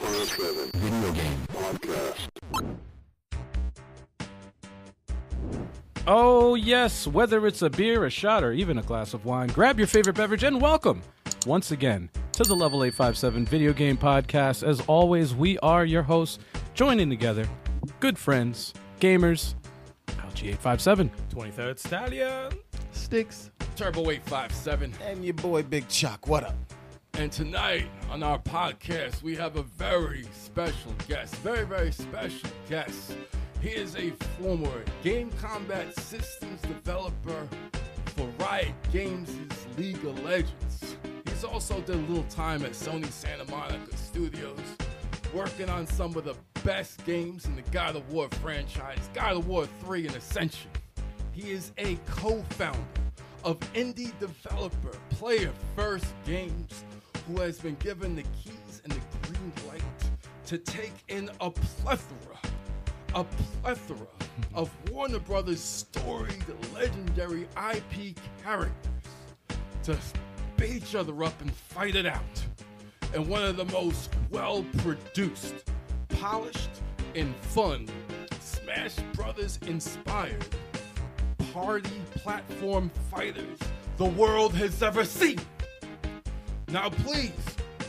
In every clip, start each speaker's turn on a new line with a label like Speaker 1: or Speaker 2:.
Speaker 1: Science-driven video game podcast.
Speaker 2: Oh, yes, whether it's a beer, a shot, or even a glass of wine, grab your favorite beverage and welcome once again to the Level 857 Video Game Podcast. As always, we are your hosts, joining together, good friends, gamers, LG857.
Speaker 3: 23rd Stallion.
Speaker 4: Sticks.
Speaker 3: Turbo 857.
Speaker 5: And your boy Big Chuck, what up?
Speaker 3: And tonight on our podcast, we have a very special guest. Very, very special guest. He is a former game combat systems developer for Riot Games' League of Legends. He's also did a little time at Sony Santa Monica Studios, working on some of the best games in the God of War franchise, God of War 3 and Ascension. He is a co founder of indie developer Player First Games, who has been given the keys and the green light to take in a plethora, a plethora of Warner Brothers storied legendary IP characters to beat each other up and fight it out. And one of the most well produced, polished, and fun Smash Brothers inspired party platform fighters the world has ever seen. Now, please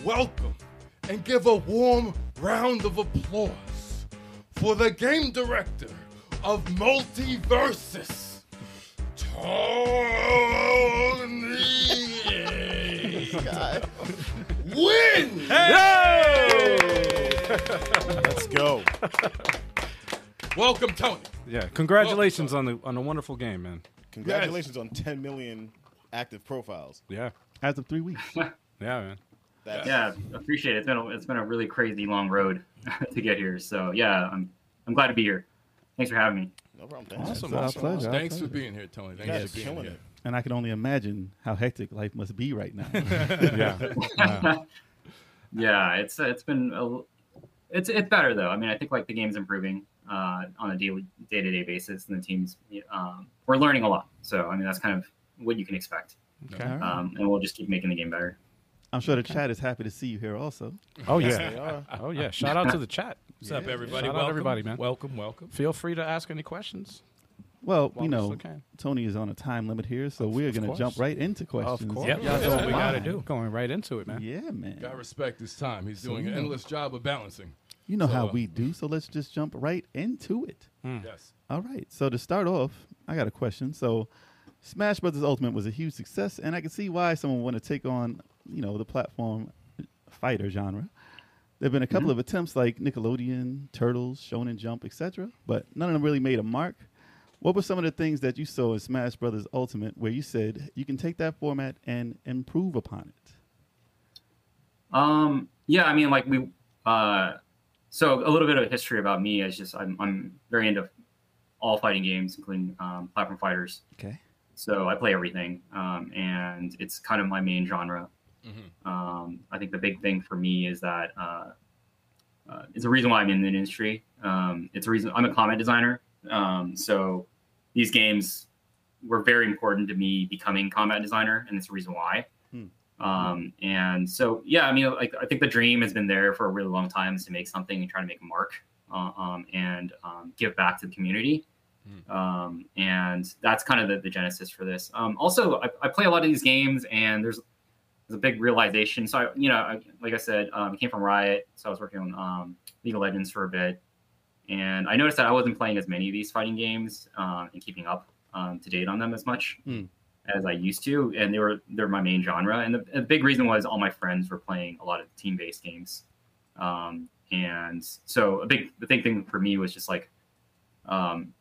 Speaker 3: welcome and give a warm round of applause for the game director of Multiversus, Tony Win.
Speaker 5: Let's go.
Speaker 3: Welcome, Tony.
Speaker 2: Yeah, congratulations on the on a wonderful game, man.
Speaker 5: Congratulations on 10 million active profiles.
Speaker 2: Yeah,
Speaker 4: As of three weeks.
Speaker 2: yeah, man.
Speaker 5: That's
Speaker 6: yeah, appreciate it. It's been a, it's been a really crazy long road to get here. So yeah, I'm I'm glad to be here. Thanks for having me.
Speaker 5: no problem. Thanks.
Speaker 4: It's our pleasure, our
Speaker 3: Thanks for
Speaker 4: pleasure.
Speaker 3: being here, Tony.
Speaker 5: You guys
Speaker 3: Thanks
Speaker 5: are
Speaker 3: for being
Speaker 5: killing
Speaker 3: here.
Speaker 5: it.
Speaker 4: And I can only imagine how hectic life must be right now.
Speaker 2: Yeah,
Speaker 6: Yeah, it's it's been a, l- it's it's better though. I mean, I think like the game's improving uh, on a daily day to day basis, and the teams um, we're learning a lot. So I mean, that's kind of what you can expect,
Speaker 4: Okay. All right.
Speaker 6: um, and we'll just keep making the game better.
Speaker 4: I'm sure the chat is happy to see you here also.
Speaker 2: oh
Speaker 5: They
Speaker 2: yeah,
Speaker 5: are.
Speaker 2: oh yeah. Shout out to the chat.
Speaker 3: What's up, everybody?
Speaker 2: Shout out
Speaker 3: welcome,
Speaker 2: everybody, man.
Speaker 3: Welcome, welcome.
Speaker 2: Feel free to ask any questions.
Speaker 4: Well,
Speaker 2: Well,
Speaker 4: you know,
Speaker 2: it's okay.
Speaker 4: Tony is on a time limit here, so we're going to
Speaker 2: course.
Speaker 4: jump right into questions.
Speaker 2: Of course,
Speaker 3: Yep, that's what we gotta do.
Speaker 2: Going right into it, man.
Speaker 4: Yeah,
Speaker 3: Gotta
Speaker 4: man.
Speaker 3: respect his time. He's doing
Speaker 4: you
Speaker 3: an
Speaker 4: know-
Speaker 3: endless job of balancing.
Speaker 4: You know how
Speaker 3: So, uh,
Speaker 4: we do, so let's just jump right into it.
Speaker 2: Hmm.
Speaker 7: Hmm.
Speaker 3: Yes.
Speaker 4: All right. So to start off, I got a question. So Smash Brothers Ultimate was a huge success, and I can see why someone would want to take on, you know, the platform fighter genre. There've been a couple of attempts like Nickelodeon, Turtles, Shonen Jump, etc., but none of them really made a mark. What were some of the things that you saw in Smash Brothers Ultimate where you said you can take that format and improve upon it?
Speaker 6: Um, yeah, I mean, like we, uh, so a little bit of history about me is just I'm I'm very into all fighting games, including um, platform fighters.
Speaker 4: Okay.
Speaker 6: so I play everything, um, and it's kind of my main genre. Um, I think the big thing for me is that uh, uh, it's a reason why I'm in the industry. Um, it's a reason I'm a comic designer, um, so these games were very important to me becoming combat designer, and it's a reason why.
Speaker 4: Hmm.
Speaker 6: Um, and so, yeah, I mean, like I think the dream has been there for a really long time is to make something and try to make a mark uh, um, and um, give back to the community um, and that's kind of the, the genesis for this. Um, also, I, I play a lot of these games, and there's there's a big realization. So I, you know, I, like I said, um, I came from Riot, so I was working on um, League of Legends for a bit, and I noticed that I wasn't playing as many of these fighting games um, and keeping up um, to date on them as much
Speaker 4: Hmm.
Speaker 6: as I used to, and they were they're my main genre. And the, the big reason was all my friends were playing a lot of team based games, um, and so a big the big thing for me was just like. Um,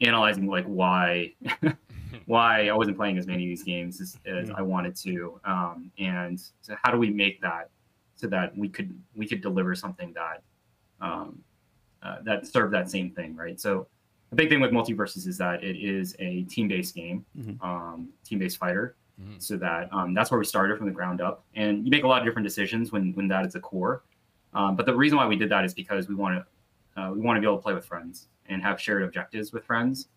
Speaker 6: analyzing like why why I wasn't playing as many of these games as, as I wanted to, um, and so how do we make that so that we could we could deliver something that um, uh, that served that same thing, right? So the big thing with multiverses is that it is a team-based game,
Speaker 4: Mhm.
Speaker 6: um, team-based fighter.
Speaker 3: Mhm.
Speaker 6: So that um, that's where we started from the ground up, and you make a lot of different decisions when when that is the core. Um, but the reason why we did that is because we want to uh, we want to be able to play with friends and have shared objectives with friends,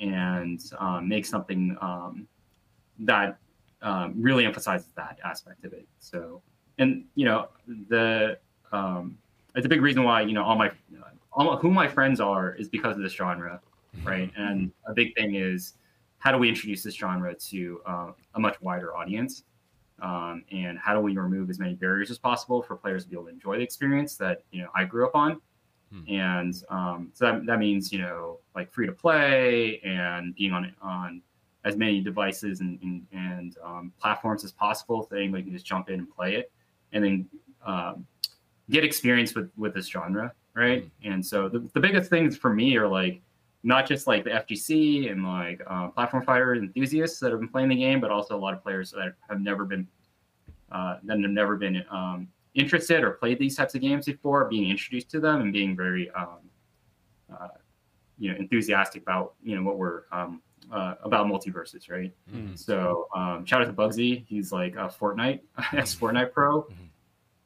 Speaker 6: and um, make something um, that um, really emphasizes that aspect of it. So, and you know the um, it's a big reason why you know all my uh, all my- who my friends are is because of this genre, right? And a big thing is how do we introduce this genre to uh, a much wider audience, um, and how do we remove as many barriers as possible for players to be able to enjoy the experience that you know I grew up on,
Speaker 7: Hmm.
Speaker 6: and um, so that, that means you know like free to play and being on on as many devices and and, and um, platforms as possible. So anybody can just jump in and play it, and then. Um, get experience with with this genre right and so the, the biggest things for me are like not just like the fgc and like uh, platform fighter enthusiasts that have been playing the game but also a lot of players that have never been uh, that have never been um, interested or played these types of games before being introduced to them and being very um, uh, you know enthusiastic about you know what we're um, uh, about multiverses right
Speaker 7: Mhm.
Speaker 6: so um, shout out to bugsy he's like a fortnite ex fortnite pro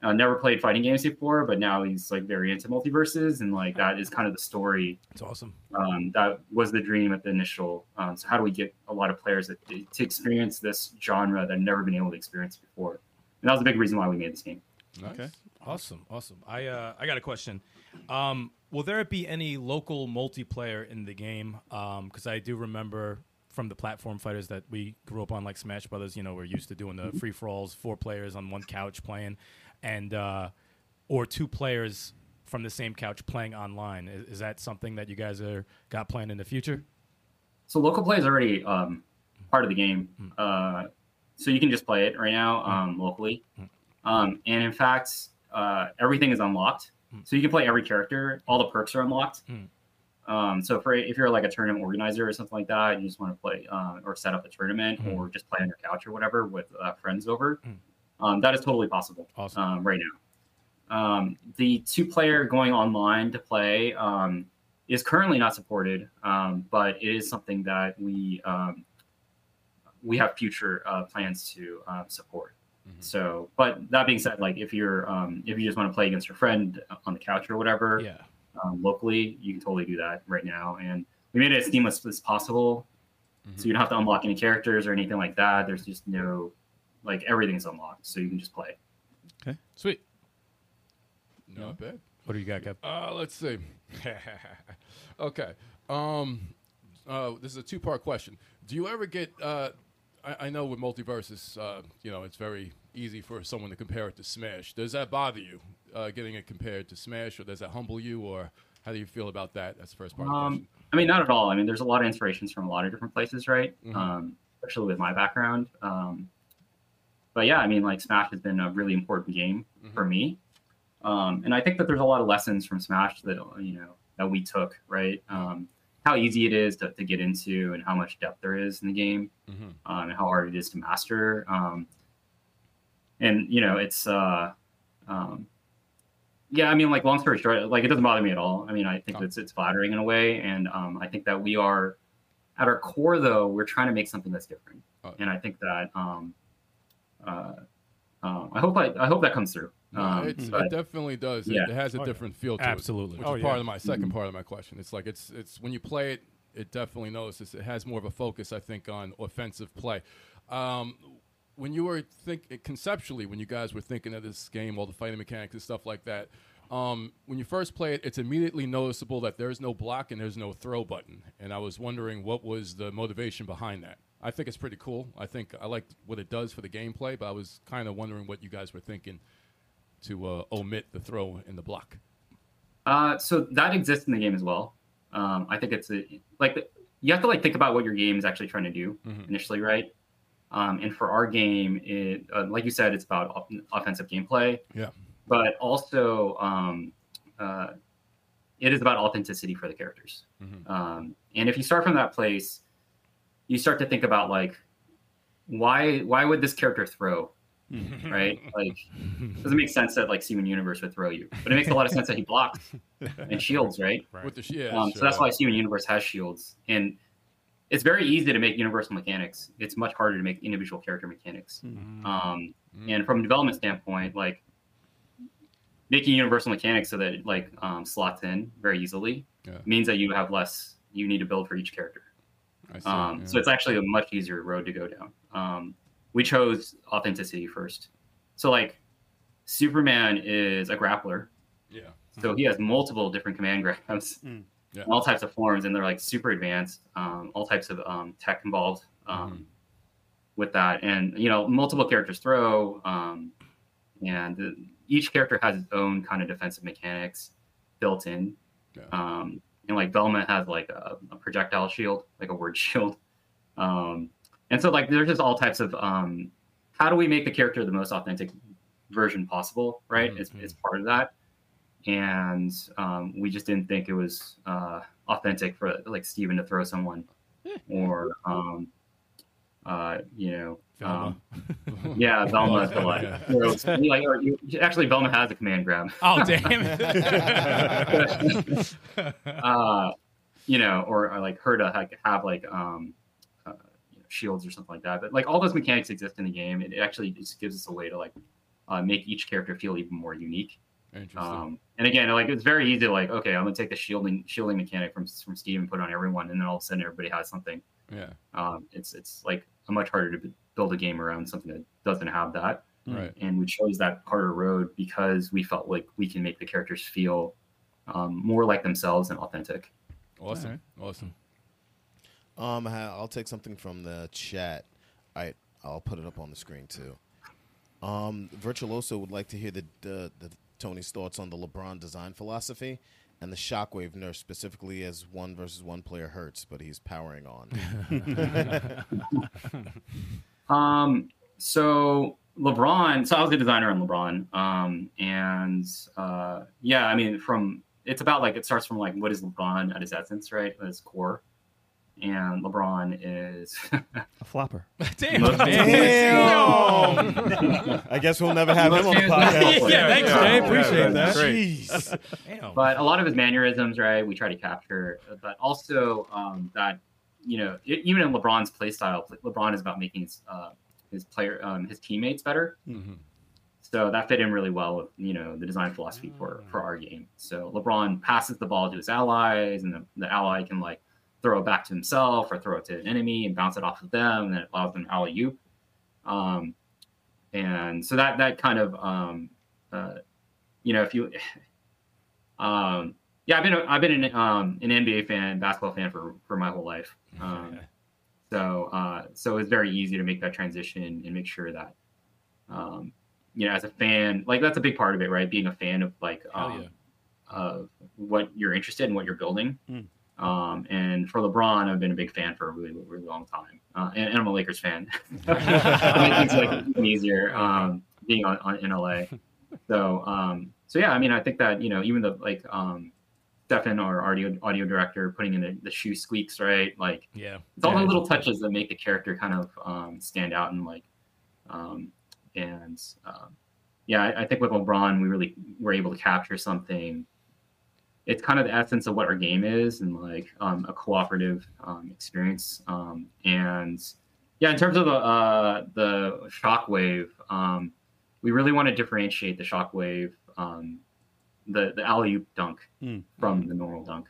Speaker 6: uh, never played fighting games before, but now he's like very into multiverses, and like that is kind of the story
Speaker 7: It's awesome.
Speaker 6: um, that was the dream at the initial. Um, so how do we get a lot of players that, to experience this genre that have never been able to experience before? And that was a big reason why we made this game.
Speaker 7: Nice.
Speaker 4: Okay.
Speaker 7: Awesome. Awesome. I uh, I got a question. Um, will there be any local multiplayer in the game? Because I do remember from the platform fighters that we grew up on, like Smash Brothers. You know, we're used to doing the free for alls, four players on one couch playing, and uh, or two players from the same couch playing online. Is, is that something that you guys are got planned in the future?
Speaker 6: So local play is already um, part of the game. Uh, so you can just play it right now um, locally. Um, and in fact, uh, everything is unlocked. So you can play every character. All the perks are unlocked.
Speaker 7: Mm.
Speaker 6: Um, so for if you're like a tournament organizer or something like that, and you just want to play uh, or set up a tournament
Speaker 7: Mm.
Speaker 6: or just play on your couch or whatever with uh, friends over,
Speaker 7: Mm.
Speaker 6: um, that is totally possible
Speaker 7: Awesome.
Speaker 6: um, right now. Um, the two player going online to play um, is currently not supported, um, but it is something that we um, we have future uh, plans to uh, support.
Speaker 7: Mhm.
Speaker 6: So, but that being said, like if you're um, if you just want to play against your friend uh, on the couch or whatever
Speaker 7: Yeah.
Speaker 6: um, locally, you can totally do that right now. And we made it as seamless as possible, so you don't have to unlock any characters or anything like that. There's just no like everything's unlocked, so you can just play.
Speaker 7: Sweet.
Speaker 3: Not bad.
Speaker 7: What do you got, Kev?
Speaker 3: Uh, let's see. okay. Um, uh, this is a two-part question. Do you ever get? Uh, I, I know with multiverses, uh, you know, it's very easy for someone to compare it to Smash. Does that bother you, uh, getting it compared to Smash, or does that humble you, or how do you feel about that? That's the first part. of the
Speaker 6: Um, I mean, not at all. I mean, there's a lot of inspirations from a lot of different places, right?
Speaker 3: Mhm.
Speaker 6: Um, especially with my background. Um, but yeah, I mean, like Smash has been a really important game for me, um, and I think that there's a lot of lessons from Smash that you know that we took, right? Um, how easy it is to, to get into, and how much depth there is in the game
Speaker 3: question.
Speaker 6: um, and how hard it is to master. Um, and you know, it's uh, um, yeah. I mean, like long story short, like it doesn't bother me at all. I mean, I think
Speaker 3: Oh.
Speaker 6: it's it's flattering in a way, and um, I think that we are at our core though we're trying to make something that's different,
Speaker 3: Oh.
Speaker 6: and I think that um, uh, um, I hope I, I hope that comes through.
Speaker 3: No,
Speaker 6: um,
Speaker 3: it's,
Speaker 6: but-
Speaker 3: it definitely does. It-
Speaker 6: yeah.
Speaker 3: It, has a
Speaker 7: Oh, yeah.
Speaker 3: different feel to
Speaker 7: Absolutely.
Speaker 3: it. Which
Speaker 7: Oh,
Speaker 3: is part
Speaker 7: yeah.
Speaker 3: of my 2nd part of my question. It's like it's it's when you play it, it definitely notices. It has more of a focus, I think, on offensive play. Um, when you were think conceptually, when you guys were thinking of this game, all the fighting mechanics and stuff like that, um, when you first play it, it's immediately noticeable that there's no block and there's no throw button. And I was wondering what was the motivation behind that. I think it's pretty cool. I think I like what it does for the gameplay, but I was kind of wondering what you guys were thinking to uh, omit the throw in the block.
Speaker 6: Uh, so that exists in the game as well. Um, I think it's a, like you have to like think about what your game is actually trying to do
Speaker 3: Mhm.
Speaker 6: initially, right? Um, and for our game, it uh, like you said, it's about op- offensive gameplay.
Speaker 3: Yeah.
Speaker 6: But also, um, uh, it is about authenticity for the characters.
Speaker 3: Mhm.
Speaker 6: Um, and if you start from that place, you start to think about like why why would this character throw, right? Like doesn't make sense that like Steven Universe would throw you, but it makes a lot of sense that he blocks and shields, right?
Speaker 3: With the sh- yeah,
Speaker 6: um, So that's
Speaker 3: sure.
Speaker 6: why Steven Universe has shields, and it's very easy to make universal mechanics. It's much harder to make individual character mechanics. Um,
Speaker 3: Mm.
Speaker 6: And from a development standpoint, like making universal mechanics so that it like um, slots in very easily
Speaker 3: Yeah.
Speaker 6: means that you have less you need to build for each character.
Speaker 3: I see,
Speaker 6: Um,
Speaker 3: yeah.
Speaker 6: So it's actually a much easier road to go down. Um, we chose authenticity first. So like Superman is a grappler
Speaker 3: yeah.
Speaker 6: So he has multiple different command grabs,
Speaker 4: Mm.
Speaker 8: Yeah.
Speaker 6: and all types of forms, and they're like super advanced. Um, all types of um, tech involved um,
Speaker 8: Mm-hmm.
Speaker 6: with that, and you know, multiple characters throw, um, and the, each character has its own kind of defensive mechanics built in.
Speaker 8: Yeah.
Speaker 6: Um, and like Velma has like a, a projectile shield, like a word shield. Um, and so like there's just all types of um, how do we make the character the most authentic version possible, right? It's,
Speaker 8: Mhm.
Speaker 6: it's part of that. And um, we just didn't think it was uh, authentic for like Steven to throw someone or, um, uh, you know, um, yeah, Velma
Speaker 7: Oh,
Speaker 6: to like,
Speaker 8: Yeah.
Speaker 6: throw- like or you, actually Velma has a command grab.
Speaker 2: Oh damn it!
Speaker 6: uh, you know, or, or like her to ha- have like um, uh, you know, shields or something like that. But like all those mechanics exist in the game. It, it actually just gives us a way to like uh, make each character feel even more unique.
Speaker 8: Interesting.
Speaker 6: Um, and again, like it's very easy. to Like okay, I'm gonna take the shielding shielding mechanic from from Steve and put it on everyone, and then all of a sudden everybody has something.
Speaker 8: yeah.
Speaker 6: Um, it's it's like much harder to b- build a game around something that doesn't have that
Speaker 8: Right.
Speaker 6: and we chose that harder road because we felt like we can make the characters feel um, more like themselves and authentic.
Speaker 8: Awesome. Awesome.
Speaker 5: Um, ha- I'll take something from the chat. I I'll put it up on the screen too. Um, Virtuoso would like to hear the, the the Tony's thoughts on the LeBron design philosophy and the Shockwave nurse specifically as one versus one player hurts, but he's powering on.
Speaker 6: Um, so LeBron, so I was a designer on LeBron, um, and uh, yeah, I mean, from it's about like it starts from like what is LeBron at his essence, right? At his core, and LeBron is
Speaker 4: A flopper.
Speaker 2: damn,
Speaker 6: Most-
Speaker 2: damn.
Speaker 5: I guess we'll never have him on the
Speaker 6: Yeah,
Speaker 5: podcast.
Speaker 2: Yeah, thanks, Jay.
Speaker 8: Yeah,
Speaker 2: Appreciate
Speaker 8: yeah,
Speaker 2: that.
Speaker 5: Jeez.
Speaker 7: Oh.
Speaker 2: Damn.
Speaker 6: but a lot of his mannerisms, right? We try to capture, but also um, that you know, e- even in LeBron's play style, LeBron is about making his uh, his player um, his teammates better.
Speaker 8: Mhm.
Speaker 6: So that fit in really well with you know the design philosophy for for our game. So LeBron passes the ball to his allies, and the, the ally can like throw it back to himself or throw it to an enemy and bounce it off of them, and then it allows them to alley oop. Um, and so that that kind of um, uh, you know if you um, yeah, I've been a, I've been an, um, an NBA fan, basketball fan for for my whole life. Um, so uh, so it's very easy to make that transition and make sure that um, you know as a fan, like that's a big part of it, right? Being a fan of like
Speaker 2: Hell
Speaker 6: um,
Speaker 2: yeah.
Speaker 6: of what you're interested in, what you're building.
Speaker 4: Mm.
Speaker 6: Um, and for LeBron, I've been a big fan for a really, really long time, uh, and, and I'm a Lakers fan. It's like even easier um, being on, on in LA. So, um, so yeah, I mean, I think that you know, even the like um, Stefan, our audio audio director, putting in the, the shoe squeaks, right? Like
Speaker 2: Yeah.
Speaker 6: it's all the little touches that make the character kind of um, stand out and like um, and um, yeah I, I think with lebron we really were able to capture something it's kind of the essence of what our game is and like um, a cooperative um, experience um, and yeah in terms of the uh, the shockwave um, we really want to differentiate the shockwave um, the the alley oop dunk
Speaker 4: Mm.
Speaker 6: from the normal dunk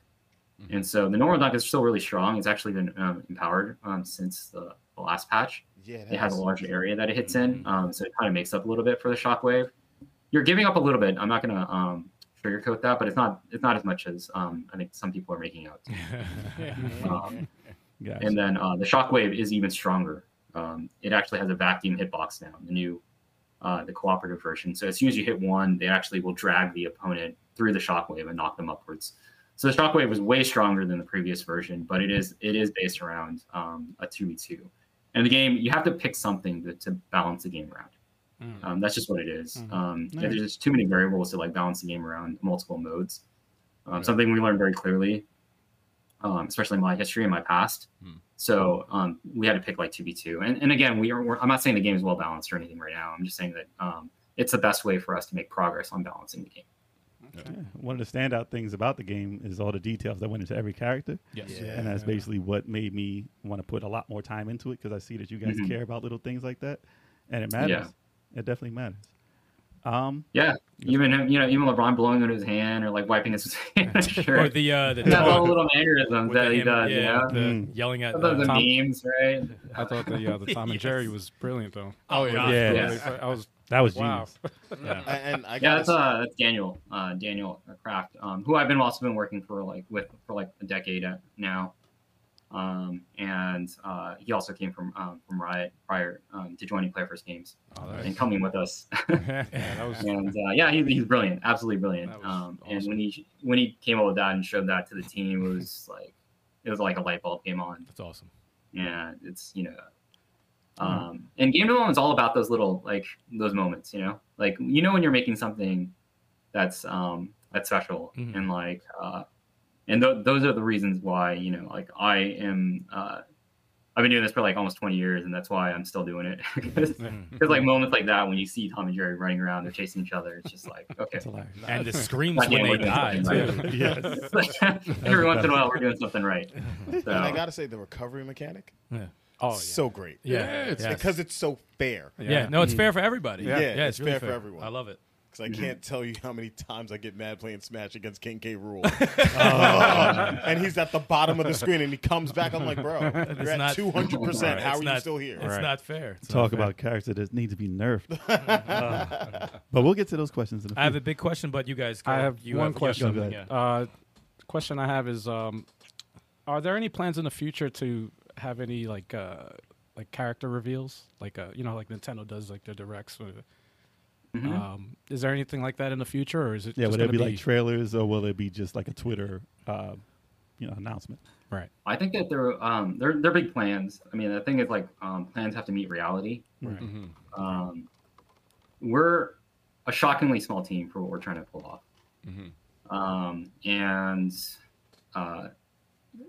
Speaker 8: Mhm.
Speaker 6: and so the normal dunk is still really strong. It's actually been um, empowered um, since the, the last patch.
Speaker 5: Yeah,
Speaker 6: It has a
Speaker 5: that's-
Speaker 6: larger area that it hits in, um, so it kind of makes up a little bit for the shockwave. You're giving up a little bit. I'm not gonna um, sugarcoat that, but it's not it's not as much as um, I think some people are making out.
Speaker 3: Mm-hmm.
Speaker 6: Um,
Speaker 4: Guys.
Speaker 6: and then uh, the shockwave is even stronger. Um, it actually has a vacuum hitbox now, the new, uh, the cooperative version. So as soon as you hit one, they actually will drag the opponent through the shockwave and knock them upwards. So the shockwave was way stronger than the previous version, but it is it is based around um, a two v two, and the game you have to pick something to, to balance the game around.
Speaker 2: Mm.
Speaker 6: Um, that's just what it is.
Speaker 7: Mm-hmm.
Speaker 2: Mhm.
Speaker 6: Um,
Speaker 4: Nice.
Speaker 6: There's just too many variables to like balance the game around multiple modes. Um,
Speaker 8: Right.
Speaker 6: Something we learned very clearly, um, especially in my history and my past.
Speaker 8: Hmm.
Speaker 6: So um, we had to pick like two v two. And and again, we are. We're, I'm not saying the game is well balanced or anything right now. I'm just saying that um, it's the best way for us to make progress on balancing the game.
Speaker 4: Yeah. One of the standout things about the game is all the details that went into every character.
Speaker 2: Yes.
Speaker 5: Yeah.
Speaker 4: And that's basically what made me want to put a lot more time into it because I see that you guys
Speaker 6: Mhm.
Speaker 4: care about little things like that. And it matters. It definitely matters. Um,
Speaker 6: Yeah,
Speaker 4: Yeah.
Speaker 6: even him- you know even LeBron blowing on his hand or like wiping his shirt.
Speaker 7: Or the uh, the
Speaker 6: yeah, all the
Speaker 7: dog
Speaker 6: little mannerisms
Speaker 7: with the
Speaker 6: that he
Speaker 7: ham-
Speaker 6: does.
Speaker 7: yeah,
Speaker 6: you know?
Speaker 7: the
Speaker 4: Mm.
Speaker 7: yelling at
Speaker 6: Those are
Speaker 7: uh,
Speaker 6: the
Speaker 2: Tom-
Speaker 6: memes, right?
Speaker 2: I thought the uh, the Tom and Jerry was brilliant though.
Speaker 7: Oh,
Speaker 2: It was
Speaker 7: God.
Speaker 4: Yeah.
Speaker 2: really fu- I was
Speaker 7: That was
Speaker 2: Wow.
Speaker 7: genius. Yeah.
Speaker 5: A- And I
Speaker 6: Yeah,
Speaker 5: got
Speaker 6: that's uh, that's Daniel, uh, Daniel Kraft, um, who I've been also been working for like with for like a decade at- now, um, and uh, he also came from um, from Riot prior um, to joining Playerverse Games
Speaker 2: Oh,
Speaker 6: and
Speaker 2: nice.
Speaker 6: coming with us.
Speaker 2: yeah, that was
Speaker 6: and uh, yeah, he, he's brilliant, absolutely brilliant.
Speaker 2: That was
Speaker 6: Um, And
Speaker 2: awesome.
Speaker 6: when he when he came up with that and showed that to the team, it was like it was like a light bulb came on.
Speaker 2: that's awesome.
Speaker 6: Yeah, it's you know, um, and game development is all about those little like those moments. You know, like you know when you're making something that's um that's special,
Speaker 2: Mhm.
Speaker 6: and like uh, and th- those are the reasons why you know like I am uh, I've been doing this for like almost 20 years, and that's why I'm still doing it. Because like moments like that when you see Tom and Jerry running around, they're chasing each other. It's just like okay.
Speaker 7: And the screams
Speaker 6: Like, yeah,
Speaker 7: when they
Speaker 6: we're doing
Speaker 7: die
Speaker 6: something
Speaker 7: too.
Speaker 4: Yes.
Speaker 6: Every once in a while, we're doing something right. So,
Speaker 5: and I gotta say the recovery mechanic
Speaker 7: Oh yeah.
Speaker 5: so great.
Speaker 7: yeah.
Speaker 8: Yeah, it's
Speaker 7: yes.
Speaker 5: because it's so fair.
Speaker 7: yeah. No, it's fair for everybody.
Speaker 5: Mm. Yeah,
Speaker 7: yeah
Speaker 5: it's
Speaker 7: really
Speaker 5: fair for everyone.
Speaker 7: I love it.
Speaker 5: Because I can't tell you how many times I get mad playing Smash against King K. Rule, and he's at the bottom of the screen, and he comes back. I'm like, bro, you're
Speaker 7: not-
Speaker 5: at 200. percent How
Speaker 7: It's
Speaker 5: are you
Speaker 7: not-
Speaker 5: still here?
Speaker 7: It's not fair. It's
Speaker 4: Talk
Speaker 7: not fair.
Speaker 4: about character that needs to be nerfed. but we'll get to those questions in a few.
Speaker 7: I have a big question, but you guys. Go.
Speaker 2: I have
Speaker 7: you
Speaker 2: one
Speaker 7: you
Speaker 2: question.
Speaker 7: something,
Speaker 4: Go ahead.
Speaker 7: yeah.
Speaker 2: Uh, question I have is: um, Are there any plans in the future to have any like uh, like character reveals, like uh, you know, like Nintendo does, like their directs? Or, um, is there anything like that in the future, or is it
Speaker 4: yeah,
Speaker 2: just
Speaker 4: will there
Speaker 2: gonna
Speaker 4: be, like trailers or will it be just like a Twitter, uh, you know, announcement?
Speaker 2: right?
Speaker 6: I think that they're um they're they're big plans. I mean, the thing is like um, plans have to meet reality.
Speaker 2: Right.
Speaker 6: Um, we're a shockingly small team for what we're trying to pull off,
Speaker 8: Mhm.
Speaker 6: um, and uh,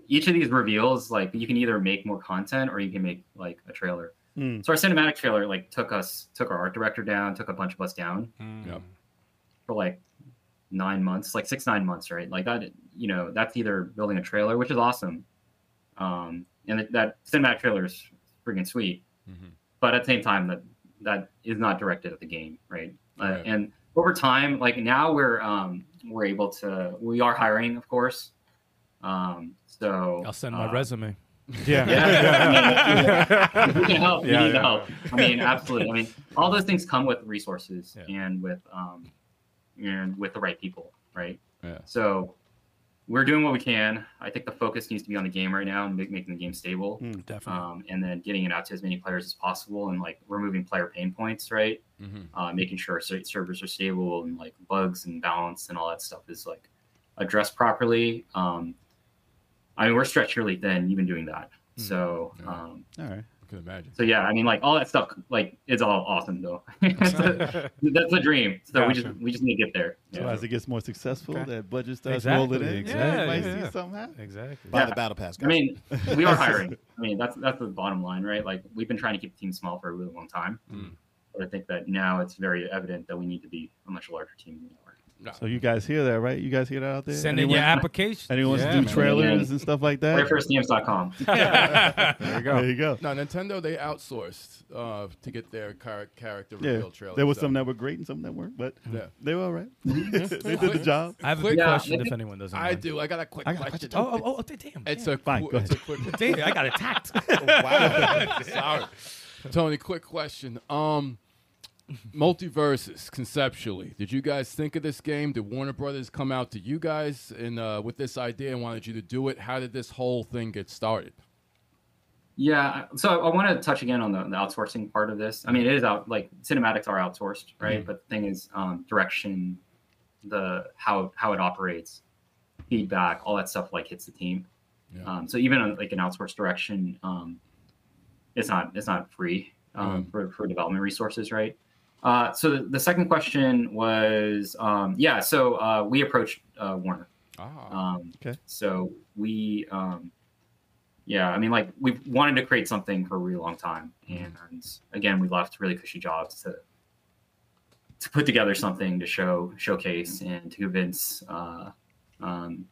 Speaker 6: each of these reveals like you can either make more content or you can make like a trailer.
Speaker 4: Mm.
Speaker 6: So our cinematic trailer like took us took our art director down, took a bunch of us down
Speaker 2: Mm.
Speaker 8: Yep.
Speaker 6: for like nine months, like six nine months, right? Like that, you know, that's either building a trailer, which is awesome, um, and that, that cinematic trailer is freaking sweet.
Speaker 8: Mhm.
Speaker 6: But at the same time, that that is not directed at the game, right? Uh,
Speaker 8: Right.
Speaker 6: and over time, like now we're um, we're able to we are hiring, of course. Um, so
Speaker 7: I'll send my
Speaker 6: uh,
Speaker 7: resume.
Speaker 6: Yeah. we can help.
Speaker 7: Yeah,
Speaker 6: we need
Speaker 7: yeah.
Speaker 6: the help. I mean, absolutely. I mean, all those things come with resources
Speaker 7: Yeah.
Speaker 6: and with um, and with the right people, right?
Speaker 8: Yeah.
Speaker 6: So we're doing what we can. I think the focus needs to be on the game right now and make, making the game stable,
Speaker 7: Mm-hmm. Definitely.
Speaker 6: um, and then getting it out to as many players as possible, and like removing player pain points, right?
Speaker 8: Mhm.
Speaker 6: Uh, making sure ser- servers are stable and like bugs and balance and all that stuff is like addressed properly. Um, I mean, we're stretched really thin even doing that.
Speaker 7: Mm.
Speaker 6: So,
Speaker 8: Yeah.
Speaker 6: um,
Speaker 4: All right.
Speaker 8: I can imagine.
Speaker 6: so yeah, I mean, like all that stuff, like it's all awesome though. So, that's the dream. So we just
Speaker 2: Gotcha.
Speaker 6: we just need to get there.
Speaker 4: So as it gets more successful,
Speaker 2: Okay.
Speaker 4: that budget starts
Speaker 7: Exactly,
Speaker 4: rolling in.
Speaker 7: exactly.
Speaker 4: You might
Speaker 2: Yeah, yeah.
Speaker 4: see something happen.
Speaker 7: Exactly.
Speaker 5: Buy
Speaker 6: Yeah.
Speaker 5: the battle pass.
Speaker 6: I
Speaker 5: Guys.
Speaker 6: mean, we are hiring. I mean, that's that's the bottom line, right? Like we've been trying to keep the team small for a really long time,
Speaker 8: Mm.
Speaker 6: but I think that now it's very evident that we need to be a much larger team. Than we are.
Speaker 8: Nah.
Speaker 4: So you guys hear that, right? You guys hear that out there?
Speaker 7: Send in
Speaker 4: anyone
Speaker 7: your application.
Speaker 4: anyone wants
Speaker 2: Yeah,
Speaker 4: to do
Speaker 2: man.
Speaker 4: trailers
Speaker 6: Yeah.
Speaker 4: and stuff like that?
Speaker 6: Playerfirstgames.com.
Speaker 2: There you
Speaker 4: There
Speaker 2: go.
Speaker 4: you go.
Speaker 8: No, Nintendo they outsourced uh, to get their char- character
Speaker 4: Yeah,
Speaker 8: reveal trailers.
Speaker 4: there was
Speaker 8: up.
Speaker 4: some that were great and some that weren't, but
Speaker 8: Yeah.
Speaker 4: they were all right. they did the job.
Speaker 7: I have a
Speaker 8: Quick-
Speaker 7: big
Speaker 6: Yeah, I
Speaker 7: question if
Speaker 6: think-
Speaker 7: anyone doesn't.
Speaker 8: I
Speaker 7: mind.
Speaker 8: do. I got a quick
Speaker 4: I got a
Speaker 8: question.
Speaker 7: Oh, oh, oh, oh, damn.
Speaker 8: it's
Speaker 7: damn.
Speaker 8: a
Speaker 4: Fine,
Speaker 8: qu-
Speaker 4: go
Speaker 8: it's a quick.
Speaker 7: Damn, I got attacked.
Speaker 5: Oh, wow.
Speaker 8: Sorry, Tony. Quick question. Um, multiverses conceptually, did you guys think of this game? Did Warner Brothers come out to you guys and uh, with this idea and wanted you to do it? How did this whole thing get started?
Speaker 6: Yeah, so I, I want to touch again on the, the outsourcing part of this. I mean, it is out like cinematics are outsourced, right? But the thing is, um, direction, the how how it operates, feedback, all that stuff like hits the team.
Speaker 8: Yeah.
Speaker 6: Um, so even on, like an outsourced direction, um, it's not it's not free um, for for development resources, right? Uh, so the, the second question was, um, yeah, so uh, we approached uh, Warner.
Speaker 8: Ah,
Speaker 6: Um,
Speaker 4: Okay.
Speaker 6: So we, um, yeah, I mean, like we wanted to create something for a really long time, and again, we left really cushy jobs to to put together something to show, showcase, and to convince uh, um,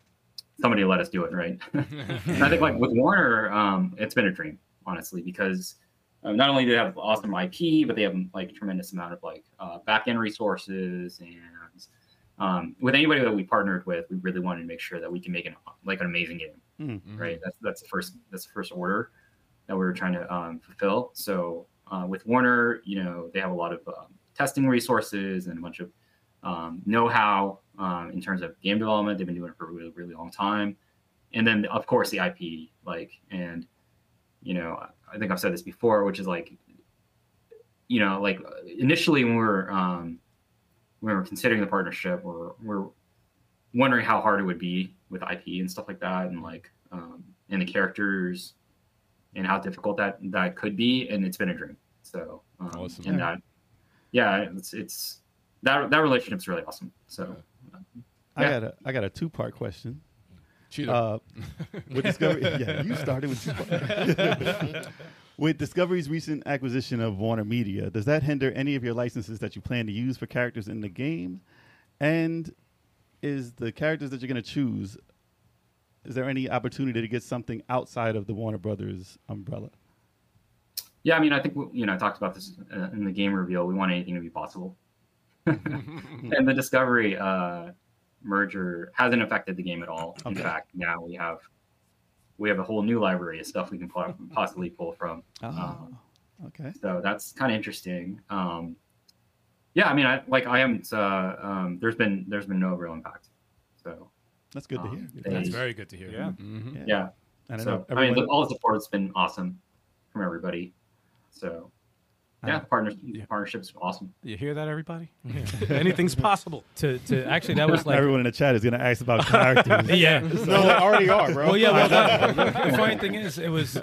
Speaker 6: somebody to let us do it, right? And I think like with Warner, um, it's been a dream, honestly, because um, not only do they have awesome IP, but they have like tremendous amount of like uh, back end resources and um, with anybody that we partnered with, we really wanted to make sure that we can make an like an amazing game,
Speaker 3: Mm-hmm.
Speaker 8: mhm.
Speaker 6: right? That's that's the first that's the first order that we were trying to um, fulfill. So uh, with Warner, you know, they have a lot of um, testing resources and a bunch of um, know-how um, in terms of game development. They've been doing it for a really, really long time, and then of course the IP, like, and you know, I think I've said this before, which is like, you know, like initially when we were um, when we were considering the partnership, we're we're wondering how hard it would be with IP and stuff like that, and like um, and the characters, and how difficult that that could be, and it's been a dream. So um,
Speaker 8: Awesome.
Speaker 6: and that, yeah, it's it's that that relationship's really awesome. So
Speaker 4: I
Speaker 6: Yeah.
Speaker 4: got a I got a two part question.
Speaker 8: Cheetah.
Speaker 4: Uh, with Discovery, yeah, you started with two part. with Discovery's recent acquisition of Warner Media, does that hinder any of your licenses that you plan to use for characters in the game? And is the characters that you're going to choose? Is there any opportunity to get something outside of the Warner Brothers umbrella?
Speaker 6: yeah, I mean, I think we- you know I talked about this uh, in the game reveal. We want anything to be possible, and the Discovery uh, merger hasn't affected the game at all. In
Speaker 4: Okay.
Speaker 6: fact, now we have we have a whole new library of stuff we can po- possibly pull from.
Speaker 4: Ah, okay.
Speaker 6: so that's kind of interesting. Um, yeah, I mean, I like I haven't. Uh, um, there's been there's been no real impact. So
Speaker 4: That's good to
Speaker 6: um,
Speaker 4: hear.
Speaker 6: they-
Speaker 7: That's very good to hear.
Speaker 2: Yeah.
Speaker 8: Mhm.
Speaker 6: yeah.
Speaker 4: And I know
Speaker 6: so I mean,
Speaker 4: everyone-
Speaker 6: the, all the support's been awesome from everybody. So yeah,
Speaker 4: Uh,
Speaker 6: the partners
Speaker 2: yeah.
Speaker 6: partnerships awesome.
Speaker 2: You hear that, everybody? Anything's possible.
Speaker 7: To to actually that was like
Speaker 4: everyone in the chat is going to ask about characters.
Speaker 7: yeah.
Speaker 5: No, they already are, bro.
Speaker 7: Well, yeah. Well, the, the funny thing is, it was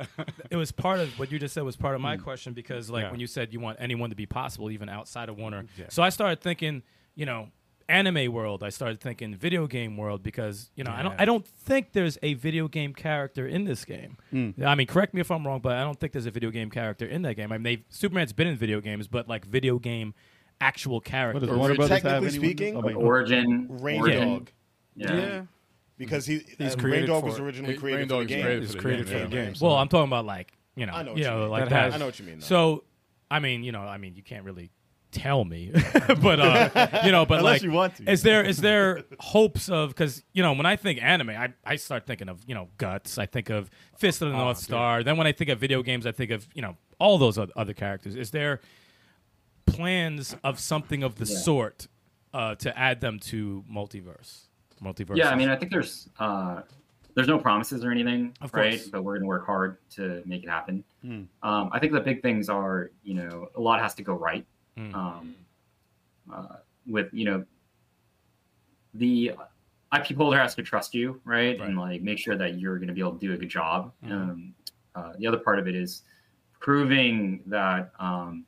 Speaker 7: it was part of what you just said was part of my question because, like,
Speaker 2: Hmm. Yeah.
Speaker 7: when you said you want anyone to be possible, even outside of Warner,
Speaker 2: Yeah.
Speaker 7: so I started thinking, you know, anime world. I started thinking video game world because, you know, I don't
Speaker 2: Yeah.
Speaker 7: I don't think there's a video game character in this game.
Speaker 2: Hmm.
Speaker 7: I mean, correct me if I'm wrong, but I don't think there's a video game character in that game. I mean, they Superman's been in video games, but like video game actual
Speaker 4: What does
Speaker 7: character.
Speaker 4: Warner Brothers have
Speaker 5: Technically
Speaker 4: anyone-
Speaker 5: speaking,
Speaker 4: oh, wait.
Speaker 6: Origin,
Speaker 5: Rain
Speaker 6: Origin,
Speaker 5: Dog.
Speaker 6: Yeah.
Speaker 5: Because he,
Speaker 2: He's
Speaker 5: uh, Rain
Speaker 2: created
Speaker 5: Dog
Speaker 2: for
Speaker 5: was
Speaker 2: it.
Speaker 5: originally
Speaker 8: It-
Speaker 5: created
Speaker 8: Rain
Speaker 5: for the
Speaker 8: Dog is
Speaker 5: game.
Speaker 8: created
Speaker 2: It's
Speaker 8: for the
Speaker 2: created
Speaker 8: game,
Speaker 2: for the
Speaker 8: yeah.
Speaker 2: game. so-
Speaker 7: Well, I'm talking about like you know,
Speaker 5: I know what
Speaker 7: you
Speaker 5: you
Speaker 7: know,
Speaker 5: mean.
Speaker 7: like
Speaker 2: That
Speaker 7: that.
Speaker 2: has-
Speaker 5: I know what you mean. Though.
Speaker 7: So, I mean, you know, I mean, you can't really tell me, but uh, you know, but
Speaker 4: Unless
Speaker 7: like,
Speaker 4: you want to.
Speaker 7: is there is there hopes of because you know when I think anime, I, I start thinking of you know guts. I think of Fist of the
Speaker 5: Oh,
Speaker 7: North Star. Then when I think of video games, I think of you know all those oth- other characters. Is there plans of something of the sort uh, to add them to multiverse? Multiverse.
Speaker 6: Yeah, I mean, I think there's uh, there's no promises or anything,
Speaker 7: Of
Speaker 6: right?
Speaker 7: course. Hmm.
Speaker 6: But we're gonna work hard to make it happen. Um, I think the big things are, you know, a lot has to go right.
Speaker 7: Mm.
Speaker 6: Um, uh, with you know, the IP holder has to trust you, right? And like make sure that you're gonna be able to do a good job.
Speaker 7: Hmm.
Speaker 6: Um, uh, the other part of it is proving that um,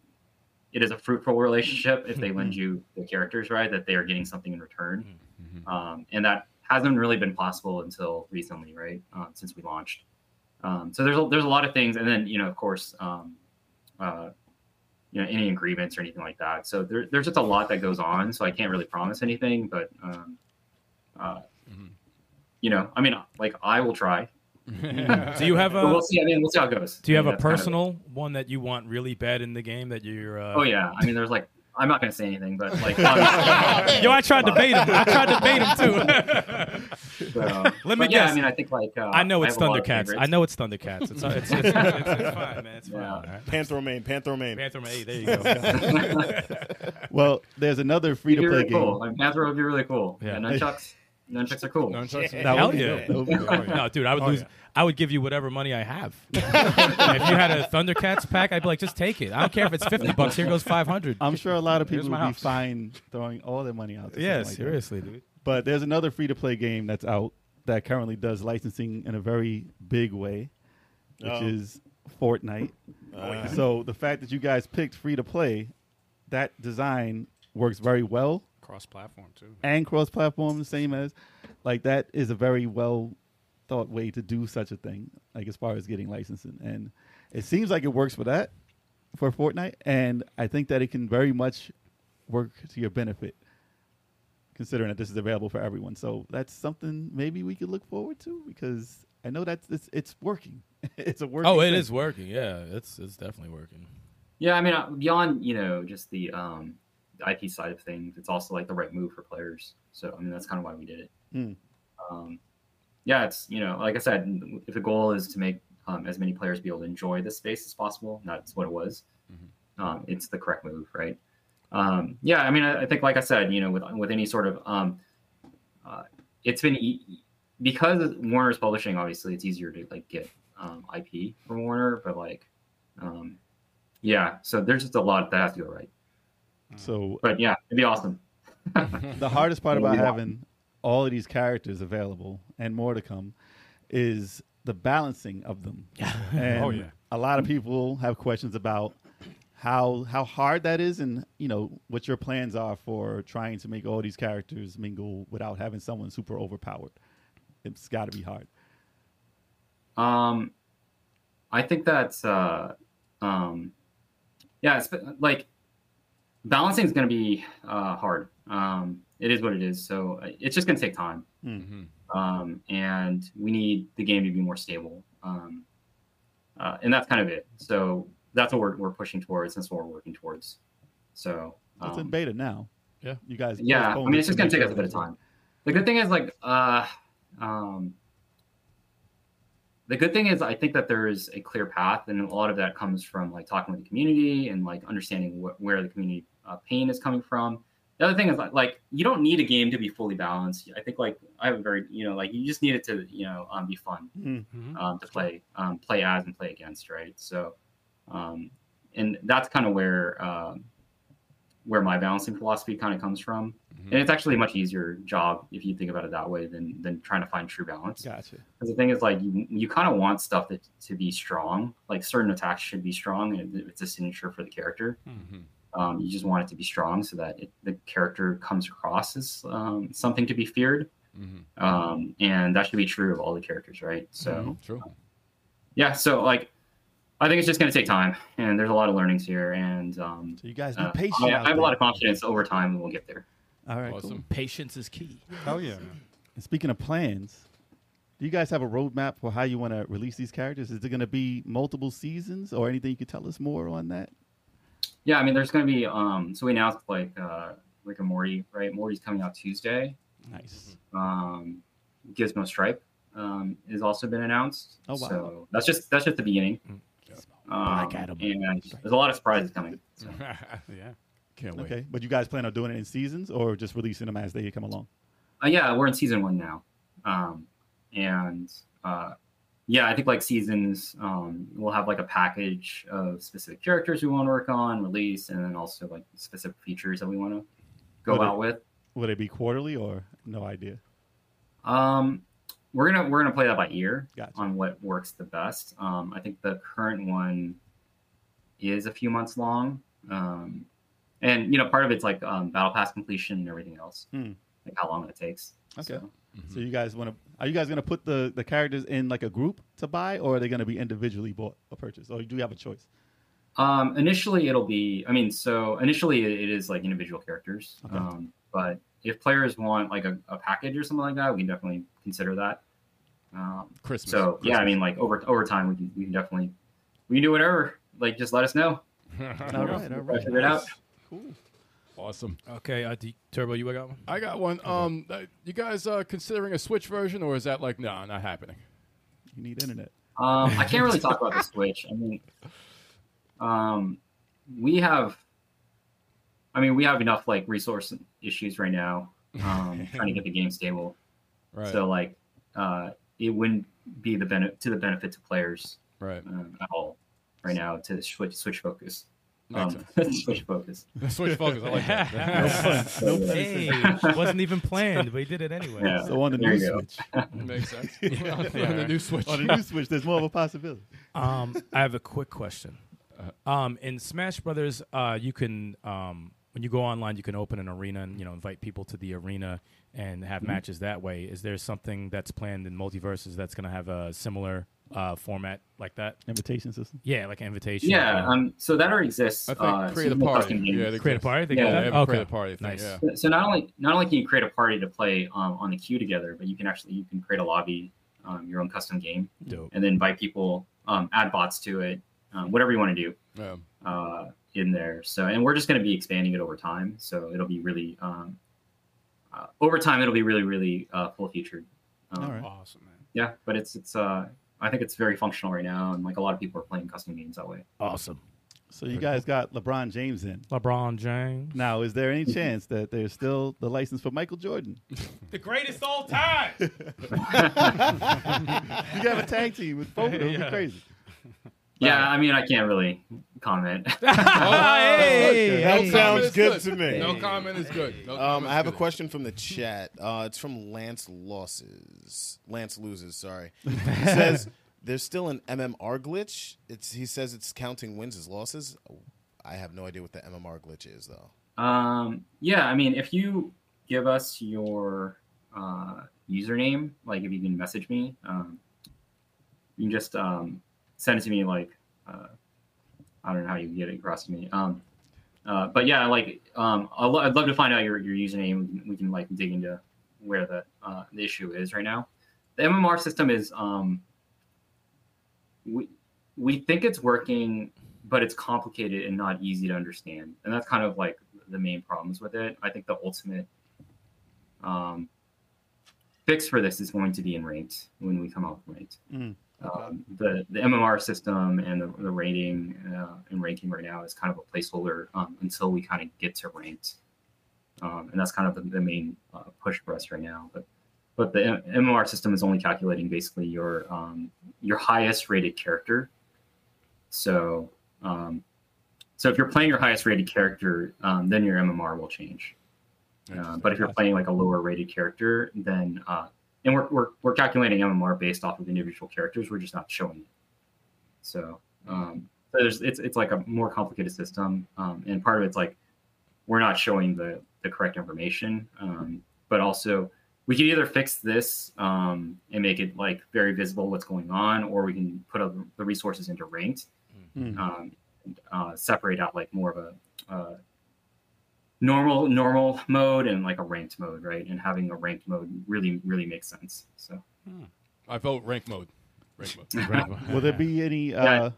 Speaker 6: it is a fruitful relationship if they lend you the characters, right? That they are getting something in return um, and that hasn't really been possible until recently, right? Uh, since we launched, um, so there's a, there's a lot of things, and then you know, of course, um, uh, you know, any agreements or anything like that. So there, there's just a lot that goes on. So I can't really promise anything, but um, uh,
Speaker 8: Mhm.
Speaker 6: you know, I mean, like I will try.
Speaker 7: do you have
Speaker 6: But we'll
Speaker 7: a
Speaker 6: see. I mean, we'll see how it goes.
Speaker 7: do you
Speaker 6: I
Speaker 7: have
Speaker 6: mean,
Speaker 7: a
Speaker 6: that's kind of-
Speaker 7: personal one that you want really bad in the game that you're? Uh,
Speaker 6: oh yeah, I mean, there's like I'm not gonna say anything, but like obviously-
Speaker 7: Yo, I tried to bait him. I tried to bait him too.
Speaker 6: So,
Speaker 7: Let me
Speaker 6: but yeah,
Speaker 7: guess.
Speaker 6: I mean, I think like uh,
Speaker 7: I know it's
Speaker 6: have a lot of
Speaker 7: Thundercats. I
Speaker 6: favorites.
Speaker 7: know it's Thundercats. It's, it's, it's, it's, it's fine, man. It's fine.
Speaker 6: Yeah.
Speaker 7: All right.
Speaker 5: Panther Main, Panther Main.
Speaker 7: Panther Man, hey, there you go.
Speaker 4: Well, there's another free
Speaker 6: It'd
Speaker 4: to
Speaker 6: be
Speaker 4: play
Speaker 6: really
Speaker 4: game.
Speaker 6: cool. Like, Panther would be really cool.
Speaker 7: Yeah.
Speaker 6: Yeah, nunchucks. nunchucks are cool.
Speaker 8: Nunchucks?
Speaker 5: Yeah.
Speaker 4: That
Speaker 7: Hell
Speaker 4: would be
Speaker 7: yeah.
Speaker 4: dope. That would be dope.
Speaker 8: Oh, yeah.
Speaker 7: No, dude, I would
Speaker 8: Oh,
Speaker 7: lose.
Speaker 8: yeah.
Speaker 7: I would give you whatever money I have. if you had a Thundercats pack, I'd be like, just take it. I don't care if it's fifty bucks. Here goes five hundred.
Speaker 4: I'm sure a lot of
Speaker 2: Here's
Speaker 4: people would
Speaker 2: my
Speaker 4: be
Speaker 2: house.
Speaker 4: fine throwing all their money out. to something
Speaker 7: Yeah,
Speaker 4: like that.
Speaker 7: seriously, dude.
Speaker 4: But there's another free to play game that's out that currently does licensing in a very big way, which
Speaker 5: Oh.
Speaker 4: is Fortnite.
Speaker 7: Uh-huh.
Speaker 5: Uh,
Speaker 4: So the fact that you guys picked free to play, that design works very well
Speaker 2: Cross platform, too.
Speaker 4: and cross platform, same as like that is a very well thought way to do such a thing, like as far as getting licensing. And it seems like it works for that for Fortnite. And I think that it can very much work to your benefit, considering that this is available for everyone. So that's something maybe we could look forward to because I know that's it's, it's working. it's a working.
Speaker 3: Oh, it
Speaker 4: thing.
Speaker 3: is working. Yeah, it's it's definitely working.
Speaker 6: Yeah, I mean, uh, beyond you know just the um, the IP side of things, it's also like the right move for players. So I mean, that's kind of why we did it.
Speaker 4: Mm.
Speaker 6: Um, yeah, it's you know, like I said, if the goal is to make um, as many players be able to enjoy this space as possible, that's what it was. Um, it's the correct move, right? um, yeah, I mean, I, I think, like I said, you know, with with any sort of, um, uh, it's been e- because Warner's publishing. Obviously, it's easier to like get um, IP from Warner, but like, um, yeah, so there's just a lot that has to go right.
Speaker 4: So
Speaker 6: But yeah, it'd be awesome.
Speaker 4: the hardest part about
Speaker 6: Yeah.
Speaker 4: having all of these characters available and more to come is the balancing of them. And
Speaker 2: Oh, yeah.
Speaker 4: A lot of people have questions about how how hard that is and you know what your plans are for trying to make all these characters mingle without having someone super overpowered. It's got to be hard.
Speaker 6: Um, I think that's uh, um, yeah, it's like balancing is going to be uh, hard. Um, it is what it is, so uh, it's just going to take time.
Speaker 4: Mhm.
Speaker 6: Um, and we need the game to be more stable. Um, uh, and that's kind of it. So that's what we're, we're pushing towards. That's what we're working towards. So
Speaker 4: It's in
Speaker 6: um,
Speaker 4: beta now.
Speaker 3: Yeah.
Speaker 4: You guys
Speaker 6: yeah, I
Speaker 4: postponed
Speaker 6: mean, it's
Speaker 4: it
Speaker 6: just gonna
Speaker 4: make
Speaker 6: take us a
Speaker 4: sure
Speaker 6: bit of time. The good thing is, like, uh, um, the good thing is, I think that there is a clear path, and a lot of that comes from like talking with the community and like understanding wh- where the community uh, pain is coming from. The other thing is like, like you don't need a game to be fully balanced. I think like I have a very you know like you just need it to you know um, be fun
Speaker 4: Mhm.
Speaker 6: um, to play um, play as and play against, right? So, um, and that's kind of where um, where my balancing philosophy kind of comes from. And it's actually a much easier job if you think about it that way than than trying to find true balance.
Speaker 4: Gotcha.
Speaker 6: Because the thing is, like, you, you kind of want stuff that, to be strong. Like, certain attacks should be strong, and it- it's a signature for the character. Um, you just want it to be strong so that it, the character comes across as um, something to be feared. Um, and that should be true of all the characters, right? So,
Speaker 3: True.
Speaker 6: yeah, so, like, I think it's just going to take time, and there's a lot of learnings here. And um,
Speaker 4: So you guys be
Speaker 6: uh,
Speaker 4: patient.
Speaker 6: I,
Speaker 4: out
Speaker 6: I have a
Speaker 4: there.
Speaker 6: lot of confidence over time we'll get there.
Speaker 4: All right. Cool.
Speaker 3: Awesome.
Speaker 7: Patience is key.
Speaker 2: Hell yeah, man.
Speaker 4: And speaking of plans, do you guys have a roadmap for how you want to release these characters? Is it going to be multiple seasons or anything you could tell us more on that?
Speaker 6: Yeah, I mean, there's going to be um. So we announced like uh, Rick and Morty, right? Morty's coming out Tuesday.
Speaker 4: Nice.
Speaker 6: Um, Gizmo Stripe um, has also been announced.
Speaker 4: Oh, wow. Mm.
Speaker 6: So that's just that's just the beginning. Um,
Speaker 4: Black Adam.
Speaker 6: And there's a lot of surprises coming. So.
Speaker 2: yeah.
Speaker 3: Can't wait.
Speaker 4: Okay. But you guys plan on doing it in seasons or just releasing them as they come along?
Speaker 6: Uh, yeah, we're in season one now, um, and uh, yeah, I think like seasons, um, we'll have like a package of specific characters we want to work on, release, and then also like specific features that we want to go
Speaker 4: Would it-
Speaker 6: out with.
Speaker 4: Would it be quarterly or no idea?
Speaker 6: Um, we're gonna we're gonna play that by ear
Speaker 4: Gotcha.
Speaker 6: on what works the best. Um, I think the current one is a few months long, um, and you know part of it's like um, battle pass completion and everything else,
Speaker 4: Hmm.
Speaker 6: like how long it takes.
Speaker 4: Okay.
Speaker 6: So,
Speaker 4: So you guys want to, are you guys going to put the, the characters in like a group to buy or are they going to be individually bought or purchased? Or do you have a choice?
Speaker 6: um, initially, it'll be. I mean, so initially it, it is like individual characters,
Speaker 4: Okay.
Speaker 6: um, but if players want like a, a package or something like that, we can definitely consider that. Um,
Speaker 3: Christmas.
Speaker 6: so yeah, I
Speaker 3: Christmas.
Speaker 6: mean, like over over time, we can we can definitely we can do whatever. Like just let us know.
Speaker 4: All right. All right.
Speaker 6: Figure it out.
Speaker 3: awesome.
Speaker 7: Okay, uh, do- Turbo, you got one?
Speaker 8: I got one. Um, uh, you guys uh, considering a Switch version, or is that like no, not happening?
Speaker 4: You need internet.
Speaker 6: Um, I can't really talk about the Switch. I mean, um, we have, I mean, we have enough like resource issues right now, um, trying to get the game stable.
Speaker 3: Right.
Speaker 6: So like, uh, it wouldn't be the benefit to the benefit to players
Speaker 3: right.
Speaker 6: um, at all right now to switch switch focus.
Speaker 3: Makes
Speaker 6: Um, switch focus. uh,
Speaker 3: Switch focus. I like that.
Speaker 4: No pun
Speaker 7: Hey,
Speaker 4: intended.
Speaker 7: wasn't even planned, but he did it anyway.
Speaker 6: Yeah.
Speaker 4: So on the
Speaker 6: There
Speaker 4: new
Speaker 6: you go.
Speaker 4: Switch,
Speaker 8: Makes sense. On the new Switch.
Speaker 4: on the new Switch, there's more of a possibility.
Speaker 7: Um, I have a quick question. Um, in Smash Brothers, uh, you can um, when you go online, you can open an arena and you know invite people to the arena and have matches that way. Is there something that's planned in multiverses that's going to have a similar uh, format like that?
Speaker 4: Invitation system.
Speaker 7: Yeah, like an invitation.
Speaker 6: Yeah.
Speaker 7: uh,
Speaker 6: Um. So that already exists.
Speaker 3: I think
Speaker 6: uh, so
Speaker 3: create
Speaker 6: you
Speaker 3: a
Speaker 6: can
Speaker 3: party.
Speaker 6: custom games.
Speaker 3: Yeah, they
Speaker 7: create a
Speaker 3: exist.
Speaker 7: party. They
Speaker 6: Yeah,
Speaker 7: got
Speaker 3: Yeah,
Speaker 7: that?
Speaker 3: okay.
Speaker 7: okay.
Speaker 3: create a party. Thing.
Speaker 7: Nice.
Speaker 3: Yeah.
Speaker 6: So- So not only not only can you create a party to play um, on the queue together, but you can actually you can create a lobby, um, your own custom game,
Speaker 7: Dope.
Speaker 6: and then invite people, um, add bots to it, um, whatever you want to do
Speaker 3: yeah.
Speaker 6: uh, in there. So and we're just going to be expanding it over time. So it'll be really um, uh, over time it'll be really really uh, full featured. Um,
Speaker 4: All right.
Speaker 2: Awesome, man.
Speaker 6: Yeah, but it's it's uh, I think it's very functional right now, and like a lot of people are playing custom games that way.
Speaker 7: Awesome.
Speaker 4: So you guys got LeBron James in.
Speaker 7: LeBron James,
Speaker 4: Now, is there any chance that there's still the license for Michael Jordan?
Speaker 7: the greatest all time.
Speaker 4: You could have a tag team with both of them. It'd be crazy.
Speaker 6: Yeah, I mean, I can't really comment.
Speaker 3: Oh,
Speaker 7: hey,
Speaker 5: That
Speaker 7: hey.
Speaker 5: sounds
Speaker 8: It's
Speaker 5: good to me.
Speaker 8: No comment is good. No
Speaker 5: Um,
Speaker 8: comment
Speaker 5: I have
Speaker 8: is
Speaker 5: a
Speaker 8: good.
Speaker 5: question from the chat. Uh, it's from Lance Losses. Lance loses. Sorry. He says there's still an MMR glitch. It's he says it's counting wins as losses. I have no idea what the MMR glitch is though.
Speaker 6: Um, yeah, I mean, if you give us your uh, username, like if you can message me, um, you can just um, send it to me. Like uh, I don't know how you get it across to me. Um, uh, but yeah, like um, I'd, lo- I'd love to find out your, your username. We can, we can like dig into where the uh, the issue is right now. The MMR system is um, we we think it's working, but it's complicated and not easy to understand, and that's kind of like the main problems with it. I think the ultimate um, fix for this is going to be in ranked when we come out with ranked.
Speaker 4: Mm.
Speaker 6: Um, the the MMR system and the, the rating uh, and ranking right now is kind of a placeholder um, until we kind of get to ranked, um, and that's kind of the, the main uh, push for us right now. But but the M- MMR system is only calculating basically your um, your highest rated character. So um, so if you're playing your highest rated character, um, then your MMR will change. Uh, but if you're playing like a lower rated character, then uh, and we're, we're we're calculating MMR based off of individual characters. We're just not showing it. So um, so there's it's it's like a more complicated system, um, and part of it's like we're not showing the the correct information. Um, but also we can either fix this um, and make it like very visible what's going on, or we can put up the resources into ranked
Speaker 4: Mm.
Speaker 6: um, and, uh, separate out like more of a uh, normal normal mode and like a ranked mode, right? And having a ranked mode really really makes sense. So
Speaker 3: I vote rank mode. Rank mode.
Speaker 4: Will there be any? Uh,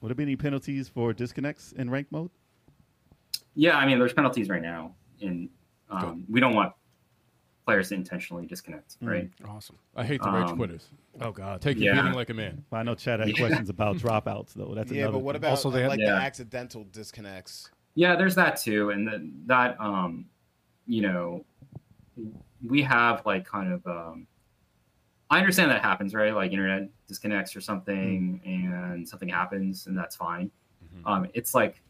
Speaker 4: will there be any penalties for disconnects in rank mode?
Speaker 6: yeah, I mean, there's penalties right now, and um, we don't want players to intentionally disconnect, right?
Speaker 2: Awesome.
Speaker 3: I hate the rage
Speaker 6: Um,
Speaker 3: quitters.
Speaker 7: Oh God.
Speaker 3: Take your
Speaker 6: yeah.
Speaker 3: beating like a man.
Speaker 4: Well, I know Chad had questions about dropouts though. That's
Speaker 5: Yeah,
Speaker 4: another
Speaker 5: but what
Speaker 4: thing.
Speaker 5: about
Speaker 2: Also, they had-
Speaker 5: like the
Speaker 6: Yeah.
Speaker 5: accidental disconnects?
Speaker 6: Yeah, there's that too, and the, that um, you know, we have like kind of um, I understand that happens, right? Like internet disconnects or something, and something happens, and that's fine. Um, it's like,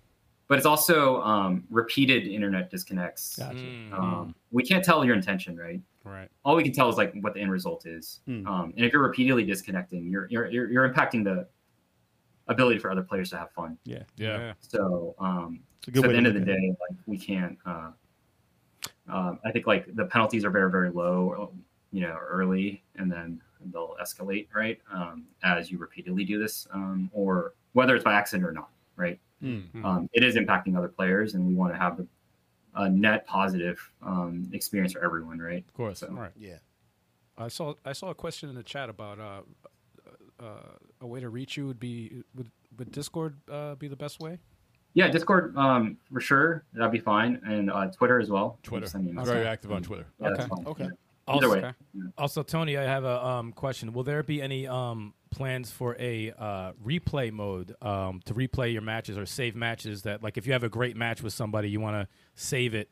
Speaker 6: but it's also um, repeated internet disconnects.
Speaker 4: Gotcha.
Speaker 6: Um, we can't tell your intention, right?
Speaker 2: Right.
Speaker 6: all we can tell is like what the end result is.
Speaker 4: Hmm.
Speaker 6: Um, and if you're repeatedly disconnecting, you're, you're you're you're impacting the ability for other players to have fun.
Speaker 3: Yeah.
Speaker 6: So um,
Speaker 4: It's a
Speaker 6: so
Speaker 4: good way
Speaker 6: at the
Speaker 4: to
Speaker 6: end of the
Speaker 4: look at it.
Speaker 6: day, like we can't. Uh, um I think like the penalties are very very low, you know, early, and then they'll escalate right um, as you repeatedly do this, um, or whether it's by accident or not, right?
Speaker 4: Hmm.
Speaker 6: Um, it is impacting other players, and we want to have a, a net positive um, experience for everyone, right?
Speaker 3: Of course.
Speaker 6: So-
Speaker 2: All right.
Speaker 5: Yeah.
Speaker 2: I saw I saw a question in the chat about uh, uh, a way to reach you would be would would Discord uh, be the best way?
Speaker 6: Yeah, Discord um, for sure. That'd be fine, and uh, Twitter as well.
Speaker 3: Twitter.
Speaker 6: Send me an
Speaker 3: He's
Speaker 6: email.
Speaker 3: very active on Twitter.
Speaker 6: Yeah, that's
Speaker 2: Okay.
Speaker 6: fine.
Speaker 5: Okay.
Speaker 6: Either way.
Speaker 7: Also, also, Tony, I have a um, question. Will there be any um, plans for a uh, replay mode um, to replay your matches or save matches that, like, if you have a great match with somebody, you want to save it?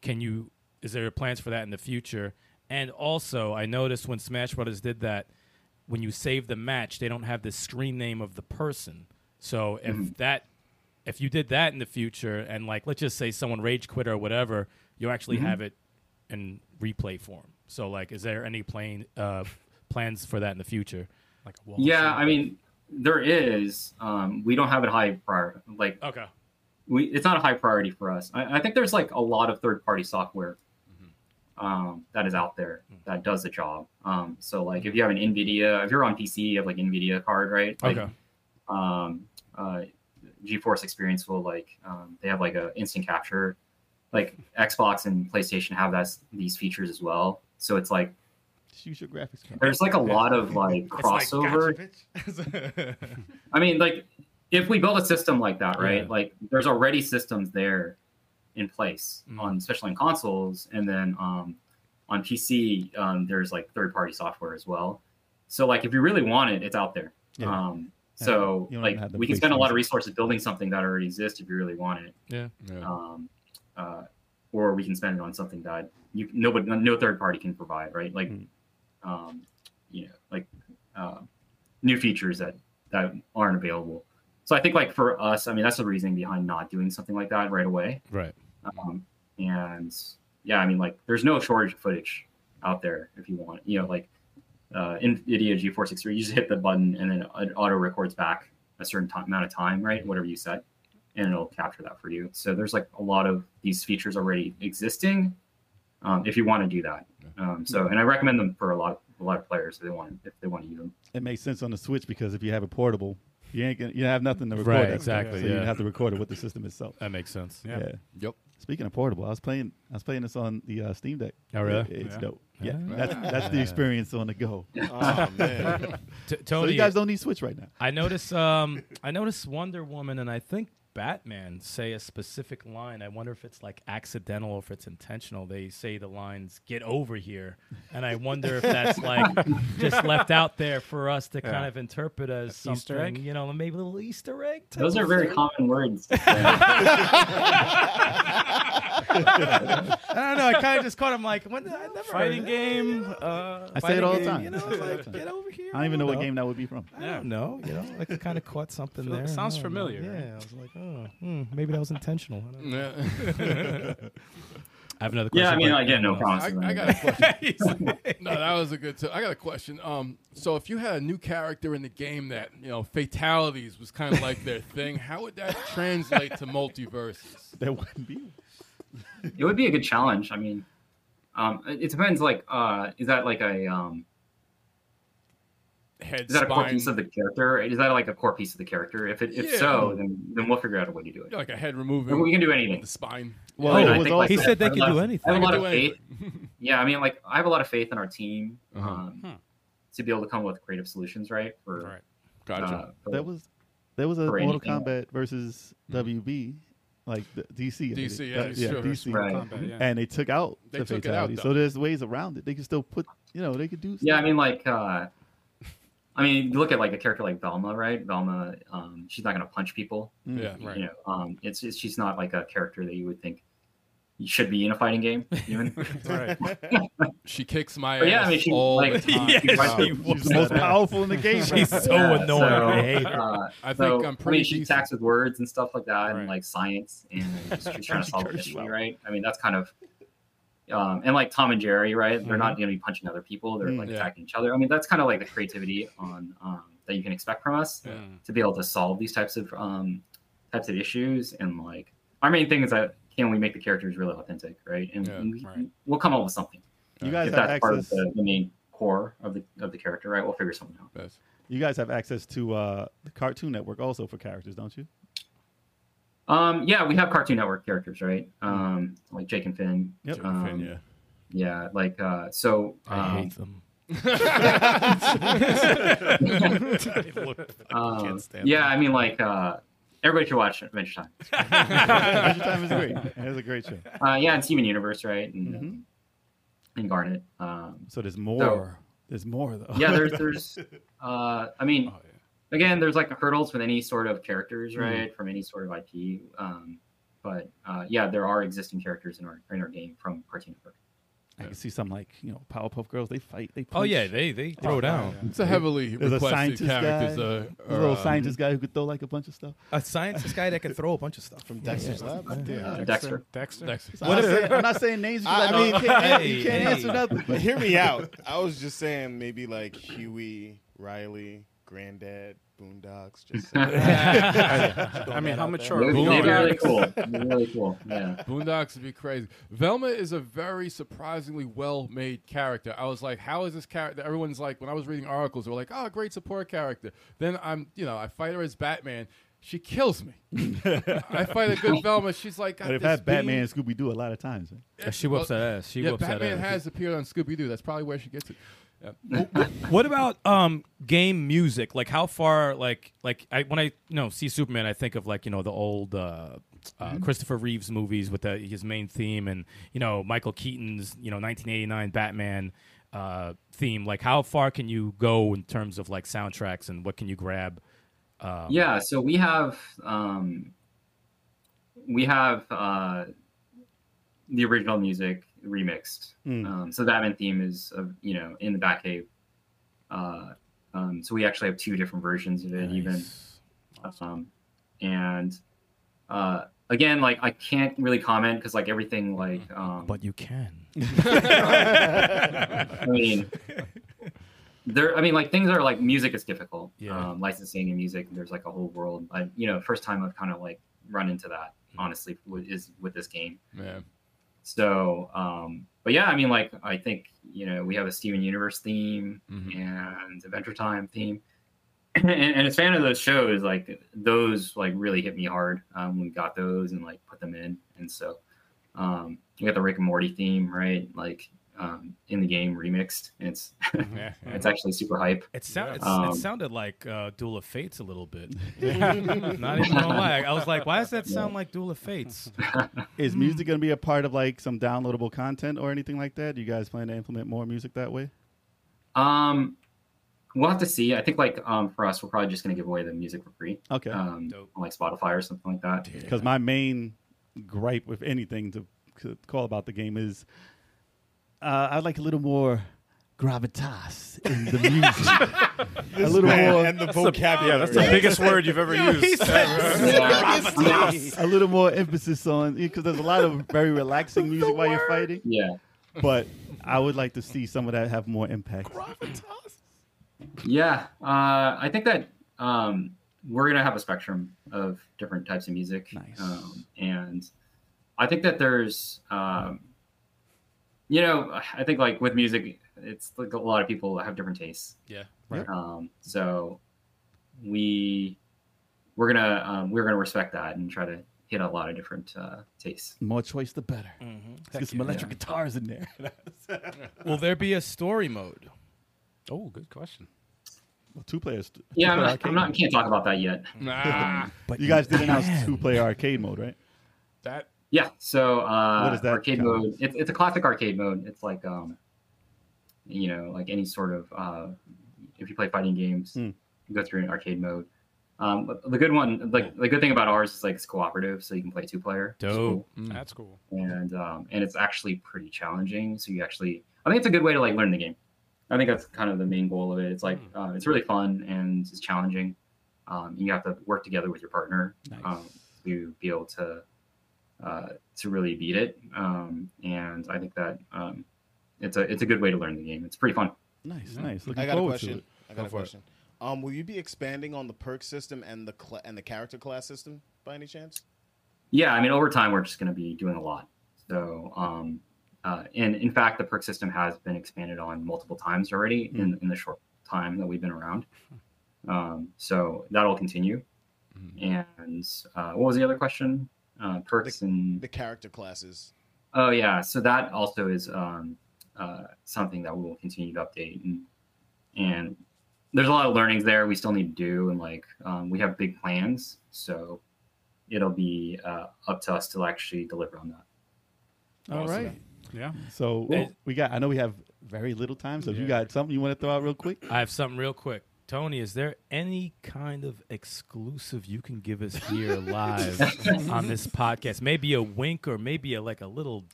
Speaker 7: Can you? Is there plans for that in the future? And also, I noticed when Smash Brothers did that, when you save the match, they don't have the screen name of the person. So if that if you did that in the future and like let's just say someone rage quit or whatever, you actually
Speaker 4: Mm-hmm.
Speaker 7: have it in replay form. So like is there any plan uh plans for that in the future? Like a wall.
Speaker 6: Yeah, I mean, there is. Um, we don't have it high prior. Like
Speaker 7: Okay.
Speaker 6: we, it's not a high priority for us. I, I think there's like a lot of third party software um, that is out there that does the job. Um, so like if you have an NVIDIA, if you're on PC, you have like NVIDIA card, right? Like,
Speaker 7: Okay.
Speaker 6: um, uh, GeForce Experience will like um, they have like a instant capture, like Xbox and PlayStation have that these features as well. So it's like
Speaker 4: Shoot your graphics card.
Speaker 6: there's like a lot of like crossover. I mean, like if we build a system like that, right?
Speaker 7: Yeah.
Speaker 6: Like there's already systems there in place
Speaker 4: Mm-hmm.
Speaker 7: Mm.
Speaker 6: on especially on consoles, and then um, on PC um, there's like third party software as well. So like if you really want it, it's out there.
Speaker 4: Yeah.
Speaker 6: Um, So
Speaker 4: you don't
Speaker 6: like
Speaker 4: have the
Speaker 6: we can spend a lot of
Speaker 4: patience.
Speaker 6: resources building something that already exists if you really want it.
Speaker 7: Yeah.
Speaker 3: Yeah.
Speaker 6: Um, uh, or we can spend it on something that you nobody no third party can provide, right? Like um, you know, like uh, new features that that aren't available. So I think like for us, I mean that's the reasoning behind not doing something like that right away.
Speaker 3: Right.
Speaker 6: Um, and yeah, I mean like there's no shortage of footage out there if you want. You know, like uh, NVIDIA G463, you just hit the button and then it auto records back a certain ti- amount of time, right? Whatever you set, and it'll capture that for you. So there's like a lot of these features already existing um, if you want to do that. Um, so, and I recommend them for a lot a lot of players if they want if they want to use them.
Speaker 4: It makes sense on the Switch because if you have a portable, you ain't gonna, you have nothing to record.
Speaker 7: Right,
Speaker 4: that.
Speaker 7: exactly,
Speaker 4: So
Speaker 7: yeah. Uh,
Speaker 4: you have to record it with the system itself.
Speaker 7: That makes sense.
Speaker 2: Yeah.
Speaker 3: Yep.
Speaker 4: Speaking of portable, I was playing I was playing this on the uh, Steam Deck.
Speaker 7: Oh, really?
Speaker 4: It- it's
Speaker 2: Yeah.
Speaker 4: dope. Yeah, that's that's the experience on the go.
Speaker 5: Oh man.
Speaker 4: So
Speaker 7: T- Tony,
Speaker 4: you guys don't need Switch right now.
Speaker 7: I notice um I notice Wonder Woman and I think Batman say a specific line. I wonder if it's like accidental or if it's intentional. They say the lines "Get over here," and I wonder if that's like just left out there for us to kind of interpret as
Speaker 2: An Easter
Speaker 7: something,
Speaker 2: egg?
Speaker 7: you know, maybe a little Easter egg. type
Speaker 6: Those are
Speaker 7: of
Speaker 6: very
Speaker 7: thing.
Speaker 6: common words.
Speaker 7: I don't know. I kind of just caught him like, when did I never
Speaker 2: Fighting
Speaker 7: heard that, you
Speaker 2: game.
Speaker 7: know?
Speaker 2: Uh,
Speaker 4: I say it all the
Speaker 7: Fighting
Speaker 4: time.
Speaker 7: game,
Speaker 4: I say
Speaker 7: You
Speaker 4: it
Speaker 7: know,
Speaker 4: all the
Speaker 7: like,
Speaker 4: time.
Speaker 7: get over here.
Speaker 4: I don't even know what game that would be from.
Speaker 7: I don't know. You know, like I kind of caught something
Speaker 2: Feel-
Speaker 7: there. I
Speaker 2: sounds
Speaker 7: don't know.
Speaker 2: familiar.
Speaker 7: Yeah, I was like, oh, hmm, maybe that was intentional. I, don't know. I have another
Speaker 6: yeah, I
Speaker 7: question.
Speaker 6: mean
Speaker 7: but-
Speaker 6: again, no
Speaker 3: I,
Speaker 6: promises. or
Speaker 3: I got a
Speaker 6: anything.
Speaker 3: question. no, that was a good. T- I got a question. Um, so if you had a new character in the game that you know fatalities was kind of like their thing, how would that translate to multiverses?
Speaker 4: There wouldn't be.
Speaker 6: it would be a good challenge. I mean, um, it it depends. Like, uh, is that like a um,
Speaker 3: Head
Speaker 6: is that a core
Speaker 3: spine,
Speaker 6: piece of the character? Is that like a core piece of the character? If it, if
Speaker 3: Yeah.
Speaker 6: so, then then we'll figure out a way to do it.
Speaker 3: like a head
Speaker 6: We
Speaker 3: removing
Speaker 6: can do
Speaker 3: the
Speaker 6: anything.
Speaker 3: spine.
Speaker 4: Well,
Speaker 6: I mean,
Speaker 4: Oh, it
Speaker 6: I
Speaker 4: was
Speaker 6: think,
Speaker 4: all-
Speaker 6: like,
Speaker 7: He said they
Speaker 6: I have
Speaker 7: could
Speaker 6: a lot
Speaker 7: do
Speaker 6: of-
Speaker 7: anything.
Speaker 6: I have
Speaker 3: They
Speaker 6: a lot
Speaker 3: could
Speaker 6: of
Speaker 3: do
Speaker 6: faith. Yeah, I mean, like I have a lot of faith in our team
Speaker 3: Uh-huh.
Speaker 6: um,
Speaker 2: Hmm.
Speaker 6: to be able to come up with creative solutions, right? For,
Speaker 2: Right.
Speaker 3: Gotcha.
Speaker 6: uh, for-
Speaker 4: That was there was a
Speaker 6: Or
Speaker 4: Mortal
Speaker 6: anything. Hmm.
Speaker 4: Kombat versus WB, like the DC. I
Speaker 3: DC,
Speaker 4: think.
Speaker 3: yeah,
Speaker 4: Uh,
Speaker 3: it's true.
Speaker 4: DC.
Speaker 6: Right.
Speaker 2: combat, yeah.
Speaker 4: And they took out
Speaker 3: They
Speaker 4: the
Speaker 3: took it out,
Speaker 4: fatality,
Speaker 3: though.
Speaker 4: so there's ways around it. They can still put, you know, they could do.
Speaker 6: yeah, I
Speaker 4: stuff.
Speaker 6: mean, like, uh, I mean, you look at like a character like Velma, right? Velma, um, she's not gonna punch people.
Speaker 4: Mm.
Speaker 3: Yeah. Right.
Speaker 6: you know, um, it's, it's she's not like a character that you would think should be in a fighting game. Even,
Speaker 2: Right.
Speaker 3: She kicks my
Speaker 6: but
Speaker 3: ass
Speaker 6: yeah, I mean, she
Speaker 3: all
Speaker 6: like
Speaker 3: the time.
Speaker 7: Yeah,
Speaker 6: she fights
Speaker 7: she
Speaker 6: people.
Speaker 4: She's the most powerful in the game.
Speaker 7: She's
Speaker 4: right
Speaker 7: so
Speaker 4: now.
Speaker 6: Yeah,
Speaker 7: annoying.
Speaker 6: so,
Speaker 7: I hate her.
Speaker 6: uh,
Speaker 3: I think
Speaker 6: so,
Speaker 3: I'm
Speaker 6: I
Speaker 3: pretty.
Speaker 6: mean, she
Speaker 3: decent.
Speaker 6: attacks with words and stuff like that,
Speaker 3: Right.
Speaker 6: and like science, and she's- she's trying to
Speaker 4: She
Speaker 6: solve
Speaker 4: curses
Speaker 6: mystery,
Speaker 4: out.
Speaker 6: right? I mean, that's kind of, um, and like Tom and Jerry, right? They're not going to be punching other people; they're
Speaker 4: Mm.
Speaker 6: like
Speaker 3: Mm-hmm. Yeah.
Speaker 6: attacking each other. I mean, that's kind of like the creativity on um, that you can expect from us
Speaker 3: Yeah.
Speaker 6: to be able to solve these types of um, types of issues. And like our main thing is that can we make the characters really authentic, right? And
Speaker 3: Yeah,
Speaker 6: we,
Speaker 2: right.
Speaker 6: we'll come up with something.
Speaker 4: You guys
Speaker 6: if
Speaker 4: have
Speaker 6: that's part of
Speaker 4: access.
Speaker 6: the, the main core of the of the character, right? We'll figure something out.
Speaker 3: That's-
Speaker 4: You guys have access to uh, the Cartoon Network also for characters, don't you?
Speaker 6: Um, yeah, we have Cartoon Network characters, right? Um, like Jake and Finn.
Speaker 4: Yep.
Speaker 6: Um,
Speaker 3: Finn, yeah.
Speaker 6: yeah, like uh, so.
Speaker 7: I
Speaker 6: um,
Speaker 7: hate them.
Speaker 6: um,
Speaker 5: can't stand
Speaker 6: yeah, I mean, like uh, everybody should watch Adventure Time.
Speaker 4: Adventure Time is great. It's a great show.
Speaker 6: Uh, yeah, and Steven Universe, right? And, uh,
Speaker 4: Mhm.
Speaker 6: and Garnet. Um,
Speaker 4: So there's more. there's more though.
Speaker 6: yeah, there's there's. Uh, I mean, again, there's like hurdles with any sort of characters, right? From any sort of IP. Um, but uh, yeah, there are existing characters in our in our game from Cartoon Network.
Speaker 4: I can see some like you know Powerpuff Girls. They fight. They punch.
Speaker 7: Oh yeah, they they throw down.
Speaker 3: It's a heavily
Speaker 4: There's a
Speaker 3: requested
Speaker 4: scientist
Speaker 3: characters.
Speaker 4: guy.
Speaker 3: Uh,
Speaker 4: There's a little scientist guy who could throw like a bunch of stuff.
Speaker 7: A scientist guy that can throw a bunch of stuff.
Speaker 5: From Dexter's Lab. right there.
Speaker 6: Uh, Dexter.
Speaker 2: Dexter.
Speaker 4: So I'm, not saying, I'm not saying names.
Speaker 5: I-
Speaker 4: because
Speaker 5: I
Speaker 4: I, mean, you
Speaker 5: mean,
Speaker 4: can't,
Speaker 7: hey,
Speaker 4: you can't
Speaker 7: hey.
Speaker 4: answer nothing.
Speaker 5: But hear me out. I was just saying maybe like Huey, Riley, Granddad, Boondocks. Just
Speaker 2: I mean, how mature?
Speaker 6: They're,
Speaker 2: are we
Speaker 3: Boom.
Speaker 6: they're
Speaker 2: going?
Speaker 6: really cool. They're really cool. Yeah.
Speaker 3: Boondocks would be crazy. Velma is a very surprisingly well-made character. I was like, how is this character? Everyone's like, when I was reading articles, they were like, oh, great support character. Then I'm, you know, I fight her as Batman. She kills me. I fight a good Velma. She's like, got
Speaker 4: But if
Speaker 3: this
Speaker 4: had Batman
Speaker 3: beam.
Speaker 4: and Scooby Doo a lot of times. eh? man.
Speaker 7: She whoops that ass. She
Speaker 3: Yeah,
Speaker 7: whoops that
Speaker 3: Batman
Speaker 7: ass.
Speaker 3: has appeared on Scooby Doo. That's probably where she gets it. Yeah.
Speaker 7: What about um game music? Like how far like like I when I you know see Superman, I think of like you know the old uh,
Speaker 2: Mm-hmm.
Speaker 7: uh, Christopher Reeves movies with the, his main theme and you know Michael Keaton's you know 1989 Batman uh, theme. Like how far can you go in terms of like soundtracks and what can you grab Um,
Speaker 6: yeah so we have um we have uh the original music remixed
Speaker 4: Hmm.
Speaker 6: um so the admin theme is of you know in the back cave uh um so we actually have two different versions of it even um and uh again like i can't really comment because like everything like um
Speaker 7: But you can.
Speaker 6: I mean, there. I mean, like things are like music is difficult.
Speaker 7: Yeah.
Speaker 6: Um, licensing and music, there's like a whole world. I, you know, first time I've kind of like run into that. Honestly, with- is with this game.
Speaker 3: man.
Speaker 6: So, um, but yeah, I mean, like I think you know we have a Steven Universe theme
Speaker 7: Mm-hmm.
Speaker 3: Mhm.
Speaker 6: and Adventure Time theme. And, and as a fan of those shows, like those like really hit me hard um, when we got those and like put them in. And so um, we got the Rick and Morty theme, right? Like um, in the game remixed. And it's
Speaker 7: Yeah.
Speaker 6: it's actually super hype.
Speaker 7: It, sound,
Speaker 6: Yeah.
Speaker 7: it's,
Speaker 6: Um,
Speaker 7: it sounded like uh, Duel of Fates a little bit. Not even gonna lie, I was like, why does that sound like Duel of Fates?
Speaker 4: Is music going to be a part of like some downloadable content or anything like that? Do you guys plan to implement more music that way?
Speaker 6: Um, we'll have to see. I think like um, for us, we're probably just gonna give away the music for free,
Speaker 4: Okay.
Speaker 6: um,
Speaker 7: Dope.
Speaker 6: on, like Spotify or something like that.
Speaker 4: Because my main gripe with anything to, to call about the game is uh, I'd like a little more gravitas in the music. a little more.
Speaker 5: and the vocabulary.
Speaker 2: yeah, that's the biggest word you've ever used.
Speaker 6: Yeah, I mean, I-
Speaker 4: A little more emphasis on because there's a lot of very relaxing music while you're fighting,
Speaker 6: yeah,
Speaker 4: but I would like to see some of that have more impact.
Speaker 6: yeah. Uh, I think that um, we're gonna have a spectrum of different types of music,
Speaker 4: Nice.
Speaker 6: um, and I think that there's, um, you know, I think like with music, it's like a lot of people have different tastes.
Speaker 3: Yeah.
Speaker 4: Right.
Speaker 6: Um, so we we're gonna um, we're gonna respect that and try to hit a lot of different uh, tastes.
Speaker 4: More choice, the better. Let's get some electric guitars in there.
Speaker 7: Will there be a story mode?
Speaker 2: oh, good question.
Speaker 4: Well, two players. two
Speaker 6: Yeah, I'm
Speaker 4: player
Speaker 6: not,
Speaker 4: arcade
Speaker 6: I'm not
Speaker 4: mode.
Speaker 6: can't talk about that yet.
Speaker 3: Nah,
Speaker 7: But
Speaker 4: You guys did announce two player arcade mode, right?
Speaker 3: that
Speaker 6: Yeah, so uh,
Speaker 4: What is that
Speaker 6: arcade
Speaker 4: kind of-
Speaker 6: mode? It's, it's a classic arcade mode. It's like um, you know, like any sort of uh, if you play fighting games,
Speaker 4: Hmm.
Speaker 6: you go through an arcade mode. Um, but the good one, like the good thing about ours is like it's cooperative, so you can play two player. It's cool.
Speaker 7: Dope.
Speaker 2: That's cool.
Speaker 6: and um, and it's actually pretty challenging. So you actually, I think it's a good way to like learn the game. I think that's kind of the main goal of it. It's like
Speaker 4: Hmm.
Speaker 6: uh, it's really fun and it's challenging. Um, you have to work together with your partner um, to be able to uh, to really beat it. Um, and I think that um, it's a it's a good way to learn the game. It's pretty fun.
Speaker 4: Nice, nice. Looking
Speaker 5: I got a
Speaker 4: forward to
Speaker 5: question.
Speaker 4: it.
Speaker 5: I got
Speaker 4: Go
Speaker 5: a
Speaker 4: for it.
Speaker 5: question. Um, will you be expanding on the perk system and the cla and the character class system by any chance?
Speaker 6: Yeah, I mean, over time, we're just going to be doing a lot. So, um, uh, and in fact, the perk system has been expanded on multiple times already in, in the short time that we've been around. Um, so that'll continue. And uh, what was the other question? Uh, perks and
Speaker 5: The character classes.
Speaker 6: Oh yeah, so that also is um, uh, something that we will continue to update, and, and there's a lot of learnings there we still need to do, and like um, we have big plans, so it'll be uh, up to us to actually deliver on that.
Speaker 4: All right.
Speaker 2: Yeah.
Speaker 4: So
Speaker 6: Cool.
Speaker 4: we got. I know we have very little time. So if you got something you want to throw out real quick,
Speaker 7: I have something real quick. Tony, is there any kind of exclusive you can give us here live on this podcast? Maybe a wink or maybe a, like a little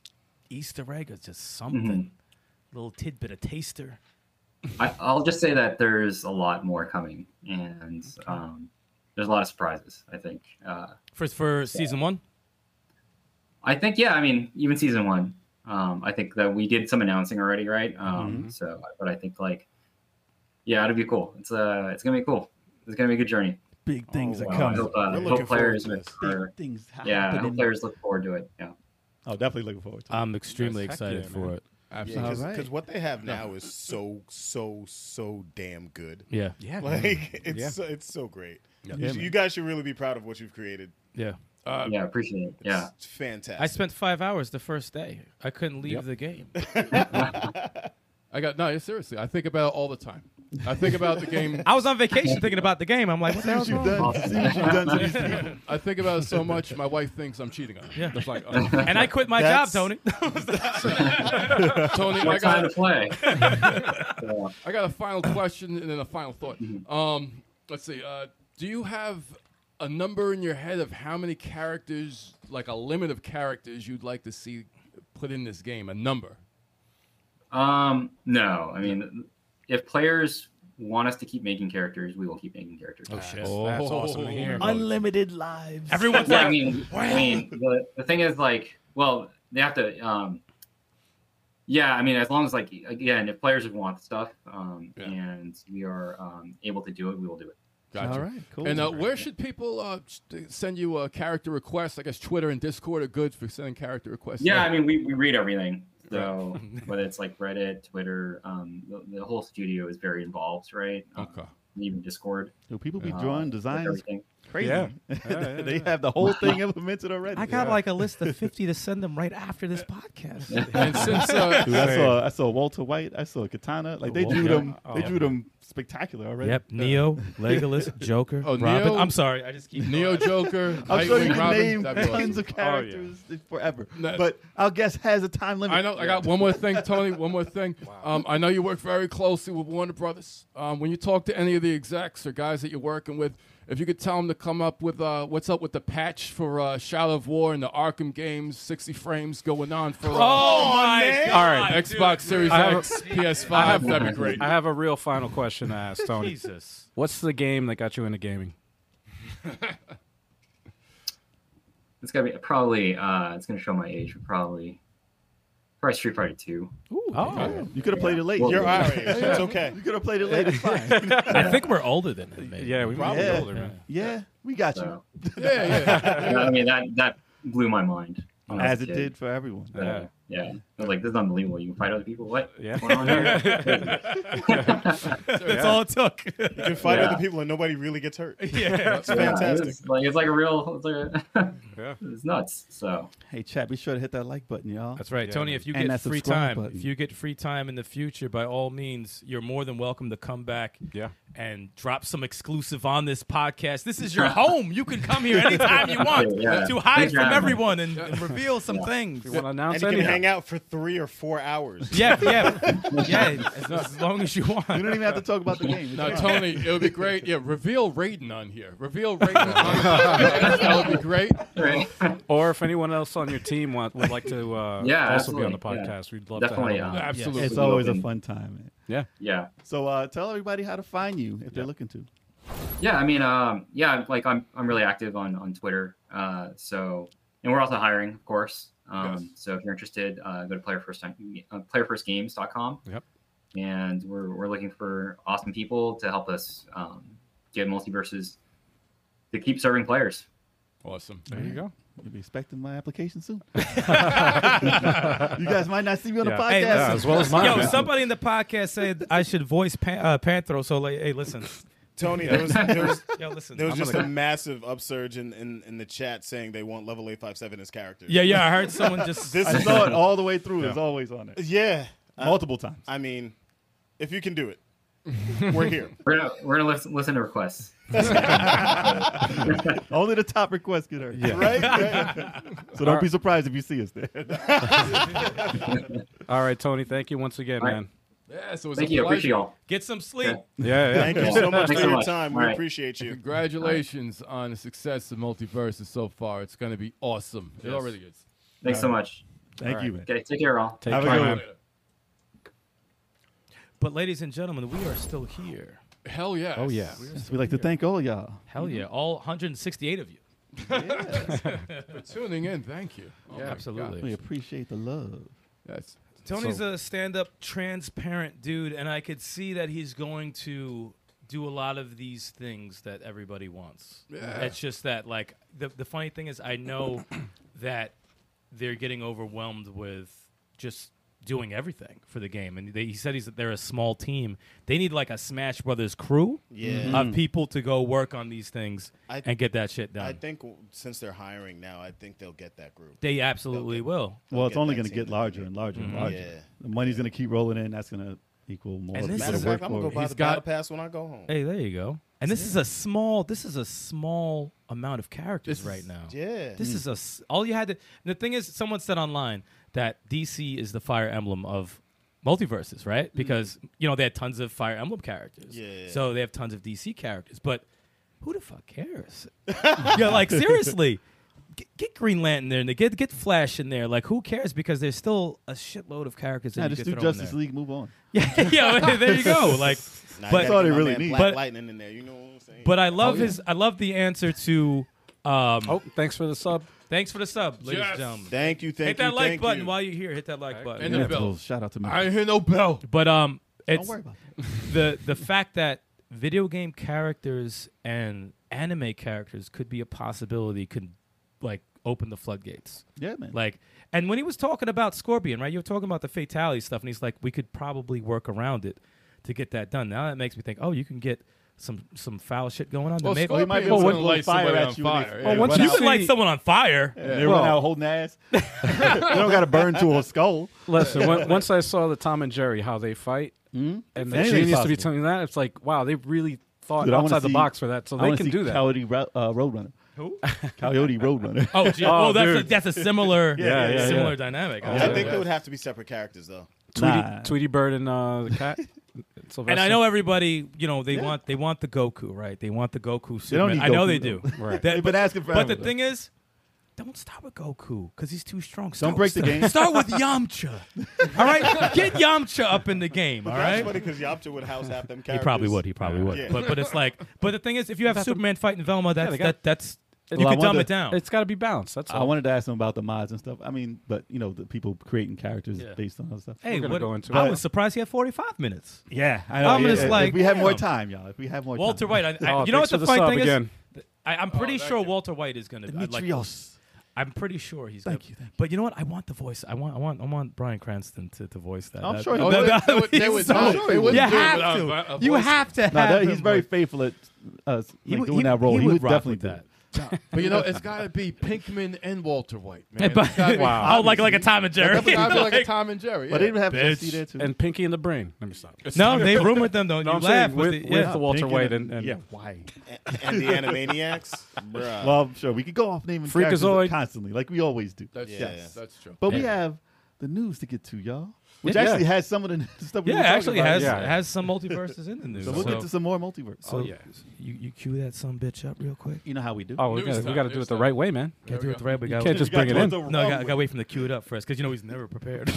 Speaker 7: Easter egg or just something. Little tidbit, a taster.
Speaker 6: I, I'll just say that there's a lot more coming, and um, there's a lot of surprises. I think. Uh,
Speaker 7: For, for season one?
Speaker 6: I think yeah. I mean, even season one. Um, I think that we did some announcing already, right? Um,
Speaker 5: Mm-hmm.
Speaker 6: So, but I think like, yeah, it'll be cool. It's uh, it's gonna be cool. It's gonna be a good journey.
Speaker 4: big things
Speaker 5: wow.
Speaker 4: are
Speaker 6: I
Speaker 4: coming.
Speaker 6: hope, uh,
Speaker 5: We're
Speaker 6: hope
Speaker 5: looking forward
Speaker 6: players,
Speaker 5: to
Speaker 6: look
Speaker 5: this.
Speaker 6: for-
Speaker 4: Big things
Speaker 6: yeah, I hope
Speaker 4: happening.
Speaker 6: players look forward to it. Yeah,
Speaker 4: oh, definitely looking forward to. it.
Speaker 7: I'm extremely
Speaker 3: Yes, heck
Speaker 7: excited
Speaker 3: yeah,
Speaker 7: for
Speaker 3: man.
Speaker 7: it.
Speaker 3: absolutely.
Speaker 5: Because
Speaker 4: All right.
Speaker 5: what they have now is so so so damn good.
Speaker 7: Yeah.
Speaker 2: Yeah.
Speaker 4: Mm.
Speaker 5: Like it's so, it's so great. You,
Speaker 4: Yeah,
Speaker 5: sh-
Speaker 4: man.
Speaker 5: you guys should really be proud of what you've created.
Speaker 7: Yeah.
Speaker 3: Uh,
Speaker 6: yeah, appreciate it. Yeah,
Speaker 5: It's fantastic.
Speaker 7: I spent five hours the first day. I couldn't leave the game.
Speaker 3: I got no. Seriously, I think about it all the time. I think about the game.
Speaker 7: I was on vacation thinking about the game. I'm like, what the hell's
Speaker 4: See what
Speaker 7: wrong?
Speaker 4: you've done. See what you've done to these people.
Speaker 3: I think about it so much. My wife thinks I'm cheating on her.
Speaker 7: Yeah.
Speaker 3: It's like, oh,
Speaker 7: And I quit my job,
Speaker 5: That's-
Speaker 7: Tony.
Speaker 3: Tony,
Speaker 6: more
Speaker 3: I
Speaker 6: time to
Speaker 3: got,
Speaker 6: play.
Speaker 2: Mm-hmm.
Speaker 3: I got a final question and then a final thought. Um, let's see. Uh, Do you have a number in your head of how many characters, like a limit of characters, you'd like to see put in this game? A number.
Speaker 6: Um, no, I mean, if players want us to keep making characters, we will keep making characters.
Speaker 2: Oh shit, that's awesome to hear.
Speaker 9: Unlimited lives.
Speaker 7: Everyone's
Speaker 6: yeah, I
Speaker 7: like,
Speaker 6: mean, I mean, the, the thing is, like, well, they have to. Um, yeah, I mean, as long as like again, if players want stuff um,
Speaker 3: Yeah.
Speaker 6: and we are um, able to do it, we will do it.
Speaker 3: Gotcha.
Speaker 4: All right, cool.
Speaker 3: And uh, where should people uh, s- send you uh, character requests? I guess Twitter and Discord are good for sending character requests.
Speaker 6: Yeah, I mean, we, we read everything. So whether it's like Reddit, Twitter, um, the, the whole studio is very involved, right? Um,
Speaker 3: Okay.
Speaker 6: Even Discord.
Speaker 4: Yo, people be
Speaker 6: uh,
Speaker 4: drawing
Speaker 6: with
Speaker 4: designs
Speaker 6: everything.
Speaker 4: crazy.
Speaker 2: Yeah.
Speaker 4: they have the whole thing implemented already.
Speaker 9: I got like a list of 50 to send them right after this podcast.
Speaker 3: And since uh,
Speaker 4: Dude, I saw I saw Walter White. I saw Katana. Like they drew
Speaker 2: Walter-
Speaker 4: them.
Speaker 2: Oh,
Speaker 4: they
Speaker 2: yeah.
Speaker 4: drew them spectacular already.
Speaker 7: yep, Neo, Legolas, Joker,
Speaker 3: Oh,
Speaker 7: Robin.
Speaker 3: Neo-
Speaker 7: I'm sorry, I just keep
Speaker 3: Neo Joker,
Speaker 4: I'm sure
Speaker 3: Nightwing,
Speaker 4: you can
Speaker 3: Robin,
Speaker 4: name
Speaker 3: that'd be awesome.
Speaker 4: tons of characters forever,
Speaker 3: No.
Speaker 4: but I'll guess has a time limit.
Speaker 3: I know. I got one more thing, Tony. One more thing. Um, I know you work very closely with Warner Brothers. Um, when you talk to any of the execs or guys that you're working with, if you could tell them to come up with uh, what's up with the patch for uh, Shadow of War and the Arkham games, 60 frames going on for uh,
Speaker 7: Oh my
Speaker 2: All right,
Speaker 3: Xbox Series
Speaker 2: Oh I have a-
Speaker 3: X, PS5. That'd be great.
Speaker 2: I have a real final question to ask Tony.
Speaker 7: Jesus.
Speaker 2: What's the game that got you into gaming?
Speaker 6: It's gonna be probably. Uh, it's gonna show my age, but probably. Probably Street Fighter Two.
Speaker 2: Oh,
Speaker 4: You could have played it late.
Speaker 6: Well,
Speaker 4: You're
Speaker 6: yeah.
Speaker 4: all
Speaker 5: All
Speaker 4: right.
Speaker 5: right, it's okay.
Speaker 4: You could have played it late. It's fine.
Speaker 7: I think we're older than him. Maybe.
Speaker 2: yeah, we might be
Speaker 4: Yeah.
Speaker 2: older, man.
Speaker 4: Yeah, we got you.
Speaker 6: So
Speaker 3: Yeah, yeah.
Speaker 6: yeah, I mean that that blew my mind. when I was
Speaker 4: As
Speaker 6: a
Speaker 4: it
Speaker 6: kid.
Speaker 4: did for everyone.
Speaker 6: So, yeah. I was like, this is unbelievable. You can fight other people. What?
Speaker 2: Yeah.
Speaker 6: What's going on here?
Speaker 7: That's all it took.
Speaker 5: You can fight
Speaker 6: Yeah.
Speaker 5: other people and nobody really gets hurt.
Speaker 7: yeah.
Speaker 5: It's fantastic.
Speaker 6: It's like it's like a real. It's, like a,
Speaker 2: Yeah.
Speaker 6: it's nuts. So
Speaker 4: Hey, chat, be sure to hit that like button, y'all.
Speaker 7: That's right,
Speaker 2: Yeah,
Speaker 7: Tony.
Speaker 2: man.
Speaker 7: If you
Speaker 4: And
Speaker 7: get
Speaker 4: that
Speaker 7: free
Speaker 4: subscribe
Speaker 7: time,
Speaker 4: button.
Speaker 7: if you get free time in the future, by all means, you're more than welcome to come back.
Speaker 2: Yeah.
Speaker 7: and drop some exclusive on this podcast. This is your home. You can come here anytime you want
Speaker 6: Yeah.
Speaker 7: to hide
Speaker 6: Thanks for
Speaker 7: from
Speaker 6: having me.
Speaker 7: everyone and, and reveal some things.
Speaker 2: You want to
Speaker 5: And
Speaker 2: announce
Speaker 5: you can
Speaker 2: anything?
Speaker 5: hang out for three or four hours.
Speaker 7: Yeah, yeah, yeah. As, as long as you want.
Speaker 4: You don't even have to talk about the game. It's
Speaker 3: Now,
Speaker 4: fine.
Speaker 3: Tony, it would be great. Yeah, reveal Raiden on here. Reveal Raiden on the podcast. That would be great.
Speaker 6: Right.
Speaker 2: Or if anyone else on your team want, would like to uh,
Speaker 6: Yeah,
Speaker 2: also
Speaker 6: absolutely.
Speaker 2: be on the
Speaker 6: Yeah.
Speaker 2: podcast, we'd love
Speaker 6: Definitely,
Speaker 2: to have
Speaker 6: uh,
Speaker 2: them.
Speaker 3: Absolutely.
Speaker 4: it's always a fun time. Man.
Speaker 2: Yeah.
Speaker 6: yeah.
Speaker 4: So uh, tell everybody how to find you if they're looking to.
Speaker 6: Yeah, I mean, um, yeah, like I'm, I'm really active on on Twitter. Uh, so, and we're also hiring, of course. Um, So if you're interested, uh, go to playerfirst uh, playerfirstgames.com.
Speaker 2: Yep.
Speaker 6: And we're we're looking for awesome people to help us um, get multiverses to keep serving players.
Speaker 3: Awesome.
Speaker 2: There you go.
Speaker 4: You'll be expecting my application soon. you guys might not see me on the
Speaker 2: Yeah.
Speaker 4: podcast.
Speaker 7: Hey,
Speaker 6: uh,
Speaker 2: Yeah,
Speaker 7: listen.
Speaker 2: as well as mine.
Speaker 7: Yo, somebody in the podcast said I should voice Pan- uh, Panthro. So, like, hey, listen.
Speaker 5: Tony, there was, there was,
Speaker 7: Yo, listen.
Speaker 5: there was
Speaker 7: I'm
Speaker 5: just
Speaker 7: gonna-
Speaker 5: a massive upsurge in, in, in the chat saying they want level 857 as characters.
Speaker 7: yeah, yeah. I heard someone just.
Speaker 5: This
Speaker 4: I
Speaker 5: is
Speaker 4: saw it all the way through. It's always on it.
Speaker 5: Yeah. Uh,
Speaker 4: Multiple times.
Speaker 5: I mean, if you can do it, we're here.
Speaker 6: We're gonna we're gonna listen, listen to requests.
Speaker 4: Only the top requests get heard.
Speaker 5: Right? Right?
Speaker 4: So don't be surprised if you see us there.
Speaker 2: All right, Tony. Thank you once again,
Speaker 6: All right.
Speaker 2: man.
Speaker 3: Yeah, so it was
Speaker 6: Thank
Speaker 3: a
Speaker 6: you.
Speaker 3: pleasure.
Speaker 6: Appreciate y'all.
Speaker 7: Get some sleep.
Speaker 2: Yeah, yeah.
Speaker 5: Thank you so much for
Speaker 6: Thanks so
Speaker 5: your
Speaker 6: much.
Speaker 5: time.
Speaker 6: All
Speaker 5: We
Speaker 6: right.
Speaker 5: appreciate you.
Speaker 3: Congratulations on the success of Multiverses so far. It's going to be awesome. It already is.
Speaker 6: Thanks so much.
Speaker 4: Thank you, man.
Speaker 6: Okay, take care, all.
Speaker 2: Take
Speaker 4: Have a
Speaker 2: care,
Speaker 4: good
Speaker 2: man.
Speaker 4: one.
Speaker 7: But, ladies and gentlemen, we are still here.
Speaker 3: Hell yes.
Speaker 2: Oh yeah.
Speaker 4: We'd like to thank all y'all.
Speaker 7: Hell
Speaker 5: Mm-hmm.
Speaker 7: yeah. All 168 of you.
Speaker 3: For tuning in, thank you. Oh my God.
Speaker 4: We appreciate the love.
Speaker 3: Yes.
Speaker 7: Tony's a stand-up, transparent dude, and I could see that he's going to do a lot of these things that everybody wants.
Speaker 3: Yeah.
Speaker 7: It's just that, like, the the funny thing is, I know that they're getting overwhelmed with just doing everything for the game, and they, he said he's they're a small team. They need like a Smash Brothers crew
Speaker 5: Yeah.
Speaker 7: of people to go work on these things
Speaker 5: I-
Speaker 7: and get that shit done.
Speaker 5: I think w- since they're hiring now, I think they'll get that group.
Speaker 7: they absolutely will.
Speaker 4: Well, it's
Speaker 5: get
Speaker 4: only
Speaker 5: that
Speaker 4: going to
Speaker 5: team
Speaker 4: get
Speaker 5: in.
Speaker 4: larger and larger and larger.
Speaker 5: Yeah.
Speaker 4: The money's going to keep rolling in. That's going to equal more.
Speaker 7: And this
Speaker 5: Matter of
Speaker 4: people
Speaker 7: is-
Speaker 4: to work
Speaker 5: fact, I'm going to
Speaker 4: for
Speaker 5: go buy
Speaker 7: He's
Speaker 5: the
Speaker 7: got-
Speaker 5: battle pass when I go home.
Speaker 7: Hey, there you go. And this is a small. This is a small amount of characters
Speaker 3: This is-
Speaker 7: right now.
Speaker 5: Yeah.
Speaker 7: This is a s- all you had to. The thing is, someone said online that DC is the Fire Emblem of multiverses, right? Because you know they had tons of Fire Emblem characters,
Speaker 5: Yeah.
Speaker 7: So they have tons of DC characters, but who the fuck cares? yeah, like seriously, get, get Green Lantern there and they get get Flash in there. Like who cares? Because there's still a shitload of characters.
Speaker 4: Nah,
Speaker 7: that you
Speaker 4: just
Speaker 7: could
Speaker 4: do
Speaker 7: throw in
Speaker 4: Justice
Speaker 7: there.
Speaker 4: League. Move on.
Speaker 7: Yeah, yeah. There you go. Like,
Speaker 5: Nah,
Speaker 7: But-
Speaker 5: you gotta
Speaker 7: That's
Speaker 5: get
Speaker 4: all they
Speaker 5: my
Speaker 4: really
Speaker 5: man
Speaker 4: need.
Speaker 5: Black
Speaker 7: But-
Speaker 5: lightning in there. You know what I'm saying?
Speaker 7: but I love his. I love the answer to. Um,
Speaker 2: Oh, thanks for the sub.
Speaker 7: Thanks for the sub, ladies
Speaker 3: Yes.
Speaker 7: and gentlemen.
Speaker 5: thank you, thank
Speaker 7: hit
Speaker 5: you,
Speaker 7: that like
Speaker 5: thank
Speaker 7: button
Speaker 5: you.
Speaker 7: while you're here. Hit that like button.
Speaker 3: And
Speaker 4: Yeah,
Speaker 3: the bell.
Speaker 4: Shout out to me.
Speaker 3: I didn't hear no bell.
Speaker 7: But um, it's
Speaker 4: worry about
Speaker 7: the the fact that video game characters and anime characters could be a possibility could like open the floodgates.
Speaker 4: Yeah, man.
Speaker 7: Like, and when he was talking about Scorpion, right? You were talking about the fatality stuff, and he's like, we could probably work around it to get that done. Now that makes me think, oh, you can get some some foul shit going on.
Speaker 3: Well,
Speaker 7: Maybe-
Speaker 3: Scorpion
Speaker 4: might be
Speaker 3: was
Speaker 4: able to
Speaker 3: gonna
Speaker 4: blow
Speaker 3: light
Speaker 4: fire
Speaker 3: somebody
Speaker 4: at
Speaker 3: on
Speaker 4: you when he-
Speaker 3: fire.
Speaker 4: Oh,
Speaker 3: yeah.
Speaker 2: once
Speaker 4: run
Speaker 7: you
Speaker 4: out.
Speaker 7: can light someone on fire.
Speaker 4: They
Speaker 2: Well-
Speaker 4: run out holding ass. you don't got to burn to a skull.
Speaker 2: Listen, when, once I saw the Tom and Jerry how they fight,
Speaker 6: Hmm?
Speaker 2: and the
Speaker 4: Anything's
Speaker 2: genius to be
Speaker 4: possible.
Speaker 2: telling that, it's like wow, they really thought
Speaker 4: Dude, I wanna
Speaker 2: outside the
Speaker 4: see-
Speaker 2: box for that, so
Speaker 4: I
Speaker 2: they
Speaker 4: wanna
Speaker 2: can
Speaker 4: see
Speaker 2: do that.
Speaker 4: Coyote Ro- uh, Roadrunner.
Speaker 7: Who?
Speaker 4: Coyote Roadrunner.
Speaker 7: Oh, gee,
Speaker 2: Oh,
Speaker 7: oh, that's a,
Speaker 2: dude.
Speaker 7: that's a similar
Speaker 4: Yeah, yeah, yeah.
Speaker 7: similar dynamic.
Speaker 5: I think they would have to be separate characters though.
Speaker 2: Tweety,
Speaker 4: Nah.
Speaker 2: Tweety Bird and uh, the cat.
Speaker 7: and I know everybody, you know, they
Speaker 4: Yeah.
Speaker 7: want they want the Goku, right? They want the Goku
Speaker 4: don't
Speaker 7: Superman.
Speaker 4: need
Speaker 7: I know
Speaker 4: Goku,
Speaker 7: they
Speaker 4: though.
Speaker 7: do.
Speaker 2: Right.
Speaker 7: That-
Speaker 4: They've
Speaker 7: but,
Speaker 4: been asking for
Speaker 7: but the thing is, don't start with Goku because he's too strong. Start
Speaker 4: break the
Speaker 7: with-
Speaker 4: game.
Speaker 7: Start with Yamcha. all right, get Yamcha up in the game. All
Speaker 5: That's
Speaker 7: right.
Speaker 5: funny because Yamcha would house half them characters.
Speaker 7: He probably would. He probably would.
Speaker 5: Yeah.
Speaker 7: But but it's like, but the thing is, if you have Superman fighting Velma, that's
Speaker 2: they got-
Speaker 7: that that's you
Speaker 4: Well, I
Speaker 7: can dumb
Speaker 4: wonder-
Speaker 7: it down.
Speaker 2: it's got to be balanced. That's all.
Speaker 4: I wanted to ask them about the mods and stuff. I mean, but you know, the people creating characters
Speaker 7: Yeah.
Speaker 4: based on other stuff.
Speaker 7: hey,
Speaker 2: gonna
Speaker 7: what,
Speaker 2: go into
Speaker 7: I
Speaker 2: it.
Speaker 7: was surprised he had forty five minutes.
Speaker 4: yeah, I
Speaker 7: I'm just
Speaker 4: if-
Speaker 7: like,
Speaker 4: if we have more
Speaker 7: damn.
Speaker 4: time, y'all. If we have more
Speaker 7: Walter
Speaker 4: time.
Speaker 7: White, I, I,
Speaker 2: Oh,
Speaker 7: you know
Speaker 2: thanks
Speaker 7: what the
Speaker 2: for the
Speaker 7: funny
Speaker 2: sub
Speaker 7: thing
Speaker 2: again.
Speaker 7: is, I, I'm pretty
Speaker 3: thank
Speaker 7: sure
Speaker 3: you.
Speaker 7: Walter White is going to.
Speaker 4: Demetrios.
Speaker 7: I'm pretty sure he's.
Speaker 4: Thank
Speaker 7: gonna,
Speaker 4: you, thank you.
Speaker 7: But you know what? I want the voice. I want. I want. I want Brian Cranston to, to voice that.
Speaker 4: I'm
Speaker 7: That-
Speaker 4: sure he
Speaker 7: that-
Speaker 4: would.
Speaker 7: that
Speaker 3: They
Speaker 7: would be
Speaker 3: would- they would-
Speaker 7: so-
Speaker 3: I'm sure he would
Speaker 7: You
Speaker 3: do it
Speaker 7: have
Speaker 3: without
Speaker 7: to.
Speaker 3: a- a
Speaker 7: you
Speaker 3: voice.
Speaker 7: have to.
Speaker 4: No,
Speaker 7: have
Speaker 4: that,
Speaker 7: him
Speaker 4: he's very
Speaker 7: voice-
Speaker 4: faithful at uh, like
Speaker 7: He would-
Speaker 4: doing
Speaker 7: he
Speaker 4: that
Speaker 7: would-
Speaker 4: role.
Speaker 7: he
Speaker 4: He,
Speaker 7: would
Speaker 4: would,
Speaker 7: rock
Speaker 4: definitely
Speaker 7: with
Speaker 4: do
Speaker 7: that.
Speaker 4: it.
Speaker 3: But you know, it's got to be Pinkman and Walter White, man.
Speaker 7: But-
Speaker 3: It's gotta be-
Speaker 7: Oh, like like a Tom and Jerry.
Speaker 3: That's gotta be like a
Speaker 7: Like-
Speaker 3: Tom and Jerry.
Speaker 4: But
Speaker 3: yeah.
Speaker 4: they didn't have
Speaker 7: Bitch.
Speaker 4: Jesse there too.
Speaker 2: and Pinky and the Brain. Let me stop.
Speaker 7: no, they rumored them though.
Speaker 2: No,
Speaker 7: you
Speaker 2: I'm
Speaker 7: laugh
Speaker 2: saying with,
Speaker 7: it,
Speaker 2: with
Speaker 7: yeah.
Speaker 2: the Walter
Speaker 4: Pinky
Speaker 2: White and, and
Speaker 4: yeah, why?
Speaker 5: And the Animaniacs, bruh.
Speaker 4: Well, I'm sure we could go off naming
Speaker 2: Freakazoid.
Speaker 4: characters constantly, like we always do.
Speaker 3: That's,
Speaker 5: Yeah,
Speaker 3: yes,
Speaker 5: yeah.
Speaker 3: that's true.
Speaker 4: But we have the news to get to, y'all, which
Speaker 2: Yeah.
Speaker 4: actually has some of the stuff. We
Speaker 7: yeah,
Speaker 4: were talking
Speaker 7: actually
Speaker 4: about.
Speaker 7: has
Speaker 2: yeah.
Speaker 7: has some multiverses in the news.
Speaker 4: So we'll get to some more multiverse. Oh,
Speaker 7: so you you cue that some bitch up real quick.
Speaker 4: you know how we do.
Speaker 2: Oh, we
Speaker 3: News
Speaker 2: gotta, we
Speaker 3: time,
Speaker 2: got to do
Speaker 3: news
Speaker 2: it the
Speaker 3: time.
Speaker 2: right way, man.
Speaker 7: Gotta
Speaker 3: we
Speaker 7: do it the right way.
Speaker 2: Can't just bring it in.
Speaker 7: no, I got, I got to wait for them to cue it up first because you know he's never prepared.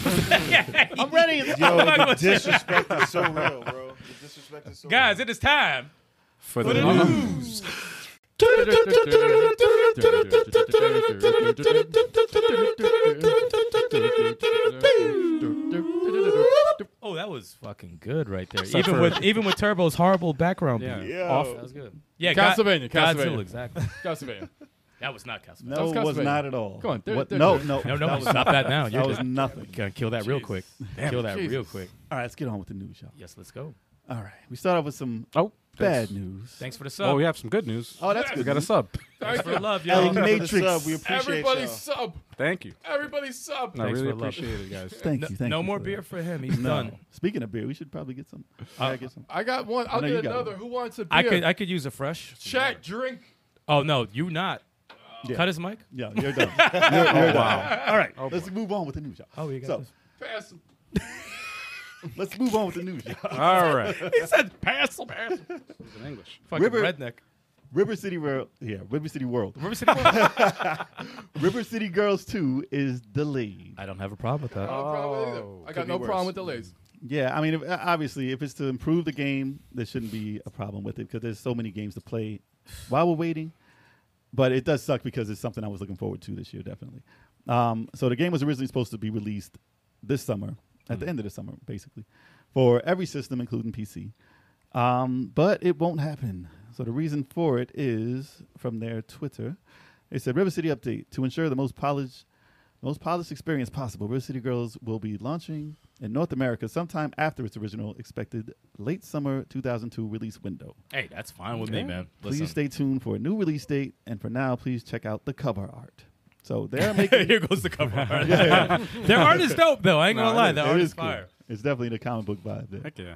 Speaker 5: I'm ready. Yo, the disrespect is so real, bro. The disrespect is so
Speaker 7: Guys, it is time.
Speaker 2: For the
Speaker 7: news. Oh, that was fucking good right there.
Speaker 2: Except
Speaker 7: even
Speaker 2: for-
Speaker 7: with even with Turbo's horrible background
Speaker 2: Yeah.
Speaker 7: beat.
Speaker 5: Yo.
Speaker 2: Off-
Speaker 7: That was good. Yeah,
Speaker 3: Castlevania,
Speaker 7: God,
Speaker 3: Castlevania.
Speaker 7: Godzilla, exactly.
Speaker 3: Castlevania.
Speaker 7: That was not Castlevania.
Speaker 4: No,
Speaker 3: That
Speaker 4: it
Speaker 3: was
Speaker 4: was
Speaker 3: Castlevania.
Speaker 4: not at all.
Speaker 3: Come on, do it,
Speaker 4: What-
Speaker 3: do it,
Speaker 4: no,
Speaker 3: do it.
Speaker 4: no,
Speaker 7: No, no,
Speaker 4: that was,
Speaker 7: stop that now. You're
Speaker 4: that was
Speaker 7: just-
Speaker 4: nothing.
Speaker 7: gonna kill that real quick. kill that real
Speaker 3: Jesus.
Speaker 7: quick.
Speaker 4: All right, let's get on with the news, y'all.
Speaker 7: Yes, let's go.
Speaker 4: All right, we start off with some
Speaker 2: Oh,
Speaker 4: bad
Speaker 2: thanks.
Speaker 4: news.
Speaker 7: Thanks for the sub.
Speaker 2: Oh, we have some good news.
Speaker 4: Oh, that's
Speaker 2: we
Speaker 4: good.
Speaker 2: got a
Speaker 4: news.
Speaker 2: sub.
Speaker 7: Thanks for the love,
Speaker 4: El
Speaker 7: y'all.
Speaker 5: real. Thank you for the
Speaker 4: Matrix.
Speaker 5: sub. We appreciate
Speaker 3: Everybody
Speaker 5: y'all.
Speaker 3: sub.
Speaker 2: Thank you.
Speaker 3: Everybody sub.
Speaker 2: No, I
Speaker 7: Thanks
Speaker 2: really
Speaker 7: for the love.
Speaker 2: appreciate it, guys.
Speaker 4: Thank
Speaker 7: No,
Speaker 4: you. Thank
Speaker 7: no
Speaker 4: you
Speaker 7: more
Speaker 4: for
Speaker 7: beer Uh,
Speaker 4: that.
Speaker 7: for him. He's
Speaker 4: No.
Speaker 7: done.
Speaker 4: Speaking of beer, we should probably get some. Can I get some?
Speaker 3: I got one. I'll
Speaker 4: know you
Speaker 3: get
Speaker 4: got
Speaker 3: another.
Speaker 4: one.
Speaker 3: Who wants a beer?
Speaker 7: I could I could use a fresh.
Speaker 3: Chat, drink.
Speaker 7: Oh no, you not.
Speaker 4: Yeah.
Speaker 7: Cut his mic.
Speaker 4: Yeah, you're done. You're- you're done. All right, let's move on with the news, y'all.
Speaker 7: Oh, you got
Speaker 4: so
Speaker 7: this.
Speaker 3: Pass 'em.
Speaker 4: let's move on with the news, y'all.
Speaker 2: All right.
Speaker 7: He said pass him, pass him.
Speaker 2: In English.
Speaker 7: Fucking
Speaker 4: River-
Speaker 7: redneck.
Speaker 4: River City World. Yeah, River City World.
Speaker 7: River City Boys.
Speaker 4: River City Girls Two is delayed.
Speaker 7: I don't have a problem with
Speaker 3: No
Speaker 7: that.
Speaker 3: problem with either. I got
Speaker 5: be
Speaker 3: no problem
Speaker 5: worse.
Speaker 3: with delays.
Speaker 4: Yeah, I mean, if, obviously, if it's to improve the game, there shouldn't be a problem with it because there's so many games to play while we're waiting. But it does suck because it's something I was looking forward to this year, definitely. Um, so the game was originally supposed to be released this summer, at the end of the summer, basically, for every system, including PC. Um, but it won't happen. So the reason for it is from their Twitter. They said River City update to ensure the most polished, most polished experience possible. River City Girls will be launching in North America sometime after its original expected late summer 2002 release window.
Speaker 7: Hey, that's fine with me, man.
Speaker 4: Please
Speaker 7: Listen.
Speaker 4: stay tuned for a new release date, and for now, please check out the cover art. So they're making
Speaker 7: Here goes the cover art. Their art is dope, though. I ain't gonna lie. Their
Speaker 4: it
Speaker 7: art
Speaker 4: is
Speaker 7: is fire.
Speaker 4: cool. It's definitely the comic book vibe there.
Speaker 2: Heck yeah.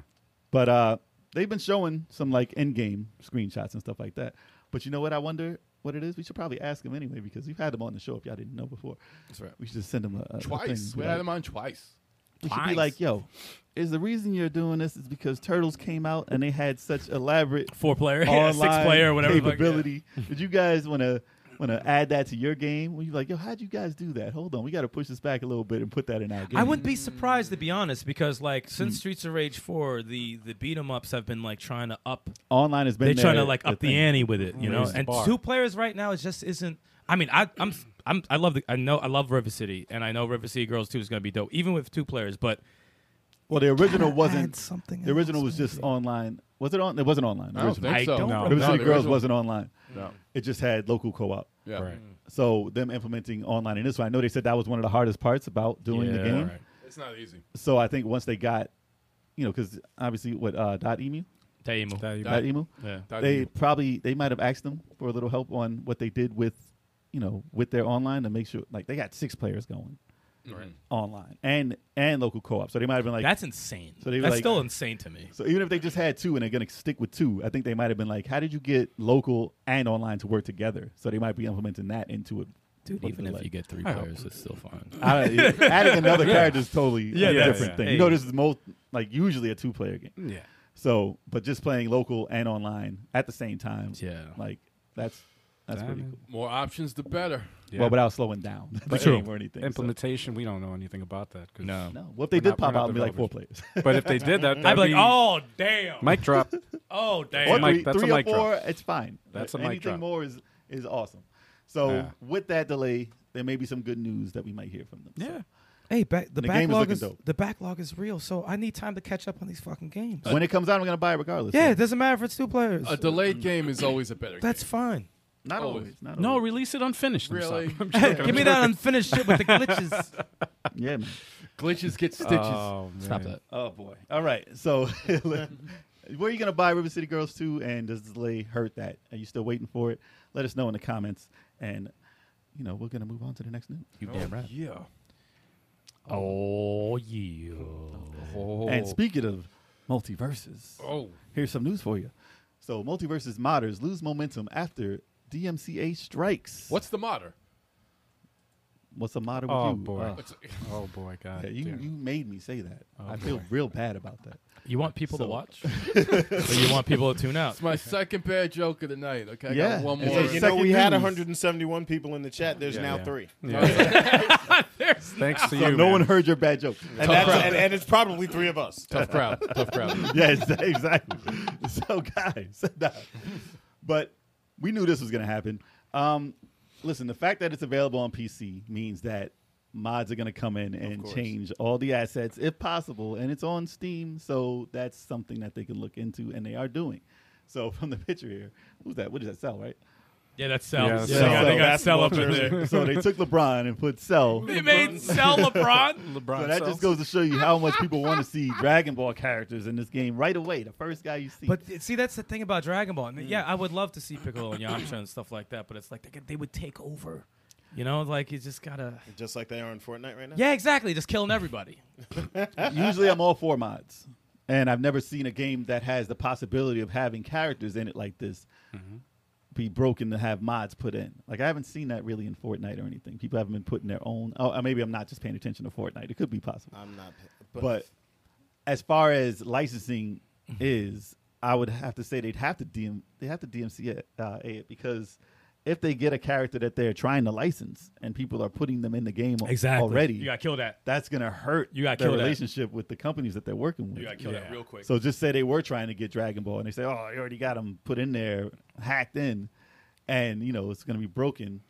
Speaker 4: But uh, they've been showing some like in game screenshots and stuff like that. But you know what? I wonder what it is. We should probably ask them anyway because we've had them on the show if y'all didn't know before. That's
Speaker 3: right.
Speaker 4: We should just send them a, a- a
Speaker 3: Twice.
Speaker 4: thing.
Speaker 3: We
Speaker 4: Like,
Speaker 3: had him on twice.
Speaker 4: We should be like, yo, is the reason you're doing this is because Turtles came out and they had such elaborate
Speaker 7: Four player, yeah,
Speaker 4: online
Speaker 7: six player, whatever. the fuck, yeah.
Speaker 4: capability. Did you guys want to want to add that to your game? Were you like, yo, how'd you guys do that? Hold on, we got to push this back a little bit and put that in our game.
Speaker 7: I wouldn't be surprised to be honest, because like
Speaker 4: Hmm.
Speaker 7: since Streets of Rage Four, the the beat 'em ups have been like trying to up.
Speaker 4: Online has been
Speaker 7: They're trying to
Speaker 4: their-
Speaker 7: like
Speaker 4: their
Speaker 7: up the
Speaker 4: thing.
Speaker 7: ante with it, you know.
Speaker 2: Raise the
Speaker 7: And
Speaker 2: bar.
Speaker 7: two players right now, it just isn't. I mean, I, I'm I'm I love the I know I love River City, and I know River City Girls Two is going to be dope, even with two players. But
Speaker 4: Well, the original
Speaker 9: Add
Speaker 4: wasn't
Speaker 9: something
Speaker 4: The original was
Speaker 9: else,
Speaker 4: just online. Was it on? It wasn't online.
Speaker 3: I don't
Speaker 4: originally.
Speaker 3: think
Speaker 7: I
Speaker 3: so.
Speaker 7: don't No.
Speaker 4: River
Speaker 3: No,
Speaker 4: City
Speaker 3: the
Speaker 4: Girls
Speaker 3: original-
Speaker 4: wasn't online.
Speaker 3: No.
Speaker 4: It just had local co-op.
Speaker 3: Yeah. Mm.
Speaker 2: Right.
Speaker 4: So them implementing online in this one, I know they said that was one of the hardest parts about doing the
Speaker 7: Yeah.
Speaker 4: game.
Speaker 7: Right.
Speaker 3: It's not easy.
Speaker 4: So I think once they got, you know, because obviously what uh, dot emu
Speaker 7: Taimu,
Speaker 2: That you-
Speaker 4: dot emu,
Speaker 7: yeah.
Speaker 3: That-
Speaker 4: they probably they might have asked them for a little help on what they did with, you know, with their online to make sure like they got six players going
Speaker 3: Right.
Speaker 4: online and and local co-op. So they might have been like,
Speaker 7: that's insane.
Speaker 4: So they were
Speaker 7: that's
Speaker 4: like-
Speaker 7: still insane to me.
Speaker 4: So even if they just had two and they're going to stick with two, I think they might have been like, how did you get local and online to work together? So they might be implementing that into it.
Speaker 7: Dude,
Speaker 4: What
Speaker 7: even
Speaker 4: is it
Speaker 7: if
Speaker 4: like?
Speaker 7: you get three players, it's still fine.
Speaker 4: I don't, adding another character is totally
Speaker 7: Yeah,
Speaker 4: a
Speaker 7: that's-
Speaker 4: different thing.
Speaker 7: hey.
Speaker 4: You know, this is most like usually a two player game.
Speaker 2: Yeah.
Speaker 4: So, but just playing local and online at the same time,
Speaker 7: Yeah.
Speaker 4: like that's that's
Speaker 2: Yeah,
Speaker 4: pretty
Speaker 2: man.
Speaker 4: cool.
Speaker 3: More options, the better.
Speaker 2: Yeah.
Speaker 4: Well, without slowing down the
Speaker 2: True.
Speaker 4: game or anything. so-
Speaker 2: Implementation, we don't know anything about that. 'cause-
Speaker 7: No.
Speaker 4: no, well, if they
Speaker 2: We're
Speaker 4: did
Speaker 2: not-
Speaker 4: pop
Speaker 2: we're not
Speaker 4: out and be like four players,
Speaker 2: But if they did that,
Speaker 7: I'd
Speaker 2: that'd
Speaker 7: be like,
Speaker 2: be-
Speaker 7: oh damn,
Speaker 2: mic drop.
Speaker 7: oh
Speaker 4: or
Speaker 7: damn.
Speaker 2: mic-
Speaker 4: three,
Speaker 2: that's a
Speaker 4: three or
Speaker 2: mic drop.
Speaker 4: four, it's fine.
Speaker 2: That's
Speaker 4: But
Speaker 2: a mic
Speaker 4: Anything
Speaker 2: drop.
Speaker 4: more is is awesome. So
Speaker 2: Yeah.
Speaker 4: with that delay, there may be some good news that we might hear from them. So
Speaker 2: yeah.
Speaker 9: Hey, back, the,
Speaker 4: The game is
Speaker 9: backlog
Speaker 4: looking
Speaker 9: is,
Speaker 4: dope.
Speaker 9: the backlog is real, so I need time to catch up on these fucking games.
Speaker 4: when it comes out, I'm gonna buy it regardless.
Speaker 9: yeah,
Speaker 4: So
Speaker 9: it doesn't matter if it's two players.
Speaker 4: Uh,
Speaker 3: A delayed game is always a better
Speaker 9: That's
Speaker 3: game.
Speaker 9: fine.
Speaker 4: not
Speaker 3: always.
Speaker 4: always. Not
Speaker 2: No,
Speaker 4: always.
Speaker 2: release it unfinished. I'm
Speaker 3: Really?
Speaker 2: sorry. I'm joking,
Speaker 9: Give me
Speaker 2: I'm
Speaker 9: that unfinished shit with the glitches.
Speaker 4: yeah. Man.
Speaker 3: Glitches get stitches.
Speaker 2: joking. Oh,
Speaker 7: Stop
Speaker 2: man.
Speaker 7: that.
Speaker 4: Oh boy. All right. So where are you gonna buy River City Girls 2 and does the delay hurt that? Are you still waiting for it? Let us know in the comments and you know, we're gonna move on to the next news.
Speaker 7: You damn right.
Speaker 3: Yeah.
Speaker 7: Oh yeah.
Speaker 3: Oh.
Speaker 4: And speaking of multiverses.
Speaker 3: oh.
Speaker 4: here's some news for you. So, multiverses modders lose momentum after DMCA strikes.
Speaker 3: What's the modder?
Speaker 4: What's a modder with
Speaker 2: Oh,
Speaker 4: you?
Speaker 2: boy.
Speaker 4: Uh,
Speaker 3: What's
Speaker 2: Oh boy, God.
Speaker 4: yeah, you,
Speaker 2: damn. Oh,
Speaker 4: you made me say that. I feel real bad about that.
Speaker 7: You want people
Speaker 4: So-
Speaker 7: to watch, or you want people to tune out?
Speaker 3: It's my second bad joke of the night. Okay, I
Speaker 4: Yeah.
Speaker 3: got one
Speaker 4: It's
Speaker 3: more.
Speaker 4: a-
Speaker 5: you
Speaker 4: Second
Speaker 5: know, we had
Speaker 4: news.
Speaker 5: 171 people in the chat. There's now three.
Speaker 2: Thanks to you.
Speaker 4: So no
Speaker 2: man.
Speaker 4: one heard your bad joke.
Speaker 5: And, that's, and, and it's probably three of us.
Speaker 3: tough crowd. Tough crowd.
Speaker 4: yes, exactly. so, guys, nah. but we knew this was going to happen. Um, listen, the fact that it's available on PC means that mods are going to come in and change all the assets if possible, and it's on Steam, so that's something that they can look into, and they are doing. So, from the picture here, who's that? What is that? Cell, right?
Speaker 7: Yeah, that sells.
Speaker 2: Yeah, Cell.
Speaker 7: Yeah, they got- they got
Speaker 5: That's
Speaker 7: sell up in
Speaker 5: Walter.
Speaker 7: there.
Speaker 4: so they took LeBron and put Cell.
Speaker 7: They made sell LeBron.
Speaker 2: LeBron
Speaker 4: So that
Speaker 2: sells.
Speaker 4: just goes to show you how much people want to see Dragon Ball characters in this game right away. The first guy you see.
Speaker 7: But th- see, that's the thing about Dragon Ball. I
Speaker 4: Mm.
Speaker 7: mean, Yeah, I would love to see Piccolo and Yamcha and stuff like that, but it's like they, could- they would take over. You know, like you just gotta.
Speaker 5: Just like they are in Fortnite right now.
Speaker 7: Yeah, exactly. Just killing everybody.
Speaker 4: Usually I'm all for mods. And I've never seen a game that has the possibility of having characters in it like this be broken to have mods put in. Like I haven't seen that really in Fortnite or anything. People haven't been putting their own oh uh, maybe I'm not just paying attention to Fortnite. It could be possible.
Speaker 5: I'm not. p-
Speaker 4: But, as far as licensing is, I would have to say they'd have to DM they have to DMC it, uh, it because if they get a character that they're trying to license and people are putting them in the game already,
Speaker 7: You gotta kill that.
Speaker 4: that's gonna hurt
Speaker 7: You gotta
Speaker 4: their
Speaker 7: kill that.
Speaker 4: relationship with the companies that they're working with.
Speaker 7: You gotta kill that real quick.
Speaker 4: So just say they were trying to get Dragon Ball, and they say, "Oh, I already got them put in there, hacked in, and you know it's going to be broken."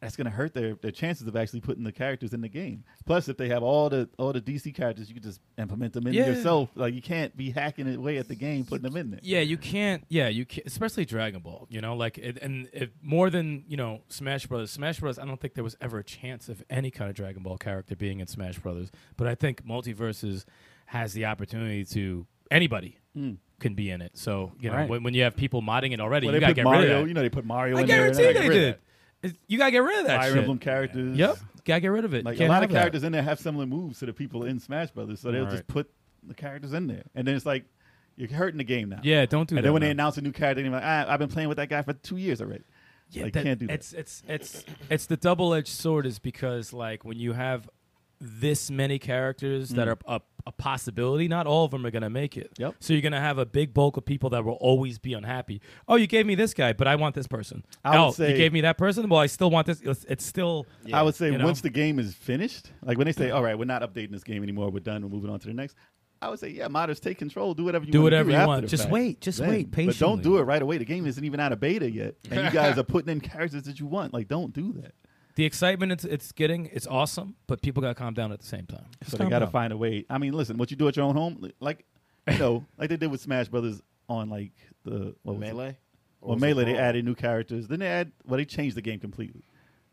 Speaker 4: That's going to hurt their, their chances of actually putting the characters in the game. Plus, if they have all the all the DC characters, you can just implement them in
Speaker 7: Yeah.
Speaker 4: yourself. Like you can't be hacking away at the game, putting them in there.
Speaker 7: Yeah, you can't. Yeah, you can't. Especially Dragon Ball. You know, like it, and it, more than you know, Smash Brothers. Smash Brothers. I don't think there was ever a chance of any kind of Dragon Ball character being in Smash Brothers. But I think Multiverses has the opportunity to anybody
Speaker 4: Hmm.
Speaker 7: can be in it. So you know,
Speaker 2: Right.
Speaker 7: when, when you have people modding it already,
Speaker 4: Well,
Speaker 7: you
Speaker 4: they
Speaker 7: gotta
Speaker 4: put
Speaker 7: get
Speaker 4: Mario.
Speaker 7: rid of that.
Speaker 4: You know they put Mario
Speaker 7: I
Speaker 4: in there.
Speaker 7: guarantee
Speaker 4: and
Speaker 7: they
Speaker 4: got rid of
Speaker 7: did. It's- You gotta get rid of
Speaker 4: that.
Speaker 7: that
Speaker 4: Fire
Speaker 7: shit.
Speaker 4: Emblem characters.
Speaker 7: Yep, gotta get rid of it.
Speaker 4: Like
Speaker 7: Can't
Speaker 4: a lot
Speaker 7: have
Speaker 4: of
Speaker 7: that.
Speaker 4: characters in there have similar moves to the people in Smash Brothers, so they'll just
Speaker 2: Right.
Speaker 4: put the characters in there, and then it's like you're hurting the game now.
Speaker 7: Yeah, don't do
Speaker 4: And
Speaker 7: that.
Speaker 4: then when they
Speaker 7: man.
Speaker 4: announce a new character, they're like, ah, I've been playing with that guy for two years already.
Speaker 7: Yeah,
Speaker 4: like,
Speaker 7: that-
Speaker 4: can't do that.
Speaker 7: It's it's it's it's the double edged sword is because like when you have this many characters that are a, a possibility. Not all of them are going to make it.
Speaker 4: Mm. Yep.
Speaker 7: So you're going to have a big bulk of people that will always be unhappy. Oh, you gave me this guy, but I want this person.
Speaker 4: I would
Speaker 7: oh,
Speaker 4: say-
Speaker 7: you gave me that person. Well, I still want this. It's, it's still.
Speaker 4: I would say
Speaker 7: you know?
Speaker 4: once the game is finished, like when they say, "All right, we're not updating this game anymore. We're done. We're moving on to the next." I would say, "Yeah, modders, take control. Do whatever you
Speaker 7: Do
Speaker 4: wanna
Speaker 7: whatever you
Speaker 4: after
Speaker 7: want.
Speaker 4: the
Speaker 7: Just
Speaker 4: fact.
Speaker 9: wait, just
Speaker 4: Then.
Speaker 9: wait
Speaker 4: But don't do
Speaker 9: patiently.
Speaker 4: it right away. The game isn't even out of beta yet, and you guys are putting in characters that you want. Like, don't do that.
Speaker 7: The excitement it's, it's getting, it's awesome, but people got to calm down at the same time. Just
Speaker 4: So they
Speaker 7: calm
Speaker 4: got to
Speaker 7: down.
Speaker 4: find a way. I mean, listen, what you do at your own home, li- like you know, like they did with Smash Brothers on like the what was it?
Speaker 5: melee. Or
Speaker 4: Well,
Speaker 5: was it
Speaker 4: melee they
Speaker 5: Brawl?
Speaker 4: added new characters. Then they add well, they changed the game completely.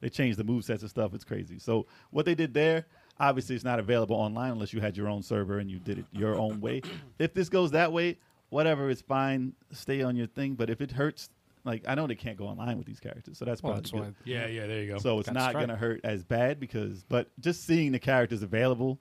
Speaker 4: They changed the movesets and stuff. It's crazy. So what they did there, obviously, it's not available online unless you had your own server and you did it your own way. If this goes that way, whatever, it's fine. Stay on your thing. But if it hurts, like I know they can't go online with these characters, so that's
Speaker 2: Well,
Speaker 4: probably
Speaker 2: that's why.
Speaker 4: good.
Speaker 3: Yeah, yeah, there you go.
Speaker 4: So it's
Speaker 2: That's
Speaker 4: not
Speaker 2: right.
Speaker 4: going to hurt as bad because, but just seeing the characters available,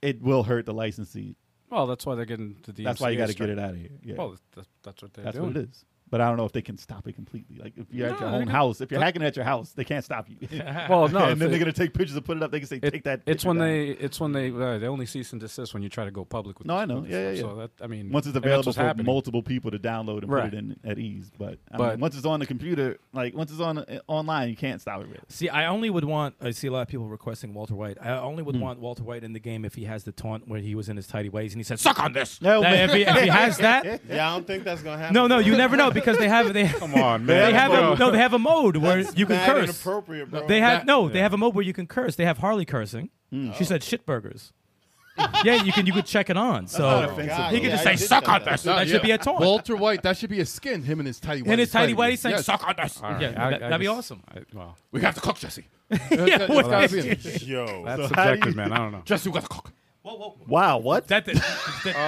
Speaker 4: it will hurt the licensee.
Speaker 2: Well, that's why they're getting to the.
Speaker 4: That's why you
Speaker 2: got
Speaker 4: got to get it out of here. Yeah,
Speaker 2: Well, that's, that's what they're
Speaker 4: that's
Speaker 2: doing.
Speaker 4: what it is. But I don't know if they can stop it completely. Like if you're at your
Speaker 2: No,
Speaker 4: own
Speaker 2: they-
Speaker 4: house, if you're hacking at your house, they can't stop you.
Speaker 2: Well, no, if
Speaker 4: and then
Speaker 2: it-
Speaker 4: they're going to take pictures and put it up. They can say,
Speaker 2: It-
Speaker 4: "Take that."
Speaker 2: It's
Speaker 4: picture
Speaker 2: when
Speaker 4: down."
Speaker 2: they. It's when they. Uh, they only cease and desist when you try to go public with.
Speaker 4: No,
Speaker 2: this-
Speaker 4: I know.
Speaker 2: with this
Speaker 4: Yeah, yeah,
Speaker 2: stuff.
Speaker 4: yeah.
Speaker 2: So that I mean,
Speaker 4: once it's
Speaker 2: and
Speaker 4: available
Speaker 2: that's what's
Speaker 4: for
Speaker 2: happening.
Speaker 4: multiple people to download and
Speaker 2: Right.
Speaker 4: put it in at ease. But, I
Speaker 2: But-
Speaker 4: mean, once it's on the computer, like once it's on uh, online, you can't stop it. Really.
Speaker 7: See, I only would want. I see a lot of people requesting Walter White. I only
Speaker 4: Hmm.
Speaker 7: would want Walter White in the game if he has the taunt where he was in his tidy ways and he said, "Suck on this."
Speaker 4: No,
Speaker 7: That-
Speaker 4: man.
Speaker 7: if, he, if he has that,
Speaker 5: Yeah, I don't think that's gonna happen.
Speaker 7: no, no,
Speaker 5: bro.
Speaker 7: you never know because they have they. Come on, man. They have a, no, they have a mode where you can
Speaker 5: Mad
Speaker 7: curse.
Speaker 5: Inappropriate, bro.
Speaker 7: They have no, they have a mode where you can curse. They have Harley cursing. She said shit burgers. yeah, you can you could check it on.
Speaker 4: not
Speaker 7: So
Speaker 4: offensive.
Speaker 7: he can
Speaker 5: yeah,
Speaker 7: just
Speaker 5: I
Speaker 7: say
Speaker 5: did
Speaker 7: "suck
Speaker 5: say
Speaker 7: on
Speaker 5: that.
Speaker 7: this." that should be a taunt.
Speaker 3: Oh, Walter White, that should be a skin. Him and his tidy white.
Speaker 7: in his tidy
Speaker 3: fighting.
Speaker 7: way, he's saying
Speaker 3: Yes.
Speaker 7: "suck on this."
Speaker 2: All right,
Speaker 7: Yeah,
Speaker 2: I- I
Speaker 7: that, would be
Speaker 2: just-
Speaker 7: awesome.
Speaker 2: I, well,
Speaker 3: We have to cook, Jesse.
Speaker 7: Yeah,
Speaker 3: That's gotta
Speaker 7: what-
Speaker 3: be it.
Speaker 5: Yo,
Speaker 2: that's
Speaker 4: how do
Speaker 2: subjective,
Speaker 4: you-
Speaker 2: man. I don't know.
Speaker 3: Jesse, we got to cook.
Speaker 4: Wow, what?
Speaker 7: That, that,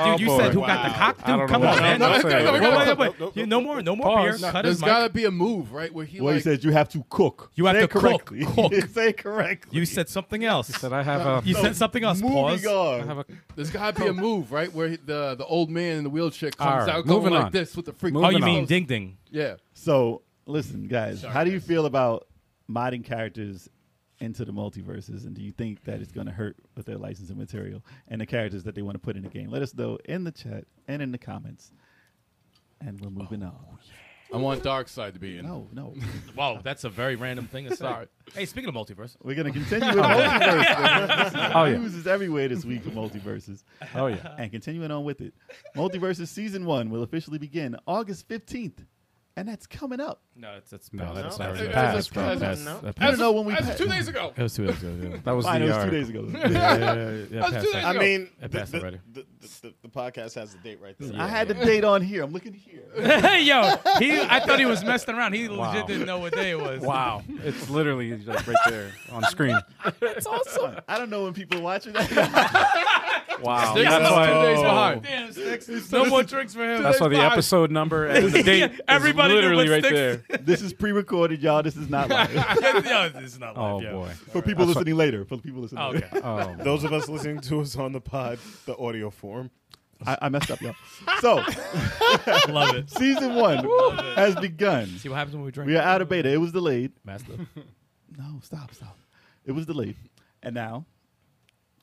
Speaker 7: dude, you
Speaker 2: boy.
Speaker 7: said who got the cock? Dude,
Speaker 2: I don't
Speaker 7: come
Speaker 2: know.
Speaker 7: on,
Speaker 2: No,
Speaker 7: man.
Speaker 2: no,
Speaker 7: Wait,
Speaker 2: no, no,
Speaker 7: wait,
Speaker 3: no,
Speaker 7: wait,
Speaker 3: no,
Speaker 7: wait.
Speaker 3: no,
Speaker 7: You- No more, no more beer.
Speaker 2: Pause.
Speaker 7: Cut
Speaker 3: There's
Speaker 7: his
Speaker 3: got
Speaker 7: mic.
Speaker 3: to be a move, right? Where he
Speaker 4: Well, you
Speaker 3: like,
Speaker 4: said you have to cook.
Speaker 7: You have
Speaker 4: Say
Speaker 7: to
Speaker 4: it
Speaker 7: cook.
Speaker 4: correctly.
Speaker 7: Cook.
Speaker 4: Say it correctly.
Speaker 7: You said something else.
Speaker 2: That I have a.
Speaker 7: You said something else.
Speaker 5: moving
Speaker 7: Pause.
Speaker 2: I
Speaker 5: on.
Speaker 2: have a.
Speaker 3: there's got to be a move, right? Where he, the the old man in the wheelchair
Speaker 2: All
Speaker 3: comes
Speaker 2: right,
Speaker 3: out going
Speaker 2: moving
Speaker 3: like
Speaker 2: on.
Speaker 3: this with the freak.
Speaker 7: Oh,
Speaker 2: Moving
Speaker 7: you
Speaker 2: on.
Speaker 7: mean ding ding?
Speaker 3: Yeah.
Speaker 4: So, listen, guys, how do you feel about modding characters into the multiverses, and do you think that it's going to hurt with their licensing material and the characters that they want to put in the game? Let us know in the chat and in the comments, and we're moving
Speaker 2: Oh,
Speaker 4: on.
Speaker 3: I want Dark Side to be in.
Speaker 4: No, no,
Speaker 7: Wow, that's a very random thing. to say.
Speaker 3: Sorry.
Speaker 7: Hey, speaking of multiverse,
Speaker 4: we're going to continue with multiverses.
Speaker 2: Oh, yeah.
Speaker 4: News is everywhere this week with multiverses.
Speaker 2: Oh yeah.
Speaker 4: and continuing on with it, Multiverses Season 1 will officially begin August 15th, and that's coming up.
Speaker 7: no, that's that's
Speaker 2: No, that's
Speaker 5: No,
Speaker 2: already
Speaker 5: that's-
Speaker 2: passed,
Speaker 3: that's-
Speaker 2: bro.
Speaker 3: that's-
Speaker 2: That's-
Speaker 5: no.
Speaker 2: that
Speaker 4: I don't
Speaker 2: passed.
Speaker 4: know when we.
Speaker 3: That was two days ago.
Speaker 7: That was two days ago.
Speaker 2: That was
Speaker 4: Fine,
Speaker 2: the.
Speaker 4: it was
Speaker 2: uh,
Speaker 4: two days ago.
Speaker 7: Yeah, yeah, yeah, yeah,
Speaker 3: That was
Speaker 7: passed
Speaker 3: two
Speaker 7: that.
Speaker 3: days
Speaker 5: I
Speaker 3: ago.
Speaker 5: mean,
Speaker 7: It
Speaker 5: the,
Speaker 7: passed
Speaker 5: the-
Speaker 7: already.
Speaker 5: the- the- the podcast has the date right there.
Speaker 4: I had the date on here. I'm looking here.
Speaker 7: hey yo, he. I thought he was messing around. He legit didn't know what day it was.
Speaker 2: Wow, it's literally like right there on screen.
Speaker 7: That's awesome.
Speaker 4: I don't know when people are watching that.
Speaker 2: Wow,
Speaker 3: Six
Speaker 2: that's
Speaker 3: months, two days
Speaker 2: why. Oh.
Speaker 3: behind.
Speaker 7: Damn, six. No more drinks for him.
Speaker 2: That's why the episode number and the date is
Speaker 7: Everybody knew
Speaker 2: literally right
Speaker 7: what
Speaker 2: there.
Speaker 7: sticks-
Speaker 4: this is pre-recorded, y'all. This is not live.
Speaker 7: yeah, it's not
Speaker 2: Oh
Speaker 7: live. yeah.
Speaker 2: boy.
Speaker 4: for people listening later. For the people listening.
Speaker 7: Oh,
Speaker 4: later.
Speaker 7: okay.
Speaker 2: Oh.
Speaker 5: Those of us listening to us on the pod, the audio form.
Speaker 4: I, I messed up, y'all. So
Speaker 7: Love it.
Speaker 4: season one has begun.
Speaker 7: See what happens when we drink.
Speaker 4: We are out of beta. It was delayed.
Speaker 7: Master.
Speaker 4: No, stop, stop. It was delayed, and now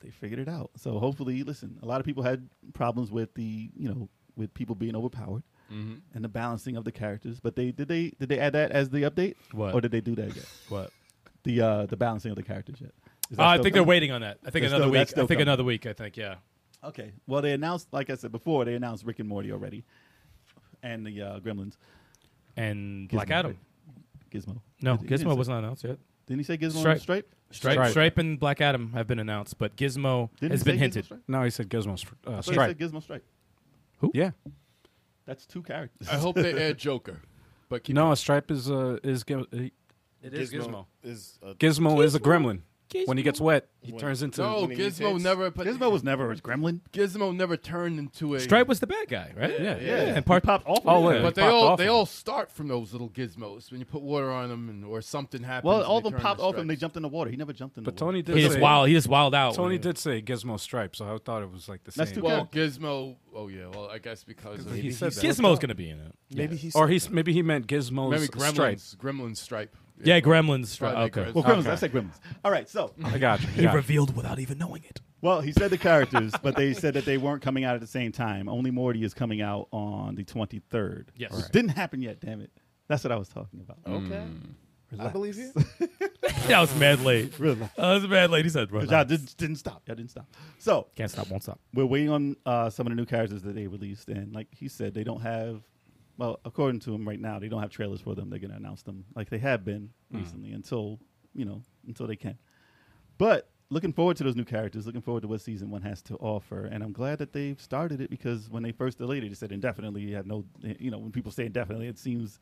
Speaker 4: they figured it out. So hopefully, listen. A lot of people had problems with the, you know, with people being overpowered. And the balancing of the characters, but they did they did they add that as the update,
Speaker 7: What?
Speaker 4: or did they do that yet?
Speaker 7: What?
Speaker 4: The uh the balancing of the characters yet? Is that
Speaker 7: I
Speaker 4: still
Speaker 7: think they're
Speaker 4: coming?
Speaker 7: waiting on that. I think
Speaker 4: It's
Speaker 7: another
Speaker 4: still-
Speaker 7: week.
Speaker 4: that's
Speaker 7: I
Speaker 4: still
Speaker 7: think
Speaker 4: coming.
Speaker 7: another week. I think yeah.
Speaker 4: Okay. Well, they announced, like I said before, they announced Rick and Morty already, and the uh, Gremlins.
Speaker 7: And Black Adam.
Speaker 4: Gizmo.
Speaker 7: No,
Speaker 4: Did he- he didn't
Speaker 7: Gizmo
Speaker 4: say-
Speaker 7: was not announced yet.
Speaker 4: Didn't he say Gizmo
Speaker 7: Stripe.
Speaker 4: and Stripe?
Speaker 7: Stripe,
Speaker 2: Stripe.
Speaker 7: Stripe, and Black Adam have been announced, but Gizmo
Speaker 4: Didn't
Speaker 7: has
Speaker 4: he say
Speaker 7: been
Speaker 4: Gizmo
Speaker 7: hinted.
Speaker 4: Stripe?
Speaker 2: No, he said Gizmo stri- uh,
Speaker 4: I thought
Speaker 2: Stripe.
Speaker 4: He said Gizmo Stripe.
Speaker 2: Yeah.
Speaker 4: That's two characters.
Speaker 3: I hope they add Joker. But keep
Speaker 2: No, Stripe is uh, is Gizmo. It is Gizmo.
Speaker 5: Is a,
Speaker 2: Gizmo is a gremlin. When he gets wet, he turns into.
Speaker 3: No, Gizmo never. But
Speaker 4: Gizmo was never a gremlin.
Speaker 3: Gizmo never turned into a
Speaker 7: Stripe was the bad guy, right?
Speaker 2: Yeah.
Speaker 7: And part
Speaker 4: He popped off.
Speaker 2: Oh,
Speaker 4: of
Speaker 2: wait.
Speaker 4: it.
Speaker 2: Yeah, he
Speaker 3: But they
Speaker 2: popped
Speaker 3: all
Speaker 2: off
Speaker 3: they
Speaker 2: him.
Speaker 3: all start from those little gizmos when you put water on them and, or something happens.
Speaker 4: Well,
Speaker 3: and
Speaker 4: all of
Speaker 3: they
Speaker 4: them
Speaker 3: turn
Speaker 4: popped
Speaker 3: into
Speaker 4: off him. They
Speaker 3: stripes.
Speaker 4: jumped in the water. He never jumped in the
Speaker 2: But
Speaker 4: water.
Speaker 2: Tony did.
Speaker 7: he just
Speaker 2: say,
Speaker 7: wild. He just wild out.
Speaker 2: Tony
Speaker 7: when-
Speaker 2: did say Gizmo Stripe, so I thought it was like the
Speaker 4: That's
Speaker 2: same.
Speaker 4: too-
Speaker 3: Well, Gizmo. Oh yeah. Well, I guess because of,
Speaker 2: he said that.
Speaker 7: Gizmo's gonna be in it.
Speaker 5: maybe he's
Speaker 2: Or he's maybe he meant Gizmo's
Speaker 3: maybe
Speaker 2: Stripe.
Speaker 3: Gremlins. Gremlin stripe.
Speaker 7: Yeah, Gremlins.
Speaker 3: Probably
Speaker 7: okay.
Speaker 3: Gremlins.
Speaker 4: Well, Gremlins.
Speaker 2: Okay.
Speaker 4: I said Gremlins. All right. So,
Speaker 2: I got you. I
Speaker 7: He
Speaker 2: got you.
Speaker 7: revealed without even knowing it.
Speaker 4: well, he said the characters, but they said that they weren't coming out at the same time. Only Morty is coming out on the 23rd.
Speaker 7: Yes. Mm.
Speaker 4: Which Didn't happen yet. Damn it. That's what I was talking about.
Speaker 5: Okay. I believe you.
Speaker 7: that was mad late. Uh,
Speaker 4: Really?
Speaker 7: That was mad late. He said,
Speaker 4: But y'all
Speaker 7: relax.
Speaker 4: did, didn't stop. Y'all didn't stop. So
Speaker 7: Can't stop, won't stop.
Speaker 4: we're waiting on uh, some of the new characters that they released, and like he said, they don't have. Well, according to him right now, they don't have trailers for them. They're gonna announce them like they have been
Speaker 7: Hmm.
Speaker 4: recently until you know until they can. But looking forward to those new characters. Looking forward to what season one has to offer, and I'm glad that they've started it because when they first delayed it, they said indefinitely. You have no, you know, when people say indefinitely, it seems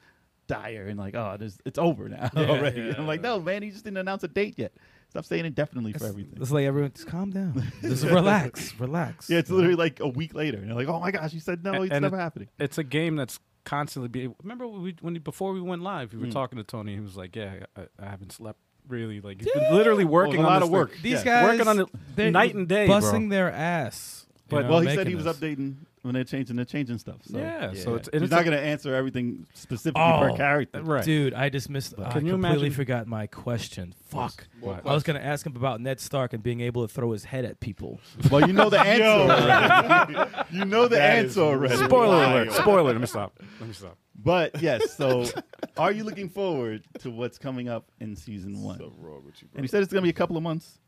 Speaker 4: dire and like oh, there's, it's over now already. I'm like, no, man, he just didn't announce a date yet. Stop saying indefinitely for everything.
Speaker 9: It's like everyone just calm down. Just relax, relax.
Speaker 4: Yeah, it's literally like a week later, and they're like, "Oh my gosh, you said no,
Speaker 2: A-
Speaker 4: it's
Speaker 2: and
Speaker 4: never
Speaker 2: it-
Speaker 4: happening."
Speaker 2: it's a game that's constantly being. Remember we, when before we went live, we were talking to Tony. He was like, "Yeah, I, I haven't slept really. Like, he's been literally working on
Speaker 4: a lot
Speaker 2: this
Speaker 4: of
Speaker 2: thing.
Speaker 4: work. Yeah.
Speaker 9: These guys
Speaker 2: Working on it
Speaker 9: they're
Speaker 2: night and day, bro.
Speaker 9: busting their ass. you
Speaker 2: But-
Speaker 9: know,
Speaker 4: Well, he said
Speaker 9: making
Speaker 4: he was
Speaker 9: this.
Speaker 4: updating when they're changing, they're changing stuff. So.
Speaker 2: yeah, So it's, and
Speaker 4: he's
Speaker 2: it's
Speaker 4: not going to answer everything specifically per
Speaker 7: Oh.
Speaker 4: character.
Speaker 2: right.
Speaker 9: Dude, I just missed. I
Speaker 2: Can you
Speaker 9: completely
Speaker 2: imagine-
Speaker 9: forgot my question. Fuck.
Speaker 2: What?
Speaker 9: I was gonna ask him about Ned Stark and being able to throw his head at people.
Speaker 4: Well, you know the answer. already. you know the answer already.
Speaker 2: Spoiler alert! Spoiler. Let me stop. Let me stop.
Speaker 4: But yes, so are you looking forward to what's coming up in season one? and he said it's going to be a couple of months.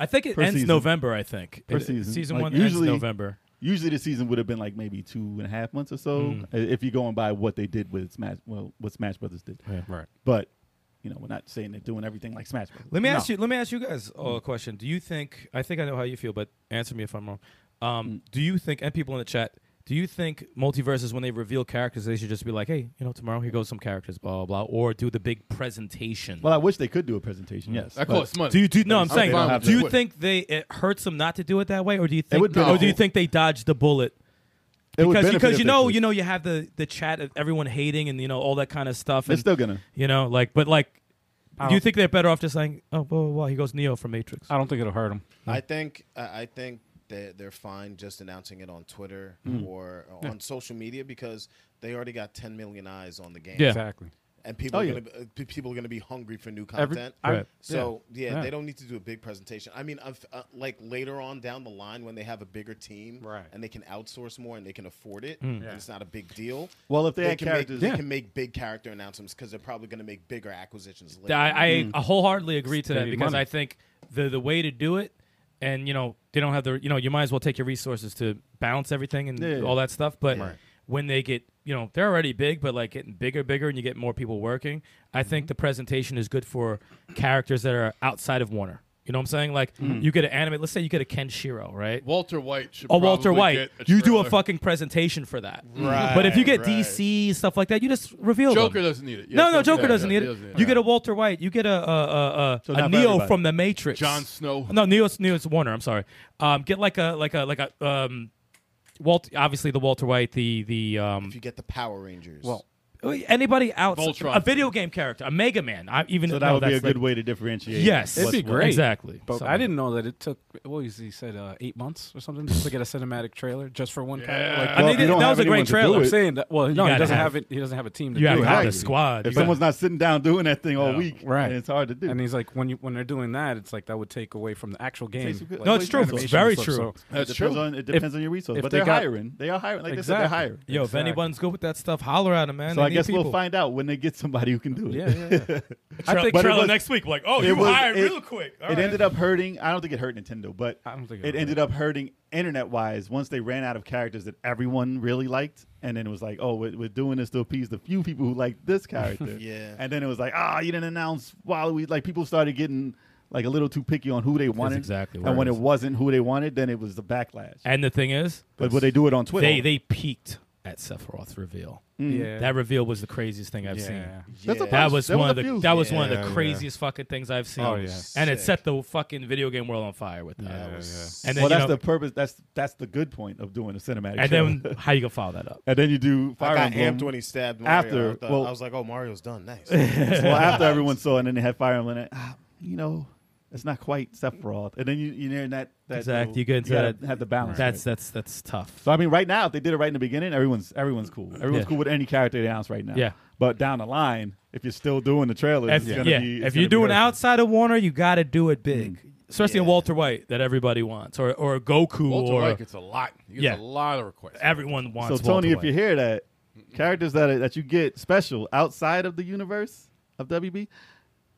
Speaker 7: I think it
Speaker 4: Per
Speaker 7: ends
Speaker 4: season.
Speaker 7: November. I think
Speaker 4: Per
Speaker 7: It-
Speaker 4: season.
Speaker 7: Season
Speaker 4: Like,
Speaker 7: one
Speaker 4: usually-
Speaker 7: ends November.
Speaker 4: Usually, the season would have been like maybe two and a half months or so,
Speaker 2: Hmm.
Speaker 4: i- if you're going by what they did with Smash. Well, what Smash Brothers did.
Speaker 2: Right.
Speaker 4: But you know, we're not saying they're doing everything like Smash Brothers.
Speaker 9: Let me ask
Speaker 4: No.
Speaker 9: you. Let me ask you guys uh, a question. Do you think? I think I know how you feel, but answer me if I'm wrong. Um,
Speaker 4: Mm.
Speaker 9: Do you think? And people in the chat, do you think multiverses when they reveal characters, they should just be like, hey, you know, tomorrow here goes some characters, blah blah, blah or do the big presentation?
Speaker 4: Well, I wish they could do a presentation. Yes,
Speaker 3: That
Speaker 4: but
Speaker 3: costs money.
Speaker 7: Do you do? No, I'm
Speaker 4: I'm saying, don't
Speaker 7: saying.
Speaker 4: have
Speaker 7: Do
Speaker 4: to.
Speaker 7: you think they it hurts them not to do it that way, or do you think?
Speaker 4: would
Speaker 7: or do you
Speaker 4: benefit.
Speaker 7: think they dodged the bullet?
Speaker 4: it would
Speaker 7: Because
Speaker 4: benefit
Speaker 7: because
Speaker 4: if
Speaker 7: you
Speaker 4: they
Speaker 7: know
Speaker 4: could.
Speaker 7: you know you have the the chat of everyone hating and you know all that kind of stuff.
Speaker 4: they're
Speaker 7: And,
Speaker 4: still gonna.
Speaker 7: you know, like, but like,
Speaker 2: I
Speaker 7: do you
Speaker 2: don't-
Speaker 7: think they're better off just saying, oh, blah, blah, blah, he goes Neo from Matrix?
Speaker 2: I don't think it'll hurt him.
Speaker 5: I think I I think they're, they're fine just announcing it on Twitter
Speaker 2: Hmm.
Speaker 5: or on social media because they already got 10 million eyes on the game.
Speaker 7: Yeah.
Speaker 2: Exactly.
Speaker 5: and people
Speaker 4: Oh,
Speaker 5: are
Speaker 4: yeah.
Speaker 5: gonna be, uh, pe- people are gonna be hungry for new
Speaker 2: Every-
Speaker 5: content.
Speaker 2: I- Right.
Speaker 5: So yeah.
Speaker 2: Yeah.
Speaker 5: they don't need to do a big presentation. I mean, I've, uh, like later on down the line when they have a bigger team,
Speaker 2: Right.
Speaker 5: and they can outsource more and they can afford it, and
Speaker 2: Yeah.
Speaker 5: it's not a big deal.
Speaker 4: Well, if they, had
Speaker 5: can make,
Speaker 4: characters,
Speaker 5: they
Speaker 2: Yeah.
Speaker 5: can make big character announcements because they're probably gonna make bigger acquisitions later.
Speaker 7: I, I,
Speaker 4: mm.
Speaker 7: I wholeheartedly agree to that
Speaker 2: need
Speaker 7: because
Speaker 2: money.
Speaker 7: I think the the way to do it, and you know they don't have the you know you might as well take your resources to balance everything and
Speaker 4: Yeah.
Speaker 7: all that stuff. But when they get you know they're already big, but like getting bigger, bigger, and you get more people working, I
Speaker 4: Mm-hmm.
Speaker 7: think the presentation is good for characters that are outside of Warner. You know what I'm saying? Like
Speaker 4: Mm.
Speaker 7: you get an anime. Let's say you get a Ken Shiro, right?
Speaker 3: Walter White should.
Speaker 7: Oh, Walter
Speaker 3: probably
Speaker 7: White.
Speaker 3: get a
Speaker 7: You do a
Speaker 3: trailer.
Speaker 7: fucking presentation for that.
Speaker 5: Right,
Speaker 7: But if you get
Speaker 5: right.
Speaker 7: DC stuff like that, you just reveal
Speaker 3: Joker
Speaker 7: them.
Speaker 3: doesn't need it. Yeah,
Speaker 7: no, no, Joker doesn't
Speaker 3: yeah,
Speaker 7: need
Speaker 3: he
Speaker 7: it. You get a Walter White. You get a a, a, a,
Speaker 4: So
Speaker 7: a
Speaker 4: not for
Speaker 7: Neo
Speaker 4: everybody.
Speaker 7: from the Matrix.
Speaker 3: Jon Snow.
Speaker 7: No, Neo's Neo's Warner. I'm sorry. Um, get like a like a like a um, Walt. Obviously the Walter White. The the um.
Speaker 5: if you get the Power Rangers,
Speaker 2: Well,
Speaker 7: Anybody out?
Speaker 3: Voltron.
Speaker 7: A video game character, a Mega Man. I even
Speaker 4: so that
Speaker 7: no,
Speaker 4: would be a
Speaker 7: that's
Speaker 4: good
Speaker 7: like-
Speaker 4: way to differentiate.
Speaker 7: Yes,
Speaker 2: It'd be
Speaker 4: what's what.
Speaker 2: great.
Speaker 7: Exactly.
Speaker 2: But
Speaker 7: So-
Speaker 2: I didn't know that it took. What was he said? Uh, eight months or something just to get a cinematic trailer just for one. character? Like,
Speaker 7: I
Speaker 4: Well,
Speaker 7: mean,
Speaker 4: if you
Speaker 7: that
Speaker 4: don't
Speaker 7: that
Speaker 4: have
Speaker 7: was a
Speaker 4: anyone to
Speaker 7: great
Speaker 4: do
Speaker 7: trailer.
Speaker 4: it,
Speaker 2: saying that. Well, no, he
Speaker 7: gotta
Speaker 2: doesn't
Speaker 7: have-
Speaker 2: have, it. He doesn't have a team to
Speaker 7: You
Speaker 2: do
Speaker 7: have
Speaker 2: it.
Speaker 7: to have the
Speaker 4: Exactly. If
Speaker 7: squad. You gotta-
Speaker 4: someone's not sitting down doing that thing all week,
Speaker 2: Right.
Speaker 4: then it's hard to do.
Speaker 2: And he's like, when you when they're doing that, it's like that would take away from the actual game.
Speaker 4: Takes a good-
Speaker 2: Like,
Speaker 7: no, it's true. It's
Speaker 2: animation
Speaker 7: very
Speaker 2: and
Speaker 7: true.
Speaker 2: stuff, so-
Speaker 4: That's
Speaker 3: true.
Speaker 4: depends On, it depends on your resources,
Speaker 2: if
Speaker 4: but
Speaker 2: they
Speaker 4: they are
Speaker 2: got-
Speaker 4: hiring. They are hiring. Like they said,
Speaker 2: Exactly.
Speaker 4: they're hiring.
Speaker 7: Yo, if
Speaker 2: Exactly.
Speaker 7: anyone's good with that stuff, holler at him,
Speaker 4: So
Speaker 7: man. They
Speaker 4: I
Speaker 7: need
Speaker 4: guess we'll
Speaker 7: people.
Speaker 4: find out when they get somebody who can do it.
Speaker 2: Yeah, yeah, yeah.
Speaker 7: I think
Speaker 4: But it
Speaker 7: trailer
Speaker 4: was-
Speaker 7: next week. Like, oh,
Speaker 4: it
Speaker 7: you
Speaker 4: was-
Speaker 7: hired
Speaker 4: it-
Speaker 7: real quick. All
Speaker 4: it
Speaker 7: right.
Speaker 4: ended up hurting. I don't think it hurt Nintendo, but
Speaker 2: I don't think it
Speaker 4: it,
Speaker 2: hurt.
Speaker 4: ended up hurting internet wise once they ran out of characters that everyone really liked. And then it was like, oh, we're, we're doing this to appease the few people who like this character.
Speaker 5: Yeah.
Speaker 4: And then it was like, ah, you didn't announce Waluigi. Like people started getting like a little too picky on who they wanted.
Speaker 7: exactly where
Speaker 4: And when
Speaker 7: it
Speaker 4: it
Speaker 7: is.
Speaker 4: wasn't who they wanted, then it was the backlash.
Speaker 7: And the thing is,
Speaker 4: But would they do it on Twitter?
Speaker 7: they they peaked at Sephiroth's reveal.
Speaker 2: yeah.
Speaker 7: That reveal was the craziest thing I've seen.
Speaker 2: Yeah.
Speaker 4: That's a
Speaker 5: Yeah.
Speaker 7: That
Speaker 4: bunch.
Speaker 7: was
Speaker 4: There
Speaker 7: one
Speaker 4: a
Speaker 7: of the
Speaker 4: few.
Speaker 7: that was one of
Speaker 2: Yeah,
Speaker 7: the
Speaker 2: yeah.
Speaker 7: craziest fucking things I've seen.
Speaker 2: Oh, yeah.
Speaker 7: And it
Speaker 5: Sick.
Speaker 7: set the fucking video game world on fire with that.
Speaker 5: That was
Speaker 2: yeah.
Speaker 7: And then
Speaker 4: well,
Speaker 7: you
Speaker 4: that's
Speaker 7: know-
Speaker 4: the purpose. That's that's the good point of doing a cinematic.
Speaker 7: and
Speaker 4: trailer.
Speaker 7: then how you gonna follow that up?
Speaker 4: and then you do
Speaker 5: I
Speaker 4: Fire
Speaker 5: got
Speaker 4: Emblem
Speaker 5: amped when he stabbed Mario.
Speaker 4: After-
Speaker 5: I, thought-
Speaker 4: well-
Speaker 5: I was like, oh, Mario's done. Nice.
Speaker 4: well, after everyone saw it, and then they had Fire Emblem. ah, you know, It's not quite Sephiroth, and then you you know that that
Speaker 7: Exact,
Speaker 4: little-
Speaker 7: you get into
Speaker 4: gotta
Speaker 7: that-
Speaker 4: have the balance.
Speaker 7: That's
Speaker 4: right.
Speaker 7: that's that's tough.
Speaker 4: So I mean, right now, if they did it right in the beginning, everyone's everyone's cool. Everyone's
Speaker 7: Yeah.
Speaker 4: cool with any character they announce right now.
Speaker 7: Yeah.
Speaker 4: But down the line, if you're still doing the trailers,
Speaker 7: If,
Speaker 4: it's
Speaker 7: yeah.
Speaker 4: gonna be. it's
Speaker 7: if
Speaker 4: gonna be
Speaker 7: you're
Speaker 4: Mm.
Speaker 7: doing
Speaker 4: hurtful.
Speaker 7: outside of Warner, you got to do it big, especially in
Speaker 5: Yeah.
Speaker 7: Walter White that everybody wants, or or Goku,
Speaker 3: Walter
Speaker 7: or
Speaker 3: White gets a lot. He gets
Speaker 7: Yeah.
Speaker 3: a lot of requests.
Speaker 7: everyone wants.
Speaker 4: So Tony,
Speaker 7: Walter
Speaker 4: if you
Speaker 7: White.
Speaker 4: hear that, characters that are, that you get special outside of the universe of WB,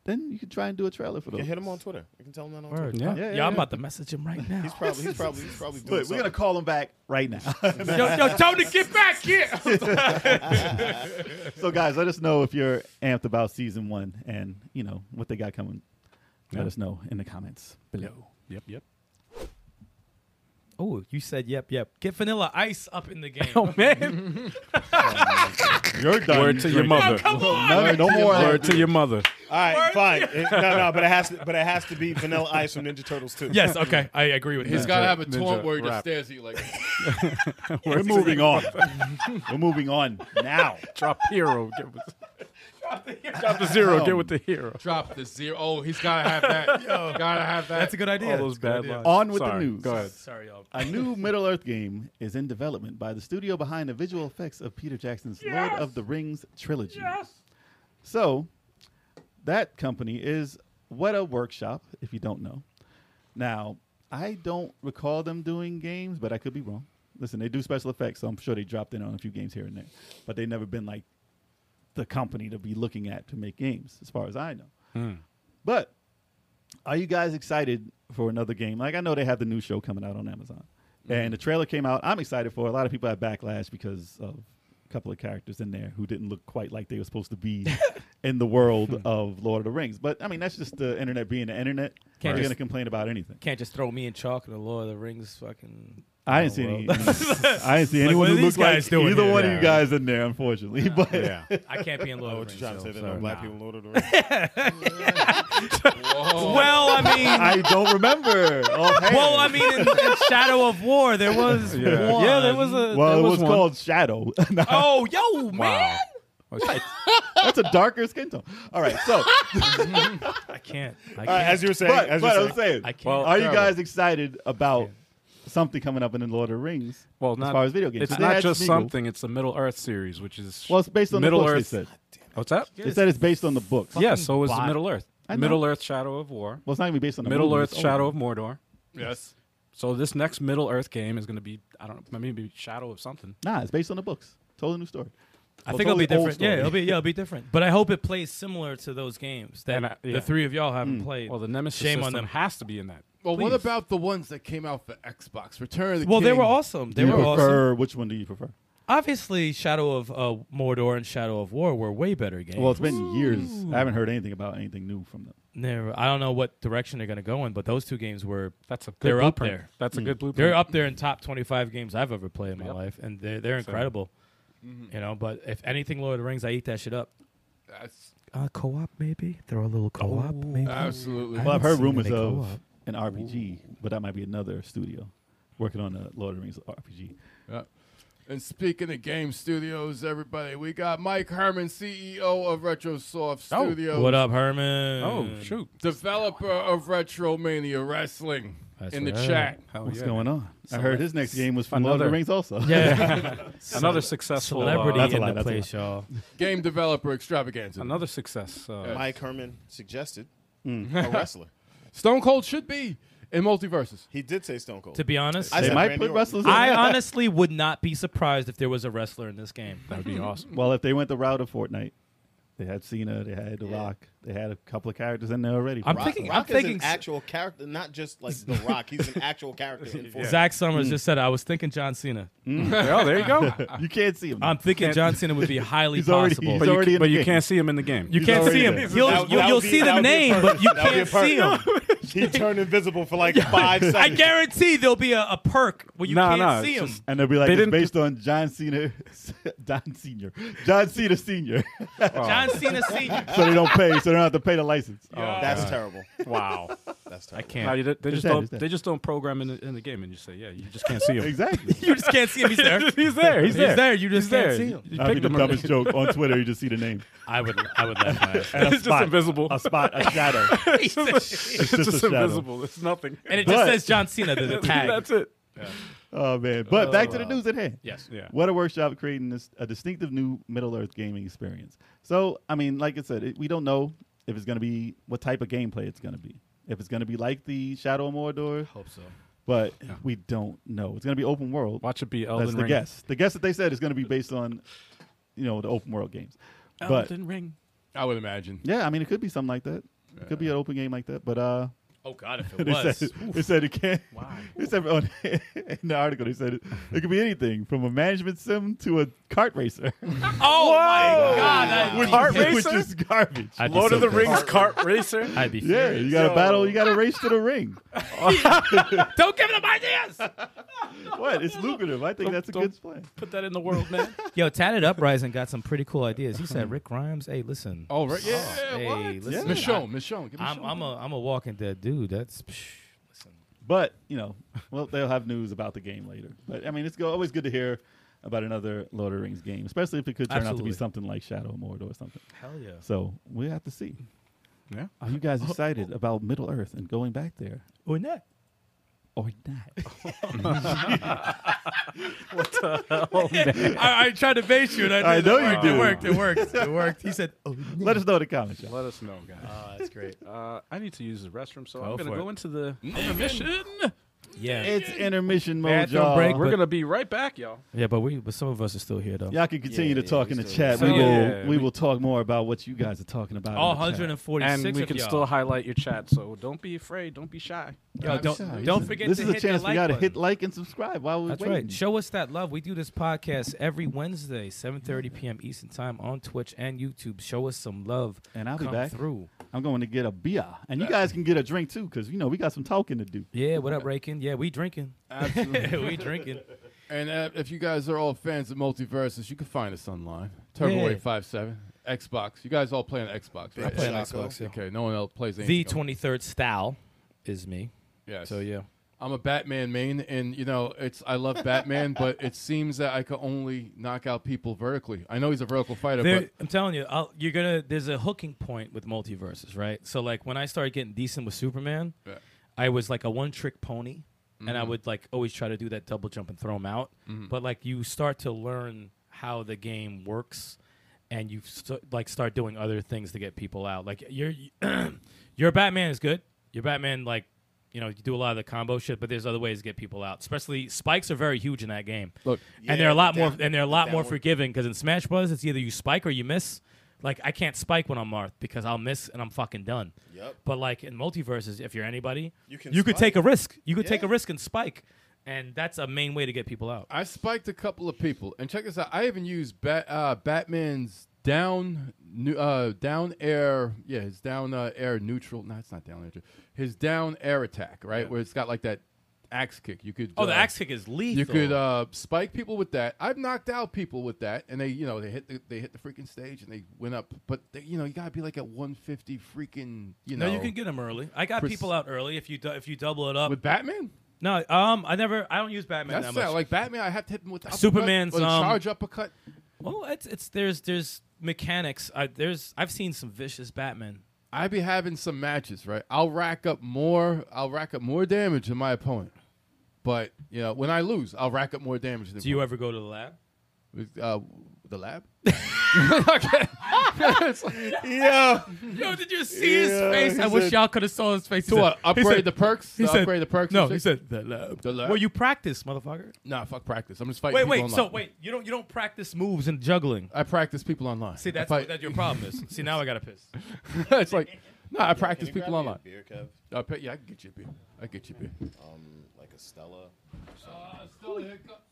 Speaker 4: then you can try and do a trailer for
Speaker 5: You
Speaker 4: those.
Speaker 5: can hit him on Twitter. You can tell him that on
Speaker 7: Word.
Speaker 5: Twitter.
Speaker 2: Yeah.
Speaker 4: Yeah,
Speaker 7: yeah,
Speaker 4: yeah,
Speaker 7: I'm
Speaker 4: yeah.
Speaker 7: about to message him right now.
Speaker 5: He's probably he's probably he's probably doing
Speaker 4: Look, we're gonna
Speaker 5: something.
Speaker 4: call him back right now.
Speaker 7: yo, yo, Tony, get back here!
Speaker 4: so guys, let us know if you're amped about season one and you know what they got coming. Let us know in the comments below.
Speaker 2: Yep, yep.
Speaker 7: oh, you said yep, yep. Get Vanilla Ice up in the game.
Speaker 2: Oh man,
Speaker 4: You're done.
Speaker 2: word to your mother.
Speaker 4: No, no more.
Speaker 2: Word to your mother.
Speaker 5: All right, fine. It- no, no, but it has to but it has to be Vanilla Ice from Ninja Turtles too.
Speaker 7: yes, okay, I agree with
Speaker 3: He's
Speaker 7: that.
Speaker 3: got to have a taunt
Speaker 2: Ninja
Speaker 3: where he just
Speaker 2: rap.
Speaker 3: stares at you like,
Speaker 4: We're moving on. We're moving on now.
Speaker 2: Drop hero. Get with, drop the zero. Get with the hero.
Speaker 3: drop the zero. Oh, he's got to have that. got to have that.
Speaker 7: That's a good idea.
Speaker 2: All those bad lines.
Speaker 4: On with
Speaker 2: Sorry,
Speaker 4: the news.
Speaker 2: Go ahead.
Speaker 7: Sorry, y'all.
Speaker 4: A new Middle Earth game is in development by the studio behind the visual effects of Peter Jackson's Lord of the Rings trilogy. So, that company is Weta Workshop, if you don't know. Now, I don't recall them doing games, but I could be wrong. Listen, they do special effects, so I'm sure they dropped in on a few games here and there, but they've never been like the company to be looking at to make games, as far as I know.
Speaker 7: Hmm.
Speaker 4: But are you guys excited for another game? Like I know they have the new show coming out on Amazon,
Speaker 7: Mm-hmm.
Speaker 4: and the trailer came out. I'm excited for. it. A lot of people had backlash because of a couple of characters in there who didn't look quite like they were supposed to be in the world
Speaker 7: Hmm.
Speaker 4: of Lord of the Rings. But I mean, that's just the internet being the internet.
Speaker 7: Can't
Speaker 4: You're
Speaker 7: just-
Speaker 4: going to complain about anything.
Speaker 7: Can't just throw me in chalk in the Lord of the Rings fucking.
Speaker 4: I didn't see any. I didn't see anyone
Speaker 7: Oh, what are
Speaker 4: who
Speaker 7: these
Speaker 4: looked like
Speaker 7: guys doing
Speaker 4: either
Speaker 7: here?
Speaker 4: one
Speaker 7: Yeah.
Speaker 4: of you guys in there, unfortunately. but
Speaker 7: I can't be in Lord
Speaker 5: Oh,
Speaker 7: of
Speaker 5: what
Speaker 7: the
Speaker 5: you
Speaker 7: Rings.
Speaker 5: trying to say?
Speaker 7: so-
Speaker 5: That no
Speaker 7: sorry.
Speaker 5: black people in Lord of the Rings.
Speaker 3: Whoa.
Speaker 7: Well, I mean,
Speaker 4: I don't remember. offhand.
Speaker 7: well, I mean, in, in Shadow of War, there was
Speaker 2: Yeah.
Speaker 7: one.
Speaker 2: Yeah, there was a.
Speaker 4: Well,
Speaker 2: there
Speaker 4: it was,
Speaker 2: one.
Speaker 4: called Shadow. No,
Speaker 7: Oh, yo, man!
Speaker 4: That's a darker skin tone. All right, so
Speaker 7: I can't. I can't.
Speaker 5: All right, as you were saying,
Speaker 4: but,
Speaker 5: as you
Speaker 4: but
Speaker 5: were
Speaker 4: I'm saying,
Speaker 7: I can't.
Speaker 4: are you guys excited about something coming up in the Lord of the Rings?
Speaker 2: Well,
Speaker 4: as
Speaker 2: not-
Speaker 4: far as video games,
Speaker 2: It's
Speaker 4: They
Speaker 2: not
Speaker 4: had
Speaker 2: just
Speaker 4: Smeagol.
Speaker 2: something. It's the Middle Earth series, which is
Speaker 4: Well, it's based on
Speaker 2: Middle
Speaker 4: the books.
Speaker 2: Earth.
Speaker 4: They said
Speaker 2: what's that?
Speaker 4: they said it's based on the books.
Speaker 2: Yeah, so is
Speaker 7: bot.
Speaker 2: Middle Earth.
Speaker 4: I know.
Speaker 2: Middle Earth: Shadow of War.
Speaker 4: Well, it's not even based on the
Speaker 2: Middle
Speaker 4: movies.
Speaker 2: Earth:
Speaker 4: Oh,
Speaker 2: Shadow of Mordor.
Speaker 3: yes.
Speaker 2: So this next Middle Earth game is going to be I don't know maybe Shadow of something.
Speaker 4: Nah, it's based on the books. Totally new story.
Speaker 7: I
Speaker 4: Well,
Speaker 7: think it'll be
Speaker 4: totally old
Speaker 7: different. Yeah,
Speaker 4: story.
Speaker 7: it'll be yeah, it'll be different. But I hope it plays similar to those games that
Speaker 2: And I- yeah. Mm.
Speaker 7: the three of y'all haven't played.
Speaker 2: Well, the Nemesis
Speaker 7: Shame
Speaker 2: system
Speaker 7: on them.
Speaker 2: has to be in that.
Speaker 3: Well, what
Speaker 2: Please.
Speaker 3: about the ones that came out for Xbox? Return of the
Speaker 7: Well,
Speaker 3: King.
Speaker 7: they were awesome. They
Speaker 4: Do you
Speaker 7: were awesome.
Speaker 4: prefer which one? Do you prefer?
Speaker 7: Obviously, Shadow of uh, Mordor and Shadow of War were way better games.
Speaker 4: Well, it's been years. I haven't heard anything about anything new from them.
Speaker 7: They're- I don't know what direction they're going to go in, but those two games were
Speaker 2: That's a good
Speaker 7: They're up
Speaker 2: blueprint.
Speaker 7: there.
Speaker 4: Hmm.
Speaker 2: That's a good blueprint.
Speaker 7: they're up there in top twenty five games I've ever played in my
Speaker 2: Yep.
Speaker 7: life, and they're they're incredible.
Speaker 3: Mm-hmm.
Speaker 7: You know, but if anything Lord of the Rings, I eat that shit up. Oh,
Speaker 3: That's
Speaker 7: Uh, co-op maybe throw a little co-op maybe.
Speaker 3: absolutely.
Speaker 4: Well, I've heard
Speaker 7: seen them
Speaker 4: rumors
Speaker 7: make go
Speaker 4: of
Speaker 7: up.
Speaker 4: an RPG, but that might be another studio working on a Lord of the Rings RPG.
Speaker 3: Yeah. And speaking of game studios, everybody, we got Mike Herman, CEO of RetroSoft
Speaker 2: Oh,
Speaker 3: Studios,
Speaker 7: What up, Herman?
Speaker 2: Oh shoot!
Speaker 3: developer of Retromania Wrestling
Speaker 7: That's
Speaker 3: in the
Speaker 7: right.
Speaker 3: chat.
Speaker 2: Hell
Speaker 4: What's
Speaker 2: Oh, yeah.
Speaker 4: going on? I heard his next game was from Lord of
Speaker 2: another-
Speaker 4: the Rings also.
Speaker 7: Yeah,
Speaker 2: Another successful uh,
Speaker 7: celebrity
Speaker 4: That's a
Speaker 7: in
Speaker 4: lie,
Speaker 7: the
Speaker 4: that's a
Speaker 7: place, y'all.
Speaker 3: Game developer extravaganza.
Speaker 2: another success. Uh,
Speaker 5: Mike Herman suggested a wrestler.
Speaker 3: Stone Cold should be in multiverses.
Speaker 5: He did say Stone Cold.
Speaker 7: To be honest,
Speaker 5: I
Speaker 4: They
Speaker 5: said
Speaker 4: might
Speaker 5: Randy
Speaker 4: put
Speaker 5: Orton.
Speaker 4: wrestlers in
Speaker 7: I
Speaker 4: there.
Speaker 7: honestly would not be surprised if there was a wrestler in this game.
Speaker 2: That'd be awesome.
Speaker 4: Well, if they went the route of Fortnite, they had Cena, they had The Rock, they had a couple of characters in there already.
Speaker 7: I'm
Speaker 5: Rock,
Speaker 7: thinking.
Speaker 5: Rock
Speaker 7: I'm thinking.
Speaker 5: is an actual character, not just like The Rock. He's an actual character. In Fortnite.
Speaker 7: Zach Summers just said I was thinking John Cena.
Speaker 2: oh, there you go.
Speaker 4: you can't see him.
Speaker 7: I'm thinking John Cena would be highly
Speaker 4: He's already-
Speaker 7: possible.
Speaker 4: he's
Speaker 2: But, you,
Speaker 4: already
Speaker 2: ca-
Speaker 4: in
Speaker 2: but
Speaker 4: the
Speaker 2: you
Speaker 4: game.
Speaker 2: can't see him in the game.
Speaker 7: you can't
Speaker 4: already
Speaker 7: see him.
Speaker 4: there.
Speaker 7: He'll,
Speaker 5: That-
Speaker 7: you,
Speaker 5: that
Speaker 7: will
Speaker 5: would be-
Speaker 7: see
Speaker 5: that
Speaker 7: the
Speaker 5: would be a
Speaker 7: name, but
Speaker 5: perk.
Speaker 7: you
Speaker 5: That would be a
Speaker 7: can't see him.
Speaker 5: perk. He turned invisible for like five seconds.
Speaker 7: I guarantee there'll be a, a perk where you
Speaker 2: Nah,
Speaker 7: can't
Speaker 2: nah,
Speaker 7: see
Speaker 2: it's
Speaker 7: him.
Speaker 2: just-
Speaker 4: and they'll be like,
Speaker 2: They
Speaker 4: it's
Speaker 2: didn't-
Speaker 4: based on John Cena, John Senior, John Cena Senior.
Speaker 2: Oh,
Speaker 7: John Cena Senior.
Speaker 4: so they don't pay, so they don't have to pay the license.
Speaker 5: That's terrible.
Speaker 2: Wow.
Speaker 5: That's
Speaker 2: I
Speaker 5: terrible.
Speaker 2: can't. they, they just
Speaker 4: dead,
Speaker 2: don't.
Speaker 4: he's dead.
Speaker 2: They just don't program in the, in the game, and you say, yeah, you just can't see him.
Speaker 4: Oh, Exactly.
Speaker 7: you just can't see him. He's there.
Speaker 2: he's there. He's there.
Speaker 7: You just
Speaker 2: He's
Speaker 7: can't
Speaker 2: there.
Speaker 7: see him.
Speaker 2: You
Speaker 4: That'd be
Speaker 2: picked
Speaker 4: the
Speaker 2: him up.
Speaker 4: dumbest joke on Twitter. You just see the name.
Speaker 9: I would, I would laugh my ass. off.
Speaker 4: And a
Speaker 2: It's just
Speaker 4: spot.
Speaker 2: invisible.
Speaker 4: A spot, a shadow.
Speaker 2: It's just, it's
Speaker 4: just
Speaker 2: just
Speaker 4: a shadow.
Speaker 2: invisible. It's nothing.
Speaker 9: And it just
Speaker 4: But-
Speaker 9: says John Cena the, the tag.
Speaker 2: That's it.
Speaker 4: Oh man! But back to the news at hand.
Speaker 9: Yes.
Speaker 2: Yeah.
Speaker 4: What a workshop creating this a distinctive new Middle Earth gaming experience. So I mean, like I said, it, we don't know if it's going to be what type of gameplay it's going to be. If it's going to be like the Shadow of Mordor,
Speaker 9: Hope so.
Speaker 4: but we don't know. It's going to be open world.
Speaker 2: Watch it be Elden
Speaker 4: That's the
Speaker 2: Ring.
Speaker 4: guess. The guess that they said is going to be based on, you know, the open world games. But
Speaker 2: Elden Ring.
Speaker 3: I would imagine.
Speaker 4: yeah, I mean, it could be something like that. It could be an open game like that. But uh,
Speaker 9: Oh God, if it
Speaker 4: they
Speaker 9: was.
Speaker 4: said, they said it can't. They said on, in the article they said it, it could be anything from a management sim to a kart racer.
Speaker 9: oh my God, that,
Speaker 4: which,
Speaker 2: Kart
Speaker 4: is- which
Speaker 2: racer?
Speaker 4: is garbage.
Speaker 9: I'd be
Speaker 2: Lord
Speaker 9: so
Speaker 2: of the
Speaker 9: pissed.
Speaker 2: Rings kart racer.
Speaker 9: I'd be
Speaker 4: yeah,
Speaker 9: furious.
Speaker 4: you got to battle. You got to race to the ring.
Speaker 9: Don't give them ideas.
Speaker 4: What? It's lucrative. I think
Speaker 2: Don't-
Speaker 4: that's a
Speaker 2: don't-
Speaker 4: good plan.
Speaker 2: Put that in the world, man.
Speaker 7: Yo, Tatted Uprising got some pretty cool ideas. He said, Rick Grimes, hey, listen.
Speaker 3: Oh, right. Yeah.
Speaker 7: hey,
Speaker 3: what?
Speaker 7: listen.
Speaker 4: Yeah.
Speaker 3: Michonne, Michonne. Give
Speaker 7: I'm,
Speaker 3: Michonne.
Speaker 7: I'm, a, I'm a walking dead dude. That's. Psh, listen.
Speaker 4: But you know, well, they'll have news about the game later. But I mean, it's go- always good to hear about another Lord of the Rings game, especially if it could turn out to
Speaker 7: Absolutely.
Speaker 4: be something like Shadow of Mordor or something.
Speaker 7: Hell yeah.
Speaker 4: So we have to see.
Speaker 2: Yeah.
Speaker 4: Are you guys excited about Middle Earth and going back there
Speaker 7: Or not.
Speaker 4: or not?
Speaker 9: I, I tried to base you, and I,
Speaker 4: I
Speaker 9: did. It
Speaker 4: know you
Speaker 9: worked,
Speaker 4: do.
Speaker 9: It worked. It worked. It worked. He said, "Oh,
Speaker 4: Let us know in the comments. y'all.
Speaker 2: Let us know, guys.
Speaker 9: oh that's great."
Speaker 2: Uh, I need to use the restroom, so I'm
Speaker 9: Go
Speaker 2: gonna
Speaker 9: for
Speaker 2: go
Speaker 9: it.
Speaker 2: into the.
Speaker 7: Yeah,
Speaker 4: It's intermission mode,
Speaker 7: Bathroom
Speaker 4: y'all.
Speaker 7: break.
Speaker 2: We're
Speaker 7: But-
Speaker 2: gonna be right back, y'all.
Speaker 7: yeah, but we, but some of us are still here though.
Speaker 4: Y'all can continue to
Speaker 5: yeah,
Speaker 4: talk
Speaker 5: we
Speaker 4: in the
Speaker 5: still-
Speaker 4: chat.
Speaker 2: So,
Speaker 4: we will
Speaker 2: yeah,
Speaker 4: we
Speaker 2: we-
Speaker 4: will talk more about what you guys are talking about.
Speaker 7: All
Speaker 4: in the chat.
Speaker 7: 146
Speaker 2: And we
Speaker 7: of
Speaker 2: can
Speaker 7: y'all.
Speaker 2: still highlight your chat, so don't be afraid. Don't be shy.
Speaker 7: Yo, don't,
Speaker 4: Shy,
Speaker 7: don't
Speaker 4: listen,
Speaker 7: forget
Speaker 4: This
Speaker 7: to
Speaker 4: is a
Speaker 7: hit
Speaker 4: chance
Speaker 7: the
Speaker 4: we
Speaker 7: like
Speaker 4: gotta
Speaker 7: button.
Speaker 4: hit like and subscribe while we're
Speaker 7: That's
Speaker 4: waiting.
Speaker 7: right. Show us that love. We do this podcast every Wednesday, 7:30 p.m. Eastern Time on Twitch and YouTube. Show us some love.
Speaker 4: And I'll be
Speaker 7: Come
Speaker 4: back.
Speaker 7: through.
Speaker 4: I'm going to get a beer, and you guys can get a drink too, because you know we got some talking to do.
Speaker 7: Yeah, what up, Rakin? Yeah, we drinking.
Speaker 3: Absolutely.
Speaker 7: we drinking.
Speaker 3: and uh, if you guys are all fans of multiverses, you can find us online. Turbo
Speaker 7: Yeah.
Speaker 3: Eight Five Seven Xbox. You guys all play on Xbox, right?
Speaker 5: play on
Speaker 3: Xbox.
Speaker 5: Xbox, yeah.
Speaker 3: Okay. No one else plays anything
Speaker 7: The
Speaker 3: else.
Speaker 7: 23rd style is me.
Speaker 3: Yes.
Speaker 7: So yeah.
Speaker 3: I'm a Batman main, and you know it's I love Batman, but it seems that I can only knock out people vertically. I know he's a vertical fighter,
Speaker 7: There,
Speaker 3: but
Speaker 7: I'm telling you, I'll, you're gonna. There's a hooking point with multiverses, right? So like when I started getting decent with Superman,
Speaker 3: Yeah.
Speaker 7: I was like a one trick pony, and I would like always try to do that double jump and throw him out. But like you start to learn how the game works, and you st- like start doing other things to get people out. Like your your Batman is good. Your Batman like. You know, you do a lot of the combo shit, but there's other ways to get people out. Especially spikes are very huge in that game
Speaker 3: look,
Speaker 7: and they're a
Speaker 5: Yeah,
Speaker 7: lot
Speaker 5: the
Speaker 7: more
Speaker 5: down-
Speaker 7: and they're a lot more
Speaker 5: downward-
Speaker 7: forgiving because in Smash Bros it's either you spike or you miss. Like I can't spike when I'm Marth because I'll miss and I'm fucking done.
Speaker 5: Yep.
Speaker 7: But like in multiverses, if you're anybody, you,
Speaker 5: You
Speaker 7: can
Speaker 5: can
Speaker 7: you could
Speaker 5: spike.
Speaker 7: take a risk. You could take a
Speaker 5: Yeah.
Speaker 7: risk and spike, and that's a main way to get people out.
Speaker 3: I spiked a couple of people, and check this out. I even used Bat, uh, Batman's down, nu- uh, down air. Yeah, his down uh, air neutral. No, it's not down air. neutral. His down air attack, right, where it's got like that axe kick. You could.
Speaker 7: Oh, the
Speaker 3: uh,
Speaker 7: axe kick is lethal.
Speaker 3: You could uh, spike people with that. I've knocked out people with that, and they, you know, they hit the they hit the freaking stage and they went up. But they, you know, you gotta be like at 150 freaking. You know,
Speaker 7: no, you can get them early. I got
Speaker 3: Pres-
Speaker 7: people out early if you du- if you double it up.
Speaker 3: with Batman.
Speaker 7: no, um, I never. I don't use Batman
Speaker 3: That's
Speaker 7: that
Speaker 3: that.
Speaker 7: much.
Speaker 3: Like Batman, I have to hit him with the uppercut
Speaker 7: Superman's,
Speaker 3: or the
Speaker 7: um,
Speaker 3: charge uppercut.
Speaker 7: well, it's it's there's there's mechanics. I, there's I've seen some vicious Batman.
Speaker 3: I be having some matches, right? I'll rack up more. I'll rack up more damage than my opponent. But you know, when I lose, I'll rack up more damage than
Speaker 7: Do you ever go to the lab?
Speaker 3: uh, the lab.
Speaker 5: Yeah.
Speaker 7: Yo, did you see his
Speaker 4: Yeah,
Speaker 7: face?
Speaker 4: he
Speaker 7: I wish
Speaker 4: said-
Speaker 7: y'all could have saw his face. He
Speaker 3: To
Speaker 7: said-
Speaker 3: what?
Speaker 7: he
Speaker 3: Upgrade
Speaker 7: said-
Speaker 3: the perks?
Speaker 7: He
Speaker 3: To
Speaker 7: said,
Speaker 3: upgrade the perks and
Speaker 7: No, he
Speaker 3: shit?
Speaker 7: said the lab.
Speaker 3: The lab.
Speaker 7: Well, you practice, motherfucker.
Speaker 3: Nah, fuck practice. I'm just fighting.
Speaker 7: Wait,
Speaker 3: people
Speaker 7: wait.
Speaker 3: Online.
Speaker 7: So wait, you don't you don't practice moves and juggling.
Speaker 3: I practice people online.
Speaker 7: See, that's
Speaker 3: I
Speaker 7: what, that your problem is. See, now I gotta piss.
Speaker 3: it's like, no, I practice people online.
Speaker 5: Beer, Kev.
Speaker 3: I pay, yeah, I can get you a beer. I can get you a beer.
Speaker 5: Um, like a Stella.
Speaker 3: Uh, Stella hiccup.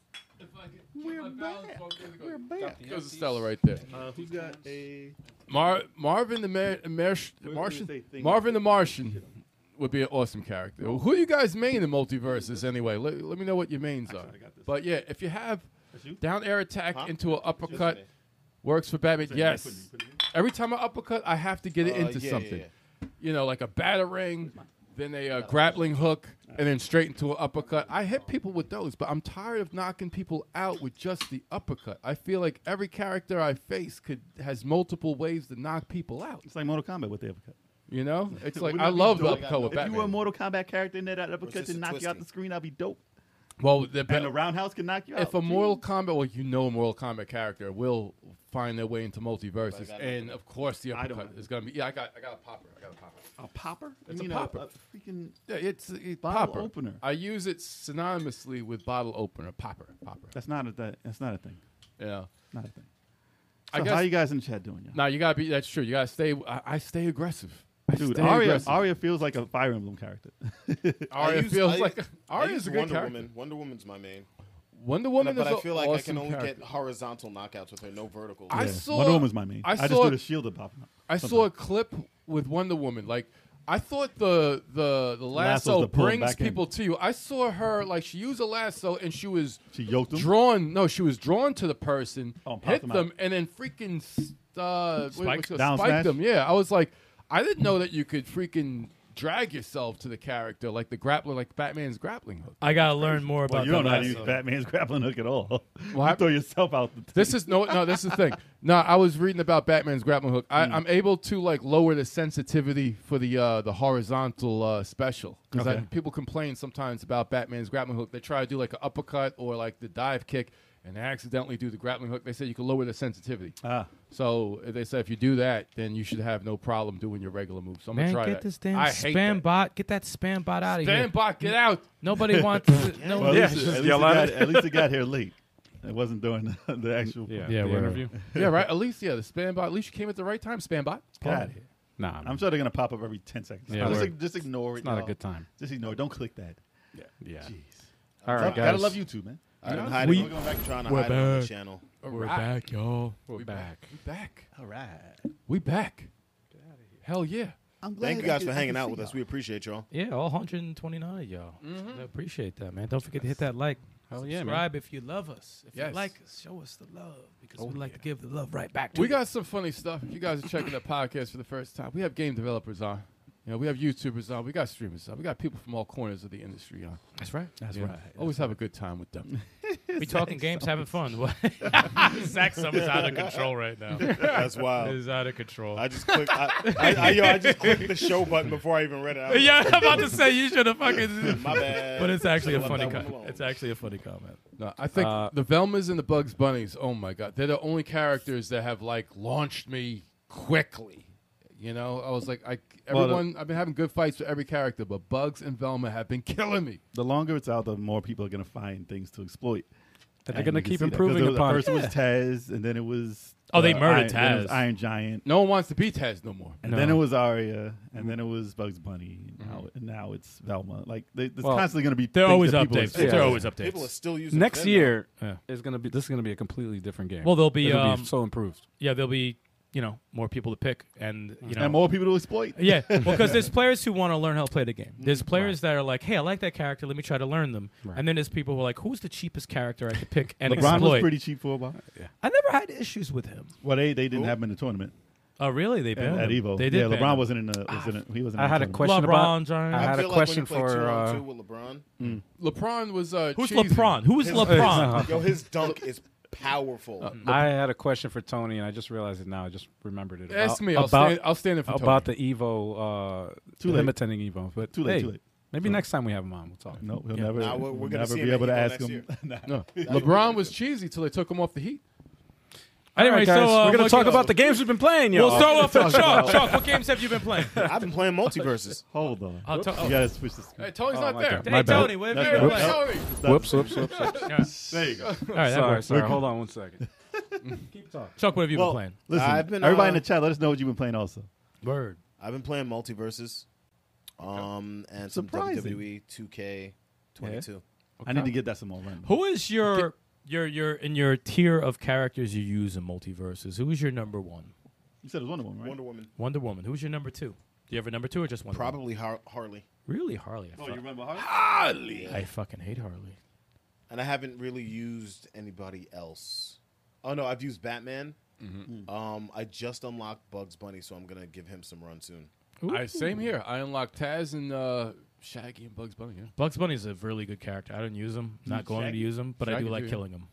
Speaker 3: If I get We're back. We're
Speaker 4: back.
Speaker 3: There's a Stella right there.
Speaker 4: Uh, Who's got a?
Speaker 3: Mar- Marvin the Mar- Mar-
Speaker 4: say
Speaker 3: Martian.
Speaker 4: thing?
Speaker 3: Marvin the Martian would be an awesome character. Who are you guys main in multiverses anyway? Let, let me know what your mains are. But yeah, if you have down air attack
Speaker 5: Huh?
Speaker 3: into an uppercut,
Speaker 5: me.
Speaker 3: works for Batman. Yes. Every time I uppercut, I have to get it
Speaker 5: Uh,
Speaker 3: into
Speaker 5: yeah, yeah,
Speaker 3: something.
Speaker 5: yeah.
Speaker 3: You know, like a batarang, then a uh, grappling hook, and then straight into an uppercut. I hit people with those, but I'm tired of knocking people out with just the uppercut. I feel like every character I face could has multiple ways to knock people out.
Speaker 4: It's like Mortal Kombat with the uppercut.
Speaker 3: You know, it's like
Speaker 4: Wouldn't
Speaker 3: I
Speaker 4: it be
Speaker 3: love the
Speaker 4: dope?
Speaker 3: uppercut with
Speaker 4: If you were a
Speaker 3: Batman.
Speaker 4: Mortal Kombat character in that uppercut
Speaker 5: just
Speaker 4: to
Speaker 5: a
Speaker 4: knock you out
Speaker 5: twisty.
Speaker 4: the screen, that'd be dope.
Speaker 3: Well, the,
Speaker 4: And a roundhouse can knock you out.
Speaker 3: if a
Speaker 4: Gee.
Speaker 3: Mortal Kombat, well, you know, a Mortal Kombat character will find their way into multiverses,
Speaker 5: gotta
Speaker 3: and of course, the
Speaker 4: I don't
Speaker 3: uppercut
Speaker 4: have
Speaker 3: is gonna be. Yeah, I got, I got a popper. I got a popper.
Speaker 4: a popper,
Speaker 3: It's a
Speaker 4: You mean
Speaker 3: popper.
Speaker 4: A, freaking
Speaker 3: Yeah, it's, it's
Speaker 4: Bottle
Speaker 3: popper.
Speaker 4: opener.
Speaker 3: I use it synonymously with bottle opener, popper, popper.
Speaker 4: that's not a th- that's not a thing.
Speaker 3: Yeah.
Speaker 4: Not a thing.
Speaker 3: I
Speaker 4: So
Speaker 3: guess-
Speaker 4: how you guys in the chat doing? Y'all?
Speaker 3: Now you gotta be. That's true. You gotta stay. I, I stay aggressive. I
Speaker 4: Dude,
Speaker 3: stay
Speaker 4: Arya,
Speaker 3: aggressive.
Speaker 4: Arya feels like a Fire Emblem character.
Speaker 3: Arya
Speaker 5: I use-
Speaker 3: feels
Speaker 5: I-
Speaker 3: like
Speaker 5: I
Speaker 3: Arya's
Speaker 5: use
Speaker 3: a good
Speaker 5: Wonder
Speaker 3: character.
Speaker 5: Woman. Wonder Woman's my main.
Speaker 3: Wonder
Speaker 5: And I-
Speaker 3: Woman,
Speaker 5: but
Speaker 3: is
Speaker 5: I
Speaker 3: a
Speaker 5: feel like I
Speaker 3: awesome
Speaker 5: can only
Speaker 3: character.
Speaker 5: get horizontal knockouts with her, no vertical.
Speaker 3: I
Speaker 4: Yeah.
Speaker 3: saw
Speaker 4: Wonder Woman's my main.
Speaker 3: I
Speaker 4: I, just
Speaker 3: saw-
Speaker 4: do the shield of popping up.
Speaker 3: I saw a clip with Wonder Woman. Like I thought the the the
Speaker 4: Lasso's
Speaker 3: lasso
Speaker 4: to pull him
Speaker 3: brings
Speaker 4: back in.
Speaker 3: people to you. I saw her like she used a lasso and she was
Speaker 4: She yoked him?
Speaker 3: Drawn no, she was drawn to the person,
Speaker 4: Oh, and popped
Speaker 3: hit
Speaker 4: him
Speaker 3: them,
Speaker 4: out.
Speaker 3: and then freaking s- uh,
Speaker 7: Spike?
Speaker 3: spike
Speaker 4: Down smash?
Speaker 3: them. Yeah, I was like, I didn't know that you could freaking drag yourself to the character like the grappler, like Batman's grappling hook.
Speaker 7: I gotta learn more
Speaker 4: Well,
Speaker 7: about
Speaker 4: you don't
Speaker 7: that
Speaker 4: know how to use
Speaker 7: lasso.
Speaker 4: Batman's grappling hook at all.
Speaker 3: I-
Speaker 4: you throw yourself out. The t-
Speaker 3: This is no, no. This is the thing. No, I was reading about Batman's grappling hook. I,
Speaker 7: Mm.
Speaker 3: I'm able to like lower the sensitivity for the uh, the horizontal uh, special because
Speaker 4: Okay.
Speaker 3: people complain sometimes about Batman's grappling hook. They try to do like an uppercut or like the dive kick, and they accidentally do the grappling hook. They say you can lower the sensitivity.
Speaker 4: ah,
Speaker 3: So uh, they say if you do that, then you should have no problem doing your regular moves. So I'm
Speaker 7: Man,
Speaker 3: gonna try
Speaker 7: get
Speaker 3: that.
Speaker 7: this damn
Speaker 3: I hate
Speaker 7: spam
Speaker 3: that.
Speaker 7: bot. Get that spam bot out of here. Mm.
Speaker 3: Spam bot, get out!
Speaker 7: Nobody wants. to, no,
Speaker 4: well,
Speaker 7: yeah.
Speaker 4: at least, at, least it
Speaker 9: yell at
Speaker 4: got, at least it got here late. It wasn't during the, the actual.
Speaker 7: Yeah,
Speaker 2: the
Speaker 7: whatever.
Speaker 2: interview.
Speaker 3: yeah, right. At least yeah, the spam bot. At least you came at the right time, spam bot.
Speaker 4: Get out of here.
Speaker 2: Nah, man,
Speaker 4: I'm sure they're gonna pop up every ten seconds.
Speaker 2: Yeah,
Speaker 4: just,
Speaker 2: we're-
Speaker 4: ig- just ignore it.
Speaker 2: it's not a
Speaker 4: y'all.
Speaker 2: good time.
Speaker 4: Just ignore. it. Don't click that.
Speaker 2: Yeah.
Speaker 4: Jeez.
Speaker 2: All right, guys.
Speaker 4: Gotta love YouTube, man.
Speaker 5: I'm hiding.
Speaker 7: we-
Speaker 5: I'm going back trying to hide it on the channel.
Speaker 3: We're back, y'all. We're,
Speaker 2: back.
Speaker 3: We back.
Speaker 4: All right.
Speaker 3: We back. Hell yeah.
Speaker 4: I'm glad
Speaker 5: Thank you
Speaker 4: I
Speaker 5: guys
Speaker 4: could-
Speaker 5: for
Speaker 4: I
Speaker 5: hanging
Speaker 4: could
Speaker 5: out
Speaker 4: see
Speaker 5: with us.
Speaker 4: y'all.
Speaker 5: We appreciate y'all.
Speaker 7: Yeah, all 129 of y'all. I appreciate that, man. Don't forget to hit that like.
Speaker 2: Hell yeah, man.
Speaker 7: subscribe if you love us. If
Speaker 3: Yes.
Speaker 7: you like us, show us the love because we like to give the love right back to
Speaker 3: We
Speaker 7: you.
Speaker 3: got some funny stuff. If you guys are checking the podcast for the first time, we have game developers on. You know, we have YouTubers on. We got streamers on. We got people from all corners of the industry on.
Speaker 7: That's right.
Speaker 4: That's
Speaker 3: Yeah.
Speaker 4: right.
Speaker 3: Always have a good time with them.
Speaker 7: We talking games, having fun. What? Zach Summer's out of control right now.
Speaker 5: That's wild.
Speaker 7: He's out of control.
Speaker 5: I just clicked. I, I, I, yo, I just clicked the show button before I even read it. I was
Speaker 7: yeah, I'm about to say you should have fucking.
Speaker 5: like, My bad.
Speaker 7: But it's actually a
Speaker 5: Let
Speaker 7: funny
Speaker 5: that one
Speaker 7: comment.
Speaker 5: alone.
Speaker 7: It's actually a funny comment.
Speaker 3: No, I think the Velmas and the Bugs Bunnies. Oh my God, they're the only characters that have like launched me quickly. You know, I was like, I
Speaker 4: Well, the-
Speaker 3: everyone. I've been having good fights with every character, but Bugs and Velma have been killing me.
Speaker 4: The longer it's out, the more people are gonna find things to exploit.
Speaker 2: They're
Speaker 4: And
Speaker 2: gonna
Speaker 4: we can
Speaker 2: keep
Speaker 4: see that, 'cause
Speaker 2: improving
Speaker 4: it was-
Speaker 2: upon it.
Speaker 4: First it was Taz, and then it was uh,
Speaker 7: Oh, they
Speaker 4: Iron,
Speaker 7: murdered
Speaker 4: then it was
Speaker 7: Taz.
Speaker 4: Iron Giant,
Speaker 3: No one wants to be Taz no more.
Speaker 4: and then it was Arya, and
Speaker 7: Mm-hmm.
Speaker 4: then it was Bugs Bunny, and now, and now it's Velma. Like they, there's
Speaker 2: Well,
Speaker 4: constantly gonna be
Speaker 7: They're
Speaker 4: things
Speaker 7: always
Speaker 4: that people
Speaker 7: updates.
Speaker 4: exploit.
Speaker 7: They're always
Speaker 5: People are
Speaker 7: updates.
Speaker 5: still using.
Speaker 2: Next
Speaker 5: Venmo.
Speaker 2: year
Speaker 7: Yeah.
Speaker 2: is gonna be. This is gonna be a completely different game.
Speaker 7: Well, there'll be,
Speaker 2: It'll
Speaker 7: um,
Speaker 2: so improved.
Speaker 7: Yeah, there'll be you know more people to pick, and you know
Speaker 4: and more people to exploit.
Speaker 7: Yeah, well, because there's players who want to learn how to play the game. There's
Speaker 4: Mm,
Speaker 7: players that are like, "Hey, I like that character. Let me try to learn them." And then there's people who are like, "Who's the cheapest character I could pick and
Speaker 4: LeBron was
Speaker 7: exploit?"
Speaker 4: pretty cheap for a while.
Speaker 7: I never had issues with him.
Speaker 4: Well, they, they didn't have him in the tournament
Speaker 7: Oh, really? They
Speaker 4: at,
Speaker 7: banned
Speaker 4: at
Speaker 7: him.
Speaker 4: Evo.
Speaker 7: They did.
Speaker 4: yeah,
Speaker 7: ban
Speaker 4: LeBron
Speaker 7: him.
Speaker 4: wasn't in the. Was in it. he wasn't.
Speaker 2: I
Speaker 4: in
Speaker 2: had
Speaker 4: the
Speaker 2: a
Speaker 4: tournament.
Speaker 2: question
Speaker 7: LeBron
Speaker 2: about.
Speaker 7: James.
Speaker 2: I had a
Speaker 5: feel like when
Speaker 2: question
Speaker 5: you play
Speaker 2: for. uh,
Speaker 5: 2 on 2 with LeBron.
Speaker 3: LeBron was uh,
Speaker 7: Who's
Speaker 3: cheesy.
Speaker 7: LeBron? Who's LeBron?
Speaker 5: Yo, his dunk is powerful.
Speaker 2: I had a question for Tony, and I just realized it now. I just remembered it.
Speaker 3: Ask
Speaker 2: About-
Speaker 3: me. I'll
Speaker 2: about
Speaker 3: stand. I'll stand in for
Speaker 2: about
Speaker 3: Tony.
Speaker 2: the Evo. Uh,
Speaker 4: Too late.
Speaker 2: limiting Evo, but
Speaker 4: Too late,
Speaker 2: hey,
Speaker 4: too late.
Speaker 2: Maybe next time we have him on, we'll talk.
Speaker 4: No, he'll never.
Speaker 5: Nah, we're- we're
Speaker 4: we'll
Speaker 5: gonna
Speaker 4: never
Speaker 5: see
Speaker 4: be
Speaker 5: him
Speaker 4: able to
Speaker 5: at Evo
Speaker 4: ask
Speaker 5: next
Speaker 4: him. Nah.
Speaker 3: No. LeBron was cheesy till they took him off the Heat.
Speaker 7: Anyway,
Speaker 2: All right, guys,
Speaker 7: so uh,
Speaker 2: we're gonna
Speaker 7: what
Speaker 2: talk
Speaker 7: games-
Speaker 2: about the games we've been playing, yo.
Speaker 7: We'll start off with Chalk. Chalk, what games have you been playing?
Speaker 5: I've been playing multiverses.
Speaker 4: Hold on.
Speaker 5: Oh.
Speaker 7: I'll tell-
Speaker 4: you gotta switch the screen.
Speaker 3: Hey, Tony's
Speaker 2: Oh,
Speaker 3: not
Speaker 2: my
Speaker 3: there.
Speaker 2: God.
Speaker 7: hey,
Speaker 2: bad.
Speaker 7: Tony, what have you been
Speaker 3: Where's
Speaker 7: playing?
Speaker 3: Tony?
Speaker 2: whoops, whoops, whoops. whoops.
Speaker 4: There you go.
Speaker 7: All right, that
Speaker 2: sorry,
Speaker 7: works.
Speaker 2: sorry. Hold on one second.
Speaker 7: Chalk, what have you
Speaker 5: Well,
Speaker 7: been
Speaker 4: Listen,
Speaker 5: I've been,
Speaker 4: everybody
Speaker 5: uh,
Speaker 4: in the chat, let us know what you've been playing. Also,
Speaker 7: playing? Word.
Speaker 5: I've been playing multiverses, um, and some E
Speaker 4: Surprising.
Speaker 5: WWE 2K22.
Speaker 4: I need to get that some more run.
Speaker 7: Who is your your your in your tier of characters you use in multiverses? Who is your number one?
Speaker 4: You said it was Wonder Woman, right?
Speaker 5: Wonder Woman,
Speaker 7: Wonder Woman. Who's your number two? Do you have a number two or just one?
Speaker 5: probably Har- Harley,
Speaker 7: Really, Harley. I,
Speaker 4: Oh,
Speaker 7: fu-
Speaker 4: you remember Harley?
Speaker 7: I fucking hate Harley.
Speaker 5: and I haven't really used anybody else. Oh no, I've Hmm. used Batman. Um, I just unlocked Bugs Bunny, so I'm gonna give him some run soon.
Speaker 3: I same here. I unlocked Taz and uh, Shaggy and Bugs Bunny. Yeah.
Speaker 7: Bugs Bunny is a really good character. I don't use him. Not going to use him, but I
Speaker 3: Shaggy
Speaker 7: do like
Speaker 3: too.
Speaker 7: killing him.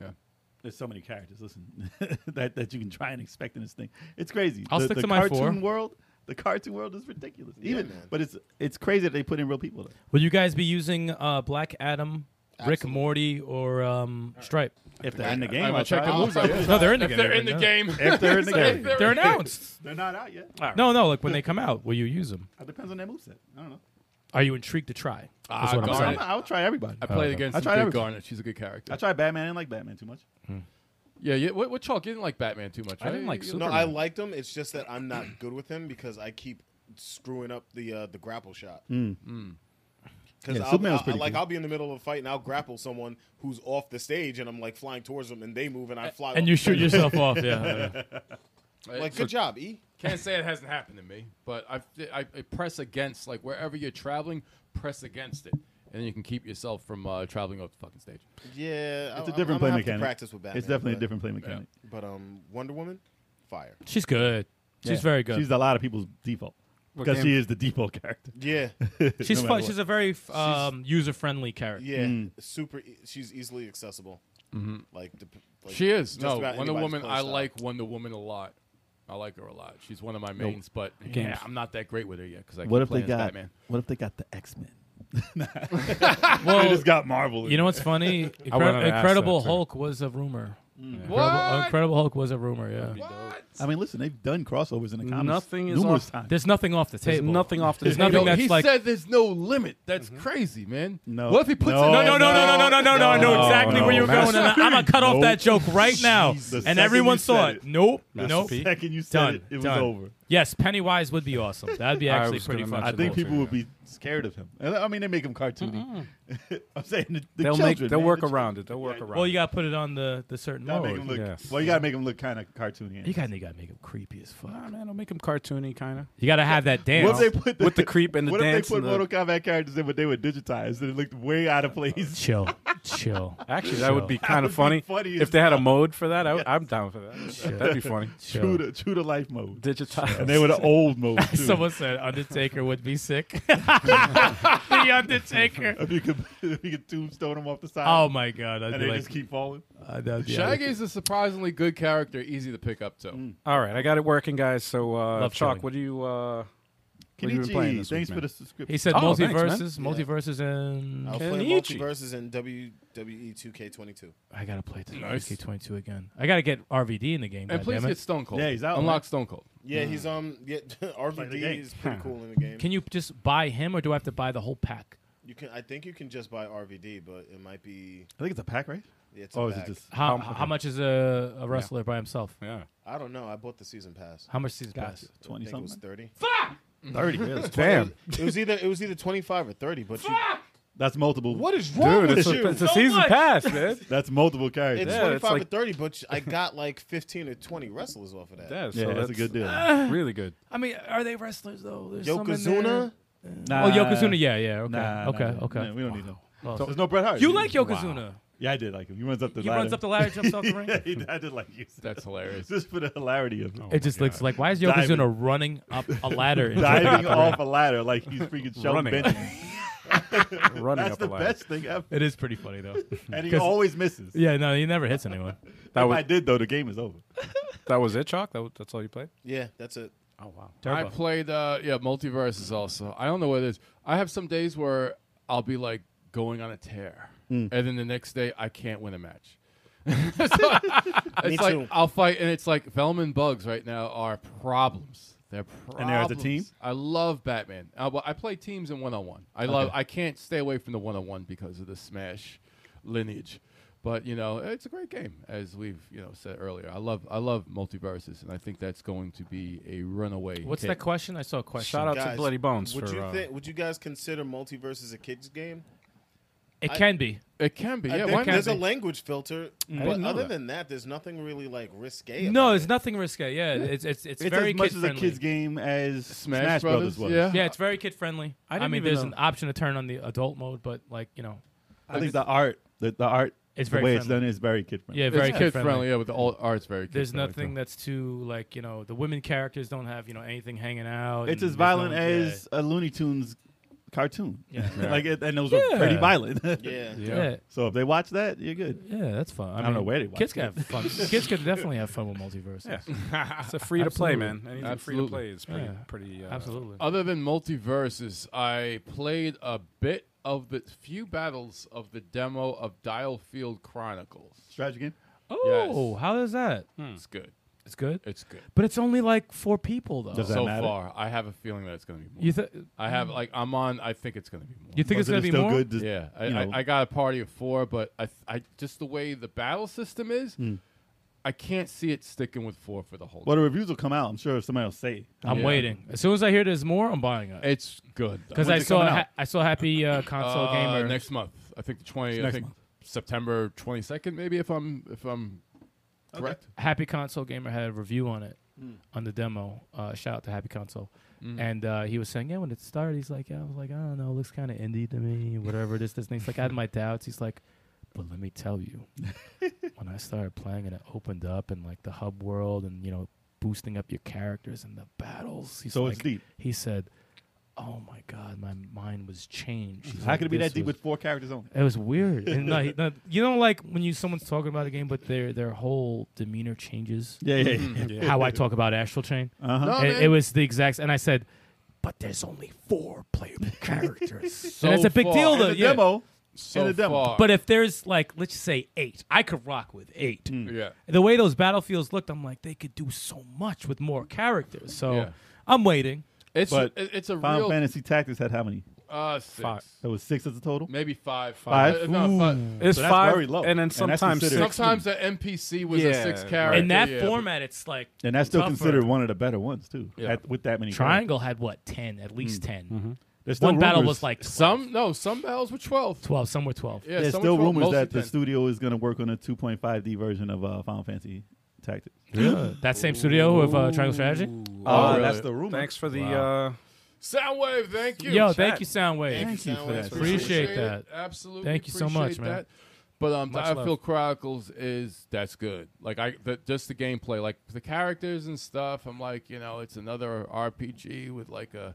Speaker 4: There's so many characters. Listen, that that you can try and expect in this thing. It's crazy.
Speaker 7: I'll
Speaker 4: the,
Speaker 7: stick
Speaker 4: the
Speaker 7: to my four.
Speaker 4: cartoon world. The cartoon world is ridiculous. Even,
Speaker 5: man.
Speaker 4: but it's it's crazy that they put in real people. Though.
Speaker 7: Will you guys be using uh, Black Adam, Rick
Speaker 5: Absolutely.
Speaker 7: Morty, or um, Stripe?
Speaker 4: If they're in the game,
Speaker 3: I
Speaker 4: I'll
Speaker 3: will check the
Speaker 4: try it.
Speaker 3: moves. out.
Speaker 7: No, they're in the
Speaker 3: If
Speaker 7: game.
Speaker 3: They're in the
Speaker 7: Yeah.
Speaker 3: game.
Speaker 4: If they're in the
Speaker 3: Sorry,
Speaker 4: game.
Speaker 3: they're
Speaker 7: They're announced.
Speaker 4: They're not out yet.
Speaker 7: No, no. Like when they come out, will you use them?
Speaker 4: It depends on their moveset. I don't know.
Speaker 7: Are you intrigued to try?
Speaker 3: Ah,
Speaker 7: That's what I'm
Speaker 3: Garnet.
Speaker 4: I'm, I'll try everybody.
Speaker 3: I played
Speaker 7: okay.
Speaker 3: against
Speaker 4: I
Speaker 3: some
Speaker 4: tried
Speaker 3: good
Speaker 4: everything.
Speaker 3: Garnet. She's a good character.
Speaker 4: I tried Batman. I didn't like Batman too much.
Speaker 3: yeah, yeah. What, what chalk? You didn't like Batman too much. Right?
Speaker 2: I didn't like
Speaker 3: You-
Speaker 2: Super-
Speaker 5: No,
Speaker 2: Superman.
Speaker 5: I liked him. It's just that I'm not good with him because I keep screwing up the uh, the grapple shot. Because
Speaker 4: Yeah,
Speaker 5: I'll,
Speaker 4: Superman was
Speaker 5: I'll-
Speaker 4: pretty
Speaker 5: like
Speaker 4: cool.
Speaker 5: I'll be in the middle of a fight and I'll grapple someone who's off the stage and I'm like flying towards them and they move and I fly.
Speaker 7: And
Speaker 5: off the
Speaker 7: you shoot
Speaker 5: stage.
Speaker 7: yourself off. Yeah. yeah.
Speaker 5: Like good job, E.
Speaker 3: Can't say it hasn't happened to me, but I, I, I press against like wherever you're traveling, press against it, and then you can keep yourself from uh, traveling off the fucking stage.
Speaker 5: Yeah,
Speaker 4: It's a different play
Speaker 5: i
Speaker 4: mechanic.
Speaker 5: practice with Batman.
Speaker 4: it's definitely
Speaker 5: but,
Speaker 4: a different play mechanic.
Speaker 5: But um, Wonder Woman, fire.
Speaker 7: She's good. She's
Speaker 4: Yeah.
Speaker 7: very good.
Speaker 4: She's a lot of people's default because
Speaker 2: game?
Speaker 4: she is the default character.
Speaker 5: Yeah,
Speaker 7: She's
Speaker 4: no matter
Speaker 7: fun.
Speaker 4: what.
Speaker 7: She's a very f- um, user friendly character.
Speaker 5: yeah,
Speaker 4: Mm.
Speaker 5: super. e- She's easily accessible. Like, the, like
Speaker 3: She is
Speaker 5: just
Speaker 3: no
Speaker 5: about
Speaker 3: Wonder
Speaker 5: anybody's
Speaker 3: Woman.
Speaker 5: play
Speaker 3: I
Speaker 5: style.
Speaker 3: like Wonder Woman a lot. I like her a lot. She's one of my mains, but yeah,
Speaker 2: Games.
Speaker 3: I'm not that great with her yet because I
Speaker 4: What
Speaker 3: keep
Speaker 4: if they
Speaker 3: playing as
Speaker 4: got?
Speaker 3: Batman.
Speaker 4: What if they got the X Men?
Speaker 7: Well,
Speaker 4: They just got Marvel.
Speaker 7: you know what's funny? Incre-
Speaker 2: I wanted to ask
Speaker 7: Incredible
Speaker 2: that, too.
Speaker 7: Hulk was a rumor. Incredible, uh,
Speaker 3: What?
Speaker 7: Incredible Hulk was a rumor. Yeah.
Speaker 3: What?
Speaker 4: I mean, listen, they've done crossovers in the comics
Speaker 2: Nothing is
Speaker 4: numerous
Speaker 2: off-
Speaker 4: times.
Speaker 7: There's nothing off the
Speaker 2: There's
Speaker 7: table.
Speaker 2: nothing off the
Speaker 7: There's
Speaker 2: table.
Speaker 7: nothing
Speaker 3: Yo,
Speaker 7: that's
Speaker 3: he
Speaker 7: like-
Speaker 3: said there's no limit. That's crazy, man.
Speaker 4: Mm-hmm. No.
Speaker 3: What if he puts
Speaker 4: No,
Speaker 3: it?
Speaker 7: No, no, no, no, no, no, no, no! I know
Speaker 2: No,
Speaker 7: exactly
Speaker 2: no,
Speaker 7: where you were going,
Speaker 2: Master
Speaker 7: and I, I'm gonna cut off
Speaker 4: Nope.
Speaker 7: that joke right now,
Speaker 4: The second
Speaker 7: and
Speaker 4: you
Speaker 7: everyone saw
Speaker 4: said
Speaker 7: it.
Speaker 4: it.
Speaker 7: Nope,
Speaker 4: The
Speaker 7: nope.
Speaker 4: second you said
Speaker 7: Done.
Speaker 4: it, it
Speaker 7: Done.
Speaker 4: was over.
Speaker 7: Yes, Pennywise would be awesome. That'd be
Speaker 2: I
Speaker 7: actually
Speaker 2: was
Speaker 7: pretty
Speaker 2: gonna
Speaker 7: fun.
Speaker 2: mention
Speaker 4: I think
Speaker 2: Vulture,
Speaker 4: people would be scared of him. And, I mean, they make him cartoony. I'm saying the, the
Speaker 2: They'll
Speaker 4: children.
Speaker 2: make. They'll
Speaker 4: man,
Speaker 2: work
Speaker 4: the children.
Speaker 2: around it. They'll work around.
Speaker 7: Well, you
Speaker 2: it.
Speaker 7: gotta put it on the the certain
Speaker 4: Gotta make him look.
Speaker 7: mode.
Speaker 2: yes.
Speaker 4: Well, you gotta make him look kind of cartoony.
Speaker 7: You gotta, you gotta make him creepy as fuck.
Speaker 2: Nah, man, don't make him cartoony, kind of.
Speaker 7: You gotta have that dance.
Speaker 4: What if they put the,
Speaker 2: With the creep and the
Speaker 4: what
Speaker 2: dance
Speaker 4: if they put
Speaker 2: and the-
Speaker 4: Mortal Kombat characters in, but they were digitized and it looked way out of place?
Speaker 7: chill, chill,
Speaker 2: Actually, that would be kind of
Speaker 4: be
Speaker 2: funny,
Speaker 4: funny as
Speaker 2: if they had a mode for that. I, am down for that. That'd be funny.
Speaker 4: True
Speaker 7: chill.
Speaker 4: to true to life mode.
Speaker 2: Digitized.
Speaker 4: And they were the old mode too.
Speaker 7: Someone said Undertaker would be sick. the Undertaker.
Speaker 4: if you could if you could tombstone them off the side.
Speaker 7: Oh my god! I'd
Speaker 4: and
Speaker 7: be
Speaker 4: they
Speaker 7: like,
Speaker 4: just keep falling.
Speaker 7: uh, that'd be-
Speaker 3: Shaggy is a surprisingly good character, easy to pick up too.
Speaker 4: Mm.
Speaker 2: All right, I got it working, guys. So, uh,
Speaker 7: Love
Speaker 2: Chalk,
Speaker 7: chilling.
Speaker 2: what do you? Uh, what have you been playing
Speaker 4: Kenichi,
Speaker 2: this
Speaker 4: thanks
Speaker 2: week,
Speaker 4: for the
Speaker 2: man?
Speaker 4: subscription.
Speaker 7: He said
Speaker 2: Oh, thanks, man.
Speaker 7: multiverses, multiverses, and
Speaker 5: I'll play
Speaker 2: Kenichi.
Speaker 5: multiverses in E WWE 2K22.
Speaker 7: I gotta play the
Speaker 3: Nice.
Speaker 7: K22 again. I gotta get RVD in the game.
Speaker 3: And
Speaker 7: goddammit.
Speaker 3: please get Stone Cold.
Speaker 4: Yeah, he's out,
Speaker 3: Unlock
Speaker 4: right?
Speaker 3: Stone Cold.
Speaker 5: Yeah, he's um. Yeah,
Speaker 4: Mm. the
Speaker 5: RVD
Speaker 4: game.
Speaker 5: is pretty cool in the game.
Speaker 7: Can you just buy him, or do I have to buy the whole pack?
Speaker 5: You can. I think you can just buy RVD, but it might be.
Speaker 4: I think it's a pack, right?
Speaker 5: Yeah, it's a
Speaker 4: Oh, is it
Speaker 5: pack.
Speaker 4: just
Speaker 7: How, how much is a, a wrestler by himself?
Speaker 2: Yeah.
Speaker 5: I don't know. I bought the season pass.
Speaker 7: How much season pass?
Speaker 5: I
Speaker 4: twenty
Speaker 5: think it was
Speaker 4: something?
Speaker 5: thirty.
Speaker 4: Thirty. really.
Speaker 2: Damn.
Speaker 5: It was either it was either twenty five or thirty. But you,
Speaker 4: That's multiple.
Speaker 5: what is wrong
Speaker 2: Dude,
Speaker 5: with
Speaker 2: it's
Speaker 5: you?
Speaker 2: a, it's a
Speaker 7: So
Speaker 2: season
Speaker 7: much.
Speaker 2: pass, man.
Speaker 4: That's multiple characters.
Speaker 5: It's
Speaker 2: Yeah,
Speaker 5: twenty
Speaker 2: it's
Speaker 5: five or
Speaker 2: like-
Speaker 5: thirty, but you- I got like fifteen or twenty wrestlers off of that.
Speaker 2: Yeah, so
Speaker 4: Yeah, that's a good deal.
Speaker 2: Really good.
Speaker 7: I mean, are they wrestlers though? There's some in
Speaker 5: Yokozuna.
Speaker 7: there. Oh, Yokozuna. Yeah, yeah. Okay,
Speaker 4: Nah, nah,
Speaker 7: okay,
Speaker 4: nah,
Speaker 7: okay.
Speaker 4: nah, we don't need him.
Speaker 7: Wow.
Speaker 4: There's no Bret Hart.
Speaker 7: You like Yokozuna?
Speaker 4: Yeah, I did like him. He runs up the
Speaker 7: He
Speaker 4: ladder.
Speaker 7: runs up the ladder, jumps off the ring.
Speaker 4: yeah, he, I did like you.
Speaker 3: That's hilarious.
Speaker 4: Just for the hilarity of it.
Speaker 7: It just looks like why is Yokozuna
Speaker 4: Oh Diving.
Speaker 7: running up a ladder? and
Speaker 4: diving
Speaker 7: jumping off the ring?
Speaker 4: off a ladder like he's freaking Shelton
Speaker 2: Running.
Speaker 4: Benjamin.
Speaker 2: Running
Speaker 4: That's
Speaker 2: up
Speaker 4: the
Speaker 2: a ladder.
Speaker 4: best thing ever.
Speaker 7: It is pretty funny though.
Speaker 4: And he
Speaker 7: 'Cause-
Speaker 4: always misses.
Speaker 7: yeah, no, he never hits anyone.
Speaker 2: That
Speaker 4: if
Speaker 2: was
Speaker 4: I did though, the game is over.
Speaker 2: that was it, Chalk. That was, that's all you played.
Speaker 5: Yeah, that's it.
Speaker 2: Oh wow.
Speaker 3: I
Speaker 7: Turbo.
Speaker 3: played uh yeah, multiverses also. I don't know what it is. I have some days where I'll be like going on a tear.
Speaker 4: Mm.
Speaker 3: And then the next day I can't win a match. So, it's
Speaker 5: Me
Speaker 3: like
Speaker 5: too.
Speaker 3: I'll fight and it's like Velma and Bugs right now are problems. They're problems.
Speaker 4: And they're as a team?
Speaker 3: I love Batman. I, well, I play teams in one on one. I love I can't stay away from the one on one because of the Smash lineage. But you know, it's a great game, as we've you know said earlier. I love I love multiverses, and I think that's going to be a runaway.
Speaker 7: What's
Speaker 3: hit.
Speaker 7: that question? I saw a question.
Speaker 2: Shout out to
Speaker 5: Guys,
Speaker 2: Bloody Bones
Speaker 5: Would
Speaker 2: for.
Speaker 5: you
Speaker 2: uh,
Speaker 5: think? Would you guys consider multiverses a kids game?
Speaker 7: It can be.
Speaker 3: It can be.
Speaker 5: I
Speaker 3: Yeah,
Speaker 5: think
Speaker 3: why not?
Speaker 5: there's a language filter, but
Speaker 4: didn't know
Speaker 5: other
Speaker 4: that.
Speaker 5: than that, there's nothing really like risque.
Speaker 7: No,
Speaker 5: about
Speaker 7: it's
Speaker 5: it.
Speaker 7: nothing risque. Yeah, it's it's it's,
Speaker 4: It's
Speaker 7: very
Speaker 4: as much
Speaker 7: kid
Speaker 4: as
Speaker 7: friendly.
Speaker 4: a kids game as Smash, Brothers, was.
Speaker 3: Yeah.
Speaker 7: Yeah, it's very kid friendly. I,
Speaker 2: didn't
Speaker 7: mean,
Speaker 2: even
Speaker 7: there's
Speaker 2: know.
Speaker 7: an option to turn on the adult mode, but like you know,
Speaker 4: I think the art, the, the art
Speaker 7: It's
Speaker 4: the
Speaker 7: very
Speaker 4: way
Speaker 7: friendly.
Speaker 4: it's done is very kid friendly.
Speaker 7: yeah, very
Speaker 3: it's
Speaker 7: kid friendly.
Speaker 3: Yeah, with the old art's very. Kid
Speaker 7: There's
Speaker 3: friendly,
Speaker 7: nothing that's too like you know the women characters don't have you know anything hanging out.
Speaker 4: It's
Speaker 7: and
Speaker 4: as
Speaker 7: there's no-
Speaker 4: violent
Speaker 7: yeah.
Speaker 4: as a Looney Tunes cartoon.
Speaker 7: Yeah.
Speaker 4: like it, and those
Speaker 7: Yeah.
Speaker 4: were pretty violent.
Speaker 5: Yeah.
Speaker 3: too.
Speaker 7: yeah.
Speaker 3: Yeah.
Speaker 7: yeah.
Speaker 4: so if they watch that, you're good.
Speaker 7: that's fun. I,
Speaker 4: don't
Speaker 7: mean,
Speaker 4: know where they watch
Speaker 7: kids
Speaker 4: it.
Speaker 7: can have fun. kids could definitely have fun with multiverses.
Speaker 2: It's a free to play,
Speaker 7: Absolutely.
Speaker 2: man. Anything free
Speaker 3: Absolutely.
Speaker 2: to play is pretty.
Speaker 7: Yeah.
Speaker 2: pretty uh,
Speaker 7: Absolutely.
Speaker 3: Other than multiverses, I played a bit of the few battles of the demo of Dial Field Chronicles.
Speaker 4: Strategy game.
Speaker 7: oh, how is that?
Speaker 3: It's good.
Speaker 7: Hmm. It's good,
Speaker 3: It's good.
Speaker 7: but it's only like four people though.
Speaker 4: Does that
Speaker 3: so
Speaker 4: matter?
Speaker 3: far, I have a feeling that it's going to be more.
Speaker 7: You, th-
Speaker 3: I have like I'm on. I think it's going to be more.
Speaker 7: you think
Speaker 4: Was
Speaker 7: it's gonna
Speaker 4: it
Speaker 7: be
Speaker 4: still
Speaker 7: more?
Speaker 4: good? Does-
Speaker 3: yeah, I,
Speaker 4: you know.
Speaker 3: I, I got a party of four, but I, I just the way the battle system is, I can't see it sticking with four for the whole.
Speaker 4: Well,
Speaker 3: Game.
Speaker 4: the reviews will come out. I'm sure somebody will say.
Speaker 7: I'm
Speaker 3: Yeah.
Speaker 7: waiting. As soon as I hear there's more, I'm buying it.
Speaker 3: It's good though.
Speaker 7: Because I
Speaker 4: When's it coming
Speaker 7: saw
Speaker 4: out?
Speaker 7: ha- I saw Happy uh, Console
Speaker 3: Uh,
Speaker 7: Gamer.
Speaker 3: next month. I think the twenty. I
Speaker 4: next
Speaker 3: think
Speaker 4: month.
Speaker 3: September twenty second, maybe if I'm if I'm correct.
Speaker 7: Happy Console Gamer had a review on it
Speaker 4: Hmm.
Speaker 7: on the demo. Uh, shout out to Happy Console. And uh, he was saying, yeah, when it started, he's like, yeah, I was like, I don't know, it looks kind of indie to me, whatever this, this. And he's like, I had my doubts. He's like, but let me tell you, when I started playing and it opened up and like the hub world and, you know, boosting up your characters and the battles. He's
Speaker 4: So
Speaker 7: like,
Speaker 4: it's deep.
Speaker 7: He said, oh my God, my mind was changed. He's
Speaker 4: How
Speaker 7: like,
Speaker 4: could it be
Speaker 7: "This
Speaker 4: that deep
Speaker 7: was-
Speaker 4: with four characters only?
Speaker 7: It was weird. And no, he- no, you don't like when you someone's talking about a game, but their their whole demeanor changes.
Speaker 4: Yeah, yeah, yeah.
Speaker 7: How I talk about Astral Chain.
Speaker 4: Uh-huh.
Speaker 3: No,
Speaker 7: it,
Speaker 3: man.
Speaker 7: it was the exact. And I said, but there's only four playable characters.
Speaker 3: So
Speaker 7: and it's a big
Speaker 3: far.
Speaker 7: deal,
Speaker 3: In
Speaker 7: though.
Speaker 4: the
Speaker 7: yeah.
Speaker 4: demo.
Speaker 3: So
Speaker 4: in the demo.
Speaker 3: far.
Speaker 7: But if there's like, let's just say eight, I could rock with eight.
Speaker 4: Hmm.
Speaker 3: yeah,
Speaker 7: The way those battlefields looked, I'm like, they could do so much with more characters. So
Speaker 3: Yeah.
Speaker 7: I'm waiting.
Speaker 3: it's
Speaker 4: But
Speaker 3: it- it's a
Speaker 4: Final
Speaker 3: real
Speaker 4: Fantasy Tactics had how many?
Speaker 3: uh six,
Speaker 4: That was six as a total.
Speaker 3: maybe five,
Speaker 4: Five?
Speaker 3: Uh, no, five.
Speaker 2: It's
Speaker 4: So that's
Speaker 2: five,
Speaker 4: very low.
Speaker 2: and then
Speaker 4: And that's
Speaker 2: sometimes
Speaker 4: considered-
Speaker 2: six.
Speaker 3: Sometimes the NPC was a
Speaker 2: Yeah,
Speaker 3: six
Speaker 2: right.
Speaker 3: character.
Speaker 7: In that
Speaker 3: yeah, but-
Speaker 7: format, it's like
Speaker 4: And that's still
Speaker 7: tougher.
Speaker 4: considered one of the better ones too.
Speaker 3: Yeah.
Speaker 4: at- with that many. characters.
Speaker 7: Triangle had what ten, at least ten.
Speaker 4: There's Hmm. Mm-hmm. still
Speaker 7: One battle
Speaker 4: rumors-
Speaker 7: was like 12,
Speaker 3: Some no, some battles were twelve.
Speaker 7: 12 some were 12.
Speaker 3: Yeah,
Speaker 4: There's
Speaker 3: some
Speaker 4: still
Speaker 3: were 12,
Speaker 4: rumors
Speaker 3: mostly
Speaker 4: that the
Speaker 3: 10.
Speaker 4: studio is going to work on a 2.5D version of uh, Final Fantasy Tactics.
Speaker 7: That same studio with uh, Triangle Strategy.
Speaker 4: Uh,
Speaker 3: Oh, really?
Speaker 4: That's the rumor.
Speaker 2: Thanks for the. uh
Speaker 3: Soundwave, thank you.
Speaker 7: Yo,
Speaker 2: Chat.
Speaker 7: thank you, Soundwave.
Speaker 4: Thank you for that.
Speaker 7: Appreciate
Speaker 3: it.
Speaker 7: that.
Speaker 3: Absolutely.
Speaker 7: Thank you so much,
Speaker 3: appreciate
Speaker 7: man.
Speaker 3: that. But um,
Speaker 7: Much
Speaker 3: Dial
Speaker 7: love.
Speaker 3: Field Chronicles is that's good. Like I, the, just the gameplay, like the characters and stuff. I'm like, you know, it's another RPG with like a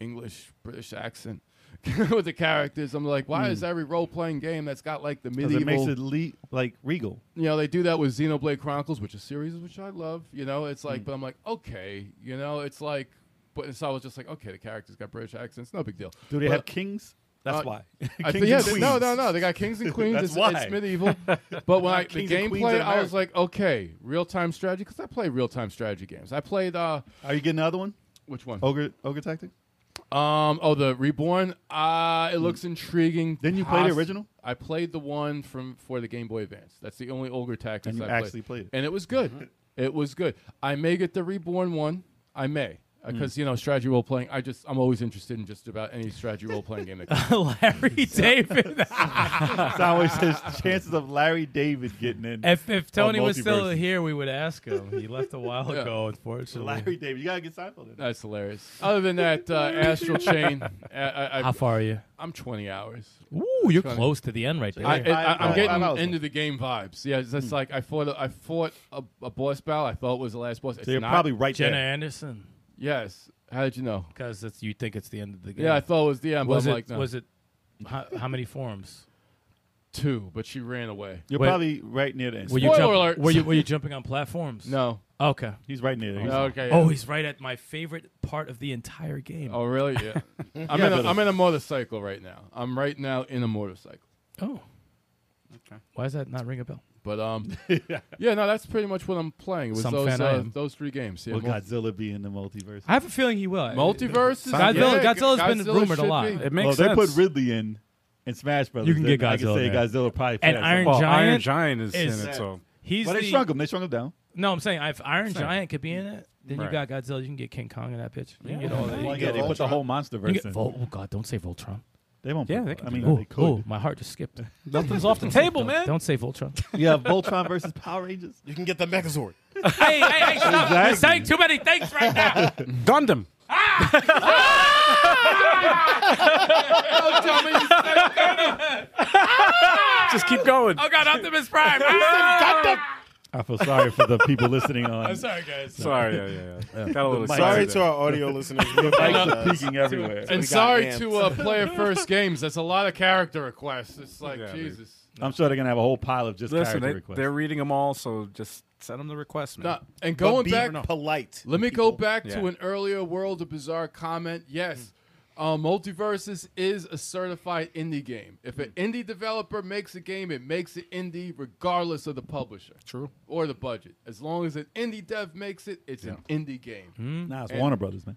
Speaker 3: English British accent with the characters. I'm like, why
Speaker 7: Hmm.
Speaker 3: is every role playing game that's got like the
Speaker 4: 'Cause it makes
Speaker 3: medieval
Speaker 4: it le- like regal.
Speaker 3: you know, they do that with Xenoblade Chronicles, which is series which I love. You know, it's
Speaker 7: Hmm.
Speaker 3: like, but I'm like, okay, you know, it's like, but so I was just like, okay, the characters got British accents, no big deal.
Speaker 4: Do they
Speaker 3: But
Speaker 4: have kings? That's
Speaker 3: uh,
Speaker 4: why.
Speaker 3: I
Speaker 4: Kings
Speaker 3: think, yeah,
Speaker 4: and
Speaker 3: they-
Speaker 4: queens.
Speaker 3: no, no, no, they got kings and queens.
Speaker 4: That's
Speaker 3: it's,
Speaker 4: why.
Speaker 3: it's medieval. But when I the
Speaker 4: Kings and queens
Speaker 3: gameplay,
Speaker 4: in
Speaker 3: I was like, okay, real time strategy because I play real time strategy games. I played uh,
Speaker 4: Are you getting another one?
Speaker 3: which one?
Speaker 4: Ogre, ogre tactic.
Speaker 3: Um, oh, the Reborn. Uh, it looks intriguing.
Speaker 4: Mm. Didn't you play the
Speaker 3: Poss-
Speaker 4: original?
Speaker 3: I played the one from for the Game Boy Advance. That's the only Ogre Tactics
Speaker 4: And you
Speaker 3: I
Speaker 4: actually played it.
Speaker 3: and it was good. It was good. I may get the Reborn one. I may.
Speaker 4: Mm.
Speaker 3: Because you know strategy role playing, I just I'm always interested in just about any strategy role playing game. That comes.
Speaker 7: Larry David.
Speaker 4: Soundwave says chances of Larry David getting in.
Speaker 7: if, if Tony
Speaker 4: Or
Speaker 7: was still
Speaker 4: multiverses.
Speaker 7: here, we would ask him. He left a while ago, unfortunately.
Speaker 4: Larry David, you gotta get Seinfeld in.
Speaker 3: That's hilarious. Other than that, uh, Astral Chain, I, I,
Speaker 7: How
Speaker 3: I,
Speaker 7: far are you?
Speaker 3: I'm 20 hours.
Speaker 7: Ooh, you're
Speaker 3: Trying to-
Speaker 7: close to the end right there.
Speaker 3: I,
Speaker 4: Yeah.
Speaker 3: I, I'm
Speaker 4: Five hours.
Speaker 3: getting into the game vibes. Yeah, it's just
Speaker 7: Hmm.
Speaker 3: like I fought. A, I fought a, a boss battle. I thought was the last boss. It's
Speaker 4: So you're
Speaker 3: not.
Speaker 4: probably right
Speaker 7: Jenna
Speaker 4: there.
Speaker 7: Anderson.
Speaker 3: yes. How did you know?
Speaker 7: Because you think it's the end of the game.
Speaker 3: Yeah, I thought it was DM,
Speaker 7: was
Speaker 3: but
Speaker 7: it,
Speaker 3: I'm like, no.
Speaker 7: was it how, how many forms?
Speaker 3: two? But she ran away.
Speaker 4: You're
Speaker 7: Wait.
Speaker 4: probably right near the end.
Speaker 7: Were you,
Speaker 3: Spoiler
Speaker 7: jump-
Speaker 3: alert.
Speaker 7: Were, you, were you jumping on platforms?
Speaker 3: No.
Speaker 7: Okay.
Speaker 4: He's right near. the end.
Speaker 3: No, okay.
Speaker 7: Oh, he's right at my favorite part of the entire game.
Speaker 3: Oh, really? Yeah. I'm
Speaker 4: Yeah,
Speaker 3: in. A,
Speaker 4: but-
Speaker 3: I'm in a motorcycle right now. I'm right now in a motorcycle.
Speaker 7: Oh. Okay. Why does that not ring a bell?
Speaker 3: But um, yeah, no, that's pretty much what I'm playing. It was
Speaker 7: Some
Speaker 3: those
Speaker 7: fan I
Speaker 3: uh,
Speaker 7: am.
Speaker 3: those three games. Yeah,
Speaker 4: Will
Speaker 3: mul-
Speaker 4: Godzilla be in the multiverse?
Speaker 7: I have a feeling he will.
Speaker 3: multiverses.
Speaker 7: Godzilla-
Speaker 3: yeah,
Speaker 7: Godzilla's been
Speaker 3: Godzilla
Speaker 7: rumored a
Speaker 3: should
Speaker 7: lot.
Speaker 3: be.
Speaker 2: It
Speaker 4: well,
Speaker 2: makes
Speaker 4: they
Speaker 2: sense.
Speaker 4: put Ridley in, and Smash Brothers.
Speaker 7: You can get
Speaker 4: then I can
Speaker 7: Godzilla
Speaker 4: say
Speaker 7: there.
Speaker 4: Godzilla probably.
Speaker 7: And
Speaker 4: fast.
Speaker 7: Iron
Speaker 2: well, Iron
Speaker 7: Giant
Speaker 2: Giant is,
Speaker 7: is-
Speaker 2: in it, so
Speaker 7: He's
Speaker 4: But
Speaker 7: the,
Speaker 4: they shrunk him. They shrunk him down.
Speaker 7: No, I'm saying if Iron Giant could be in it, then you
Speaker 2: Right.
Speaker 7: got Godzilla. You can get King Kong in that bitch. You can get
Speaker 4: Yeah,
Speaker 7: all that. You
Speaker 4: they put the whole monster
Speaker 7: can
Speaker 4: verse
Speaker 7: get
Speaker 4: in.
Speaker 7: Vol- oh God, don't say Voltron.
Speaker 4: They won't.
Speaker 2: Yeah,
Speaker 4: put-
Speaker 2: they can
Speaker 4: I
Speaker 2: do
Speaker 4: mean,
Speaker 7: Oh,
Speaker 4: they could.
Speaker 7: my heart just skipped.
Speaker 2: nothing's off the table, man.
Speaker 7: Don't say Voltron.
Speaker 4: You have Voltron versus Power Rangers.
Speaker 5: You can get the Megazord.
Speaker 7: hey, hey, hey, stop!
Speaker 4: Exactly.
Speaker 7: You're saying too many things right now.
Speaker 2: Gundam. Just keep going.
Speaker 7: Oh God, Optimus Prime.
Speaker 4: I feel sorry for the people listening on.
Speaker 7: I'm sorry, guys.
Speaker 2: Sorry, yeah, yeah, yeah. Got a little
Speaker 4: mic.
Speaker 5: Sorry
Speaker 2: excited
Speaker 5: to
Speaker 2: there.
Speaker 5: our audio listeners. uh, We
Speaker 4: Mics are
Speaker 5: apologize.
Speaker 4: peeking everywhere.
Speaker 3: And
Speaker 5: got
Speaker 3: sorry
Speaker 5: amped.
Speaker 3: to uh, player first games. That's a lot of character requests. It's like
Speaker 2: Yeah, dude.
Speaker 3: Jesus.
Speaker 4: I'm sure they're gonna have a whole pile of just
Speaker 2: Listen,
Speaker 4: character
Speaker 2: they,
Speaker 4: requests.
Speaker 2: they're reading them all, so just send them the request, man.
Speaker 3: No, and
Speaker 5: But
Speaker 3: going
Speaker 5: be
Speaker 3: back,
Speaker 5: polite.
Speaker 3: let me go back to
Speaker 2: Yeah.
Speaker 3: an earlier world of bizarre comment. Yes, uh, Multiverses is a certified indie game. If an indie developer makes a game, it makes it indie regardless of the publisher. True. Or the budget. As long as an indie dev makes it, it's an indie game.
Speaker 4: nah, it's Warner Brothers, man.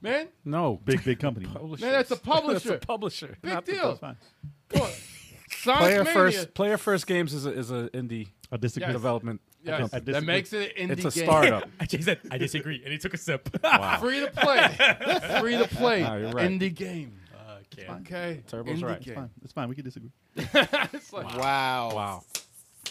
Speaker 3: Man,
Speaker 2: No,
Speaker 4: Big big company.
Speaker 2: publisher.
Speaker 3: man, that's a publisher.
Speaker 2: That's a publisher.
Speaker 3: Big
Speaker 2: not the
Speaker 3: deal.
Speaker 2: pub-
Speaker 4: fine.
Speaker 3: Come on. Sonic
Speaker 2: Player
Speaker 3: Mania.
Speaker 2: first. Player first games is a, is an indie
Speaker 4: I disagree.
Speaker 3: Yes.
Speaker 2: development.
Speaker 3: Yes,
Speaker 4: I
Speaker 3: that
Speaker 4: disagree.
Speaker 3: makes it an indie
Speaker 2: It's a
Speaker 3: game.
Speaker 2: startup.
Speaker 7: He said, I disagree, and he took a sip.
Speaker 3: Free to play. Free to play.
Speaker 2: No, you're right.
Speaker 3: Indie game.
Speaker 7: okay.
Speaker 3: Okay.
Speaker 2: Turbo's
Speaker 3: Indie
Speaker 2: right.
Speaker 3: game.
Speaker 4: It's fine. It's fine. We can disagree.
Speaker 3: It's like,
Speaker 5: Wow.
Speaker 2: Oh, Wow.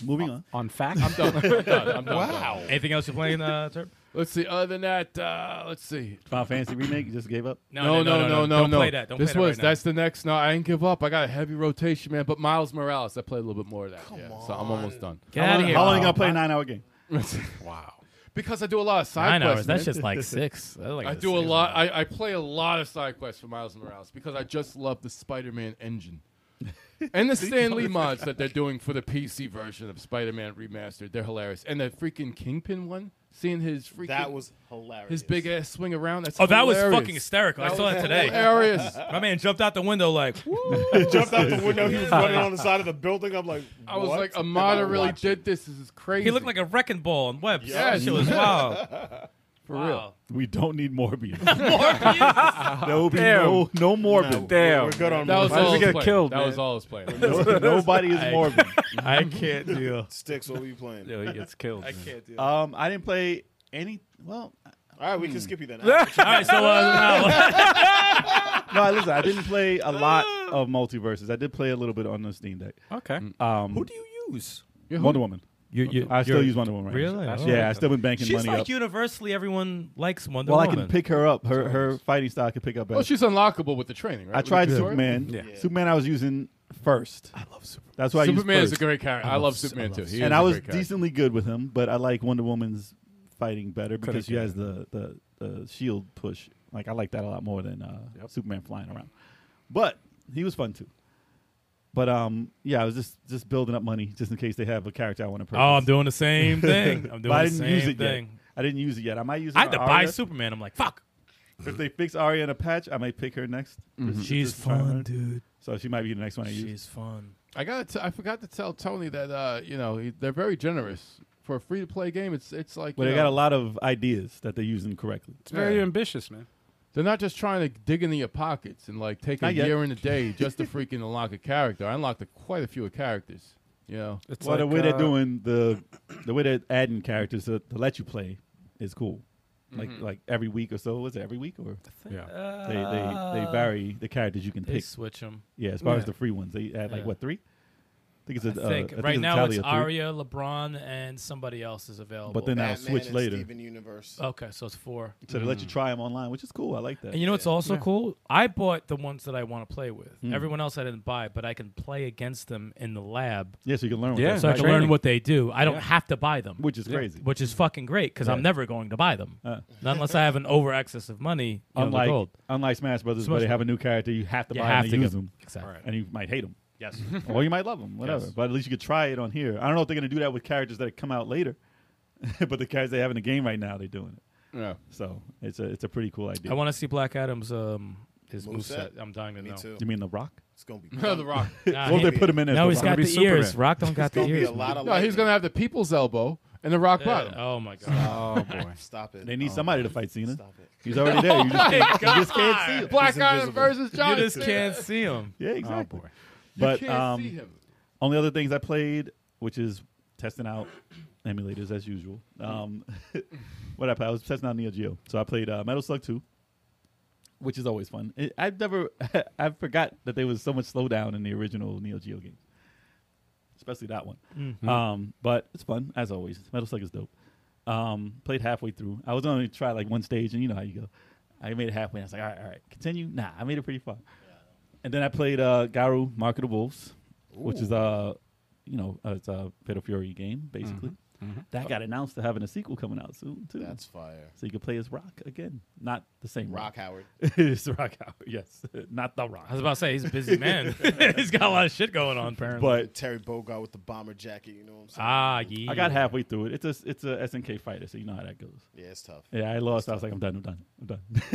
Speaker 4: Moving on.
Speaker 2: On fact, I'm
Speaker 3: done. I'm done. I'm done.
Speaker 5: Wow.
Speaker 7: Anything else you're playing, uh, Turb?
Speaker 3: Let's see. Other than that, uh, let's see.
Speaker 4: Final Fantasy remake. You just gave up.
Speaker 3: No, no, no, no, no.
Speaker 7: Don't play that. Don't
Speaker 3: this
Speaker 7: play
Speaker 3: was
Speaker 7: that right
Speaker 3: that's the next. No, I didn't give up. I got a heavy rotation, man. But Miles Morales, I played a little bit more of that. yeah, So I'm almost done.
Speaker 7: now. Get out of here.
Speaker 4: How long are you gonna play a nine hour game?
Speaker 3: Because I do a lot of side
Speaker 7: Nine
Speaker 3: quests.
Speaker 7: hours. That's
Speaker 3: man.
Speaker 7: just like six. That's like
Speaker 3: I do a lot. I, I play a lot of side quests for Miles Morales because I just love the Spider-Man engine. and the Stan Lee mods that they're doing for the PC version of Spider-Man Remastered, they're hilarious. And the freaking Kingpin one, seeing his freaking
Speaker 5: That was hilarious.
Speaker 3: his big ass swing around. That's
Speaker 7: Oh, that was
Speaker 3: hilarious.
Speaker 7: fucking hysterical. I
Speaker 3: That
Speaker 7: saw
Speaker 3: was
Speaker 7: that today.
Speaker 3: Hilarious.
Speaker 7: My man jumped out the window like,
Speaker 5: jumped out the window. He was running on the side of the building. I'm like,
Speaker 3: I was
Speaker 5: what
Speaker 3: like,
Speaker 5: am I
Speaker 3: Amada really
Speaker 5: watching?
Speaker 3: did this. This is crazy.
Speaker 7: he looked like a wrecking ball on webs.
Speaker 5: Yeah.
Speaker 7: That shit was wild.
Speaker 3: for real.
Speaker 4: We don't need Morbius. there will be no no Morbid.
Speaker 2: Damn.
Speaker 5: We're good on
Speaker 3: That was
Speaker 5: Morbius.
Speaker 2: did
Speaker 3: all
Speaker 2: he
Speaker 3: his
Speaker 2: get
Speaker 3: plan.
Speaker 2: killed,
Speaker 3: That
Speaker 2: man?
Speaker 3: was all his plan.
Speaker 4: Nobody is Morbid.
Speaker 7: I can't do.
Speaker 5: sticks. What were you playing?
Speaker 2: he gets killed.
Speaker 7: I can't do.
Speaker 4: Um, I didn't play any. Well,
Speaker 5: All right, we can skip you then.
Speaker 7: All right, so uh,
Speaker 4: no. Listen, I didn't play a lot of multiverses. I did play a little bit on the Steam Deck.
Speaker 2: Okay.
Speaker 4: Um,
Speaker 9: Who do you use?
Speaker 4: Wonder Woman.
Speaker 9: You, you,
Speaker 4: I still
Speaker 9: you're-
Speaker 4: use Wonder Woman. right
Speaker 9: Really?
Speaker 4: now.
Speaker 9: That's
Speaker 4: Yeah,
Speaker 9: right.
Speaker 4: I still been banking
Speaker 7: She's
Speaker 4: money
Speaker 7: like
Speaker 4: up.
Speaker 7: universally everyone likes Wonder
Speaker 4: well, I
Speaker 7: Woman.
Speaker 4: can pick her up. Her her fighting style I can pick up.
Speaker 3: Well,
Speaker 4: Better.
Speaker 3: she's unlockable with the training, right?
Speaker 4: I
Speaker 3: With the
Speaker 4: tried
Speaker 3: tutorial?
Speaker 4: Superman.
Speaker 2: Yeah.
Speaker 4: Superman I was using first. I love Superman. That's why I used
Speaker 3: Superman is a
Speaker 4: first.
Speaker 3: great character. I, love Superman too. He is
Speaker 4: and
Speaker 3: a
Speaker 4: I was
Speaker 3: great character.
Speaker 4: decently good with him, but I like Wonder Woman's fighting better because she
Speaker 2: came
Speaker 4: has the, the the shield push. Like I like that a lot more than uh, Superman flying around. But he was fun too. But um, yeah, I was just just building up money just in case they have a character I want to purchase.
Speaker 7: Oh, I'm doing the same thing. I'm doing
Speaker 4: But I
Speaker 7: the
Speaker 4: didn't
Speaker 7: same
Speaker 4: use it
Speaker 7: thing.
Speaker 4: yet. I didn't use it yet. I might use it.
Speaker 7: I had
Speaker 4: for
Speaker 7: to buy
Speaker 4: Arya.
Speaker 7: Superman. I'm like, fuck.
Speaker 4: If they fix Arya in a patch, I might pick her next.
Speaker 7: She's
Speaker 4: Just try her.
Speaker 7: fun, dude.
Speaker 4: So she might be the next one I use.
Speaker 7: She's fun.
Speaker 3: I got. I forgot to tell Tony that uh, you know he, they're very generous for a free to play game. It's it's like
Speaker 4: But
Speaker 3: you
Speaker 4: they
Speaker 3: know,
Speaker 4: got a lot of ideas that they're using correctly.
Speaker 2: It's very
Speaker 3: Yeah.
Speaker 2: ambitious, man.
Speaker 3: They're not just trying to dig into your pockets and like take a
Speaker 4: Not yet.
Speaker 3: year and a day just to freaking unlock a character. I unlocked a, quite a few characters. You know,
Speaker 2: It's
Speaker 4: well, the
Speaker 2: like,
Speaker 4: way
Speaker 2: uh,
Speaker 4: they're doing the the way they're adding characters to, to let you play is cool. Like
Speaker 7: Mm-hmm.
Speaker 4: like every week or so. Was it every week or
Speaker 2: Yeah.
Speaker 7: uh,
Speaker 4: they, they they vary the characters you can
Speaker 7: They
Speaker 4: pick?
Speaker 7: switch them.
Speaker 4: Yeah, as far as
Speaker 2: Yeah.
Speaker 4: the free ones, they add like
Speaker 7: Yeah.
Speaker 4: what three? I think it's a
Speaker 7: I
Speaker 4: uh,
Speaker 7: think
Speaker 4: I think
Speaker 7: right
Speaker 4: it's a
Speaker 7: now
Speaker 4: tally
Speaker 7: it's
Speaker 4: of three.
Speaker 7: Aria, LeBron, and somebody else is available.
Speaker 4: But then I'll
Speaker 5: Batman
Speaker 4: switch
Speaker 5: and
Speaker 4: later. Uh,
Speaker 5: Steven Universe.
Speaker 7: okay, so it's four.
Speaker 4: So they let
Speaker 7: Mm.
Speaker 4: you try them online, which is cool. I like that.
Speaker 7: And you know what's also cool? I bought the ones that I want to play with.
Speaker 4: Hmm.
Speaker 7: Everyone else I didn't buy, but I can play against them in the lab,
Speaker 4: yeah, so you can learn. with
Speaker 2: Yeah.
Speaker 4: that,
Speaker 7: so I
Speaker 4: right?
Speaker 7: can
Speaker 2: Training.
Speaker 7: learn what they do. I don't have to buy them,
Speaker 4: which is crazy.
Speaker 7: which is fucking great because I'm
Speaker 4: Yeah.
Speaker 7: never going to buy them,
Speaker 4: Uh.
Speaker 7: not unless I have an over excess of money. You know, the
Speaker 4: Unlike
Speaker 7: gold.
Speaker 4: unlike Smash Brothers, where
Speaker 7: Smash-
Speaker 4: they have a new character, you have to
Speaker 7: You
Speaker 4: buy
Speaker 7: have
Speaker 4: them
Speaker 7: to
Speaker 4: and use
Speaker 7: go-
Speaker 4: them,
Speaker 7: exactly.
Speaker 4: and you might hate them.
Speaker 7: Yes.
Speaker 4: or you might love them, whatever. But at least you could try it on here. I don't know if they're gonna do that with characters that come out later, but the characters they have in the game right now, they're doing it.
Speaker 3: yeah.
Speaker 4: So it's a it's a pretty cool idea.
Speaker 7: I want to see Black Adam's um his
Speaker 5: Moveset?
Speaker 7: moveset. I'm dying to
Speaker 5: Me
Speaker 7: know.
Speaker 5: too.
Speaker 4: you mean the Rock?
Speaker 5: It's gonna be.
Speaker 3: No, the Rock.
Speaker 7: Nah,
Speaker 4: well, they
Speaker 7: he-
Speaker 4: put him in as
Speaker 7: no,
Speaker 4: the
Speaker 7: he's
Speaker 4: Rock.
Speaker 7: got the
Speaker 2: be Superman.
Speaker 7: ears. Rock don't got the
Speaker 5: Gonna be
Speaker 7: ears.
Speaker 5: a lot of.
Speaker 3: no, he's
Speaker 5: lightning.
Speaker 3: gonna have the People's Elbow and the Rock
Speaker 7: Uh,
Speaker 3: Bottom.
Speaker 7: oh my god!
Speaker 2: Oh boy.
Speaker 5: Stop it. Oh,
Speaker 4: They need somebody to fight Cena.
Speaker 5: Stop it.
Speaker 4: He's already there.
Speaker 7: Oh
Speaker 4: You just, can't- you just can't see him.
Speaker 3: Black
Speaker 5: He's
Speaker 3: Iron
Speaker 5: invisible.
Speaker 3: versus
Speaker 7: you
Speaker 3: Johnny.
Speaker 7: just
Speaker 3: Cena.
Speaker 7: can't see him.
Speaker 4: Yeah, exactly.
Speaker 2: boy.
Speaker 4: But
Speaker 3: can't
Speaker 4: um,
Speaker 3: see him.
Speaker 4: only other things I played, which is testing out emulators as usual. Um, what I played, I was testing out Neo Geo, so I played uh, Metal Slug Two, which is always fun. It, I've never, I forgot that there was so much slowdown in the original Neo Geo games, especially that one. Um, but it's fun as always. Metal Slug is dope. Um, played halfway through. I was only try like one stage, and you know how you go. I made it halfway. And I was like, all right, all right, continue. Nah, I made it pretty far. And then I played uh, Garu Market of Wolves, which is uh, you know, uh, it's a Fatal Fury game basically. That got announced to having a sequel coming out soon too.
Speaker 5: Mm-hmm. That's fire.
Speaker 4: so you can play as Rock again, not the same
Speaker 5: Rock Howard.
Speaker 4: it's Rock Howard, yes, not the Rock.
Speaker 7: I was about to say he's a busy man. he's got a lot of shit going on apparently.
Speaker 4: But
Speaker 5: Terry Bogard with the bomber jacket. You know what I'm saying?
Speaker 7: ah, yeah.
Speaker 4: I got halfway through it. It's a it's a SNK fighter, so you know how that goes.
Speaker 5: Yeah, it's tough.
Speaker 4: Yeah, Ah. I lost. I was like, I'm done. I'm done. I'm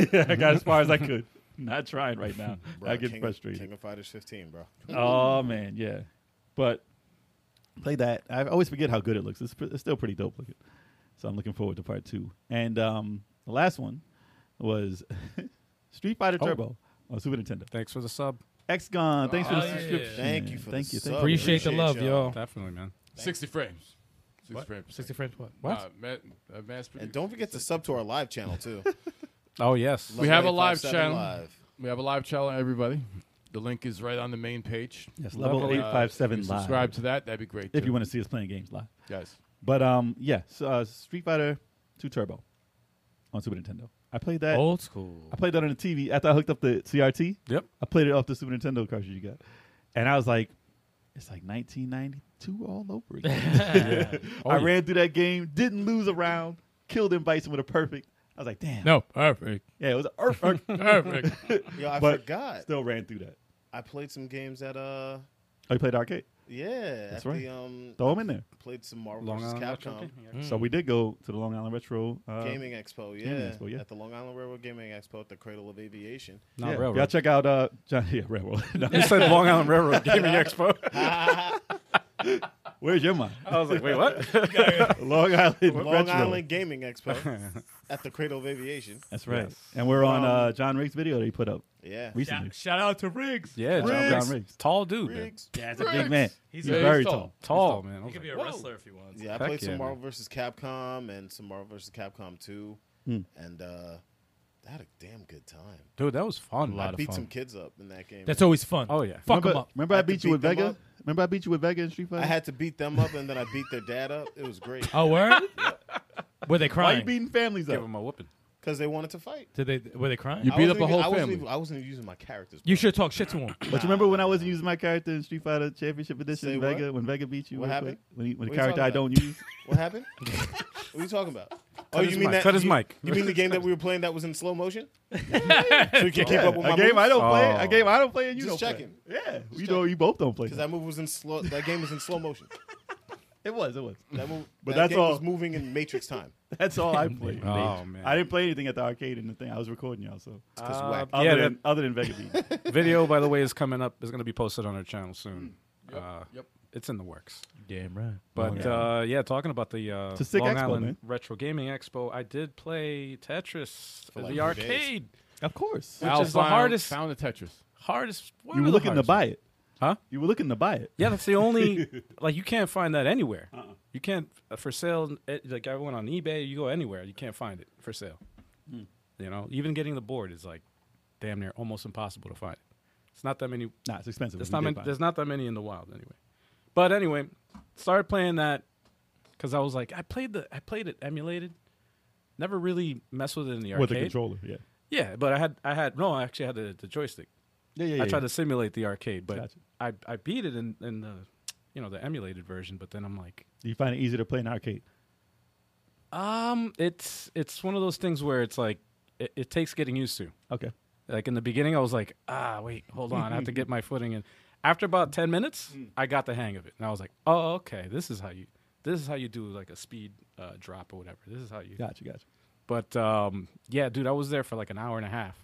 Speaker 4: done. I got as far as I could. Not trying right now.
Speaker 5: Bro,
Speaker 4: I get
Speaker 5: King of-
Speaker 4: frustrated.
Speaker 5: King of Fighters 15, bro.
Speaker 4: Oh man, yeah. But play that. I always forget how good it looks. It's, pre- it's still pretty dope looking. So I'm looking forward to part two. And um, the last one was Street Fighter Turbo on Super Nintendo.
Speaker 2: Thanks for the sub.
Speaker 4: X Gon, thanks for
Speaker 7: Oh,
Speaker 4: the
Speaker 7: yeah.
Speaker 4: subscription.
Speaker 5: Thank you for
Speaker 4: thank
Speaker 5: the
Speaker 4: you.
Speaker 5: sub.
Speaker 4: Thank you.
Speaker 7: appreciate the love,
Speaker 5: y'all.
Speaker 7: yo.
Speaker 2: Definitely, man.
Speaker 3: 60 frames. 60 frames.
Speaker 7: 60 frames. What?
Speaker 3: What? Uh, ma- uh, mass
Speaker 5: And
Speaker 3: produced.
Speaker 5: don't forget to sub to our live channel, too.
Speaker 2: Oh yes.
Speaker 5: Lovely
Speaker 3: have a live
Speaker 5: 857
Speaker 3: channel.
Speaker 5: Live.
Speaker 3: we have a live channel, everybody. The link is right on the main page.
Speaker 4: Yes, level
Speaker 3: Uh, if you
Speaker 4: 857 live.
Speaker 3: Subscribe to that. That'd be great.
Speaker 4: If
Speaker 3: too.
Speaker 4: you want to see us playing games live.
Speaker 3: Yes.
Speaker 4: But um, yeah, so, uh, Street Fighter 2 Turbo on Super Nintendo. I played that.
Speaker 7: Old school.
Speaker 4: I played that on the TV after I hooked up the CRT.
Speaker 2: Oh. Yep.
Speaker 4: I played it off the Super Nintendo cartridge you got, and I was like, it's like 1992 all over again.
Speaker 2: Oh,
Speaker 4: I ran through that game, didn't lose a round, killed him Bison with a perfect. I was like, damn.
Speaker 7: No, perfect.
Speaker 4: Yeah, it was a perfect.
Speaker 7: Perfect.
Speaker 5: Yo, I
Speaker 4: But-
Speaker 5: forgot.
Speaker 4: Still ran through that.
Speaker 5: I played some games at, uh,
Speaker 4: Oh, you played arcade?
Speaker 5: yeah. That's
Speaker 4: right.
Speaker 5: The, um,
Speaker 4: Throw him in there.
Speaker 5: played some Marvel
Speaker 2: Long
Speaker 5: vs.
Speaker 2: Island Retro
Speaker 5: Capcom
Speaker 4: So we did go to the Long Island Retro uh,
Speaker 5: Gaming Expo, yeah,
Speaker 4: Expo, yeah.
Speaker 5: At the Long Island Railroad Gaming Expo at the Cradle of Aviation.
Speaker 2: Not
Speaker 4: yeah. Y'all
Speaker 2: railroad.
Speaker 4: check out uh, John. Yeah, railroad. No,
Speaker 2: You said Long Island Railroad Gaming Expo.
Speaker 4: where's your mind?
Speaker 2: I was like, wait, what?
Speaker 4: Long Island
Speaker 5: Long
Speaker 4: Retro.
Speaker 5: Island Gaming Expo at the Cradle of Aviation.
Speaker 4: That's right. And we're on uh, John Riggs' video that he put up
Speaker 5: Yeah.
Speaker 4: recently.
Speaker 7: Shout out to Riggs.
Speaker 2: yeah, John,
Speaker 4: Riggs.
Speaker 2: John Riggs. Tall dude, man.
Speaker 5: Riggs.
Speaker 7: Yeah, it's
Speaker 4: He's a big man. He's,
Speaker 7: He's
Speaker 3: Yeah,
Speaker 4: very
Speaker 3: he's
Speaker 4: tall.
Speaker 3: tall.
Speaker 2: Tall man. I was
Speaker 7: He could
Speaker 2: like,
Speaker 7: be a
Speaker 2: "Whoa."
Speaker 7: wrestler if he wants.
Speaker 5: Yeah, I
Speaker 2: Heck
Speaker 5: played
Speaker 2: yeah,
Speaker 5: some
Speaker 2: man.
Speaker 5: Marvel vs. Capcom and some Marvel vs. Capcom 2.
Speaker 2: Hmm.
Speaker 5: And uh, I had a damn good time.
Speaker 2: Dude, that was fun.
Speaker 5: I beat some kids up in that game.
Speaker 7: That's always fun.
Speaker 2: Oh yeah.
Speaker 7: Fuck him
Speaker 4: remember,
Speaker 7: up.
Speaker 4: remember
Speaker 5: I
Speaker 4: I,
Speaker 5: had to
Speaker 4: beat you
Speaker 5: beat
Speaker 4: with
Speaker 5: them
Speaker 4: Vega?
Speaker 5: up.
Speaker 4: Remember I beat you with Vega in Street Fighter?
Speaker 5: I had to beat them up and then I beat their dad up. It was great.
Speaker 7: Oh, where? were they
Speaker 4: Why you
Speaker 7: crying?
Speaker 4: beating families
Speaker 2: Give
Speaker 4: up?
Speaker 2: him a whooping.
Speaker 5: Because they wanted to fight.
Speaker 7: Did they? Were they crying?
Speaker 3: You
Speaker 5: I
Speaker 3: beat
Speaker 5: wasn't
Speaker 3: up a
Speaker 5: even-
Speaker 3: whole
Speaker 5: I wasn't
Speaker 3: family.
Speaker 5: even- I wasn't even using my characters.
Speaker 7: You
Speaker 5: bro.
Speaker 7: should talk shit to him.
Speaker 4: But you remember when I wasn't using my character in Street Fighter Championship Edition?
Speaker 5: Say
Speaker 4: Vega, when Vega beat you,
Speaker 5: What
Speaker 4: real
Speaker 5: happened?
Speaker 4: quick? When, he, when the
Speaker 5: What are you
Speaker 4: character I don't
Speaker 5: talking
Speaker 4: use.
Speaker 5: What happened? what are you talking about? Oh,
Speaker 2: his mic. Cut his
Speaker 5: you-
Speaker 2: mic.
Speaker 5: You mean the game that we were playing that was in slow motion? so you can keep up with my
Speaker 4: a game I don't play.
Speaker 2: Oh.
Speaker 4: A game I don't play, and you
Speaker 5: Just
Speaker 4: don't
Speaker 5: checking.
Speaker 4: play. Yeah, you know you both don't play.
Speaker 5: Because that move was in slow. That game was in slow motion.
Speaker 4: It was, it was.
Speaker 5: That move.
Speaker 4: But
Speaker 5: that
Speaker 4: that's
Speaker 5: game
Speaker 4: all.
Speaker 5: was moving in Matrix time.
Speaker 4: That's all I played.
Speaker 2: Oh, man.
Speaker 4: I didn't play anything at the arcade and the thing. I was recording y'all, so
Speaker 5: It's
Speaker 2: Uh,
Speaker 5: 'cause whack.
Speaker 4: other
Speaker 2: yeah,
Speaker 4: than other than Vega beat. you.
Speaker 2: Video, by the way, is coming up. Is going to be posted on our channel soon. Uh,
Speaker 3: Yep.
Speaker 2: It's in the works.
Speaker 7: Damn right.
Speaker 2: But uh, yeah, talking about the uh,
Speaker 4: a sick
Speaker 2: Long
Speaker 4: expo,
Speaker 2: Island
Speaker 4: man.
Speaker 2: Retro Gaming Expo, I did play Tetris at
Speaker 5: like
Speaker 2: the
Speaker 5: two days.
Speaker 2: arcade.
Speaker 4: Of course.
Speaker 2: Which
Speaker 3: Al
Speaker 2: is the
Speaker 3: found-
Speaker 2: hardest-
Speaker 3: Found the Tetris.
Speaker 2: Hardest. one
Speaker 4: You
Speaker 2: of
Speaker 4: were
Speaker 2: the
Speaker 4: looking to
Speaker 2: hardest
Speaker 4: buy it,
Speaker 2: Huh?
Speaker 4: You were looking to buy it.
Speaker 2: Yeah, that's the only like you can't find that anywhere. You can't uh, for sale. It, like I went on eBay, you go anywhere, you can't find it for sale. You know, even getting the board is like damn near almost impossible to find. It's not that many.
Speaker 4: Nah, it's expensive.
Speaker 2: There's
Speaker 4: but
Speaker 2: not
Speaker 4: we
Speaker 2: many,
Speaker 4: did buy it.
Speaker 2: there's not that many in the wild anyway. But anyway, started playing that because I was like, I played the I played it emulated. Never really messed with it in the
Speaker 4: with a
Speaker 2: arcade.
Speaker 4: controller. Yeah.
Speaker 2: Yeah, but I had I had no, I actually had the, the joystick.
Speaker 4: Yeah, yeah,
Speaker 2: I tried to simulate the arcade, but
Speaker 4: Gotcha.
Speaker 2: I, I beat it in, in the you know the emulated version. But then I'm like,
Speaker 4: Do you find it easier to play in arcade?
Speaker 2: um, it's it's one of those things where it's like it, it takes getting used to.
Speaker 4: Okay.
Speaker 2: Like in the beginning, I was like, ah, wait, hold on, I have to get my footing. And after about ten minutes, I got the hang of it, and I was like, oh, okay, this is how you this is how you do like a speed uh, drop or whatever. This is how you.
Speaker 4: Gotcha, gotcha.
Speaker 2: But um, yeah, dude, I was there for like an hour and a half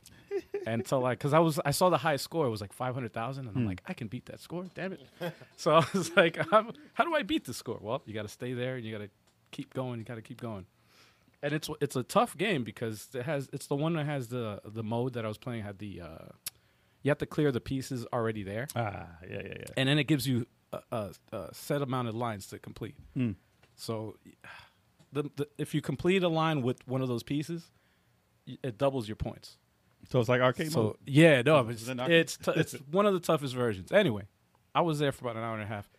Speaker 2: until like, cause I was, I saw the high score. It was like five hundred thousand,
Speaker 4: Hmm.
Speaker 2: and I'm like, I can beat that score. Damn it! so I was like, I'm, how do I beat the score? Well, you got to stay there, and you got to keep going. You got to keep going. And it's it's a tough game because it has it's the one that has the the mode that I was playing had the uh, you have to clear the pieces already there,
Speaker 4: Ah, yeah, yeah, yeah.
Speaker 2: and then it gives you a, a, a set amount of lines to complete.
Speaker 4: Hmm.
Speaker 2: So, the, the, if you complete a line with one of those pieces, y- it doubles your points.
Speaker 4: So it's like arcade
Speaker 2: So
Speaker 4: mode.
Speaker 2: yeah, no, it's
Speaker 4: then I-
Speaker 2: it's, t- it's one of the toughest versions. Anyway, I was there for about an hour and a half,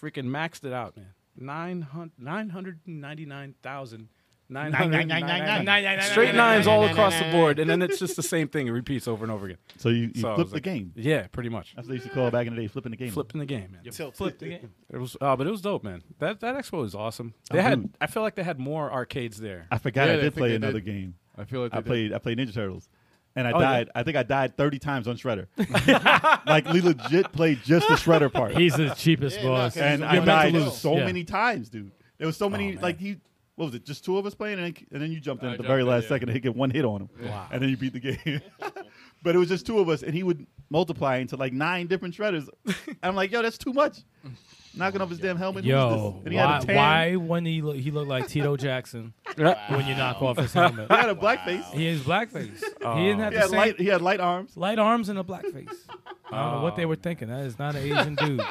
Speaker 2: freaking maxed it out, man. Nine hundred nine hundred ninety nine thousand Nine,
Speaker 7: Nine,
Speaker 2: hundred,
Speaker 7: nine, nine, nine, nine, nine, nine, nine,
Speaker 2: Straight
Speaker 7: nine, nine,
Speaker 2: nines
Speaker 7: nine,
Speaker 2: all
Speaker 7: nine,
Speaker 2: across
Speaker 7: nine,
Speaker 2: the board, and then it's just the same thing. It repeats over and over again.
Speaker 4: So you, you
Speaker 2: So I
Speaker 4: flip
Speaker 2: was
Speaker 4: the
Speaker 2: like-
Speaker 4: game.
Speaker 2: Yeah, pretty much.
Speaker 4: That's what they used to call back in the day, flipping the game.
Speaker 2: Flipping the game, man.
Speaker 7: Flip the game.
Speaker 2: It was, uh, but it was dope, man. That that expo was awesome. They
Speaker 4: Oh,
Speaker 2: had,
Speaker 4: dude.
Speaker 2: I feel like they had more arcades there.
Speaker 4: I forgot
Speaker 3: Yeah, I
Speaker 4: I did
Speaker 3: think
Speaker 4: play
Speaker 3: they
Speaker 4: another
Speaker 3: did.
Speaker 4: game.
Speaker 3: I feel like
Speaker 4: I
Speaker 3: they did.
Speaker 4: played I played Ninja Turtles. And I
Speaker 2: Oh, yeah.
Speaker 4: died. I think I died 30 times on Shredder. like, we legit played just the Shredder part.
Speaker 10: He's the cheapest boss.
Speaker 4: and
Speaker 5: You're
Speaker 4: I
Speaker 5: meant to
Speaker 4: died
Speaker 5: lose.
Speaker 4: so
Speaker 10: Yeah.
Speaker 4: many times, dude. There was so many. like he, what was it? Just two of us playing, and then, and then you jumped in
Speaker 3: I
Speaker 4: at the
Speaker 3: jumped
Speaker 4: very
Speaker 3: in,
Speaker 4: last
Speaker 3: yeah.
Speaker 4: second and get one hit on him, and then you beat the game. but it was just two of us, and he would multiply into like nine different shredders. And I'm like, yo, that's too much. Knocking off his damn helmet. Who was
Speaker 7: Yo,
Speaker 4: this? and he
Speaker 7: why,
Speaker 4: had a tan.
Speaker 7: why when he look, he looked like Tito Jackson when you knock off his helmet?
Speaker 4: He had a blackface.
Speaker 7: He is blackface. He didn't have
Speaker 4: He
Speaker 7: the
Speaker 4: had
Speaker 7: same
Speaker 4: Oh. light. He had light arms.
Speaker 7: light arms and a blackface. I don't know what they were thinking. That is not an Asian dude, man.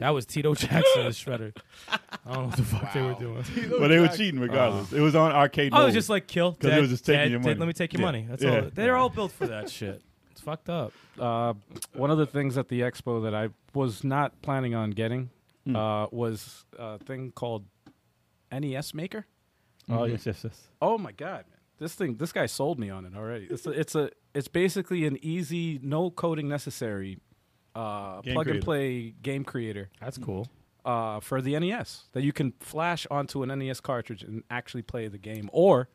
Speaker 7: That was Tito Jackson as Shredder. I don't know what the fuck they were doing.
Speaker 4: But they were cheating regardless. it was on arcade.
Speaker 7: I
Speaker 4: mode.
Speaker 7: was just like, kill,
Speaker 4: 'Cause
Speaker 7: dead,
Speaker 4: they was just taking
Speaker 7: dead,
Speaker 4: your
Speaker 7: dead,
Speaker 4: money.
Speaker 7: let me take your
Speaker 4: Yeah.
Speaker 7: money. That's
Speaker 4: Yeah.
Speaker 7: all. They're all built for that shit. It's fucked up.
Speaker 2: Uh, one of the things at the expo that I was not planning on getting
Speaker 4: Hmm.
Speaker 2: uh, was a thing called NES Maker.
Speaker 4: oh
Speaker 7: Mm-hmm.
Speaker 4: yes, yes, yes.
Speaker 2: Oh my god, man! This thing, this guy sold me on it already. It's a, it's a, it's basically an easy, no coding necessary, uh,
Speaker 4: Game
Speaker 2: plug
Speaker 4: creator.
Speaker 2: and play game creator
Speaker 7: That's cool.
Speaker 2: uh, for the NES that you can flash onto an NES cartridge and actually play the game, or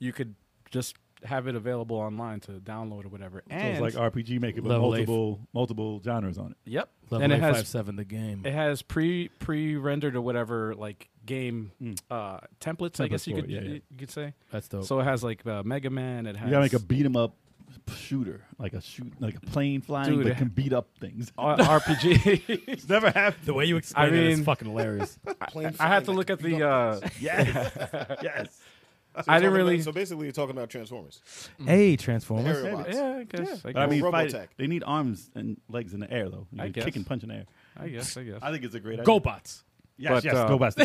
Speaker 2: you could just have it available online to download or whatever.
Speaker 4: So
Speaker 2: And
Speaker 4: it's like RPG maker, but
Speaker 7: Level eight.
Speaker 4: multiple multiple genres on it.
Speaker 2: yep,
Speaker 7: Level
Speaker 2: and it has
Speaker 7: five seven the game.
Speaker 2: it has pre pre rendered or whatever like game uh, templates. I guess
Speaker 7: Templates
Speaker 2: you
Speaker 7: for
Speaker 2: could
Speaker 7: it, yeah, yeah.
Speaker 2: you could say.
Speaker 7: That's dope.
Speaker 2: So it has like uh, Mega Man. It has
Speaker 4: You gotta make a beat 'em up shooter, like a shoot, like a plane flying
Speaker 2: Dude,
Speaker 4: that can beat up things.
Speaker 2: R- RPG.
Speaker 4: It's never happened.
Speaker 7: the way you explain it is
Speaker 2: mean-
Speaker 7: fucking hilarious.
Speaker 2: I had to look at the. Uh,
Speaker 4: Yes, yes.
Speaker 2: I didn't really.
Speaker 5: so basically, you're talking about Transformers.
Speaker 4: Mm.
Speaker 7: hey, Transformers.
Speaker 5: Aerial bots.
Speaker 2: yeah, I guess. I guess.
Speaker 4: But I mean,
Speaker 5: Robotech.
Speaker 4: fight, they need arms and legs in the air, though. You
Speaker 2: I
Speaker 4: can
Speaker 2: guess.
Speaker 4: kick and punch in the air.
Speaker 2: I guess. I guess.
Speaker 4: I think it's a great idea.
Speaker 7: Go bots.
Speaker 4: yes,
Speaker 2: But,
Speaker 4: yes,
Speaker 2: uh,
Speaker 4: go best.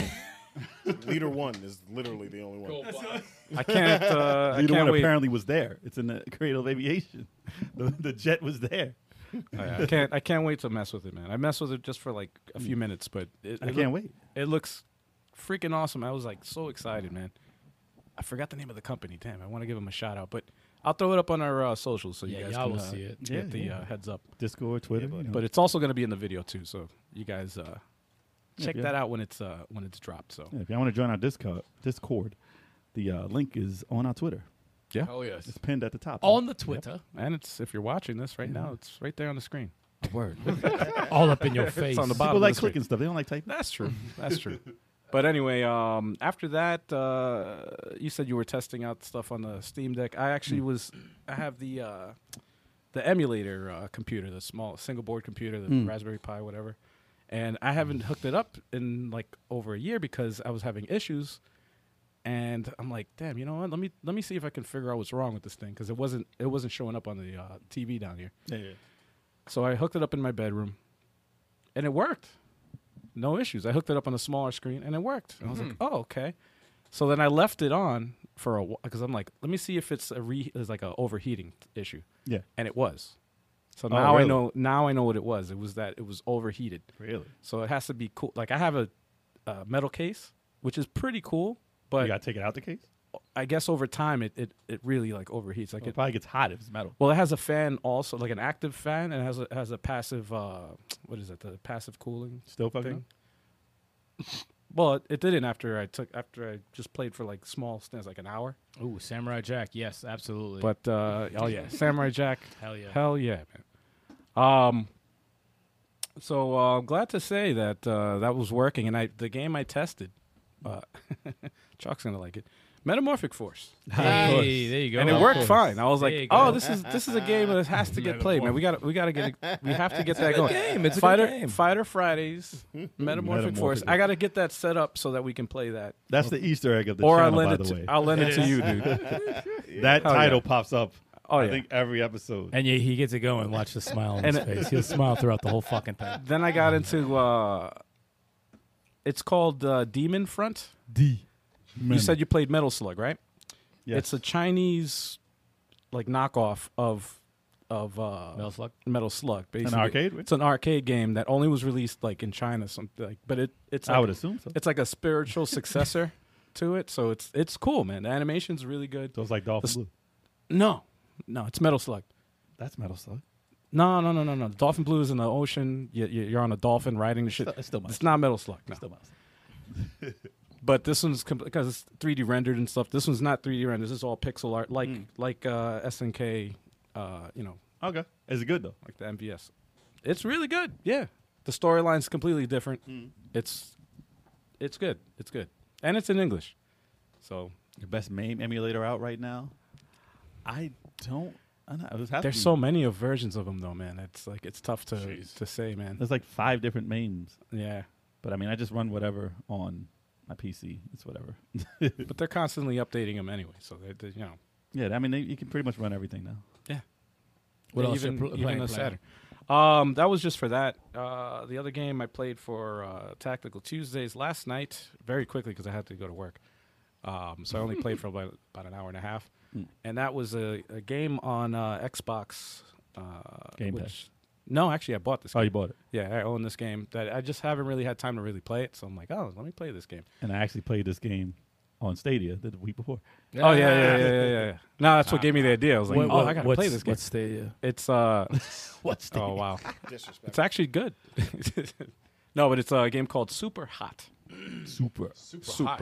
Speaker 5: Leader One is literally the only one.
Speaker 3: Oh,
Speaker 2: I can't. Uh, I
Speaker 4: Leader
Speaker 2: can't
Speaker 4: one
Speaker 2: wait.
Speaker 4: apparently was there. It's in the creative aviation. The, the jet was there.
Speaker 2: Oh, I can't. I can't wait to mess with it, man. I messed with it just for like a few minutes, but it,
Speaker 4: I
Speaker 2: it
Speaker 4: can't
Speaker 2: look-
Speaker 4: wait.
Speaker 2: It looks freaking awesome. I was like so excited, man. I forgot the name of the company. Damn, I want to give them a shout out, but I'll throw it up on our uh, socials so you
Speaker 7: Yeah,
Speaker 2: guys
Speaker 7: y'all
Speaker 2: can
Speaker 7: will
Speaker 2: uh,
Speaker 7: see it.
Speaker 2: get
Speaker 4: Yeah,
Speaker 2: the
Speaker 4: yeah.
Speaker 2: uh, heads up.
Speaker 4: Discord, Twitter, you know.
Speaker 2: But it's also going to be in the video too, so you guys uh, check
Speaker 4: yeah.
Speaker 2: that out when it's uh, when it's dropped. So
Speaker 4: Yeah, if y'all want to join our Discord, Discord, the uh, link is on our Twitter.
Speaker 3: Hell yes.
Speaker 4: It's pinned at the top.
Speaker 10: On the Twitter.
Speaker 2: and it's if you're watching this right now, it's right there on the screen.
Speaker 7: Word. all up in your face.
Speaker 2: on the bottom.
Speaker 4: People
Speaker 2: of
Speaker 4: like
Speaker 2: the screen.
Speaker 4: clicking stuff. They don't like typing.
Speaker 2: That's true. That's true. But anyway, um, after that, uh, you said you were testing out stuff on the Steam Deck. I actually was. I have the uh, the emulator uh, computer, the small single board computer, the Raspberry Pi, whatever. And I haven't hooked it up in like over a year because I was having issues. And I'm like, damn, you know what? Let me let me see if I can figure out what's wrong with this thing because it wasn't it wasn't showing up on the uh, TV down here. So I hooked it up in my bedroom, and it worked. No issues. I hooked it up on a smaller screen, and it worked. And I was like,
Speaker 4: Mm-hmm.
Speaker 2: "Oh, okay." So then I left it on for a while because I'm like, "Let me see if it's a re- it's like a overheating issue."
Speaker 4: Yeah.
Speaker 2: and it was. So now I
Speaker 4: Oh, really?
Speaker 2: know. Now I know what it was. It was that it was overheated.
Speaker 4: Really?
Speaker 2: So it has to be cool. Like I have a, a metal case, which is pretty cool, but
Speaker 4: You gotta take it out the case.
Speaker 2: I guess over time it, it, it really like overheats. Like
Speaker 4: It
Speaker 2: it,
Speaker 4: probably gets hot if it's metal.
Speaker 2: well, it has a fan also, like an active fan, and it has a has a passive. Uh, what is it? The passive cooling.
Speaker 4: Still fucking.
Speaker 2: Thing.
Speaker 4: up?
Speaker 2: Well, it, it didn't after I took after I just played for like small stints, like an hour.
Speaker 10: Ooh, Samurai Jack. Yes, absolutely.
Speaker 2: But uh, oh yeah, Samurai Jack.
Speaker 10: Hell yeah.
Speaker 2: Hell yeah, man. Um. So uh, I'm glad to say that uh, that was working, and I the game I tested. Uh, Chalk's gonna like it. Metamorphic Force.
Speaker 10: hey, there you go.
Speaker 2: and it
Speaker 10: Of
Speaker 2: worked
Speaker 10: course.
Speaker 2: fine. I was
Speaker 10: There you
Speaker 2: like,
Speaker 10: go.
Speaker 2: "Oh, this is this is a game that has to get played, man. We got to we got to get it, we have to get that going.
Speaker 7: game. It's a good
Speaker 2: Fighter
Speaker 7: game.
Speaker 2: Fighter Fridays, Metamorphic Force.
Speaker 4: Metamorphic.
Speaker 2: I got to get that set up so that we can play that,
Speaker 4: That's the Easter egg of the
Speaker 2: or I'll
Speaker 4: channel, by
Speaker 2: lend it.
Speaker 4: the way.
Speaker 2: To, I'll lend it to you, dude.
Speaker 4: that
Speaker 2: Hell
Speaker 4: title
Speaker 2: yeah.
Speaker 4: pops up.
Speaker 2: Oh,
Speaker 4: I
Speaker 2: yeah.
Speaker 4: think every episode.
Speaker 7: And yeah, he gets it going. Watch the smile on
Speaker 2: And
Speaker 7: his
Speaker 2: it-
Speaker 7: face. He'll smile throughout the whole fucking thing.
Speaker 2: then I got into. uh It's called uh, Demon Front.
Speaker 4: D.
Speaker 2: You said you played Metal Slug, right?
Speaker 4: Yes.
Speaker 2: It's a Chinese like knockoff of of uh,
Speaker 10: Metal Slug?
Speaker 2: Metal Slug. Basically,
Speaker 4: arcade, right?
Speaker 2: It's an arcade game that only was released like in China, something like. But it it's
Speaker 4: I
Speaker 2: like-
Speaker 4: would assume so.
Speaker 2: It's like a spiritual successor to it, so it's it's cool, man. The animation's really good.
Speaker 4: So it's like Dolphin
Speaker 2: This-
Speaker 4: Blue.
Speaker 2: No, no, it's Metal Slug.
Speaker 4: That's Metal Slug.
Speaker 2: No, no, no, no, no. Dolphin Blue is in the ocean. You, you- you're on a dolphin riding the shit.
Speaker 4: It's still Metal
Speaker 2: It's not Metal Slug. No.
Speaker 4: Still Metal Slug.
Speaker 2: But this one's because it's 3D rendered and stuff. This one's not 3D rendered. This is all pixel art, like
Speaker 4: Mm.
Speaker 2: like uh, SNK, uh, you know,
Speaker 4: Okay. Is it good though?
Speaker 2: like the MVS. It's really good. Yeah, the storyline's completely different. It's it's good. It's good, and it's in English. So
Speaker 4: The best MAME emulator out right now. I don't. I don't know. It was happy.
Speaker 2: there's so many of versions of them, though, man. It's like it's tough to
Speaker 3: Jeez.
Speaker 2: to say, man.
Speaker 4: There's like five different MAMEs,
Speaker 2: Yeah,
Speaker 4: but I mean, I just run whatever on my PC. It's whatever.
Speaker 2: but they're constantly updating them anyway. So they, they you know,
Speaker 4: yeah, I mean, they, you can pretty much run everything now.
Speaker 10: What
Speaker 2: Yeah,
Speaker 10: else
Speaker 2: Even,
Speaker 10: you're pl-
Speaker 2: even
Speaker 10: playing,
Speaker 2: the
Speaker 10: playing?
Speaker 2: Saturn. Um, that was just for that. Uh, the other game I played for uh, Tactical Tuesdays last night, very quickly because I had to go to work. Um, so I only played for about, about an hour and a half,
Speaker 10: Hmm.
Speaker 2: and that was a, a game on uh, Xbox. Uh,
Speaker 4: Game Pass.
Speaker 2: which- No, actually, I bought this.
Speaker 4: Oh,
Speaker 2: game.
Speaker 4: you bought it,
Speaker 2: Yeah, I own this game. That I just haven't really had time to really play it. So I'm like, oh, let me play this game.
Speaker 4: and I actually played this game on Stadia the week before.
Speaker 2: Oh yeah, yeah, yeah, yeah, yeah. yeah. no, that's what gave me the idea. I was like,
Speaker 10: What-
Speaker 2: oh,
Speaker 10: what-
Speaker 2: I gotta
Speaker 10: what's-
Speaker 2: play this game.
Speaker 10: What's the,
Speaker 2: It's uh,
Speaker 4: What's Stadia?
Speaker 2: oh wow.
Speaker 5: Disrespect.
Speaker 2: It's actually good. no, but it's a game called Super Hot.
Speaker 4: Super.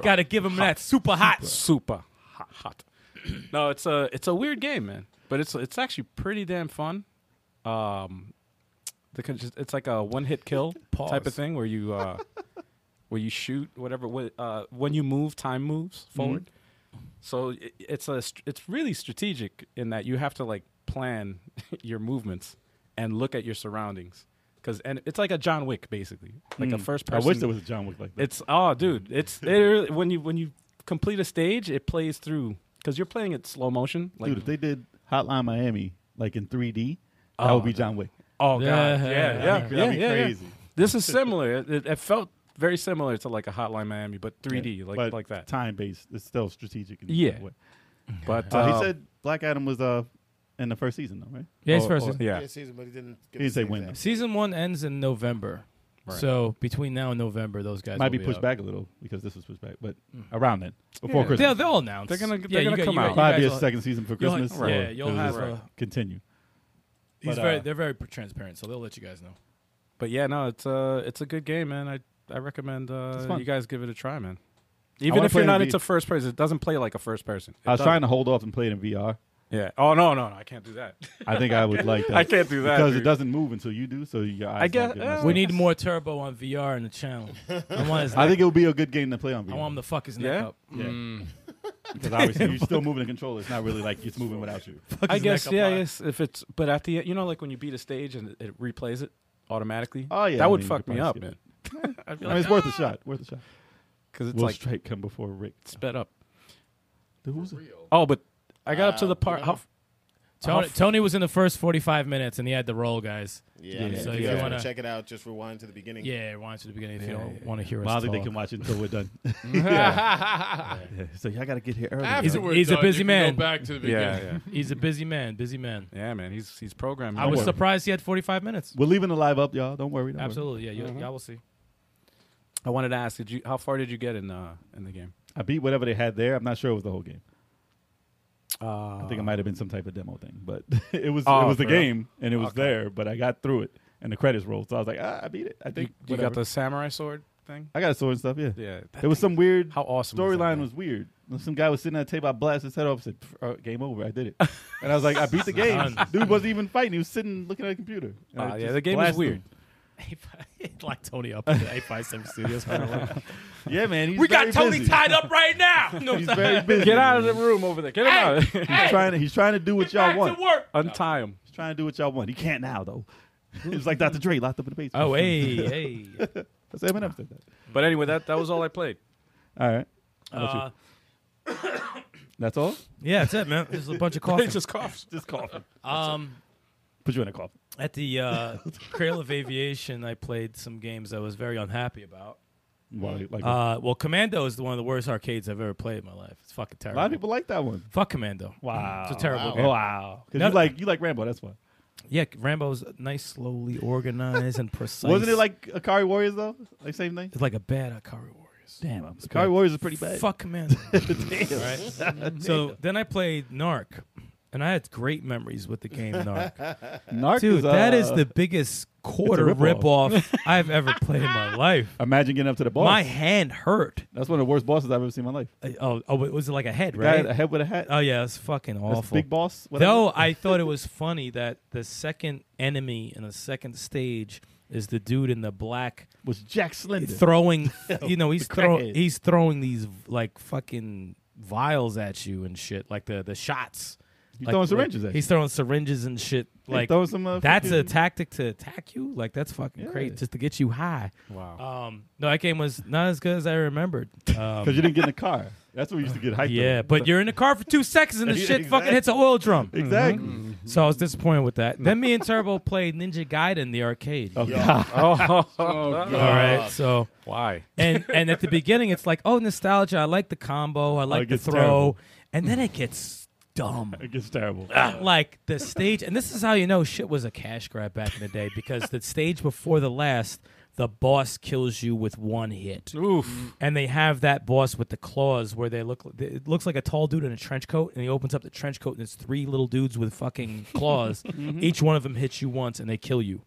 Speaker 7: Gotta give him that super hot.
Speaker 2: Super hot. hot. no, it's a it's a weird game, man. But it's it's actually pretty damn fun. Um, the con- just- it's like a one hit kill type of thing where you uh, where you shoot whatever wh- uh, when you move, time moves
Speaker 4: Mm-hmm.
Speaker 2: forward. So i it's a str- it's really strategic in that you have to like plan your movements and look at your surroundings because and it's like a John Wick basically, like a first
Speaker 4: Mm. I
Speaker 2: person.
Speaker 4: wish there was a John Wick like that.
Speaker 2: It's oh, dude, it's it really, when you when you complete a stage, it plays through because you're playing it slow motion. Like,
Speaker 4: Dude, if they did Hotline Miami like in 3D, that would be John Wick.
Speaker 2: oh god, yeah,
Speaker 10: Yeah.
Speaker 2: yeah, yeah,
Speaker 4: That'd be-
Speaker 2: yeah,
Speaker 4: that'd be
Speaker 2: yeah.
Speaker 4: crazy.
Speaker 2: This is similar. it, it, it felt very similar to like a Hotline Miami, but 3D, like
Speaker 4: But
Speaker 2: like that.
Speaker 4: Time based. It's still strategic. In
Speaker 2: Yeah.
Speaker 4: that way.
Speaker 2: But
Speaker 4: Uh,
Speaker 2: uh,
Speaker 4: he said Black Adam was uh in the first season though, right?
Speaker 7: Yeah, it's
Speaker 4: Or-
Speaker 7: first
Speaker 4: or-
Speaker 7: season.
Speaker 2: yeah,
Speaker 5: Yeah, season, but he didn't. Give
Speaker 4: He
Speaker 5: us
Speaker 4: said
Speaker 5: the
Speaker 4: win,
Speaker 5: exact-
Speaker 7: Season one ends in November. So between now and November, those guys
Speaker 4: might
Speaker 7: will
Speaker 4: be pushed
Speaker 7: up.
Speaker 4: back a little because this was pushed back, but around then, before Christmas,
Speaker 7: They'll, they'll announce.
Speaker 2: They're gonna- they're
Speaker 7: yeah,
Speaker 2: gonna
Speaker 7: you got-
Speaker 2: come
Speaker 7: you got-
Speaker 2: out.
Speaker 7: you
Speaker 4: probably
Speaker 7: guys
Speaker 4: be a
Speaker 7: will-
Speaker 4: second season for
Speaker 7: you'll-
Speaker 4: Christmas.
Speaker 7: yeah, Right. you'll
Speaker 4: It'll
Speaker 7: have
Speaker 4: just
Speaker 7: a-
Speaker 4: continue.
Speaker 7: He's
Speaker 4: But,
Speaker 7: very,
Speaker 4: uh,
Speaker 7: they're very pr- transparent, so they'll let you guys know.
Speaker 2: but yeah, no, it's uh it's a good game, man. I I recommend uh,
Speaker 4: fun.
Speaker 2: you guys give it a try, man.
Speaker 4: I
Speaker 2: Even
Speaker 4: wanna
Speaker 2: if you're
Speaker 4: play
Speaker 2: not
Speaker 4: in
Speaker 2: into
Speaker 4: V-
Speaker 2: first person, it doesn't play like a first person. It
Speaker 4: I was
Speaker 2: doesn't.
Speaker 4: trying to hold off and play it in VR.
Speaker 2: Yeah. Oh no, no, no, I can't do that.
Speaker 4: I think I would like that.
Speaker 2: I can't do that,
Speaker 4: because
Speaker 2: dude.
Speaker 4: it doesn't move until you do. So your eyes.
Speaker 2: I
Speaker 4: don't
Speaker 2: guess-
Speaker 4: get
Speaker 2: uh,
Speaker 4: messed
Speaker 7: We
Speaker 4: up.
Speaker 7: need more turbo on VR in the channel. I want his
Speaker 4: I
Speaker 7: neck-
Speaker 4: think it would be a good game to play on
Speaker 7: I want him
Speaker 4: VR
Speaker 7: to fuck his
Speaker 2: Yeah?
Speaker 7: neck up.
Speaker 4: because obviously you're still moving the controller. It's not really like it's moving without you.
Speaker 7: Fuck
Speaker 2: I
Speaker 7: his neck
Speaker 2: guess
Speaker 7: up
Speaker 2: yeah,
Speaker 7: high.
Speaker 2: yes. If it's but at the you know like when you beat a stage and it, it replays it automatically.
Speaker 4: Oh, yeah, I
Speaker 2: that would
Speaker 4: mean, you
Speaker 2: fuck
Speaker 4: could
Speaker 2: me up,
Speaker 4: probably
Speaker 2: man.
Speaker 4: skip I mean, it's worth a shot. Worth a shot.
Speaker 2: Because it's
Speaker 4: Will
Speaker 2: like
Speaker 4: Strike come before Rick.
Speaker 2: sped up.
Speaker 4: Who's
Speaker 2: Oh, but I got up
Speaker 4: Uh,
Speaker 2: to the part. How,
Speaker 7: Tony, Tony was in the first 45 minutes, and he had the roll, guys.
Speaker 5: Yeah, I mean,
Speaker 7: So
Speaker 5: if you
Speaker 7: if you
Speaker 5: guys want
Speaker 7: wanna-
Speaker 5: to check it out, just rewind to the beginning.
Speaker 7: Yeah, rewind to the beginning if you don't want to hear us
Speaker 4: Well, I think they
Speaker 7: talk.
Speaker 4: can watch it until we're done. Yeah, So y'all got to get here early.
Speaker 3: Afterwards,
Speaker 7: he's a
Speaker 3: though,
Speaker 7: busy
Speaker 3: you can
Speaker 7: man.
Speaker 3: Go back to the beginning.
Speaker 2: yeah, yeah,
Speaker 7: He's a busy man, busy man.
Speaker 2: yeah, man. He's he's programming.
Speaker 7: I was
Speaker 4: worry.
Speaker 7: surprised he had 45 minutes.
Speaker 4: We're leaving the live up, y'all. Don't worry. don't worry.
Speaker 7: Absolutely, yeah. You,
Speaker 4: Uh-huh.
Speaker 7: Y'all will see.
Speaker 2: I wanted to ask, did you how far did you get in uh in the game?
Speaker 4: I beat whatever they had there. I'm not sure it was the whole game.
Speaker 2: Uh,
Speaker 4: I think it might have been some type of demo thing, but it was
Speaker 2: Oh,
Speaker 4: it was the
Speaker 2: for real?
Speaker 4: game and it was there. But I got through it and the credits rolled, so I was like, ah, I beat it. I
Speaker 2: you,
Speaker 4: think
Speaker 2: you got
Speaker 4: whatever.
Speaker 2: the samurai sword thing.
Speaker 4: I got a sword and stuff. Yeah,
Speaker 2: Yeah, that
Speaker 4: It was
Speaker 2: thing-
Speaker 4: some weird
Speaker 2: How awesome was that,
Speaker 4: storyline
Speaker 2: man?
Speaker 4: was weird. Some guy was sitting at a table, I blasted his head off, said, "Pff, uh, "Game over, I did it." And I was like, "I beat the game." Dude wasn't even fighting; he was sitting looking at a computer. And I
Speaker 2: Ah, yeah,
Speaker 4: just
Speaker 2: the game was
Speaker 4: blasted
Speaker 2: weird.
Speaker 4: him.
Speaker 7: like Tony up at 857 Studios. by the way.
Speaker 4: Yeah, man, he's we got Tony tied up right now. he's very busy.
Speaker 2: Get out of the room over there. Get him out. of
Speaker 4: He's trying to. He's trying to do what y'all want.
Speaker 2: Untie him.
Speaker 4: He's trying to do what y'all want. He can't now though. it's like Dr. Dre locked up in the basement.
Speaker 7: Oh, hey, hey.
Speaker 4: That's Eminem said that.
Speaker 2: But anyway, that that was all I played.
Speaker 4: All right. How about
Speaker 7: Uh,
Speaker 4: you? That's all.
Speaker 7: yeah, that's it, man. There's a bunch of
Speaker 2: He
Speaker 7: coffee.
Speaker 2: just coughs.
Speaker 4: Just coffee.
Speaker 7: Um,
Speaker 4: Put you in a coffin.
Speaker 7: at the uh, Cradle of Aviation, I played some games I was very unhappy about.
Speaker 4: Well, like,
Speaker 7: Uh, well, Commando is one of the worst arcades I've ever played in my life. It's fucking
Speaker 4: a
Speaker 7: terrible.
Speaker 4: lot of people like that one.
Speaker 7: Fuck Commando.
Speaker 4: Wow.
Speaker 7: It's a terrible
Speaker 5: Wow.
Speaker 7: game.
Speaker 4: Wow. Because
Speaker 7: No,
Speaker 4: you like you like Rambo. That's why.
Speaker 7: Yeah, Rambo's nice, slowly organized, and precise.
Speaker 4: Wasn't it like Akari Warriors though? Like same thing.
Speaker 7: It's like a bad Akari Warriors. Warriors.
Speaker 4: Damn, I'm Sky Warriors is pretty bad.
Speaker 7: Fuck Commando. Right? So then I played Narc, and I had great memories with the game Narc.
Speaker 4: Narc
Speaker 7: Dude,
Speaker 4: is,
Speaker 7: that
Speaker 4: uh,
Speaker 7: is the biggest quarter
Speaker 4: rip-off.
Speaker 7: ripoff I've ever played in my life.
Speaker 4: Imagine getting up to the boss.
Speaker 7: My hand hurt.
Speaker 4: That's one of the worst bosses I've ever seen in my life.
Speaker 7: Uh, Oh, oh, it was like a head,
Speaker 4: Guy
Speaker 7: right?
Speaker 4: had a head with a hat.
Speaker 7: Oh yeah, it's fucking
Speaker 4: That's
Speaker 7: awful.
Speaker 4: big boss. whatever.
Speaker 7: Though I thought it was funny that the second enemy in the second stage is the dude in the black
Speaker 4: was Jack Slender.
Speaker 7: throwing. You know, he's
Speaker 4: The
Speaker 7: throwing.
Speaker 4: crackhead.
Speaker 7: He's throwing these like fucking vials at you and shit, like the the shots.
Speaker 4: He's
Speaker 7: Like-
Speaker 4: throwing
Speaker 7: like,
Speaker 4: syringes at
Speaker 7: He's throwing syringes and shit. Like
Speaker 4: throw some, uh,
Speaker 7: that's a
Speaker 4: fucking-
Speaker 7: tactic to attack you. Like that's fucking
Speaker 4: Yeah.
Speaker 7: crazy, just to get you high. Wow. Um, no, that game was not as good as I remembered.
Speaker 4: because
Speaker 7: Um,
Speaker 4: you didn't get in the car. That's what we used to get hyped.
Speaker 7: yeah,
Speaker 4: over.
Speaker 7: but you're in the car for two seconds and the shit fucking
Speaker 4: Exactly.
Speaker 7: hits an oil drum.
Speaker 4: exactly.
Speaker 7: So I was disappointed with that. Then me and Turbo played Ninja Gaiden the arcade.
Speaker 4: Oh,
Speaker 7: All
Speaker 4: God. Oh,
Speaker 7: right, so
Speaker 2: Why?
Speaker 7: and and at the beginning it's like, oh nostalgia, I like the combo, I like
Speaker 4: it
Speaker 7: the
Speaker 4: gets
Speaker 7: throw,
Speaker 4: terrible.
Speaker 7: and then it gets dumb.
Speaker 4: it gets terrible.
Speaker 7: Ah. like the stage, and this is how you know shit was a cash grab back in the day because the stage before the last, the boss kills you with one hit.
Speaker 2: Oof.
Speaker 7: and they have that boss with the claws where they look it looks like a tall dude in a trench coat and he opens up the trench coat and it's three little dudes with fucking claws each one of them hits you once and they kill you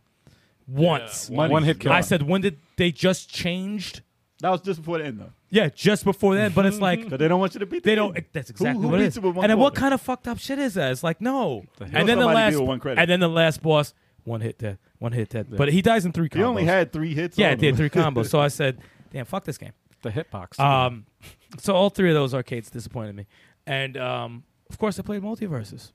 Speaker 7: once
Speaker 2: One, hit kill.
Speaker 7: i said when did they just changed
Speaker 4: That was just before the end, though.
Speaker 7: yeah just before that but it's like
Speaker 4: Because they don't want you to beat.
Speaker 7: they
Speaker 4: the
Speaker 7: don't
Speaker 4: game.
Speaker 7: that's exactly
Speaker 4: who
Speaker 7: what it
Speaker 4: beats
Speaker 7: is
Speaker 4: it with one
Speaker 7: and then what
Speaker 4: quarter?
Speaker 7: kind of fucked up shit is that it's like no
Speaker 4: hell?
Speaker 7: and then the
Speaker 4: Somebody
Speaker 7: last
Speaker 4: do it one credit.
Speaker 7: and then the last boss one hit death one hit death but he dies in three combos
Speaker 4: He only had three hits.
Speaker 7: yeah
Speaker 4: on
Speaker 7: it did
Speaker 4: him.
Speaker 7: three combos so i said damn fuck this game
Speaker 2: the hitbox.
Speaker 7: um, so all three of those arcades disappointed me, and um, of course I played multiverses.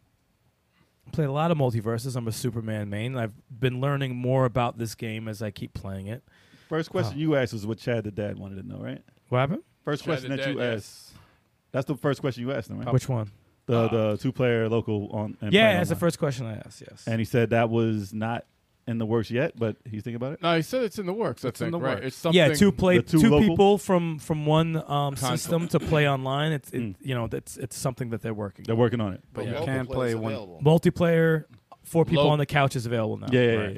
Speaker 7: Played a lot of multiverses. I'm a Superman main. I've been learning more about this game as I keep playing it.
Speaker 4: First question you asked was what Chad the dad wanted to know, right?
Speaker 7: What happened?
Speaker 4: First question that you asked. That's the first question you asked him, right?
Speaker 7: Which one?
Speaker 4: the the two player local on. And Oh.
Speaker 7: Um, yeah,
Speaker 4: playing
Speaker 7: that's the
Speaker 4: online.
Speaker 7: first question I asked. Yes.
Speaker 4: And he said that was not in the works yet, but he's thinking about it.
Speaker 3: No, he said it's in the works. I
Speaker 2: It's in
Speaker 3: think,
Speaker 2: the
Speaker 3: right?
Speaker 2: works.
Speaker 3: It's something.
Speaker 7: yeah, two play
Speaker 4: the two
Speaker 7: two,
Speaker 4: local-
Speaker 7: people from from one um, system to play online. It's it,
Speaker 4: Mm.
Speaker 7: you know that's it's something that they're working.
Speaker 4: They're working on it.
Speaker 5: But
Speaker 2: you
Speaker 5: local
Speaker 2: can
Speaker 5: players
Speaker 2: play one-
Speaker 5: available.
Speaker 7: Multiplayer, four people
Speaker 3: Lo-
Speaker 7: on the couch is available now.
Speaker 4: Yeah, yeah,
Speaker 7: Right.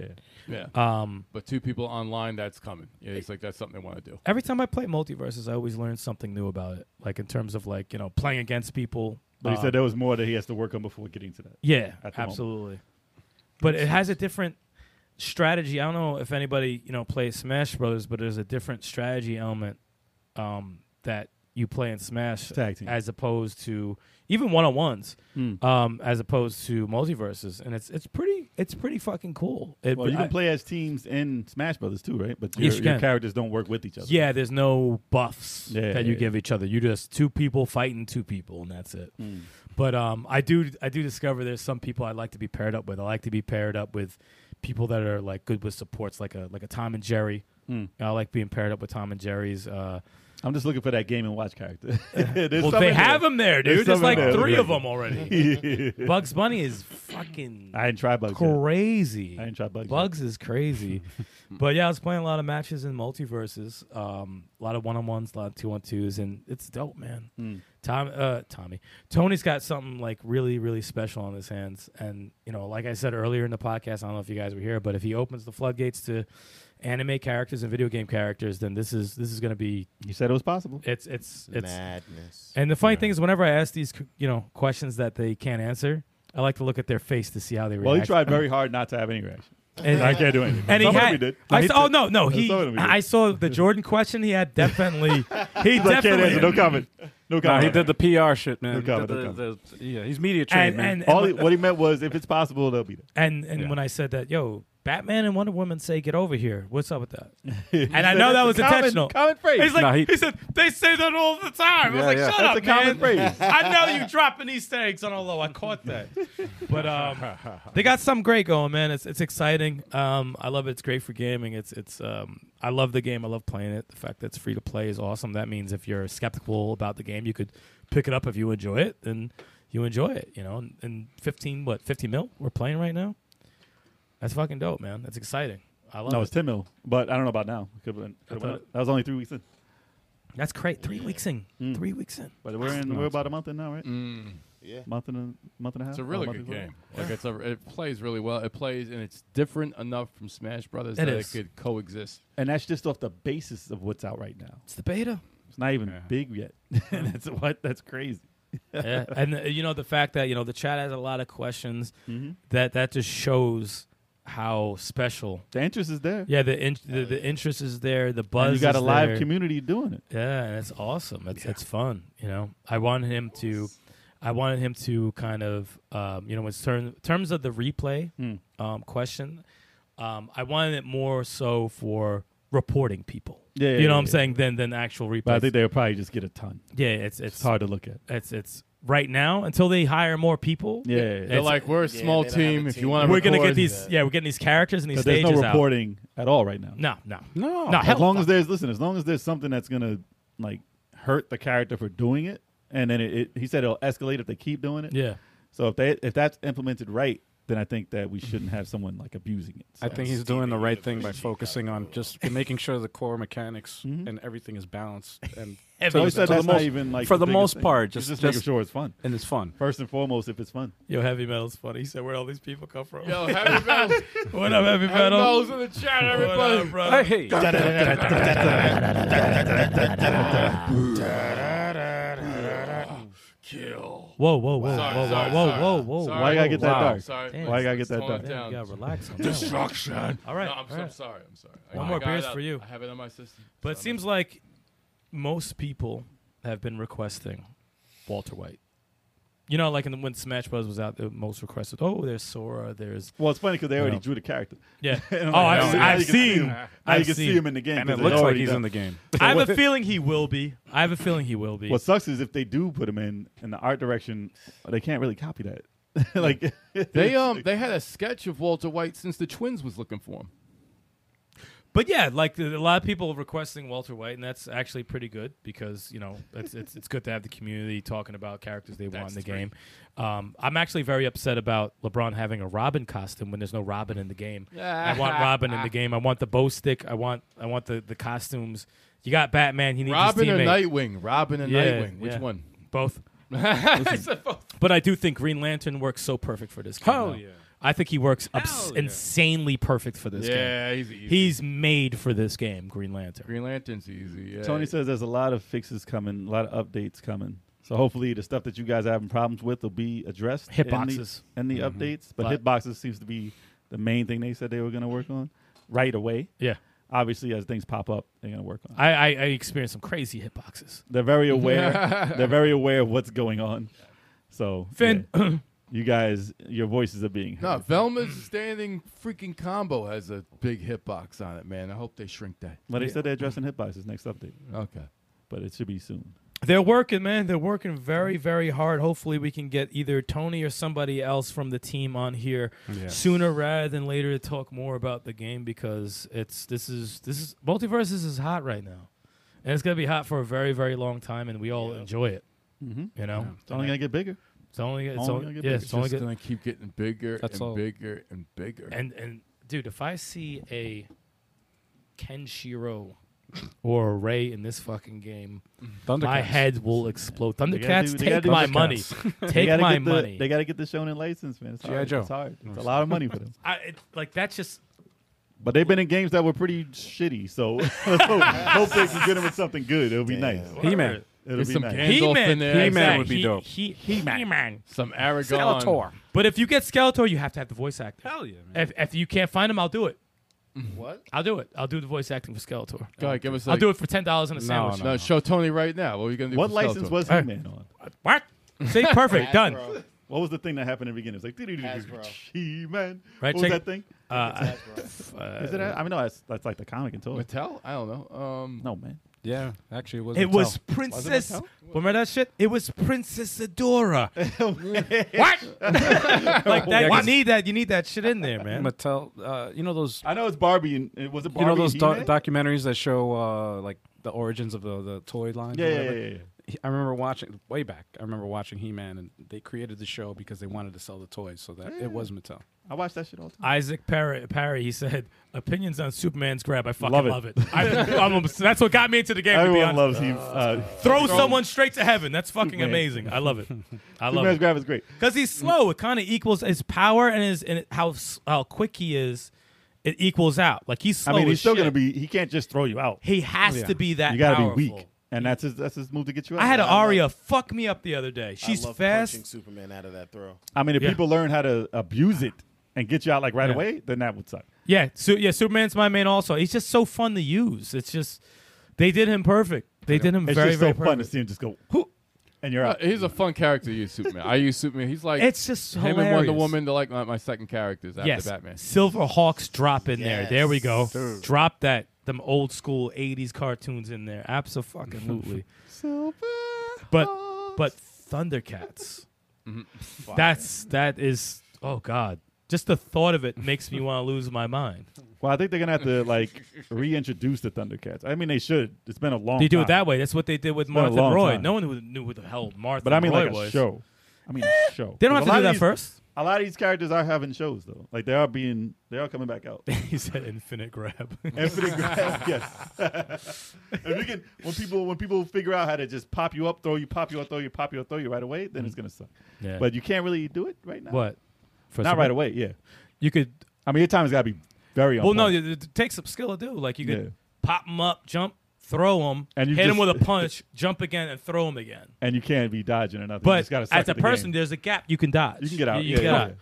Speaker 4: yeah, yeah.
Speaker 3: Yeah,
Speaker 7: Um,
Speaker 3: but two people online. That's coming. Yeah, he's like that's something they want to do.
Speaker 7: every time I play multiverses, I always learn something new about it. Like in terms of like you know playing against people.
Speaker 4: But
Speaker 7: Uh,
Speaker 4: he said there was more that he has to work on before getting to that.
Speaker 7: yeah,
Speaker 4: at the moment.
Speaker 7: absolutely. But it has a different strategy. I don't know if anybody you know plays Smash Brothers, but there's a different strategy element um, that you play in Smash
Speaker 4: Tag team. Hmm.
Speaker 7: as opposed to even one on ones, um, as opposed to multiverses, and it's it's pretty it's pretty fucking cool. It,
Speaker 4: Well, you
Speaker 7: I-
Speaker 4: can play as teams in Smash Brothers too, right? But your,
Speaker 7: Yes, you
Speaker 4: your
Speaker 7: can.
Speaker 4: characters don't work with each other.
Speaker 7: Yeah, there's no buffs
Speaker 4: Yeah,
Speaker 7: that you
Speaker 4: yeah,
Speaker 7: give each other. You just two people fighting two people, and that's it.
Speaker 4: Hmm.
Speaker 7: But um, I do I do discover there's some people I like to be paired up with. I like to be paired up with people that are like good with supports, like a like a Tom and Jerry.
Speaker 4: Hmm.
Speaker 7: I like being paired up with Tom and Jerry's. Uh,
Speaker 4: I'm just looking for that game and watch character. There's
Speaker 7: well,
Speaker 4: some
Speaker 7: they
Speaker 4: in
Speaker 7: have
Speaker 4: there.
Speaker 7: them there,
Speaker 4: There's
Speaker 7: dude. There's
Speaker 4: some in
Speaker 7: like
Speaker 4: there.
Speaker 7: three of them already. Bugs Bunny is fucking
Speaker 4: I didn't try Bugs. yet.
Speaker 7: crazy.
Speaker 4: I didn't try Bugs. yet.
Speaker 7: Bugs is crazy. but yeah, I was playing a lot of matches in multiverses, um, a lot of one on ones, a lot of two on twos, and it's dope, man.
Speaker 4: Hmm.
Speaker 7: Tom, uh, Tommy, Tony's got something like really, really special on his hands, and you know, like I said earlier in the podcast, I don't know if you guys were here, but if he opens the floodgates to anime characters and video game characters, then this is this is going to be
Speaker 4: You said it was possible.
Speaker 7: it's it's it's
Speaker 5: Madness.
Speaker 7: and the funny thing is, whenever I ask these you know questions that they can't answer. I like to look at their face to see how they react.
Speaker 4: Well, he tried very hard not to have any reaction.
Speaker 7: And-
Speaker 4: I can't do anything.
Speaker 7: and he
Speaker 4: Some of
Speaker 7: had,
Speaker 4: them did.
Speaker 7: I
Speaker 4: He
Speaker 7: saw, oh
Speaker 4: said-
Speaker 7: no, no,
Speaker 4: Yeah,
Speaker 7: he.
Speaker 4: some of them he did.
Speaker 7: I saw the Jordan question. He had definitely. He
Speaker 4: He's like, can't
Speaker 7: definitely.
Speaker 4: answer. No comment. No
Speaker 2: Nah,
Speaker 4: comment.
Speaker 2: he did the PR shit, man.
Speaker 4: No
Speaker 2: He
Speaker 4: comment,
Speaker 2: did
Speaker 4: no
Speaker 2: the- the- yeah, he's media trained,
Speaker 7: and
Speaker 2: man.
Speaker 7: and
Speaker 4: All he,
Speaker 7: and,
Speaker 4: what he meant was, if it's possible, they'll be there.
Speaker 7: and, and when I said that, yo, Batman and Wonder Woman say, "Get over here." What's up with that?
Speaker 4: and
Speaker 7: I know that was intentional.
Speaker 4: Common phrase.
Speaker 7: He's like,
Speaker 2: Nah, he-
Speaker 7: he, said, they say that all the time. I was
Speaker 2: Yeah,
Speaker 7: like,
Speaker 2: yeah.
Speaker 7: shut
Speaker 4: That's
Speaker 7: up,
Speaker 4: a common
Speaker 7: man.
Speaker 4: phrase.
Speaker 7: I know you dropping these things on a low. I caught that. But um, they got something great going, man. It's it's exciting. Um, I love it. It's great for gaming. It's it's um, I love the game. I love playing it. The fact that it's free to play is awesome. That means if you're skeptical about the game, you could pick it up if you enjoy it, then you enjoy it. You know, and, and fifteen what fifty mil we're playing right now. That's fucking dope, man. That's exciting. I love
Speaker 4: no,
Speaker 7: it.
Speaker 4: it's ten mil, but I don't know about now. Could've been- could've been-
Speaker 7: thought-
Speaker 4: that was only three weeks in,
Speaker 7: That's great. Three weeks in.
Speaker 4: Mm.
Speaker 7: Three weeks in.
Speaker 4: but we're in. We're about a month in now, right?
Speaker 5: Yeah.
Speaker 4: Month and a month and a half.
Speaker 3: Mm. It's a
Speaker 4: or
Speaker 3: really
Speaker 4: month
Speaker 3: good
Speaker 4: and a quarter.
Speaker 3: game. Like it's a, it plays really well. It plays and it's different enough from Smash Brothers
Speaker 7: It
Speaker 3: that
Speaker 7: is.
Speaker 3: it could coexist.
Speaker 4: and that's just off the basis of what's out right now.
Speaker 7: It's the beta.
Speaker 4: It's not even big yet. that's what. That's crazy.
Speaker 7: yeah. And uh, you know the fact that you know the chat has a lot of questions
Speaker 4: Mm-hmm.
Speaker 7: that that just shows how special.
Speaker 4: The interest is there.
Speaker 7: Yeah, the in, the, the interest is there. The buzz.
Speaker 4: and you got a
Speaker 7: is
Speaker 4: live
Speaker 7: there.
Speaker 4: community doing it.
Speaker 7: Yeah, and it's awesome. It's it's fun. You know, I wanted him to, I wanted him to kind of, um, you know, in term, terms of the replay
Speaker 4: Mm.
Speaker 7: um, question, um, I wanted it more so for reporting people.
Speaker 4: Yeah, yeah,
Speaker 7: you know
Speaker 4: yeah,
Speaker 7: what I'm
Speaker 4: yeah.
Speaker 7: saying? Than than actual replay.
Speaker 4: But I think they'll probably just get a ton.
Speaker 7: yeah, it's
Speaker 4: It's
Speaker 7: it's
Speaker 4: hard to look at.
Speaker 7: It's it's right now until they hire more people.
Speaker 4: Yeah, yeah, yeah.
Speaker 3: They're
Speaker 7: it's-
Speaker 3: like, we're a
Speaker 5: Yeah,
Speaker 3: small
Speaker 5: they don't have a
Speaker 3: team. If
Speaker 5: team.
Speaker 3: you want to,
Speaker 7: we're gonna get these. Yeah, we're getting these characters and these
Speaker 4: But there's no
Speaker 7: stages out.
Speaker 4: reporting at all right now.
Speaker 7: No, no,
Speaker 2: No.
Speaker 7: no.
Speaker 4: as
Speaker 7: hell
Speaker 4: long
Speaker 7: no.
Speaker 4: as there's listen, as long as there's something that's gonna like hurt the character for doing it, and then it, it he said it'll escalate if they keep doing it.
Speaker 7: yeah.
Speaker 4: So if they if that's implemented right, then I think that we shouldn't have someone like abusing it. So
Speaker 2: I think he's doing the right thing by focusing on just making sure the core mechanics
Speaker 7: Mm-hmm.
Speaker 2: and everything is balanced and to
Speaker 4: so
Speaker 2: the-
Speaker 4: he said
Speaker 2: to the
Speaker 4: that's
Speaker 2: most-
Speaker 4: not even like
Speaker 2: for the,
Speaker 4: biggest
Speaker 2: most
Speaker 4: thing.
Speaker 2: part,
Speaker 4: It's
Speaker 2: just,
Speaker 4: just,
Speaker 2: just,
Speaker 4: making sure it's fun.
Speaker 2: and it's fun.
Speaker 4: First and foremost, if it's fun,
Speaker 7: Yo, heavy metal's funny. He said, "Where all these people come from?"
Speaker 3: Yo, heavy metal.
Speaker 7: what up, heavy
Speaker 3: heavy
Speaker 7: metal?
Speaker 3: metal's in the chat, everybody.
Speaker 4: Uh,
Speaker 2: Hey,
Speaker 3: Kill.
Speaker 7: Whoa, whoa, whoa,
Speaker 3: Sorry,
Speaker 7: whoa,
Speaker 3: sorry,
Speaker 7: whoa,
Speaker 3: sorry.
Speaker 7: whoa, whoa,
Speaker 3: Sorry.
Speaker 4: why you gotta get that
Speaker 2: Wow.
Speaker 4: dark?
Speaker 3: Sorry.
Speaker 7: Damn.
Speaker 4: Why you gotta get that
Speaker 3: Slow it
Speaker 4: dark?
Speaker 7: Damn,
Speaker 3: down.
Speaker 7: you gotta relax. on that one.
Speaker 3: Destruction.
Speaker 7: All right,
Speaker 3: No, I'm,
Speaker 7: all
Speaker 3: I'm
Speaker 7: right.
Speaker 3: sorry. I'm sorry. I-
Speaker 7: One
Speaker 3: I
Speaker 7: more
Speaker 3: got it
Speaker 7: beers
Speaker 3: out.
Speaker 7: for you.
Speaker 3: I have it on my system.
Speaker 7: But it
Speaker 3: So-
Speaker 7: seems like most people have been requesting Walter White. You know, like in the, when Smash Bros was out, the most requested. Oh, there's Sora. There's
Speaker 4: Well, it's funny because they already
Speaker 7: No.
Speaker 4: drew the character.
Speaker 7: yeah.
Speaker 4: And I'm
Speaker 7: oh,
Speaker 4: like,
Speaker 7: I've,
Speaker 4: now you
Speaker 7: I've
Speaker 4: can see
Speaker 7: seen.
Speaker 4: him. Now you
Speaker 7: I've
Speaker 4: can see
Speaker 7: seen.
Speaker 4: him in the game.
Speaker 2: and it
Speaker 4: 'cause it's
Speaker 2: looks like
Speaker 4: already
Speaker 2: he's
Speaker 4: done.
Speaker 2: in the game.
Speaker 7: I have a feeling he will be. I have a feeling he will be.
Speaker 4: What sucks is if they do put him in in the art direction, they can't really copy that. like
Speaker 3: they um they had a sketch of Walter White since the Twins was looking for him.
Speaker 7: But yeah, like the, a lot of people requesting Walter White, and that's actually pretty good because you know it's it's, it's good to have the community talking about characters they want in the game. Um, I'm actually very upset about LeBron having a Robin costume when there's no Robin in the game. I want Robin in the game. I want the bow stick. I want I want the, the costumes. You got Batman. He needs
Speaker 3: Robin
Speaker 7: his
Speaker 3: and
Speaker 7: teammate.
Speaker 3: Nightwing. Robin and
Speaker 7: Yeah,
Speaker 3: Nightwing. Which
Speaker 7: yeah.
Speaker 3: one?
Speaker 7: Both.
Speaker 3: I said both.
Speaker 7: But I do think Green Lantern works so perfect for this game.
Speaker 2: Hell
Speaker 7: though.
Speaker 2: yeah.
Speaker 7: I think he works abs- insanely perfect for this game.
Speaker 3: Yeah, he's easy.
Speaker 7: He's made for this game, Green Lantern.
Speaker 3: Green Lantern's easy. Yeah.
Speaker 4: Tony says there's a lot of fixes coming, a lot of updates coming. So hopefully the stuff that you guys are having problems with will be addressed.
Speaker 7: Hitboxes.
Speaker 4: in the, in the updates, but,
Speaker 7: But-
Speaker 4: hitboxes seems to be the main thing they said they were going to work on right away.
Speaker 7: Yeah.
Speaker 4: Obviously, as things pop up, they're going to work on. it.
Speaker 7: I, I, I experienced some crazy hitboxes.
Speaker 4: They're very aware. they're very aware of what's going on. So
Speaker 7: Finn.
Speaker 4: yeah. you guys, your voices are being
Speaker 3: No,
Speaker 4: heard.
Speaker 3: Velma's standing freaking combo has a big hitbox on it, man. I hope they shrink that.
Speaker 4: But they said they're addressing hitboxes next update,
Speaker 3: Okay.
Speaker 4: but it should be soon.
Speaker 7: They're working, man. They're working very, very hard. Hopefully, we can get either Tony or somebody else from the team on here sooner rather than later to talk more about the game because it's this is this is multiverses is hot right now, and it's gonna be hot for a very, very long time, and we all enjoy it. You know,
Speaker 4: Mm-hmm. It's only going to get bigger.
Speaker 7: it's only it's
Speaker 4: only
Speaker 7: only,
Speaker 4: gonna get
Speaker 7: yeah,
Speaker 4: bigger.
Speaker 7: it's only
Speaker 3: just
Speaker 7: good.
Speaker 3: gonna keep getting bigger
Speaker 2: That's
Speaker 3: and
Speaker 2: all.
Speaker 3: bigger and bigger.
Speaker 7: And and dude, if I see a Kenshiro or a Ray in this fucking game,
Speaker 2: Thundercats.
Speaker 7: my head will explode.
Speaker 4: gotta do-
Speaker 7: Thundercats,
Speaker 4: they gotta
Speaker 7: take
Speaker 4: do
Speaker 7: my
Speaker 4: Thundercats.
Speaker 7: money.
Speaker 4: They
Speaker 7: take
Speaker 4: gotta
Speaker 7: my
Speaker 4: get the-
Speaker 7: money.
Speaker 4: They got to get the Shonen license, man. It's
Speaker 2: G.I.
Speaker 4: hard.
Speaker 2: Joe.
Speaker 4: It's hard. It's a lot of money for them.
Speaker 7: I, it, like that's just
Speaker 4: But they've been in games that were pretty shitty, so hope they can get them with something good. It'll be nice.
Speaker 2: He-Man.
Speaker 4: It'll
Speaker 3: There's
Speaker 4: be
Speaker 3: some
Speaker 4: nice.
Speaker 3: Gandalf in there.
Speaker 2: He-Man would be
Speaker 7: He-
Speaker 2: dope.
Speaker 7: He, He-Man.
Speaker 3: Some Aragon.
Speaker 2: Skeletor.
Speaker 7: But if you get Skeletor, you have to have the voice actor.
Speaker 2: Hell yeah, man.
Speaker 7: If, if you can't find him, I'll do it.
Speaker 5: What?
Speaker 7: I'll do it. I'll do the voice acting for Skeletor.
Speaker 3: Go ahead, give us.
Speaker 7: I'll do it for ten dollars and a
Speaker 2: No,
Speaker 7: sandwich.
Speaker 3: No, show Tony right now. What are you gonna do?
Speaker 4: what
Speaker 3: for
Speaker 4: license
Speaker 3: Skeletor?
Speaker 4: was He Man on?
Speaker 7: What? See, perfect. Done. Uh,
Speaker 5: Hasbro.
Speaker 4: What was the thing that happened in the beginning? It was like
Speaker 5: Hasbro.
Speaker 4: He Man.
Speaker 7: Right,
Speaker 4: What was that
Speaker 7: check-
Speaker 4: thing?
Speaker 7: I-
Speaker 5: Hasbro.
Speaker 4: Is it? a- I mean, no, that's, that's like the comic and toy.
Speaker 3: Mattel? I don't know. Um,
Speaker 4: No man.
Speaker 2: Yeah, actually, it was.
Speaker 7: it
Speaker 2: Mattel.
Speaker 7: was Princess. Remember that shit? It was Princess Adora. what? like that? You need that. You need that shit in there, man.
Speaker 2: Mattel. Uh, you know those.
Speaker 4: I know it's Barbie and it was it
Speaker 2: You
Speaker 4: Barbie.
Speaker 2: know those
Speaker 4: and
Speaker 2: doc
Speaker 4: He-Man?
Speaker 2: documentaries that show uh, like the origins of the, the toy line.
Speaker 4: Yeah, yeah, yeah, yeah, yeah.
Speaker 2: I remember watching way back. I remember watching He Man, and they created the show because they wanted to sell the toys, so that it was Mattel.
Speaker 4: I watched that shit all the time.
Speaker 7: Isaac Parry, Parry, he said, opinions on Superman's grab. I fucking
Speaker 4: Love
Speaker 7: love
Speaker 4: it.
Speaker 7: it. I, am that's what got me into the game. to be
Speaker 4: Everyone loves
Speaker 7: honest.
Speaker 4: He. Uh,
Speaker 7: Throw someone straight to heaven. That's fucking amazing. I love it. I love
Speaker 4: Superman's
Speaker 7: it.
Speaker 4: grab is great.
Speaker 7: Because he's slow. It kind of equals his power and his and how s- how quick he is. It equals out. Like he's slow.
Speaker 4: I mean,
Speaker 7: as
Speaker 4: he's still
Speaker 7: shit.
Speaker 4: gonna be. He can't just throw you out.
Speaker 7: He has to be that.
Speaker 4: You gotta be
Speaker 7: powerful.
Speaker 4: weak. and that's his that's his move to get you out.
Speaker 7: I had an
Speaker 5: I love-
Speaker 7: Aria fuck me up the other day. She's
Speaker 5: I love punching
Speaker 7: fast.
Speaker 5: Superman out of that throw.
Speaker 4: I mean, if
Speaker 7: Yeah.
Speaker 4: people learn how to abuse it and get you out like right
Speaker 7: Yeah.
Speaker 4: away, then that would suck.
Speaker 7: Yeah, su- yeah. Superman's my man. Also, he's just so fun to use. It's just they did him perfect. They did him
Speaker 4: It's
Speaker 7: very,
Speaker 4: just so
Speaker 7: very
Speaker 4: fun to
Speaker 7: perfect.
Speaker 4: see him just go whoop, and you're
Speaker 3: Uh,
Speaker 4: out.
Speaker 3: he's a fun character. to use Superman. I use Superman. He's like
Speaker 7: It's just
Speaker 3: him and
Speaker 7: hilarious.
Speaker 3: Wonder Woman. They're like my, my second characters after
Speaker 7: yes,
Speaker 3: Batman.
Speaker 7: Silver Hawks drop in there. There we go.
Speaker 5: Yes.
Speaker 7: Drop that. Them old school '80s cartoons in there. Absolutely. but but Thundercats.
Speaker 4: Mhm.
Speaker 7: That's that is oh god. Just the thought of it makes me want to lose my mind.
Speaker 4: Well, I think they're gonna have to like reintroduce the Thundercats. I mean, they should. It's been a long.
Speaker 7: They do
Speaker 4: time.
Speaker 7: it that way. That's what they did with
Speaker 4: been a
Speaker 7: Martha
Speaker 4: long
Speaker 7: Roy.
Speaker 4: time.
Speaker 7: No one who knew who the hell Martha
Speaker 4: But I mean,
Speaker 7: Roy
Speaker 4: like a
Speaker 7: was.
Speaker 4: show. I mean, a show.
Speaker 7: Eh, They don't
Speaker 4: Because a
Speaker 7: have to do
Speaker 4: lot
Speaker 7: that
Speaker 4: of these-
Speaker 7: first.
Speaker 4: A lot of these characters are having shows though. Like they are being, they are coming back out.
Speaker 7: he said infinite grab.
Speaker 4: Infinite grab, yes. if you can, when people when people figure out how to just pop you up, throw you, pop you up, throw you, pop you up, throw you right away, then it's gonna suck.
Speaker 7: Mm. Yeah.
Speaker 4: But you can't really do it right now.
Speaker 7: what? For
Speaker 4: Not
Speaker 7: some-
Speaker 4: right away. Yeah.
Speaker 7: You could.
Speaker 4: I mean, your time's gotta be very. on
Speaker 7: Well, no,
Speaker 4: point.
Speaker 7: it, it takes some skill to do. Like you could
Speaker 4: Yeah.
Speaker 7: pop him up, jump, throw him,
Speaker 4: And you
Speaker 7: hit him
Speaker 4: just-
Speaker 7: with a punch, jump again, and throw him again.
Speaker 4: and you can't be dodging or nothing. you
Speaker 7: But
Speaker 4: just gotta suck
Speaker 7: as a
Speaker 4: at the
Speaker 7: person,
Speaker 4: game.
Speaker 7: there's a gap you can dodge.
Speaker 4: you can get out.
Speaker 7: You,
Speaker 4: yeah,
Speaker 7: can get
Speaker 4: yeah,
Speaker 7: out.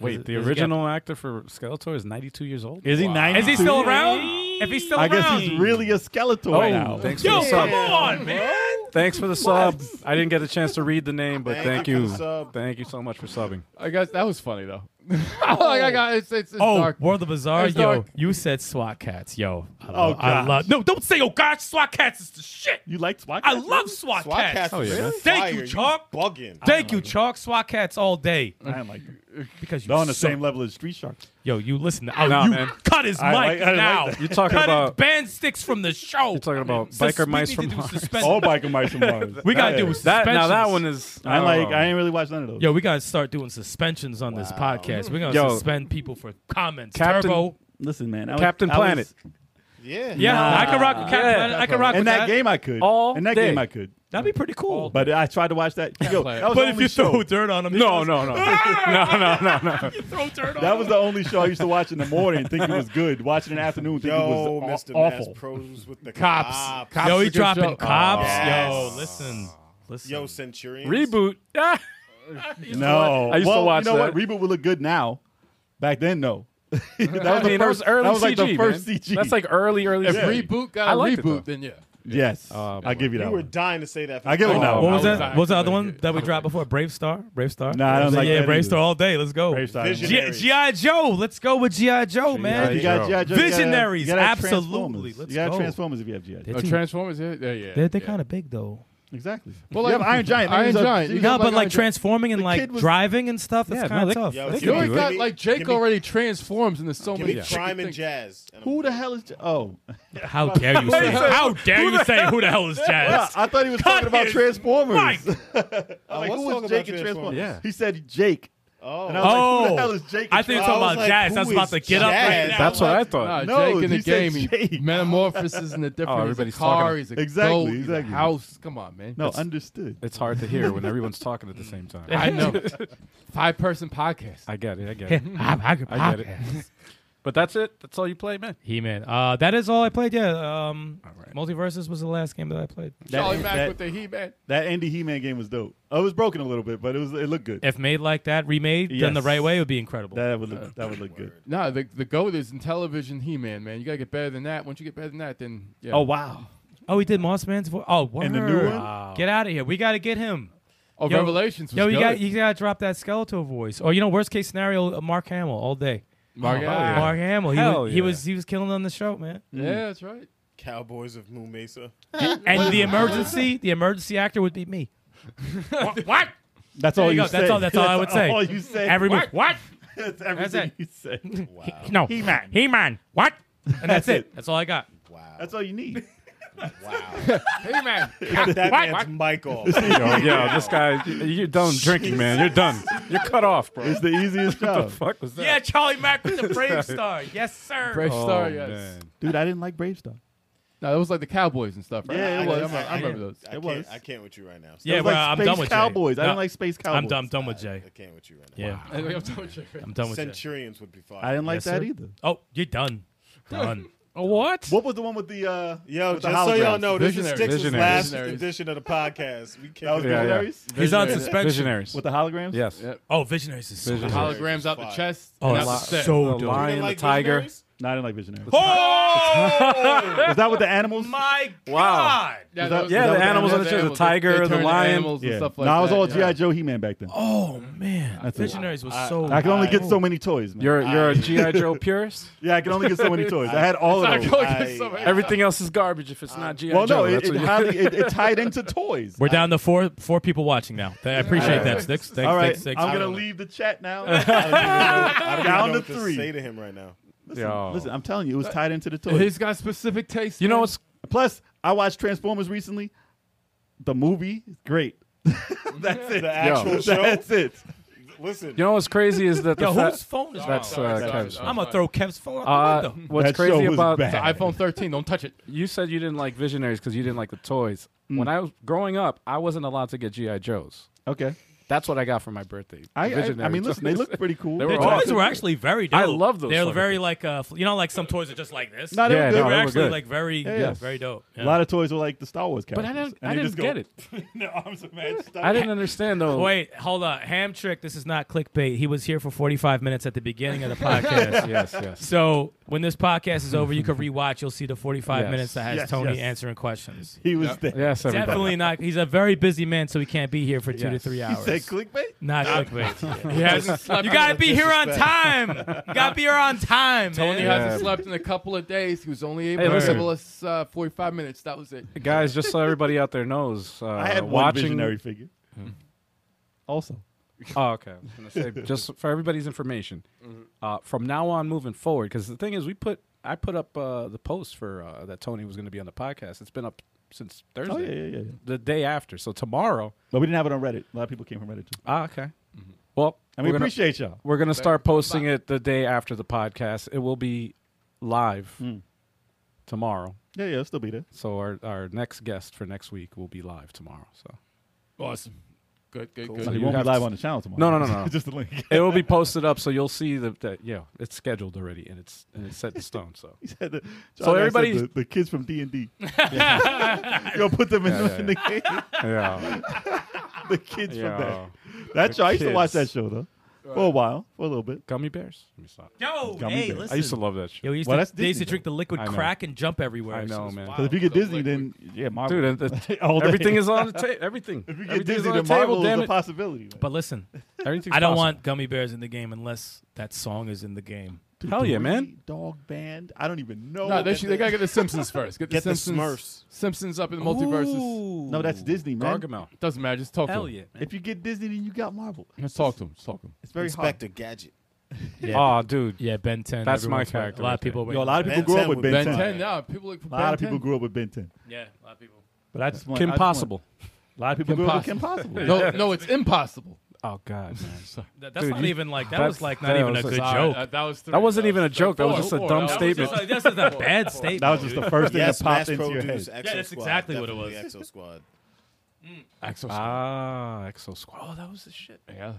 Speaker 2: Wait, the
Speaker 7: There's a
Speaker 2: original actor for Skeletor is 92 years old?
Speaker 4: yeah. Is he ninety?
Speaker 7: Is he still around? If he's still
Speaker 4: I
Speaker 7: around,
Speaker 4: guess he's really a skeleton
Speaker 2: Oh,
Speaker 4: now.
Speaker 2: thanks for
Speaker 7: Yo,
Speaker 2: the
Speaker 7: come
Speaker 2: sub.
Speaker 7: on, man.
Speaker 2: Thanks for the sub. I didn't get a chance to read the name, but
Speaker 5: Thank
Speaker 2: thank
Speaker 5: you for
Speaker 2: you.
Speaker 5: the sub.
Speaker 2: Thank you so much for subbing.
Speaker 3: I guess that was funny though. like I got it's it's, it's
Speaker 7: Oh,
Speaker 3: dark.
Speaker 7: World of Bizarre,
Speaker 3: It's
Speaker 7: yo,
Speaker 3: dark.
Speaker 7: you said SWAT cats, yo. I
Speaker 4: Oh,
Speaker 7: love, I
Speaker 4: gosh.
Speaker 7: love. No, don't say oh gosh, SWAT cats is the shit.
Speaker 4: You like SWAT?
Speaker 7: I
Speaker 4: cats?
Speaker 7: love SWAT,
Speaker 5: SWAT
Speaker 7: cats.
Speaker 3: Oh,
Speaker 5: cast is
Speaker 2: yeah, man.
Speaker 5: really
Speaker 7: Thank
Speaker 5: fire.
Speaker 7: you, Chalk.
Speaker 5: bugging.
Speaker 7: Thank you, Chalk. SWAT cats all day
Speaker 4: I didn't like them.
Speaker 7: because you
Speaker 4: They're on the
Speaker 7: suck.
Speaker 4: same level as Street Sharks.
Speaker 7: Yo, you listen. To, oh,
Speaker 2: Nah,
Speaker 7: you
Speaker 2: man.
Speaker 7: cut his
Speaker 4: I like-
Speaker 7: mic
Speaker 4: I didn't
Speaker 7: now.
Speaker 4: like
Speaker 2: You're talking
Speaker 7: cut
Speaker 2: about-
Speaker 7: band sticks from the show. You're
Speaker 2: talking about biker mice from Mars.
Speaker 4: All biker mice from Mars.
Speaker 7: We gotta do
Speaker 4: Yeah.
Speaker 7: suspensions.
Speaker 2: That now that one is
Speaker 4: I like.
Speaker 2: don't know.
Speaker 4: I ain't really watch none of those.
Speaker 7: Yo, we gotta start doing suspensions on this podcast. We're gonna
Speaker 2: Yo.
Speaker 7: suspend people for comments.
Speaker 2: Captain-
Speaker 7: Turbo.
Speaker 4: listen, man. I was-
Speaker 2: Captain
Speaker 4: I was-
Speaker 2: Planet.
Speaker 5: Yeah.
Speaker 7: Yeah, I can rock with Captain.
Speaker 2: Yeah.
Speaker 7: Planet. I can rock
Speaker 4: in
Speaker 7: with
Speaker 4: that,
Speaker 7: that.
Speaker 4: game, I could.
Speaker 2: All
Speaker 4: in that
Speaker 2: day.
Speaker 4: game, I could.
Speaker 7: That'd be pretty cool.
Speaker 4: But I tried to watch that. Yo,
Speaker 3: Planet.
Speaker 4: that was
Speaker 7: But
Speaker 4: the
Speaker 7: if
Speaker 4: only
Speaker 7: you
Speaker 4: show.
Speaker 7: throw dirt on him, he
Speaker 2: No,
Speaker 7: goes,
Speaker 2: no, no, no, no, no, no.
Speaker 7: Throw dirt on
Speaker 4: that was the only show I used to watch in the morning, thinking it was good. Watching in the afternoon, thinking
Speaker 5: Yo,
Speaker 4: it was
Speaker 5: Mr.
Speaker 4: aw- awful.
Speaker 5: Mass Pros with the
Speaker 3: Cops.
Speaker 5: cops.
Speaker 3: Cops
Speaker 7: Yo,
Speaker 3: is
Speaker 7: he
Speaker 3: a good
Speaker 7: dropping
Speaker 3: show.
Speaker 7: cops.
Speaker 5: Yes.
Speaker 7: Yo, listen, listen.
Speaker 5: Yo, Centurions.
Speaker 2: Reboot. Ah,
Speaker 4: No,
Speaker 2: I used to
Speaker 4: well,
Speaker 2: watch
Speaker 4: You know
Speaker 2: that.
Speaker 4: what? Reboot would look good now. Back then, no. that was
Speaker 2: I mean, that was early
Speaker 4: That was like
Speaker 2: CG,
Speaker 4: the first
Speaker 2: man.
Speaker 4: CG.
Speaker 2: That's like early, early.
Speaker 3: If
Speaker 2: CG.
Speaker 3: reboot got
Speaker 2: I
Speaker 3: a
Speaker 2: liked it,
Speaker 3: reboot,
Speaker 2: though.
Speaker 3: then yeah.
Speaker 4: yes.
Speaker 2: Um,
Speaker 4: I give you
Speaker 5: You
Speaker 4: that
Speaker 5: were
Speaker 4: one.
Speaker 5: dying to say that. For
Speaker 4: I give him that
Speaker 7: What
Speaker 4: one.
Speaker 7: was
Speaker 3: I was
Speaker 7: that? What was the
Speaker 3: actually
Speaker 7: other
Speaker 3: like
Speaker 7: one
Speaker 3: it.
Speaker 7: that we dropped before? Brave Star. Brave Star.
Speaker 4: Nah, I don't like
Speaker 7: yeah,
Speaker 4: that
Speaker 7: Brave
Speaker 4: either.
Speaker 7: Star all day. Let's go.
Speaker 4: Brave Star.
Speaker 7: G-
Speaker 5: Visionaries.
Speaker 7: GI Joe. Let's go with GI Joe, man.
Speaker 4: You got G.I. Joe, you gotta-
Speaker 7: Visionaries,
Speaker 4: you gotta have
Speaker 7: absolutely.
Speaker 4: Transformers.
Speaker 7: Let's
Speaker 4: you got
Speaker 7: go.
Speaker 4: Transformers if you have GI. Joe.
Speaker 3: Oh, Transformers, yeah, yeah, yeah.
Speaker 7: They're, they're
Speaker 3: yeah.
Speaker 7: kind of big though.
Speaker 4: Exactly.
Speaker 3: Well,
Speaker 4: you
Speaker 3: like-
Speaker 4: have Iron Giant.
Speaker 3: Iron
Speaker 4: He was a-
Speaker 3: Giant.
Speaker 4: he
Speaker 3: You
Speaker 4: was
Speaker 3: got-
Speaker 4: a-
Speaker 3: like
Speaker 7: No, but like
Speaker 3: Iron Giant.
Speaker 7: transforming and like
Speaker 4: kid was-
Speaker 7: driving and stuff, that's
Speaker 2: Yeah,
Speaker 7: kind
Speaker 2: no,
Speaker 7: of
Speaker 2: they-
Speaker 7: tough.
Speaker 5: Yo,
Speaker 2: They
Speaker 5: give
Speaker 2: can
Speaker 3: You
Speaker 5: me-
Speaker 3: already
Speaker 2: do
Speaker 5: give
Speaker 3: got
Speaker 5: me-
Speaker 3: like Jake
Speaker 5: give me-
Speaker 3: already transforms into so
Speaker 5: Give
Speaker 3: many.
Speaker 5: me crime and jazz. and I'm
Speaker 4: Who the
Speaker 5: good.
Speaker 4: hell is? J- Oh,
Speaker 7: How dare you say? How dare you say? Who the hell is
Speaker 4: Yeah,
Speaker 7: Jazz?
Speaker 4: I thought he was
Speaker 7: Cut
Speaker 4: talking about
Speaker 7: his
Speaker 4: Transformers.
Speaker 7: mic.
Speaker 4: I'm like,
Speaker 5: was
Speaker 4: who
Speaker 5: talking
Speaker 4: was
Speaker 5: about
Speaker 4: Jake in
Speaker 5: Transformers.
Speaker 4: Transformers?
Speaker 2: Yeah.
Speaker 4: He said Jake.
Speaker 5: Oh.
Speaker 4: And I was like, who
Speaker 7: Oh.
Speaker 4: the hell is Jake? in
Speaker 7: I think you're
Speaker 5: I was
Speaker 7: talking about
Speaker 5: like,
Speaker 7: Jazz. I was
Speaker 5: who
Speaker 7: about
Speaker 5: is
Speaker 7: to get up right
Speaker 5: Jazz?
Speaker 7: now.
Speaker 2: That's what I
Speaker 3: Nah,
Speaker 2: thought.
Speaker 4: No,
Speaker 3: Jake in
Speaker 4: he
Speaker 3: the
Speaker 4: said
Speaker 3: game, he
Speaker 4: Jake.
Speaker 3: metamorphoses into different.
Speaker 2: Oh,
Speaker 3: he's
Speaker 2: everybody's
Speaker 3: a car,
Speaker 2: talking.
Speaker 3: he's a
Speaker 4: Exactly,
Speaker 3: goat, he's a
Speaker 4: exactly.
Speaker 3: house. Come on, man.
Speaker 4: No, understood.
Speaker 2: It's hard to hear when everyone's talking at the same time.
Speaker 3: I know. Five person podcast.
Speaker 2: I get it. I get it.
Speaker 7: I, could
Speaker 2: I get it. But that's it. That's all you play, man.
Speaker 7: He Man. Uh, that is all I played. Yeah. Um, Multiverses was the last game that I played.
Speaker 3: Charlie Mack
Speaker 4: that-
Speaker 3: with the He Man.
Speaker 4: That Andy He-Man game was dope. Oh, it was broken a little bit, but it was it looked good.
Speaker 7: If made like that, remade done the
Speaker 4: Yes.
Speaker 7: right way, it would be incredible.
Speaker 4: That would look, that would look good.
Speaker 3: No, the the goat is in television He Man, man. You gotta get better than that. Once you get better than that, then yeah.
Speaker 4: Oh wow!
Speaker 7: oh, he did Moss Man's voice. Oh, word.
Speaker 4: And the new one?
Speaker 7: Get out of here. We got to get him.
Speaker 3: oh
Speaker 7: yo,
Speaker 3: Revelations was
Speaker 7: Yo, you
Speaker 3: good.
Speaker 7: got you got to drop that Skeletor voice. Or you know, worst case scenario, uh, Mark Hamill all day.
Speaker 3: Mark Allen.
Speaker 7: Oh, Mark Hamill. He,
Speaker 2: Hell
Speaker 7: was, he
Speaker 2: yeah.
Speaker 7: was he was killing on the show, man.
Speaker 3: Yeah, that's right.
Speaker 5: Cowboys of Moon Mesa.
Speaker 7: And the emergency, the emergency actor would be me. what?
Speaker 4: That's
Speaker 7: There
Speaker 4: all
Speaker 7: you
Speaker 4: you,
Speaker 7: go.
Speaker 4: said.
Speaker 7: That's all- that's all I would say.
Speaker 4: All you said.
Speaker 7: Every move. What?
Speaker 4: That's everything
Speaker 7: it.
Speaker 4: you said.
Speaker 7: No. He man. He man. What? And that's,
Speaker 4: That's
Speaker 7: it.
Speaker 4: it.
Speaker 7: That's all I got.
Speaker 5: Wow.
Speaker 4: That's all you need.
Speaker 5: wow.
Speaker 3: Hey man.
Speaker 5: Cut that man's mic off.
Speaker 2: Yo, yo, this guy, y- you're done drinking, man. You're done. You're cut off, bro.
Speaker 4: It's the easiest job,
Speaker 2: fuck was that?
Speaker 7: Yeah, Charlie Mack with the Brave Star. Yes, sir.
Speaker 3: Fresh
Speaker 2: Oh,
Speaker 3: Star, yes.
Speaker 2: man.
Speaker 4: dude. I didn't like Brave Star.
Speaker 3: No, that was like the Cowboys and stuff, right?
Speaker 4: Yeah, it
Speaker 3: I- I-
Speaker 4: was.
Speaker 3: I, I remember those.
Speaker 5: I
Speaker 4: It
Speaker 5: can't,
Speaker 4: was.
Speaker 5: I can't with you right now.
Speaker 7: Yeah,
Speaker 4: It was
Speaker 7: well,
Speaker 4: like
Speaker 7: I'm
Speaker 4: Space
Speaker 7: done with Jay.
Speaker 4: Cowboys. I
Speaker 7: No,
Speaker 4: didn't like Space Cowboys.
Speaker 7: I'm done. I'm done with Jay.
Speaker 5: I can't with you right now.
Speaker 7: Yeah,
Speaker 3: I think I'm telling you.
Speaker 7: I'm done with Jay.
Speaker 5: Centurions would be fine.
Speaker 4: I didn't like
Speaker 7: Yes,
Speaker 4: that
Speaker 7: sir.
Speaker 4: either.
Speaker 7: Oh, you're done. Done.
Speaker 2: A what?
Speaker 4: What was the one with the uh
Speaker 5: Yo,
Speaker 4: with the
Speaker 5: just so y'all
Speaker 4: holograms?
Speaker 5: know, this is
Speaker 2: Visionaries.
Speaker 5: Dix's
Speaker 2: Visionaries.
Speaker 5: last
Speaker 3: Visionaries.
Speaker 5: edition of the podcast. We
Speaker 4: That
Speaker 5: can't-
Speaker 4: was
Speaker 2: Yeah, yeah.
Speaker 4: Visionaries?
Speaker 7: He's on
Speaker 3: Visionaries.
Speaker 7: suspension.
Speaker 2: Visionaries.
Speaker 4: with the holograms.
Speaker 2: yes.
Speaker 3: Yeah.
Speaker 7: Oh, Visionaries is so
Speaker 3: The
Speaker 7: dope.
Speaker 5: Visionaries.
Speaker 3: holograms out the
Speaker 5: Fire.
Speaker 3: chest.
Speaker 7: Oh,
Speaker 3: and
Speaker 7: that's
Speaker 3: out the set.
Speaker 7: so
Speaker 2: The
Speaker 7: dope.
Speaker 2: lion,
Speaker 5: like
Speaker 2: the tiger.
Speaker 5: Visionaries?
Speaker 4: No, I didn't like Visionaries.
Speaker 7: Oh
Speaker 4: Was that with the animals?
Speaker 7: my
Speaker 2: Wow.
Speaker 7: God!
Speaker 3: Yeah,
Speaker 4: Was that-
Speaker 3: those-
Speaker 4: yeah, the
Speaker 3: those-
Speaker 4: animals on
Speaker 3: those
Speaker 2: the chest, the
Speaker 3: animals,
Speaker 2: tiger,
Speaker 3: they
Speaker 2: the
Speaker 3: turn into
Speaker 2: lion.
Speaker 3: animals and
Speaker 4: Yeah.
Speaker 3: stuff
Speaker 4: No,
Speaker 3: like
Speaker 4: I was
Speaker 3: that,
Speaker 4: all
Speaker 3: yeah.
Speaker 4: GI Joe He Man back then.
Speaker 7: Oh man,
Speaker 4: That's a-
Speaker 7: Visionaries was so.
Speaker 4: I could only get
Speaker 7: dope.
Speaker 4: so many toys, man.
Speaker 2: You're you're a
Speaker 5: I-
Speaker 2: GI Joe purist.
Speaker 4: yeah, I could only get so many toys. I had all of
Speaker 3: Sorry,
Speaker 4: them.
Speaker 3: go
Speaker 5: I-
Speaker 3: get some-
Speaker 2: Everything else is garbage if it's not GI
Speaker 4: Well,
Speaker 2: Joe.
Speaker 4: no, it,
Speaker 2: That's
Speaker 4: it,
Speaker 2: what you-
Speaker 4: highly, it, it tied into toys.
Speaker 7: We're down to four four people watching now. I appreciate that, Sticks. Thanks,
Speaker 4: All right,
Speaker 7: thanks, thanks.
Speaker 4: I'm gonna
Speaker 5: don't know.
Speaker 4: leave the chat now.
Speaker 5: I don't even
Speaker 4: down
Speaker 5: know
Speaker 4: to
Speaker 5: what
Speaker 4: three.
Speaker 5: To say to him right now.
Speaker 4: listen,
Speaker 2: Yo.
Speaker 4: listen, I'm telling you, it was tied into the toys.
Speaker 3: He's got specific taste.
Speaker 2: you know
Speaker 3: man.
Speaker 2: what's
Speaker 4: Plus, I watched Transformers recently. The movie is great. That's it.
Speaker 5: The actual show.
Speaker 4: That's it.
Speaker 5: Listen,
Speaker 2: you know what's crazy is that the
Speaker 7: Yo,
Speaker 2: fa-
Speaker 7: whose phone is
Speaker 4: Oh,
Speaker 2: that's
Speaker 7: that?
Speaker 2: uh,
Speaker 3: sorry,
Speaker 2: Kev's.
Speaker 3: sorry.
Speaker 7: I'm gonna throw Kev's phone out the
Speaker 2: Uh,
Speaker 7: window.
Speaker 2: what's
Speaker 4: That
Speaker 2: crazy
Speaker 4: show was
Speaker 2: about
Speaker 4: bad.
Speaker 3: It's an iPhone 13. Don't touch it.
Speaker 2: you said you didn't like Visionaries because you didn't like the toys.
Speaker 4: Mm.
Speaker 2: When I was growing up, I wasn't allowed to get GI Joes.
Speaker 4: Okay.
Speaker 2: That's what I got for my birthday.
Speaker 4: I, I, I
Speaker 2: Visionary
Speaker 4: mean, listen, they
Speaker 2: toys.
Speaker 4: look pretty cool.
Speaker 2: They were
Speaker 7: The
Speaker 2: They're
Speaker 7: toys
Speaker 2: awesome.
Speaker 7: were actually very dope.
Speaker 2: I love those
Speaker 7: They're
Speaker 2: fucking
Speaker 7: very like uh, fl- you know, like some toys are just like this.
Speaker 4: No, they were
Speaker 2: Yeah,
Speaker 4: good.
Speaker 7: they
Speaker 2: no,
Speaker 7: were
Speaker 2: they were
Speaker 7: actually
Speaker 2: good.
Speaker 7: like very,
Speaker 4: Yeah.
Speaker 7: very dope.
Speaker 4: A lot of toys were like the Star Wars
Speaker 2: but
Speaker 4: characters.
Speaker 2: I didn't.
Speaker 4: and
Speaker 2: I
Speaker 4: they
Speaker 2: didn't
Speaker 4: just go,
Speaker 2: get it.
Speaker 5: the arms are mad stuck.
Speaker 2: I didn't understand though.
Speaker 7: Wait, hold on. Ham Trick, this is not clickbait. He was here for 45 minutes at the beginning of the podcast.
Speaker 2: Yes, yes.
Speaker 7: So when this podcast is over, you can rewatch. You'll see the 45
Speaker 2: Yes.
Speaker 7: minutes that has
Speaker 4: Yes,
Speaker 7: Tony
Speaker 4: yes.
Speaker 7: answering questions.
Speaker 4: He was there.
Speaker 2: Yes, everybody.
Speaker 7: Definitely not. He's a very busy man, so he can't be here for two to
Speaker 2: Yes.
Speaker 7: three
Speaker 4: He
Speaker 7: hours.
Speaker 4: said clickbait.
Speaker 7: not clickbait.
Speaker 3: He hasn't slept.
Speaker 7: you
Speaker 3: in
Speaker 7: gotta
Speaker 3: a-
Speaker 7: be here on time. You gotta be here on time,
Speaker 3: Tony
Speaker 7: man.
Speaker 3: hasn't slept in a couple of days. He was only able
Speaker 2: Hey,
Speaker 3: to
Speaker 2: listen.
Speaker 3: give us uh, 45 minutes. That was it.
Speaker 2: Guys, just so everybody out there knows, uh,
Speaker 4: I had one
Speaker 2: watching. Hmm.
Speaker 4: visionary figure. Also,
Speaker 2: Oh, okay. I was gonna say, just for everybody's information,
Speaker 4: Mm-hmm.
Speaker 2: uh, from now on moving forward, because the thing is, we put I put up uh, the post for uh, that Tony was going to be on the podcast. It's been up since Thursday,
Speaker 4: oh yeah, yeah, yeah, yeah.
Speaker 2: the day after. So tomorrow.
Speaker 4: But we didn't have it on Reddit. A lot of people came from Reddit too,
Speaker 2: Ah, okay. Well,
Speaker 4: Mm-hmm. and we
Speaker 2: we're gonna-
Speaker 4: appreciate y'all.
Speaker 2: We're gonna start posting it the day after the podcast. It will be live
Speaker 4: Mm.
Speaker 2: tomorrow.
Speaker 4: Yeah, yeah, it'll still be there.
Speaker 2: So our our next guest for next week will be live tomorw. So
Speaker 3: Awesome. Good, good,
Speaker 4: So
Speaker 3: good.
Speaker 4: it
Speaker 2: you
Speaker 4: won't be
Speaker 2: have
Speaker 4: live
Speaker 2: to-
Speaker 4: on the channel tomorrow.
Speaker 2: No, no, no, no.
Speaker 4: just the link.
Speaker 2: it will be posted up, so you'll see that that yeah, it's scheduled already and it's and it's set in stone. So
Speaker 4: He said the,
Speaker 2: So
Speaker 4: John Mayer said
Speaker 2: everybody's-
Speaker 4: the, the kids from D and D. Yo, put them in,
Speaker 2: Yeah,
Speaker 4: the,
Speaker 2: yeah,
Speaker 4: in the game.
Speaker 2: yeah,
Speaker 4: The kids
Speaker 2: yeah.
Speaker 4: from that. That's I used to
Speaker 2: kids.
Speaker 4: watch that show though, for a while, for a little bit.
Speaker 2: gummy bears. Let me stop.
Speaker 7: Yo,
Speaker 4: Gummy
Speaker 7: hey,
Speaker 4: bear. I
Speaker 7: listen.
Speaker 2: I used to love that shit.
Speaker 7: Yo, we used
Speaker 4: Well,
Speaker 7: to,
Speaker 4: that's
Speaker 7: they used to
Speaker 4: Disney,
Speaker 7: drink the liquid
Speaker 2: I know.
Speaker 7: crack and jump everywhere.
Speaker 2: I know,
Speaker 7: It's
Speaker 2: man.
Speaker 4: Because if you get Disney, then yeah, Marvel.
Speaker 2: Dude, and the,
Speaker 4: all day.
Speaker 2: everything is on the table. Everything.
Speaker 4: If you get
Speaker 2: Everything's
Speaker 4: Disney,
Speaker 2: on the
Speaker 4: then
Speaker 2: table.
Speaker 4: Marvel
Speaker 2: Damn
Speaker 4: is a
Speaker 2: it.
Speaker 4: possibility. man.
Speaker 7: But listen,
Speaker 2: Everything's
Speaker 7: I don't
Speaker 2: possible.
Speaker 7: want gummy bears in the game unless that song is in the game.
Speaker 4: Dude,
Speaker 2: hell
Speaker 4: the
Speaker 2: yeah, man.
Speaker 4: Wee Dog band. I don't even know.
Speaker 3: No, they,
Speaker 4: what
Speaker 3: should,
Speaker 4: that-
Speaker 3: they gotta get the Simpsons first. Get the
Speaker 11: Get the
Speaker 3: Simpsons.
Speaker 11: Smurfs.
Speaker 3: Simpsons up in the multiverses.
Speaker 7: Ooh.
Speaker 4: no, that's Disney, man.
Speaker 2: Gargamel.
Speaker 3: Doesn't matter. Just talk
Speaker 7: Hell
Speaker 3: to him.
Speaker 7: yeah.
Speaker 4: If you get Disney, then you got Marvel.
Speaker 3: Let's talk to him. Just talk to him.
Speaker 4: It's very hard.
Speaker 11: Inspector Gadget.
Speaker 2: Oh, dude.
Speaker 12: Yeah, Ben 10.
Speaker 2: That's my
Speaker 12: everyone's- A
Speaker 2: character
Speaker 12: lot
Speaker 2: right
Speaker 12: of people were.
Speaker 4: Yo, a lot of people
Speaker 11: Ben
Speaker 4: grew up
Speaker 11: 10
Speaker 4: with
Speaker 11: would
Speaker 4: Ben,
Speaker 11: be
Speaker 3: Ben
Speaker 4: 10.
Speaker 3: 10. No, people like
Speaker 4: A lot of people grew up with Ben 10.
Speaker 12: Yeah, a lot of people.
Speaker 4: But I just want
Speaker 2: Kim
Speaker 4: I just want-
Speaker 2: Possible.
Speaker 4: A lot of people
Speaker 3: Kim
Speaker 4: grew up with Kim
Speaker 3: Possible.
Speaker 4: Possible.
Speaker 3: No, no, it's impossible.
Speaker 2: Oh god, man.
Speaker 7: That- that's
Speaker 2: Dude,
Speaker 7: not
Speaker 2: you-
Speaker 7: even like that
Speaker 2: that's-
Speaker 7: was like
Speaker 2: that
Speaker 7: not even
Speaker 2: was
Speaker 7: a
Speaker 2: a
Speaker 7: good
Speaker 2: sigh.
Speaker 7: joke.
Speaker 3: Uh, that was three.
Speaker 2: That wasn't
Speaker 3: was
Speaker 2: even a
Speaker 3: three.
Speaker 2: joke. That was
Speaker 3: Four.
Speaker 2: just a
Speaker 3: Four.
Speaker 2: dumb
Speaker 3: That was
Speaker 2: statement.
Speaker 3: just-
Speaker 7: That's just a bad statement.
Speaker 4: That was just the first thing
Speaker 11: Yes,
Speaker 4: that popped
Speaker 11: mass
Speaker 4: into your
Speaker 11: produced
Speaker 4: head.
Speaker 11: Exo
Speaker 7: Yeah, that's
Speaker 11: Squad.
Speaker 7: exactly what it
Speaker 11: Definitely
Speaker 7: was.
Speaker 11: Exo Squad.
Speaker 2: Ah, Exo Squad. Oh, that was the shit.
Speaker 3: Yeah.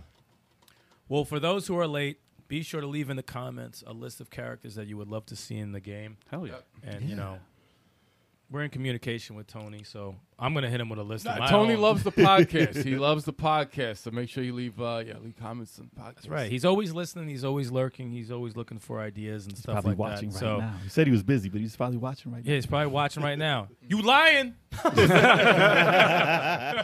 Speaker 7: Well, for those who are late, be sure to leave in the comments a list of characters that you would love to see in the game.
Speaker 2: Hell yeah.
Speaker 7: And you know, we're in communication with Tony, so I'm gonna hit him with a list. of my
Speaker 3: Tony
Speaker 7: own.
Speaker 3: loves the podcast. he loves the podcast. So make sure you leave uh, yeah, leave comments on the podcast.
Speaker 7: That's right. He's always listening. He's always lurking. He's always looking for ideas and stuff
Speaker 4: Probably
Speaker 7: like
Speaker 4: watching
Speaker 7: that.
Speaker 4: right
Speaker 7: so
Speaker 4: now. He said he was busy, but he's probably watching right
Speaker 7: yeah, he's probably watching right now. You lying?
Speaker 4: now.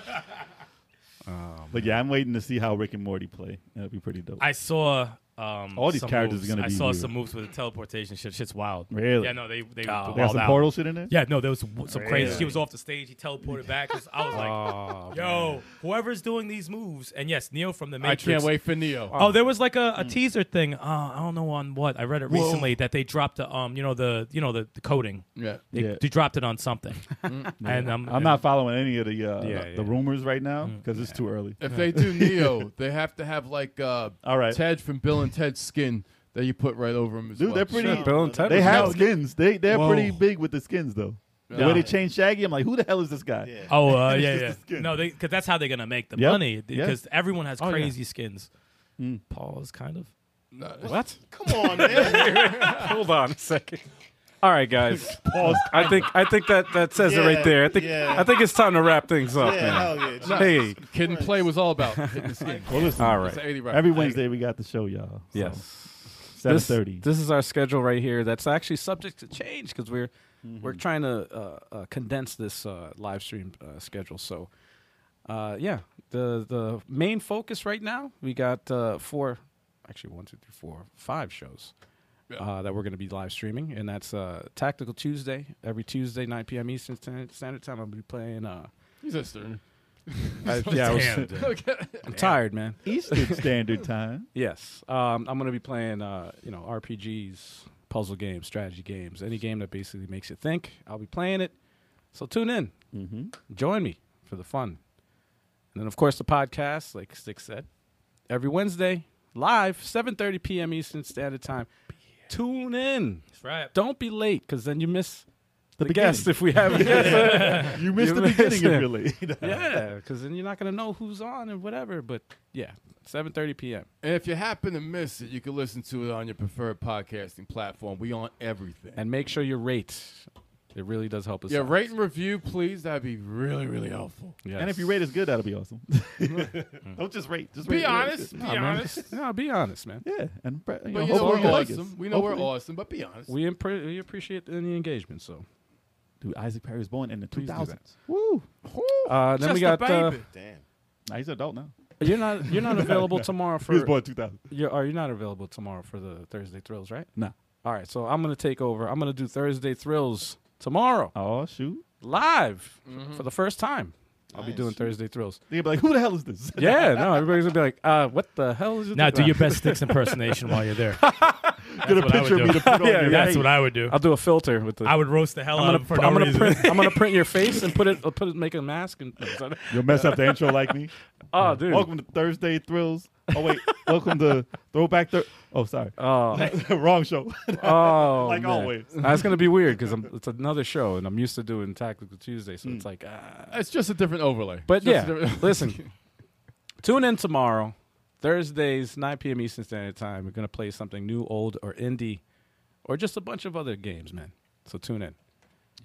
Speaker 4: But yeah, I'm waiting to see how Rick and Morty play. That'd be pretty dope.
Speaker 7: I uh, saw um,
Speaker 4: All these
Speaker 7: some
Speaker 4: characters
Speaker 7: moves.
Speaker 4: are gonna
Speaker 7: I
Speaker 4: be
Speaker 7: saw
Speaker 4: weird.
Speaker 7: some moves with the teleportation shit. Shit's wild.
Speaker 4: Really?
Speaker 7: Yeah, no,
Speaker 2: Oh.
Speaker 7: they they,
Speaker 4: they got
Speaker 7: wild
Speaker 4: some
Speaker 7: out.
Speaker 4: portal shit in there.
Speaker 7: Yeah, no, there was w- some crazy. He
Speaker 4: Really?
Speaker 7: was off the stage. He teleported back. 'cause I was like,
Speaker 2: Oh,
Speaker 7: "Yo, whoever's doing these moves." And yes, Neo from the
Speaker 3: I
Speaker 7: Matrix.
Speaker 3: can't wait for Neo.
Speaker 7: Oh, there was like a, a teaser thing. Uh, I don't know on what. I read it recently that they dropped the um, you know the you know the, the coding.
Speaker 3: Yeah.
Speaker 7: They,
Speaker 4: Yeah.
Speaker 7: they dropped it on something. and um,
Speaker 4: I'm not following any of the uh,
Speaker 2: Yeah, yeah.
Speaker 4: the rumors right now because it's too early.
Speaker 3: If they do Neo, they have to have like uh,
Speaker 4: All right.
Speaker 3: Ted from Bill and Ted's skin that you put right over him as
Speaker 4: Dude,
Speaker 3: well.
Speaker 4: they're pretty.
Speaker 2: Shit, Bill and Ted
Speaker 4: They
Speaker 2: was
Speaker 4: have
Speaker 2: dope.
Speaker 4: skins. They they're
Speaker 7: Whoa.
Speaker 4: pretty big with the skins though. The
Speaker 3: Nah.
Speaker 4: way they change Shaggy, I'm like, who the hell is this guy?
Speaker 11: Yeah.
Speaker 7: Oh uh,
Speaker 4: It's
Speaker 7: yeah,
Speaker 4: just
Speaker 7: yeah.
Speaker 4: the skin.
Speaker 7: No, because that's how they're gonna make the
Speaker 4: Yep.
Speaker 7: money.
Speaker 4: Yeah.
Speaker 7: Because everyone has
Speaker 2: Oh, yeah.
Speaker 7: crazy skins. Pause. Kind of.
Speaker 3: No,
Speaker 2: What?
Speaker 11: Come on, man.
Speaker 2: Hold on a second. All right, guys.
Speaker 13: Pause.
Speaker 2: I think I think that that says it right
Speaker 3: Yeah,
Speaker 2: there. I think
Speaker 3: yeah.
Speaker 2: I think it's time to wwrap things up. man. hey,
Speaker 3: kid and play was all about hitting the skin.
Speaker 4: Well, listen,
Speaker 2: All right.
Speaker 4: Every Wednesday we got the show, y'all. So,
Speaker 2: Yes.
Speaker 4: seven
Speaker 2: This-
Speaker 4: thirty.
Speaker 2: This is our schedule right here. That's actually subject to change because we're
Speaker 4: Mm-hmm.
Speaker 2: we're trying to uh, uh, condense this uh, live stream uh, schedule. So, uh, yeah, the the main focus right now we got uh, four, actually one, two, three, four, five shows. Uh, that we're going to be live streaming, and that's uh, Tactical Tuesday every Tuesday, 9 p.m. Eastern Stan- Standard Time. I'll be playing. Uh,
Speaker 3: He's Eastern.
Speaker 2: I- yeah, I was-
Speaker 3: Damn, dude. Okay.
Speaker 2: I'm tired, man.
Speaker 4: Eastern Standard Time.
Speaker 2: Yes, um, I'm going to be playing, uh, you know, RPGs, puzzle games, strategy games, any game that basically makes you think. I'll be playing it, so tune in, mm-hmm. join me for the fun, and then of course the podcast, like Stick said, every Wednesday live, 7:30 p.m. Eastern Standard Time. Tune in. That's
Speaker 7: right.
Speaker 2: Don't be late, because then you miss the,
Speaker 4: beginning.
Speaker 2: guest if we have a guest.
Speaker 4: You miss the beginning
Speaker 2: it.
Speaker 4: if you're late.
Speaker 2: yeah, because then you're not going to know who's on and whatever. But yeah, 7:30 p.m.
Speaker 3: And if you happen to miss it, you can listen to it on your preferred podcasting platform. We on everything.
Speaker 2: and make sure you rate. It really does help us.
Speaker 3: Yeah,
Speaker 2: out.
Speaker 3: rate and review, please. That'd be really, really helpful.
Speaker 2: Yes.
Speaker 4: And if you rate us good, that'll be awesome. Don't just rate. Just
Speaker 3: Be
Speaker 4: rate, rate us
Speaker 3: honest,
Speaker 4: good.
Speaker 3: be
Speaker 2: Nah, man.
Speaker 3: honest.
Speaker 2: No, be honest, man.
Speaker 4: Yeah, and pre- you
Speaker 3: But
Speaker 4: know,
Speaker 3: you know
Speaker 4: hopefully
Speaker 3: we're
Speaker 4: you like us.
Speaker 3: awesome. We know we're
Speaker 4: Hopefully.
Speaker 3: awesome, but be honest.
Speaker 2: We, impre- we appreciate any engagement. So
Speaker 4: Dude, Isaac Perry was born in the two
Speaker 2: Please do that.
Speaker 4: thousands. Woo!
Speaker 2: uh, then we
Speaker 3: Just
Speaker 2: got.
Speaker 3: a
Speaker 2: Uh,
Speaker 3: baby.
Speaker 5: Damn.
Speaker 4: Now he's an adult now.
Speaker 2: you're not. You're not available tomorrow
Speaker 4: He was
Speaker 2: for.
Speaker 4: born two thousand.
Speaker 2: You're, are you not available tomorrow for the Thursday thrills? Right.
Speaker 4: No.
Speaker 2: All right. So I'm gonna take over. I'm gonna do Thursday thrills tomorrow
Speaker 4: Oh shoot!
Speaker 2: live
Speaker 7: Mm-hmm.
Speaker 2: for the first time. I'll be doing Thursday thrills.
Speaker 4: They'd be like, "Who the hell is this?"
Speaker 2: Yeah, no, everybody's gonna be like, uh, "What the hell is it?"
Speaker 7: Now do your best sticks impersonation while you're there. That's
Speaker 4: Get a
Speaker 7: what I
Speaker 4: picture
Speaker 7: would
Speaker 4: of me
Speaker 7: do.
Speaker 4: to put on
Speaker 2: Yeah,
Speaker 4: your
Speaker 7: That's
Speaker 4: face.
Speaker 7: what I would do.
Speaker 2: I'll do a filter with the.
Speaker 7: I would roast the hell
Speaker 2: I'm
Speaker 7: out
Speaker 2: gonna,
Speaker 7: of him for
Speaker 2: I'm
Speaker 7: no
Speaker 2: gonna
Speaker 7: reason.
Speaker 2: print. I'm gonna print your face and put it. I'll put it. Make a mask and.
Speaker 4: You'll mess up the intro like me.
Speaker 2: Oh, dude.
Speaker 4: Welcome to Thursday Thrills. Oh wait, welcome to Throwback. Thur- oh sorry,
Speaker 2: Oh,
Speaker 4: wrong show.
Speaker 2: oh,
Speaker 4: Like
Speaker 2: man.
Speaker 4: always.
Speaker 2: That's gonna be weird because it's another show, and I'm used to doing Tactical Tuesday, so
Speaker 4: Mm.
Speaker 2: it's like, ah.
Speaker 3: It's just a different overlay.
Speaker 2: but
Speaker 3: Just a
Speaker 2: yeah,
Speaker 3: different-
Speaker 2: listen. Tune in tomorrow, Thursdays, 9 p.m. Eastern Standard Time. We're gonna play something new, old, or indie, or just a bunch of other games, man. So tune in,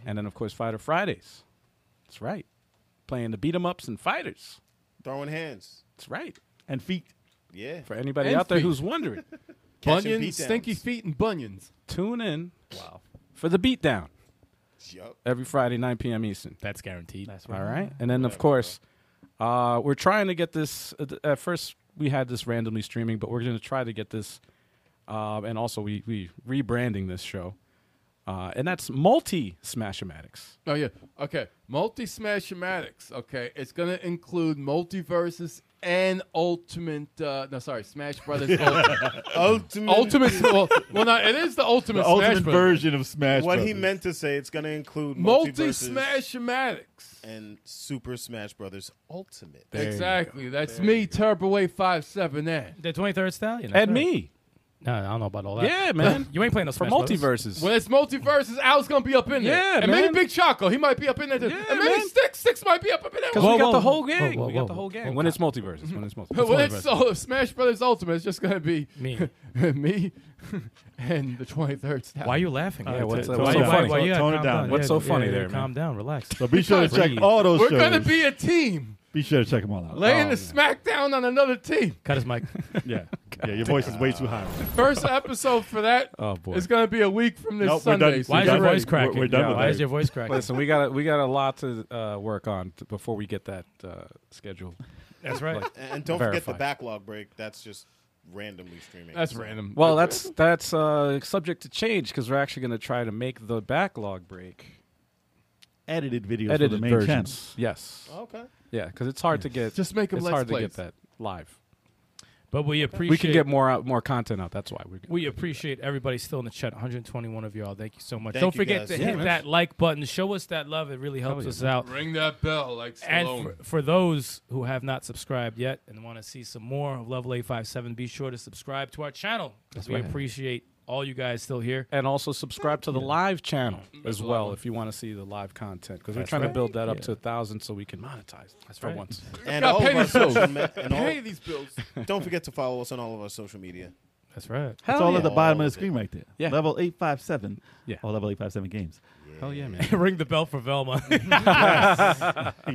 Speaker 2: and then of course Fighter Fridays. That's right, playing the beat 'em ups and fighters.
Speaker 5: Throwing hands.
Speaker 2: That's right.
Speaker 4: and feet.
Speaker 5: Yeah.
Speaker 2: For anybody
Speaker 3: And
Speaker 2: out there
Speaker 3: feet.
Speaker 2: who's wondering,
Speaker 5: Catching
Speaker 3: bunions,
Speaker 5: beatdowns.
Speaker 3: stinky feet, and bunions.
Speaker 2: tune in. Wow. For the beatdown
Speaker 5: Yup.
Speaker 2: every Friday, 9 p.m. Eastern.
Speaker 7: That's guaranteed.
Speaker 2: All right. And then, of course, uh, we're trying to get this. uh, th- At first, we had this randomly streaming, but we're going to try to get this. Um, and also, we we rebranding this show, uh, and that's multi Smashomatics.
Speaker 3: Oh yeah. Okay. Multi Smashomatics. Okay. It's gonna include multiverses and ultimate. Uh, no, sorry, Smash Brothers. Ultimate.
Speaker 13: Ultimate.
Speaker 3: ultimate well, well, no, it is the ultimate.
Speaker 4: The
Speaker 3: Smash
Speaker 4: ultimate
Speaker 3: Brothers.
Speaker 4: version of Smash.
Speaker 13: What he
Speaker 4: Brothers.
Speaker 13: meant to say, it's going to include
Speaker 3: Multi
Speaker 13: multiverses.
Speaker 3: Smashomatics.
Speaker 5: And Super Smash Brothers Ultimate.
Speaker 3: Exactly. That's me, Turbo Wave Five Seven N.
Speaker 7: The 23rd Stallion. that's
Speaker 2: And
Speaker 7: right.
Speaker 2: me,
Speaker 7: No, I don't know about all that.
Speaker 2: yeah, man,
Speaker 7: You ain't playing those
Speaker 2: for
Speaker 7: Smash Brothers.
Speaker 2: multiverses.
Speaker 3: When it's multiverses, Al's gonna be up in there.
Speaker 2: Yeah,
Speaker 3: and
Speaker 2: man.
Speaker 3: maybe Big Choco, he might be up in there. Too.
Speaker 2: Yeah,
Speaker 3: and maybe
Speaker 2: man.
Speaker 3: Six Six might be up in there.
Speaker 2: Because
Speaker 7: Whoa,
Speaker 2: we got
Speaker 7: whoa,
Speaker 2: the whole
Speaker 7: whoa,
Speaker 2: gang.
Speaker 7: whoa,
Speaker 2: we got
Speaker 7: whoa,
Speaker 2: the whole
Speaker 7: whoa,
Speaker 2: gang.
Speaker 7: whoa,
Speaker 2: when
Speaker 7: God.
Speaker 2: it's multiverses. When it's multiverses.
Speaker 3: Well, it's so Smash Brothers Ultimate. It's just gonna be
Speaker 7: Me.
Speaker 3: me, and the twenty third.
Speaker 7: Why are you laughing?
Speaker 4: Yeah, what's-
Speaker 7: Why-
Speaker 4: what's
Speaker 7: why-
Speaker 4: so
Speaker 7: why-
Speaker 4: funny?
Speaker 7: why- yeah,
Speaker 4: Tone it
Speaker 7: calm
Speaker 4: down.
Speaker 2: What's
Speaker 7: Yeah,
Speaker 2: so
Speaker 7: yeah,
Speaker 2: funny
Speaker 7: yeah,
Speaker 2: there, man?
Speaker 7: Calm down. Relax.
Speaker 4: So be sure to
Speaker 3: Because
Speaker 4: check all those
Speaker 3: We're
Speaker 4: shows.
Speaker 3: gonna be a team.
Speaker 4: be sure to check them all out.
Speaker 3: laying the smackdown on another team.
Speaker 7: Cut his mic.
Speaker 4: yeah, yeah. Your voice is way too high.
Speaker 3: First episode for that
Speaker 2: Oh, boy.
Speaker 3: is going to be a week from this
Speaker 4: Nope, we're
Speaker 3: Sunday.
Speaker 4: done.
Speaker 3: so
Speaker 7: Why is your
Speaker 4: done
Speaker 3: get
Speaker 7: voice
Speaker 3: ready.
Speaker 4: with- we're-
Speaker 7: cracking?
Speaker 4: we're done with
Speaker 7: Why is
Speaker 4: that.
Speaker 7: your voice cracking?
Speaker 2: Listen, we got we got a lot to uh, work on t- before we get that uh, schedule.
Speaker 7: That's right.
Speaker 5: And, and don't forget the
Speaker 2: Verified.
Speaker 5: backlog break. That's just randomly streaming.
Speaker 3: That's
Speaker 5: So-
Speaker 3: random.
Speaker 2: Well, that's that's uh, subject to change because we're actually going to try to make the backlog break
Speaker 4: Edited videos for the
Speaker 2: edited
Speaker 4: main channel.
Speaker 2: versions. Yes,
Speaker 5: Okay.
Speaker 2: yeah, because it's hard to get.
Speaker 3: Just make 'em
Speaker 2: It's
Speaker 3: let's
Speaker 2: hard to
Speaker 3: plays.
Speaker 2: get that live.
Speaker 7: But we appreciate.
Speaker 2: We can get more out, more content out. That's why we're.
Speaker 7: We appreciate everybody still in the chat. 121 of y'all. Thank you so much.
Speaker 5: Thank
Speaker 7: Don't
Speaker 5: you
Speaker 7: forget
Speaker 5: guys
Speaker 7: to
Speaker 5: so
Speaker 7: hit
Speaker 5: much.
Speaker 7: that like button. Show us that love. It really helps us out.
Speaker 3: Ring that bell like
Speaker 7: And
Speaker 3: Stallone.
Speaker 7: for, for those who have not subscribed yet and want to see some more of Level 857, be sure to subscribe to our channel because we appreciate all you guys still here.
Speaker 2: and also subscribe to the live channel as well if you want to see the live content because we're trying to build that up to a thousand so we can monetize. That's for
Speaker 7: right.
Speaker 2: once.
Speaker 5: And
Speaker 3: Gotta
Speaker 5: all
Speaker 3: pay
Speaker 5: of our
Speaker 3: these bills.
Speaker 5: social me- and all-
Speaker 3: Pay these bills.
Speaker 5: don't forget to follow us on all of our social media.
Speaker 7: That's right.
Speaker 4: it's
Speaker 7: Hell
Speaker 4: all
Speaker 7: yeah.
Speaker 4: at the bottom of
Speaker 7: All of
Speaker 4: the
Speaker 7: it.
Speaker 4: screen right there.
Speaker 7: Yeah.
Speaker 4: Level 857.
Speaker 7: Yeah.
Speaker 4: Or Oh, level 857 games.
Speaker 2: Hell yeah, man.
Speaker 7: Ring the bell for Velma.
Speaker 4: Yes.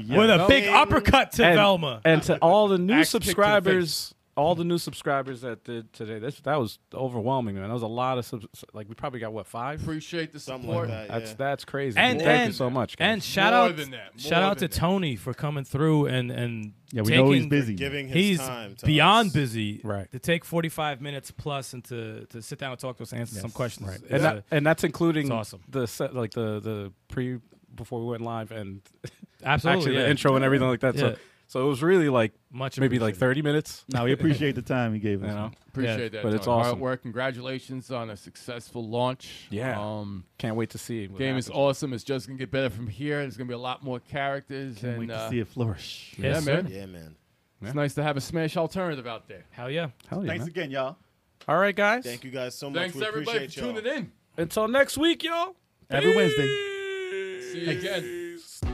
Speaker 7: With a big
Speaker 4: Velma.
Speaker 7: uppercut to
Speaker 2: and,
Speaker 7: Velma.
Speaker 2: and to all the new
Speaker 7: Axe kick to the
Speaker 2: subscribers, all the new subscribers that did today. This that was overwhelming, man. That was a lot of subs- like we probably got what five.
Speaker 3: Appreciate the
Speaker 5: Something
Speaker 3: support.
Speaker 5: like that.
Speaker 2: That's
Speaker 5: yeah.
Speaker 2: that's crazy.
Speaker 7: and
Speaker 2: Thank
Speaker 7: and
Speaker 2: you so much. guys.
Speaker 7: And shout
Speaker 3: More
Speaker 7: out
Speaker 3: than that.
Speaker 7: shout
Speaker 3: More
Speaker 7: out to
Speaker 3: than that.
Speaker 7: Tony for coming through and and
Speaker 4: Yeah, we
Speaker 7: taking,
Speaker 4: know he's busy.
Speaker 5: Giving his
Speaker 7: He's
Speaker 5: time to
Speaker 7: beyond
Speaker 5: us.
Speaker 7: busy.
Speaker 2: Right.
Speaker 7: To take 45 minutes plus and to, to sit down and talk to us and answer some questions.
Speaker 2: Right.
Speaker 7: is,
Speaker 2: And,
Speaker 7: uh,
Speaker 2: that, and that's including
Speaker 7: it's awesome.
Speaker 2: the set, like the the pre before we went live and
Speaker 7: Absolutely,
Speaker 2: actually
Speaker 7: yeah.
Speaker 2: the intro and everything like that.
Speaker 7: Yeah.
Speaker 2: So so it was really like
Speaker 7: Much
Speaker 2: maybe like
Speaker 7: appreciated.
Speaker 2: thirty minutes.
Speaker 4: Now, we appreciate the time he gave us.
Speaker 2: You know,
Speaker 3: Appreciate that.
Speaker 2: but it's
Speaker 3: Tony.
Speaker 2: awesome.
Speaker 3: Hard work. Congratulations on a successful launch.
Speaker 2: Yeah.
Speaker 3: Um,
Speaker 2: can't wait to see. what
Speaker 3: game is
Speaker 2: happens.
Speaker 3: awesome. It's just gonna get better from here. There's gonna be a lot more characters.
Speaker 4: Can't
Speaker 3: and
Speaker 4: wait to
Speaker 3: uh,
Speaker 4: see it flourish.
Speaker 3: yeah,
Speaker 7: Yes,
Speaker 3: man.
Speaker 14: Yeah, man.
Speaker 3: It's nice to have a smash alternative out there.
Speaker 7: Hell yeah.
Speaker 2: Hell Oh, yeah,
Speaker 4: Thanks
Speaker 2: man.
Speaker 4: again, y'all.
Speaker 2: All right, guys.
Speaker 14: Thank you guys so much.
Speaker 3: Thanks
Speaker 14: we
Speaker 3: everybody for
Speaker 14: appreciate y'all.
Speaker 3: tuning in.
Speaker 2: Until next week, y'all.
Speaker 4: Every Wednesday.
Speaker 3: See you again.